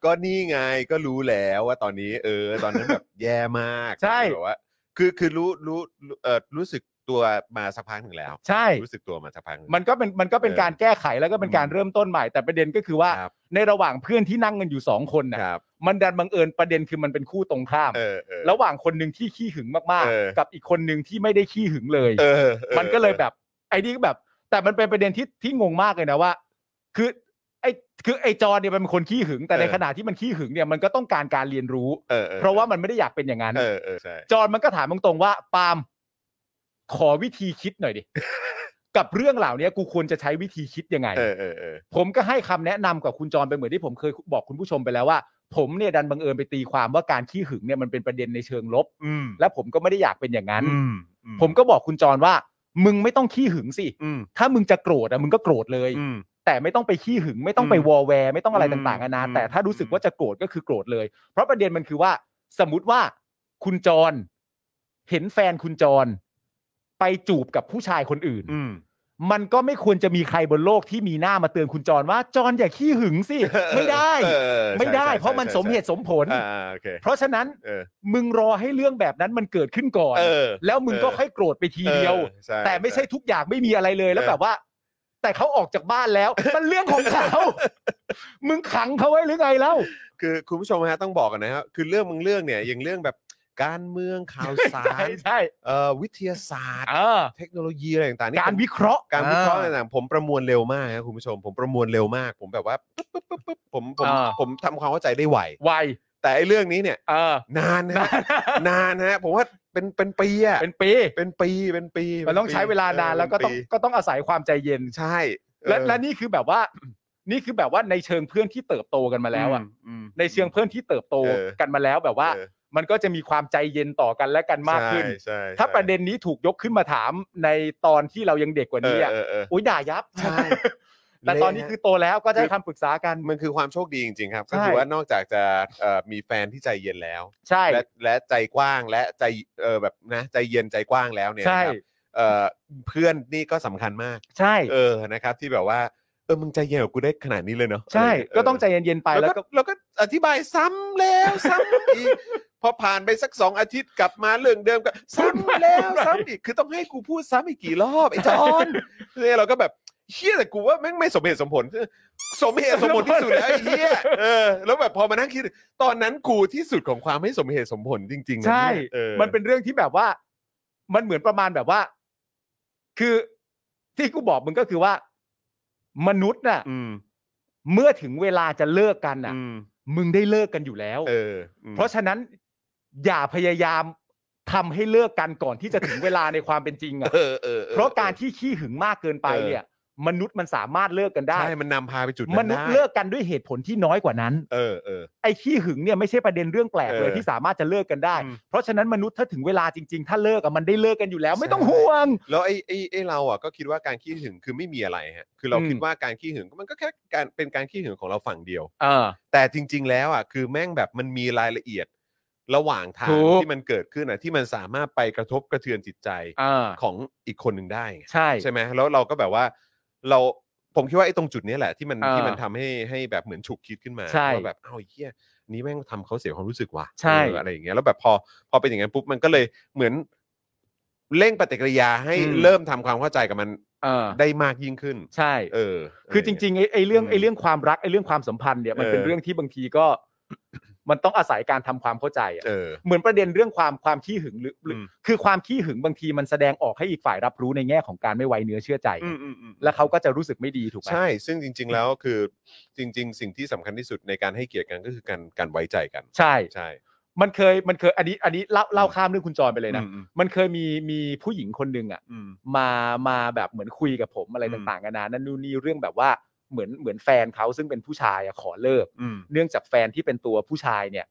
A: ก็นี่ไงก็รู้แล้วว่าตอนนี้ เออ ตอนนั้นแบบ แย่มาก
B: ใช่
A: แบบว่า คือคือรู้รู้รู้เออรู้สึกตัวมาสักพักหนึ่งแล้ว
B: ใช่
A: รู้สึกตัวมาสักพักหนึ่ง
B: มันก็เป็นมันก็เป็น
A: เออ
B: การแก้ไขแล้วก็เป็นการ
A: อืม
B: เริ่มต้นใหม่แต่ประเด็นก็คือว่า
A: ครับ
B: ในระหว่างเพื่อนที่นั่งกันอยู่สองคนนะครับ มันดันบังเอิญประเด็นคือมันเป็นคู่ตรงข้าม
A: เออเออ
B: ระหว่างคนหนึ่งที่ขี้หึงมาก
A: เออ
B: ๆ กับอีกคนหนึ่งที่ไม่ได้ขี้หึงเลย
A: เออออ
B: มันก็เลยแบบ ไอ้นี่ก็แบบ แต่มันเป็นประเด็นที่ที่งงมากเลยนะว่า คือไอ้คือไอ้จอนเนี่ยมันเป็นคนขี้หึง แต่ในขณะที่มันขี้หึงเนี่ยมันก็ต้องการการเรียนรู้
A: เออออ
B: เพราะว่ามันไม่ได้อยากเป็นอย่างนั้น
A: เออเออใช่
B: จอนมันก็ถามตรงๆว่าปาล์มขอวิธีคิดหน่อย ดิ กับเรื่องเหล่านี้กูควรจะใช้วิธีคิดยังไง
A: เออเออเออ
B: ผมก็ให้คำแนะนำกับคุณจรไปเหมือนที่ผมเคยบอกคุณผู้ชมไปแล้วว่า ผมเนี่ยดันบังเอิญไปตีความว่าการขี้หึงเนี่ยมันเป็นประเด็นในเชิงลบ
A: อืม
B: และผมก็ไม่ได้อยากเป็นอย่างนั้น
A: อืม
B: ผมก็บอกคุณจรว่า มึงไม่ต้องขี้หึงสิ
A: อืม
B: ถ้ามึงจะโกรธอะมึงก็โกรธเลย
A: อืม
B: แต่ไม่ต้องไปขี้หึง ไม่ต้องไป
A: อืม
B: วอลแวร์ไม่ต้องอะไร
A: อืม
B: ต่างๆนานา
A: อืม
B: แต่ถ้ารู้สึกว่าจะโกรธก็คือโกรธเลย เพราะประเด็นมันคือว่า สมมติว่าคุณจร เห็นแฟนคุณจร ไปจูบกับผู้ชายคนอื่น
A: อืม
B: มันก็ไม่ควรจะมีใครบนโลกที่มีหน้ามาเตือนคุณจรว่าจรอย่าขี้หึง สิ ไม่ได้
A: เออเออใช่
B: ไม่ได้
A: ใช่
B: เพราะมัน
A: ใช่
B: สมเหตุสมผล
A: อ่าอ่าโอเค
B: เพราะฉะนั้น
A: เออ
B: มึงรอให้เรื่องแบบนั้นมันเกิดขึ้นก่อน
A: เออ
B: แล้วมึงก็ค่อยโกรธไปทีเดียว
A: ออใช่
B: แต่ไม่ใช่ทุกอย่างไม่มีอะไรเลยแล้วแบบว่า แต่เขาออกจากบ้าน แล้ว มันเรื่องของเขา มึงขังเขาไว้หรือไงเล่า
A: คือคุณผู้ชมฮะต้องบอกกันนะครับคือเรื่องบางเรื่องเนี่ยอย่างเรื่องแบบการเมื องข่าวสา
B: ใช่
A: ร
B: ใช่
A: เอ่อวิทยาศาสตร์
B: เออ
A: เทคโนโลยีอะไรต่างๆนี่
B: กา
A: ผ
B: ร
A: ม
B: วิเคราะห์
A: การวิเคราะห์
B: อ่
A: ต่างๆผมประมวลเร็วมากครับคุณผู้ชม ผมประมวลเร็วมาก ผมแบบว่าปึ๊บปึ๊บปึ๊บปึ๊บผมผม
B: อ่า
A: ผมทำความเข้าใจได้ไว
B: ไว
A: แต่ไอ้เรื่องนี้เนี่ย
B: เออน
A: านนะ นานนะผมว่าเป็นเป็นปีอะ
B: เป็นปี
A: เป็นปีเป็นปี
B: มันต้องใช้เวลานานแล้วก็ต้อง
A: เป็นปี
B: ก็ต้องอาศัยความใจเย็น
A: ใช่
B: และ
A: เออ
B: และนี่คือแบบว่า นี่คือแบบว่าในเชิงเพื่อนที่เติบโตกันมาแล้วอ่ะ
A: ม
B: ในเชิงเพื่อนที่เติบโต
A: เออ
B: กันมาแล้วแบบว่า
A: เออ
B: มันก็จะมีความใจเย็นต่อกันและกันมากขึ้น
A: ใช่ใช่
B: ถ้าประเด็นนี้ถูกยกขึ้นมาถามในตอนที่เรายังเด็กกว่า
A: เอ
B: นี้
A: อ
B: อ่ะ
A: เออเออ
B: อุ้ยด่ ายับ
A: ใช่
B: แต่ตอนนี้คือโตแล้วก็ได้คำปรึกษากัน
A: มันคือความโชคดีจริงๆครับ
B: ใช่
A: ก็คือว่านอกจากจะเอ่อมีแฟนที่ใจเย็นแล้ว
B: ใช่
A: และและใจกว้างและใจเออแบบนะใจเย็นใจกว้างแล้วเนี่ย
B: ใช่
A: นะครับเอ่อเพื่อนนี่ก็สำคัญมาก
B: ใช่
A: เออนะครับ ที่แบบว่าเออมึงใจเย็นกับกูได้ขนาดนี้เลยเนาะ
B: ใช่
A: อะไรเงี้ย
B: ก็ต้องใจเย็นๆไป
A: เออ
B: แล้
A: แล้ว ว
B: ก็
A: ก็แล้วก็อธิบายซ้ำ แล้วซ้ำอีกพอผ่านไปสักสองอาทิตย์กลับมาเรื่องเดิมก็ซ้ำ แล้วซ้ำอีกคือต้องให้กูพูดซ้ำอีกกี่รอบไอ้จอนเนี่ยเราก็แบบเชี่ยแต่กูว่าแม่งไม่สมเหตุสมผล สมเหตุสมผลที่สุดแล้วไอ้เหี้ยเออแล้วแบบพอมานั่งคิด ตอนนั้นกูที่สุดของความไม่สมเหตุสมผลจริงๆนะ
B: ใช่
A: เออ
B: มันเป็นเรื่องที่แบบว่า มันเหมือนประมาณแบบว่า คือที่กูบอกมึงก็คือว่า มนุษย์น่ะ
A: อืม
B: เมื่อถึงเวลาจะเลิกกันน่ะ
A: อืม
B: มึงได้เลิกกันอยู่แล้ว
A: เอออืม
B: เพราะฉะนั้นอย่าพยายามทำให้เลิกกันก่อนที่จะถึงเวลาในความเป็นจริงอ่ะ
A: เออออออ
B: เพราะการที่ขี้หึงมากเกินไปเนี่ย มนุษย์มันสามารถเลิกกันได้
A: ใช่ มันนำพาไปจุด
B: ม
A: นั้น
B: นุษย์
A: ได้
B: เลิกกันด้วยเหตุผลที่น้อยกว่านั้น
A: เออเออ
B: ไอ้ขี้หึงเนี่ยไม่ใช่ประเด็นเรื่องแปลกเลย
A: เออ
B: ที่สามารถจะเลิกกันได้
A: อืม
B: เพราะฉะนั้นมนุษย์ถ้าถึงเวลาจริง ๆ ถ้าเลิกอะมันได้เลิกกันอยู่แล้ว ไม่ต้อง
A: ใช่
B: ห่วง
A: แล้วไอ้ไอ้ไอ้เราอ่ะก็คิดว่าการขี้หึงคือไม่มีอะไรฮะคือเราคิดว่าการขี้หึงก็มันก็แค่การเป็นการขี้หึงของเราฝั่งเดียว
B: เออ
A: แต่จริง ๆ แล้วอ่ะคือแม่งแบบมันมีรายละเอียด ระหว่างทาง
B: ถูก
A: ที่มันเกิดขึ้นอ่ะที่มันสามารถไปกระทบกระเทือนจิตใจ
B: เออ
A: ของอีกคนหนึ่งได้ไง
B: ใช่
A: ใช่ไหมแล้วเราก็แบบว่าเราผมคิดว่าไอ้ตรงจุดเนี้ยแหละที่มัน
B: เออ
A: ที่มันทำให้ให้แบบเหมือนฉุกคิดขึ้นมา
B: ใช่
A: ว่าแบบเอ้าวไอ้เฮียนี่แม่งทำเขาเสียความรู้สึกว่ะ
B: ใช่
A: เอออะไรอย่างเงี้ยแล้วแบบพอพอเป็นอย่างนั้นปุ๊บมันก็เลยเหมือน เร่งปฏิกิริยาให้
B: อืม
A: เริ่มทำความเข้าใจกับมัน
B: เออ
A: ได้มากยิ่งขึ้น
B: ใช่
A: เออ
B: คือจริงๆไอ้ไอ้เรื่อง
A: อืม
B: ไอ้เรื่องความรักไอ้เรื่องความสัมพันธ์เนี่ยมันเป็น
A: เออ
B: เรื่องที่บางทีก็ มันต้องอาศัยการทำความเข้าใจอะ
A: เออ
B: เหมือนประเด็นเรื่องความความขี้หึงหรือหรืออ
A: ม
B: คือความขี้หึงบางทีมันแสดงออกให้อีกฝ่ายรับรู้ในแง่ของการไม่ไว้เนื้อเชื่อใจ
A: อืมอืมอืม
B: แล้วเขาก็จะรู้สึกไม่ดีถูกไหม
A: ใช่ ซึ่งจริง ๆ แล้วคือจริง ๆ สิ่งที่สำคัญที่สุดในการให้เกียรติกันก็คือการการไว้ใจกัน
B: ใช่
A: ใช่
B: มันเคยมันเคยอันนี้อันนี้เล่าเล่าข้ามเรื่องคุณจรไปเลยนะ
A: อืม
B: มันเคยมีมีผู้หญิงคนหนึ่งอ่ะ
A: อืม
B: มามาแบบเหมือนคุยกับผมอะไร
A: อืม
B: ต่างๆกันานานั่นนู่นนี่เรื่องแบบว่าเหมือนเหมือนแฟนเขาซึ่งเป็นผู้ชายอะขอเลิก
A: อืม
B: เนื่องจากแฟนที่เป็นตัวผู้ชายเนี่ย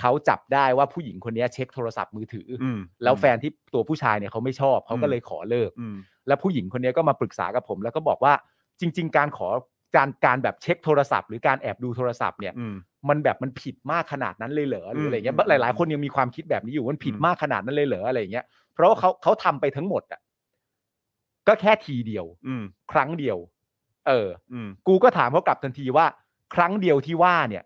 B: เขาจับได้ว่าผู้หญิงคนเนี้ยเช็คโทรศัพท์มือถืออ
A: อืม
B: แล้วแฟนที่ตัวผู้ชายเนี่ยเขาไม่ชอบเขาก็เลยขอเลิก
A: อืม
B: แล้วผู้หญิงคนเนี้ยก็มาปรึกษากับผม แล้วก็บอกว่าจริง ๆ การขอการการแบบเช็คโทรศัพท์ หรือการแอบดูโทรศัพท์เนี่ย
A: อืม
B: มันแบบมันผิดมากขนาดนั้นเลยเหรอหรืออะไรเงี้ย
A: อืม
B: หลายๆ คนยังมีความคิดแบบนี้อยู่ว่ามันผิด
A: อืม
B: มากขนาดนั้นเลยเหรออะไรเงี้ยเพราะว่าเขาเขาทำไปทั้งหมดอ่ะก็แค่ทีเดียว
A: อืม
B: ครั้งเดียว เออ
A: อืม
B: กูก็ถามเขากลับทันทีว่า ครั้งเดียวที่ว่าเนี่ย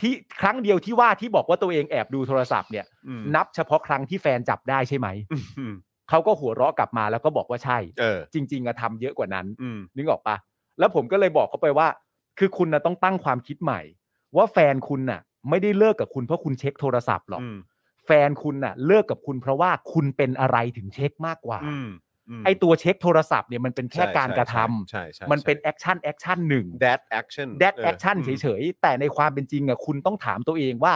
B: ที่ครั้งเดียวที่ว่าที่บอกว่าตัวเองแอบดูโทรศัพท์เนี่ย
A: อืม
B: นับเฉพาะครั้งที่แฟนจับได้ใช่ไหม
A: อืม
B: เขาก็หัวเราะกลับมาแล้วก็บอกว่าใช่
A: เออ
B: จริง ๆอะทำเยอะกว่านั้น
A: อืม
B: นึกออกปะแล้วผมก็เลยบอกเขาไปว่า คือคุณนะต้องตั้งความคิดใหม่ ว่าแฟนคุณน่ะ ไม่ได้เลิกกับคุณเพราะคุณเช็คโทรศัพท์หรอก
A: อืม
B: แฟนคุณน่ะ เลิกกับคุณเพราะว่าคุณเป็นอะไรถึงเช็คมากกว่า
A: อืม
B: ไอตัวเช็คโทรศัพท์เนี่ยมันเป็นแค่การกระทำ
A: ใช่ใช่ใช่
B: มันเป็น
A: ใช่
B: แอคชั่นแอคชั่นหนึ่ง
A: that action
B: แดด
A: เออ
B: แอคชั่น
A: อืม
B: เฉยๆ แต่ในความเป็นจริงอ่ะคุณต้องถามตัวเองว่า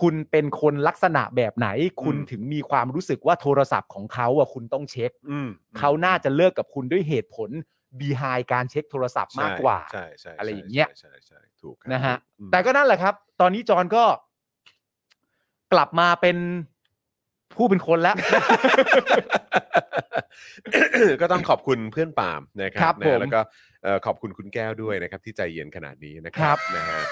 B: คุณเป็นคนลักษณะแบบไหน คุณ
A: อืม
B: ถึงมีความรู้สึกว่าโทรศัพท์ของเขาอ่ะคุณต้องเช็ค
A: อืม
B: เขาน่าจะเลิกกับคุณด้วยเหตุผล behind การเช็คโทรศัพท์มากกว่า
A: ใช่ใช่ใช่
B: อะไรอย่างเงี้ย
A: ใช่ใช่ใช่ถูกครับ
B: นะฮะ
A: อืม
B: แต่ก็นั่นแหละครับ ตอนนี้จอห์นก็ กลับมาเป็นผู้เป็นคนแล้ว
A: ก็ต้องขอบคุณเพื่อนปาล์มนะค
B: ครั
A: รับ นะ
B: ผ
A: ฮะ
B: ม
A: แล้วก็เอ่อขอบคุณคุณแก้วด้วยนะครับ ที่ใจเย็นขนาดนี้นะค
B: ครั
A: รับ นะฮะ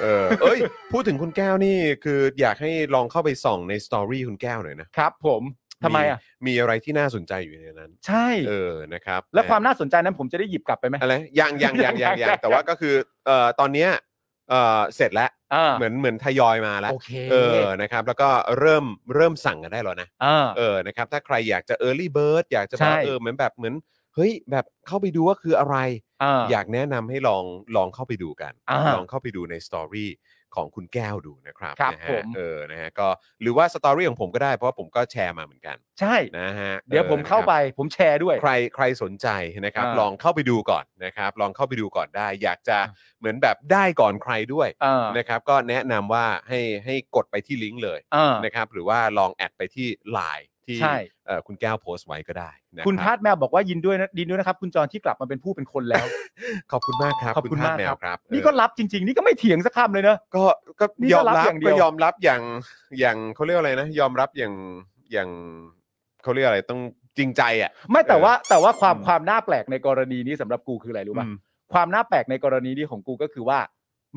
A: เออเอ้ย พูดถึงคุณแก้วนี่คืออยากให้ลองเข้าไปส่องในสตอรี่คุณแก้วหน่อยนะครับ
B: ผมทำไมอ่ะ
A: มีอะไรที่น่าสนใจอยู่ในนั้น
B: ใช่
A: เออนะครับ
B: แล้วความ
A: นะฮะ
B: น่าสนใจนั้นผมจะได้หยิบกลับไปไหม
A: อะไรยังยังยังยังยั
B: ยั
A: ง งแต่ว่าก็คือเอ่อตอนเนี้ยเอ่อเสร็จแล้ว
B: อ่า
A: เหมือนเหมือนทยอยมาแล้ว
B: โอเค
A: เออนะครับ แล้วก็เริ่มเริ่มสั่งกันได้แล้วนะ
B: อ่า
A: เออนะครับ ถ้าใครอยากจะ Early Bird อยากจะแบ
B: ใช่
A: บเออเหมือนแบบเหมือนเฮ้ยแบบเข้าไปดูว่าคืออะไร
B: อ่า
A: อยากแนะนำให้ลองลองเข้าไปดูกัน
B: อ่า
A: ลองเข้าไปดูในสตอรี่ของคุณแก้วดูนะครับ
B: ครับ
A: นะฮะ
B: ผม
A: เออนะฮะก็หรือว่าสตอรี่ของผมก็ได้เพราะว่าผมก็แชร์มาเหมือนกัน
B: ใช่
A: นะฮะ
B: เดี๋ยว
A: ออ
B: ผม
A: นะครับ
B: เข้าไป ผมแชร์ด้วย
A: ใครใครสนใจนะครับ
B: อ่า
A: ลองเข้าไปดูก่อนนะครับ ลองเข้าไปดูก่อนได้ อยากจะเหมือนแบบได้ก่อนใครด้วย
B: อ่าน
A: นะครับ ก็แนะนำว่าให้ให้กดไปที่ลิงก์เลย
B: อ่า
A: นะครับ หรือว่าลองแอดไปที่ไลน์ที่
B: ใช่
A: เอ่อคุณแก้วโพสต์ไว้ก็ได้นะ
B: คุณ
A: รับ
B: ทาดแมวบอกว่ายินด้วยนะดีด้วยนะครับ คุณจรที่กลับมาเป็นผู้เป็นคนแล้ว
A: ขอบคุณมากครับ
B: ขอบคุณ
A: ทส
B: มาก
A: แม
B: ครั
A: ว
B: บ
A: ครับ
B: นี่
A: เออ
B: ก็รับจริง ๆ นี่ก็ไม่เถียงสักคำเลยเนอะ
A: ก็ก็
B: นี่
A: ย
B: ก็
A: อม
B: รับ
A: รับ
B: อย่างเดียว
A: ก็ยอมรับอย่างอย่างเขาเรียกว่าอะไรนะ ยอมรับอย่างอย่างเขาเรียกอะไรต้องจริงใจอ่ะ
B: ไม่แต่
A: เออ
B: ว่าแต่ว่าความ
A: อืม
B: ความน่าแปลกในกรณีนี้สำหรับกูคืออะไรรู้ป่ะ
A: อืม
B: ความน่าแปลกในกรณีนี้ของกูก็คือว่า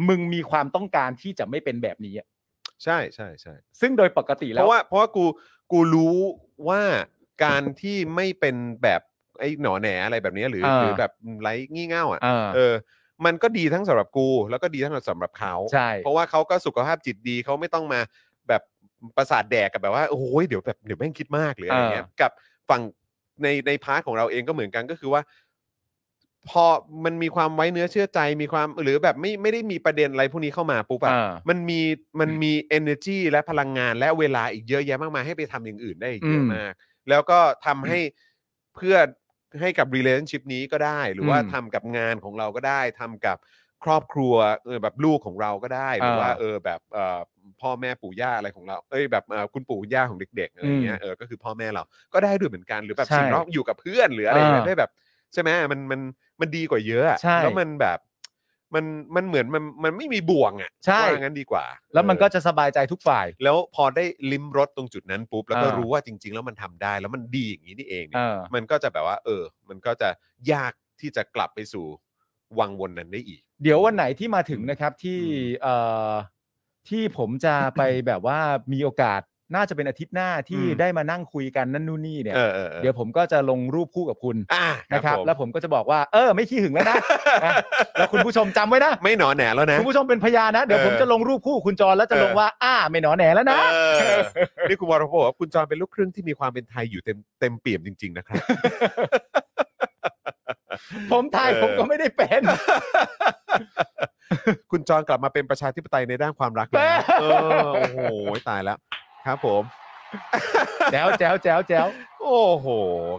B: มึงมีความต้องการที่จะไม่เป็นแบบนี้อะ
A: ใช่ใช่ใช่
B: ซึ่งโดยปกติ
A: เพ
B: แล้ว
A: ราะว่าเพราะว่ากูกูรู้ว่าการที่ไม่เป็นแบบไอ้หนอแหนอะไรแบบเนี้ยหรืออา หรือแบบไร้งี่เง่าอ่ะ
B: อ่า
A: เออ มันก็ดีทั้งสำหรับกู แล้วก็ดีทั้งสำหรับเขา
B: ใช่
A: เพราะว่าเขาก็สุขภาพจิตดีเขาไม่ต้องมาแบบประสาทแดกกับแบบว่าโอ้ยเดี๋ยวแบบเดี๋ยวแม่งคิดมากหรืออะไรเงี้ยกับฝั่งในในพาร์ทของเราเองก็เหมือนกันก็คือว่า พอมันมีความไว้เนื้อเชื่อใจมีความหรือแบบไม่ไม่ได้มีประเด็นอะไรพวกนี้เข้ามาปุ๊บอะ
B: อ่า
A: มันมีมันมี energy และพลังงานและเวลาอีกเยอะแยะมากมายให้ไปทำอย่างอื่นได้อีกเย
B: อื
A: อะ
B: ม
A: มาก แล้วก็ทำให้เพื่อให้กับ relationship นี้ก็ได้ หรือว่า
B: อืม
A: ทำกับงานของเราก็ได้ทำกับครอบครัวเออแบบลูกของเราก็ได้ หรือว่า
B: อ่า
A: เออแบบเอ่อพ่อแม่ปู่ย่าอะไรของเรา เอ้ยแบบเอ่อคุณปู่ย่าของเด็กๆอะไรอย่างเงี้ยเออก็คือพ่อแม่เราก็ได้ด้วยเหมือนกันหรือแบบ
B: ใช่
A: สิ่งรอบอยู่กับเพื่อนหรืออะไรอย่างเงี้ย
B: อ่า
A: ได้แบบ ใช่ไหมมันมันมันดีกว่าเยอะอะ
B: ใช่
A: แล้วมันแบบมันมันเหมือนมันมันไม่มีบ่วงอ่ะ
B: ใช่
A: ว่างั้นดีกว่า
B: แล้วมัน
A: เออ
B: ก็จะสบายใจทุกฝ่าย
A: แล้วพอได้ลิ้มรสตรงจุดนั้นปุ๊บ แล้วก็
B: อ่ารู้
A: รู้ว่าจริง ๆ แล้วมันทำได้แล้วมันดีอย่างนี้นี่เองเนี่ย
B: อ่า
A: มันก็จะแบบว่า เออ มันก็จะยากที่จะกลับไปสู่วังวนนั้นได้อีก
B: เดี๋ยววันไหนที่มาถึงนะครับที่
A: อืม
B: เอ่อที่ผมจะไปแบบว่ามีโอกาส น่าจะเป็นอาทิตย์หน้าที่
A: อืม
B: ได้มานั่งคุยกันนั่นนู่นนี่เนี่ย
A: เออออออ
B: เดี๋ยวผมก็จะลงรูปคู่กับคุณ
A: อ่า
B: นะครับ
A: ผม
B: แล้วผมก็จะบอกว่าเออไม่ขี้หึง แล้วนะ นะแล้วคุณผู้ชมจำไว้นะ
A: ไม่หนอแหนแล้วนะ
B: คุณผู้ชมเป็นพยานนะ เดี๋ยว
A: เออ
B: ผมจะลงรูปคู่คุณจรแล้วจะลง
A: เออ
B: ว่า อ้า ไม่หนอแหนแล้วนะ
A: เออนี่คุณวรพงศ์บอกว่าคุณจอนเป็นลูกครึ่งที่มีความเป็นไทยอยู่เต็มเต็มเปี่ยมจริง ๆ นะครับ
B: ผมถ่าย
A: เออ
B: ผมก็ไม่ได้เป็น
A: คุณจอนกลับมาเป็นประชาธิปไตยในด้านความรักแล้ว นะเออโอ้โหตายแล้วครับผม
B: แจ๋วแจ๋วแจ๋วแจ๋ว
A: โอ้โห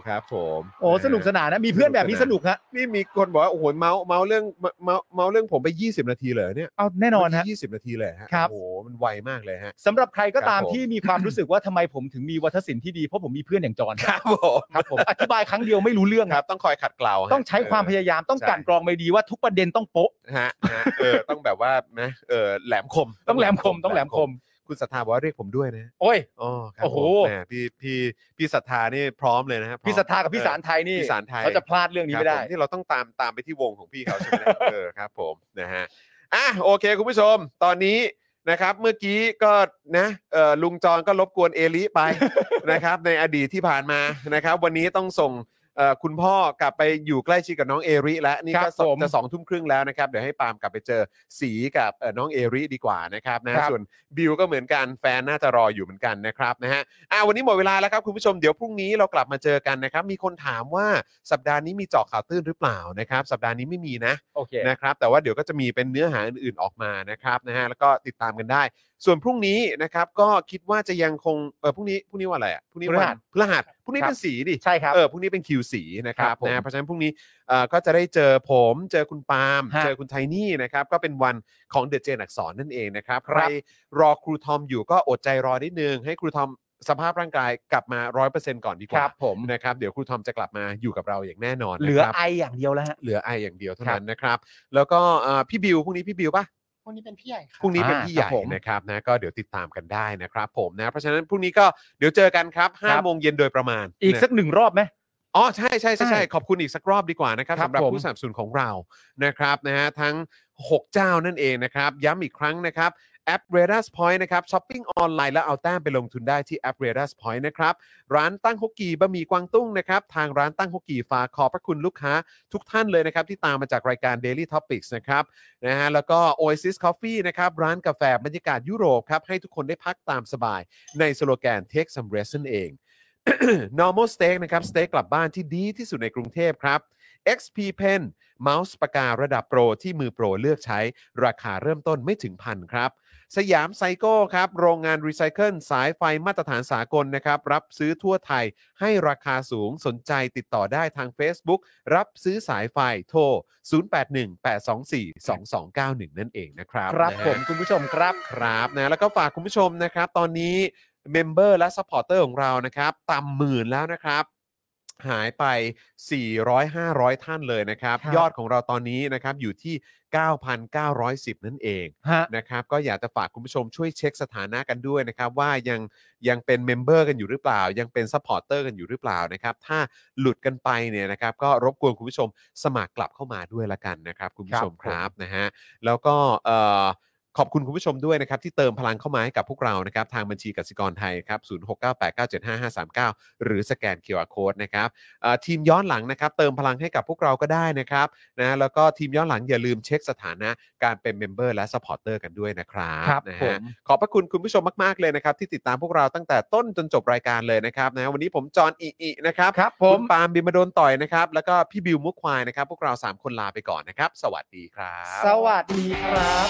A: ครับผม
B: โอ้สนุกสนานนะ มีเพื่อนแบบนี้สนุกฮะ
A: นี่มีคนบอกว่าโอ้โหเมาส์เมาส์เรื่องเมาส์เมาส์เมาส์เรื่องผมไป 20 นาทีเลยเนี่ย
B: เอาแน่นอนฮะ
A: ยี่สิบนาทีเลยฮะ
B: ครับ
A: โอ้โหมันไวมากเลยฮะ
B: สำหรับใครก็ตาม
A: ครับผม
B: ที่มีความรู้สึกว่าทำไมผมถึงมีวัฒนศิลป์ที่ดีเพราะผมมีเพื่อนอย่างจร
A: ครับผม
B: ครับผมอธิบายครั้งเดียวไม่รู้เรื่อง
A: ค
B: ค
A: รั
B: รั
A: บบ ต้องคอยขัดเกลาฮะ
B: ต้องใช้ความพยายามต้อง
A: ใช่
B: กลั่นกรองไปดีว่าทุกประเด็นต้องโป๊ะ
A: ฮะฮะเออต้องแบบว่านะเออแหลมคม
B: ต้องแหลมคมต้องแหลมคม
A: คุณศรัทธาบอกว่าเรียกผมด้วยนะ
B: โอ้ย
A: อ๋อครับ
B: โอ้
A: ผ
B: โห
A: มแหมพี่พี่พี่ศรัทธานี่พร้อมเลยนะฮะพร้อม
B: พี่ศรัทธากับพี่สารไทยนี่
A: พี่สารไทย
B: เขาจะพลาดเรื่องนี้ไม่ได้
A: ครับผที่เราต้องตามตามไปที่วงของพี่เขาใช่ไหมนะ เออครับผมนะฮะอ่ะโอเคคุณผู้ชม ตอนนี้นะครับเมื่อกี้ก็นะเอ่อลุงจอนก็รบกวนเอลิไป นะครับในอดีตที่ผ่านมานะครับ วันนี้ต้องส่งเอ่อคุณพ่อกลับไปอยู่ใกล้ชิดกับน้องเอริแล้วนี่
B: ครั
A: ก็
B: บผม
A: จะสองทุ่มครึ่งแล้วนะครับเดี๋ยวให้ปาล์มกลับไปเจอสีกับเอ่อน้องเอริดีกว่านะครับนะครับ ส่วนบิวก็เหมือนกันแฟนน่าจะรออยู่เหมือนกันนะครับนะฮะ อ่าวันนี้หมดเวลาแล้วครับคุณผู้ชมเดี๋ยวพรุ่งนี้เรากลับมาเจอกันนะครับ มีคนถามว่าสัปดาห์นี้มีเจาะข่าวตื้นหรือเปล่านะครับ สัปดาห์นี้ไม่มีนะ
B: โอเค
A: นะครับ แต่ว่าเดี๋ยวก็จะมีเป็นเนื้อหาอื่นๆออกมานะครับนะฮะแล้วก็ติดตามกันได้ ส่วนพรุ่งนี้นะครับก็คิดว่าจะยังคงเออพรุ่งนี้พรุ่งนี้ว่าอะไรอ่ะพรุ่งนี้
B: พฤ
A: วั
B: หัส
A: นพฤหัสพรุ่งนี้
B: ครับ
A: เป็นสีดิ
B: ใช่ครับ
A: เออพรุ่งนี้เป็นคิวสีนะครั
B: ครับบผม
A: นะฮะเพราะฉะนั้นพรุ่งนี้เอ่อก็จะได้เจอผม เจอคุณปาล์ม
B: ฮะ
A: เจอคุณไทนี่นะครับก็เป็นวันของเดอะเจนอักษรนั่นเองนะครับ
B: ค
A: ใค
B: รั
A: ร
B: บ
A: รอครูทอมอยู่ก็อดใจรอนิดนึง ให้ครูทอมสภาพร่างกายกลับมา 100%ก่อนดีก
B: ค
A: ว่า
B: รับผม
A: นะครับเดี๋ยวครูทอมจะกลับมาอยู่กับเราอย่างแน่นอน
B: เหลือ
A: นะครับ
B: ไออย่างเดียวแล้วฮะ
A: เหลือไออย่างเดียวเท่านั้นนะครับ แล้วก็เอ่อพี่บิวพรุ่งนี้พี่บิวปะ
C: วันนี้เป็นพี่ใหญ่ค
A: พ
C: รับ
A: รุ่งนี้เป็น
B: อ่า
A: พี่ใหญ่
B: ครับผม
A: นะครับนะก็เดี๋ยวติดตามกันได้นะครับผมนะเพราะฉะนั้นพรุ่งนี้ก็เดี๋ยวเจอกันครับ
B: ครับ
A: 5โมงเย็นโดยประมาณ
B: อีกสัก
A: นะ
B: หนึ่งรอบไหม
A: อ๋อใช่ใช่ใช่
B: ใช่
A: ใช่ขอบคุณอีกสักรอบดีกว่านะครับ
B: ครับ
A: สำหรับ
B: ผม
A: ผู้สนับสนุนของเรานะครับนะฮะทั้ง 6 เจ้านั่นเองนะครับ ย้ำอีกครั้งนะครับ แอป r a d a r Point นะครับช้อปปิ้งออนไลน์แล้วเอาแต้มไปลงทุนได้ที่แอป r a d a r Point นะครับ ร้านตั้งฮกกีบะหมี่กวางตุ้งนะครับ ทางร้านตั้งฮกกีฝากขอบพระคุณลูกค้าทุกท่านเลยนะครับ ที่ตามมาจากรายการ Daily Topics นะครับนะฮะแล้วก็ Oasis Coffee นะครับ ร้านกาแฟบรรยากาศยุโรปครับ ให้ทุกคนได้พักตามสบาย ในสโลแกน Take some rest นั่นเอง normal steak นะครับสเต็กกลับบ้านที่ดีที่สุดในกรุงเทพครับ XP Pen เมาส์ปากการะดับโปรที่มือโปรเลือกใช้ ราคาเริ่มต้นไม่ถึงพันครับ สยามไซโก้ครับ โรงงานรีไซเคิลสายไฟมาตรฐานสากลนะครับ รับซื้อทั่วไทยให้ราคาสูงสนใจติดต่อได้ทาง Facebook รับซื้อสายไฟโทร 0818242291 นั่นเองนะครับ
B: ครับ
A: นะฮะ
B: ผมคุณผู้ชมครับ
A: ครับนะแล้วก็ฝากคุณผู้ชมนะครับ ตอนนี้เมมเบอร์และซัพพอร์เตอร์ของเรานะครับต่ำหมื่นแล้วนะครับ หายไป 400 500 ท่านเลยนะครับ
B: ครับ
A: ยอดของเราตอนนี้นะครับอยู่ที่ 9,910 นั่นเอง
B: ฮะ
A: นะครับก็อยากจะฝากคุณผู้ชมช่วยเช็คสถานะกันด้วยนะครับ ว่ายังยังเป็นเมมเบอร์กันอยู่หรือเปล่า ยังเป็นซัพพอร์เตอร์กันอยู่หรือเปล่านะครับ ถ้าหลุดกันไปเนี่ยนะครับก็รบกวนคุณผู้ชมสมัครกลับเข้ามาด้วยละกันนะครับ คุณผู้ชม
B: ครับ
A: ค
B: ผม
A: รับนะฮะแล้วก็เอ่อ ขอบคุณคุณผู้ชมด้วยนะครับ ที่เติมพลังเข้ามาให้กับพวกเรานะครับ ทางบัญชีกสิกรไทยครับ 0698975539 หรือสแกน QR Code นะครับเอ่อทีมย้อนหลังนะครับ เติมพลังให้กับพวกเราก็ได้นะครับนะแล้วก็ทีมย้อนหลังอย่าลืมเช็คสถานะการเป็นเมมเบอร์และสปอร์เตอร์กันด้วยนะครับ
B: ครับ
A: นะ
B: ผ
A: ฮะ
B: ม
A: ขอบพระคุณคุณผู้ชมมาก ๆ เลยนะครับ ที่ติดตามพวกเราตั้งแต่ต้นจนจบรายการเลยนะครับนะวันนี้ผมจอห์นอิอินะครับ
B: ครับผม
A: ณปาล์มบิมมาโดนต่อยนะครับแล้วก็พี่บิวมุกควายนะครับพวกเราสามคนลาไปก่อนนะครับสวัสดีครับ
B: สวัสดีครับ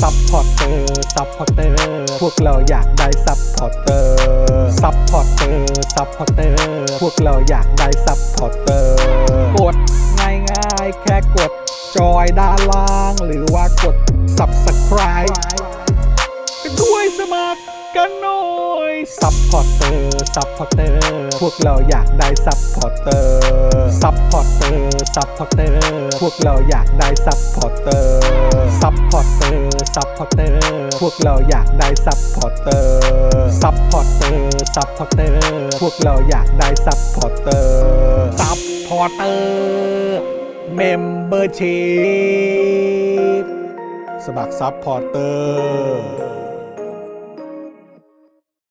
E: ซัพพอร์เตอร์ ซัพพอร์เตอร์ พวกเราอยากได้ซัพพอร์เตอร์ ซัพพอร์เตอร์ ซัพพอร์เตอร์ พวกเราอยากได้ซัพพอร์เตอร์ กดง่ายๆ แค่กด จอยด้านล่าง หรือว่ากด subscribe กันด้วยสมัคร กันหน่อย ซัพพอร์เตอร์ ซัพพอร์เตอร์ พวกเราอยากได้ซัพพอร์เตอร์ ซัพพอร์เตอร์ ซัพพอร์เตอร์ พวกเราอยากได้ซัพพอร์เตอร์ ซัพพอร์เตอร์ ซัพพอร์เตอร์ พวกเราอยากได้ซัพพอร์เตอร์ ซัพพอร์เตอร์ ซัพพอร์เตอร์ พวกเราอยากได้ซัพพอร์เตอร์
D: ซัพพอร์เตอร์เมมเบอร์ชี
E: สมัครซัพพอร์เตอร์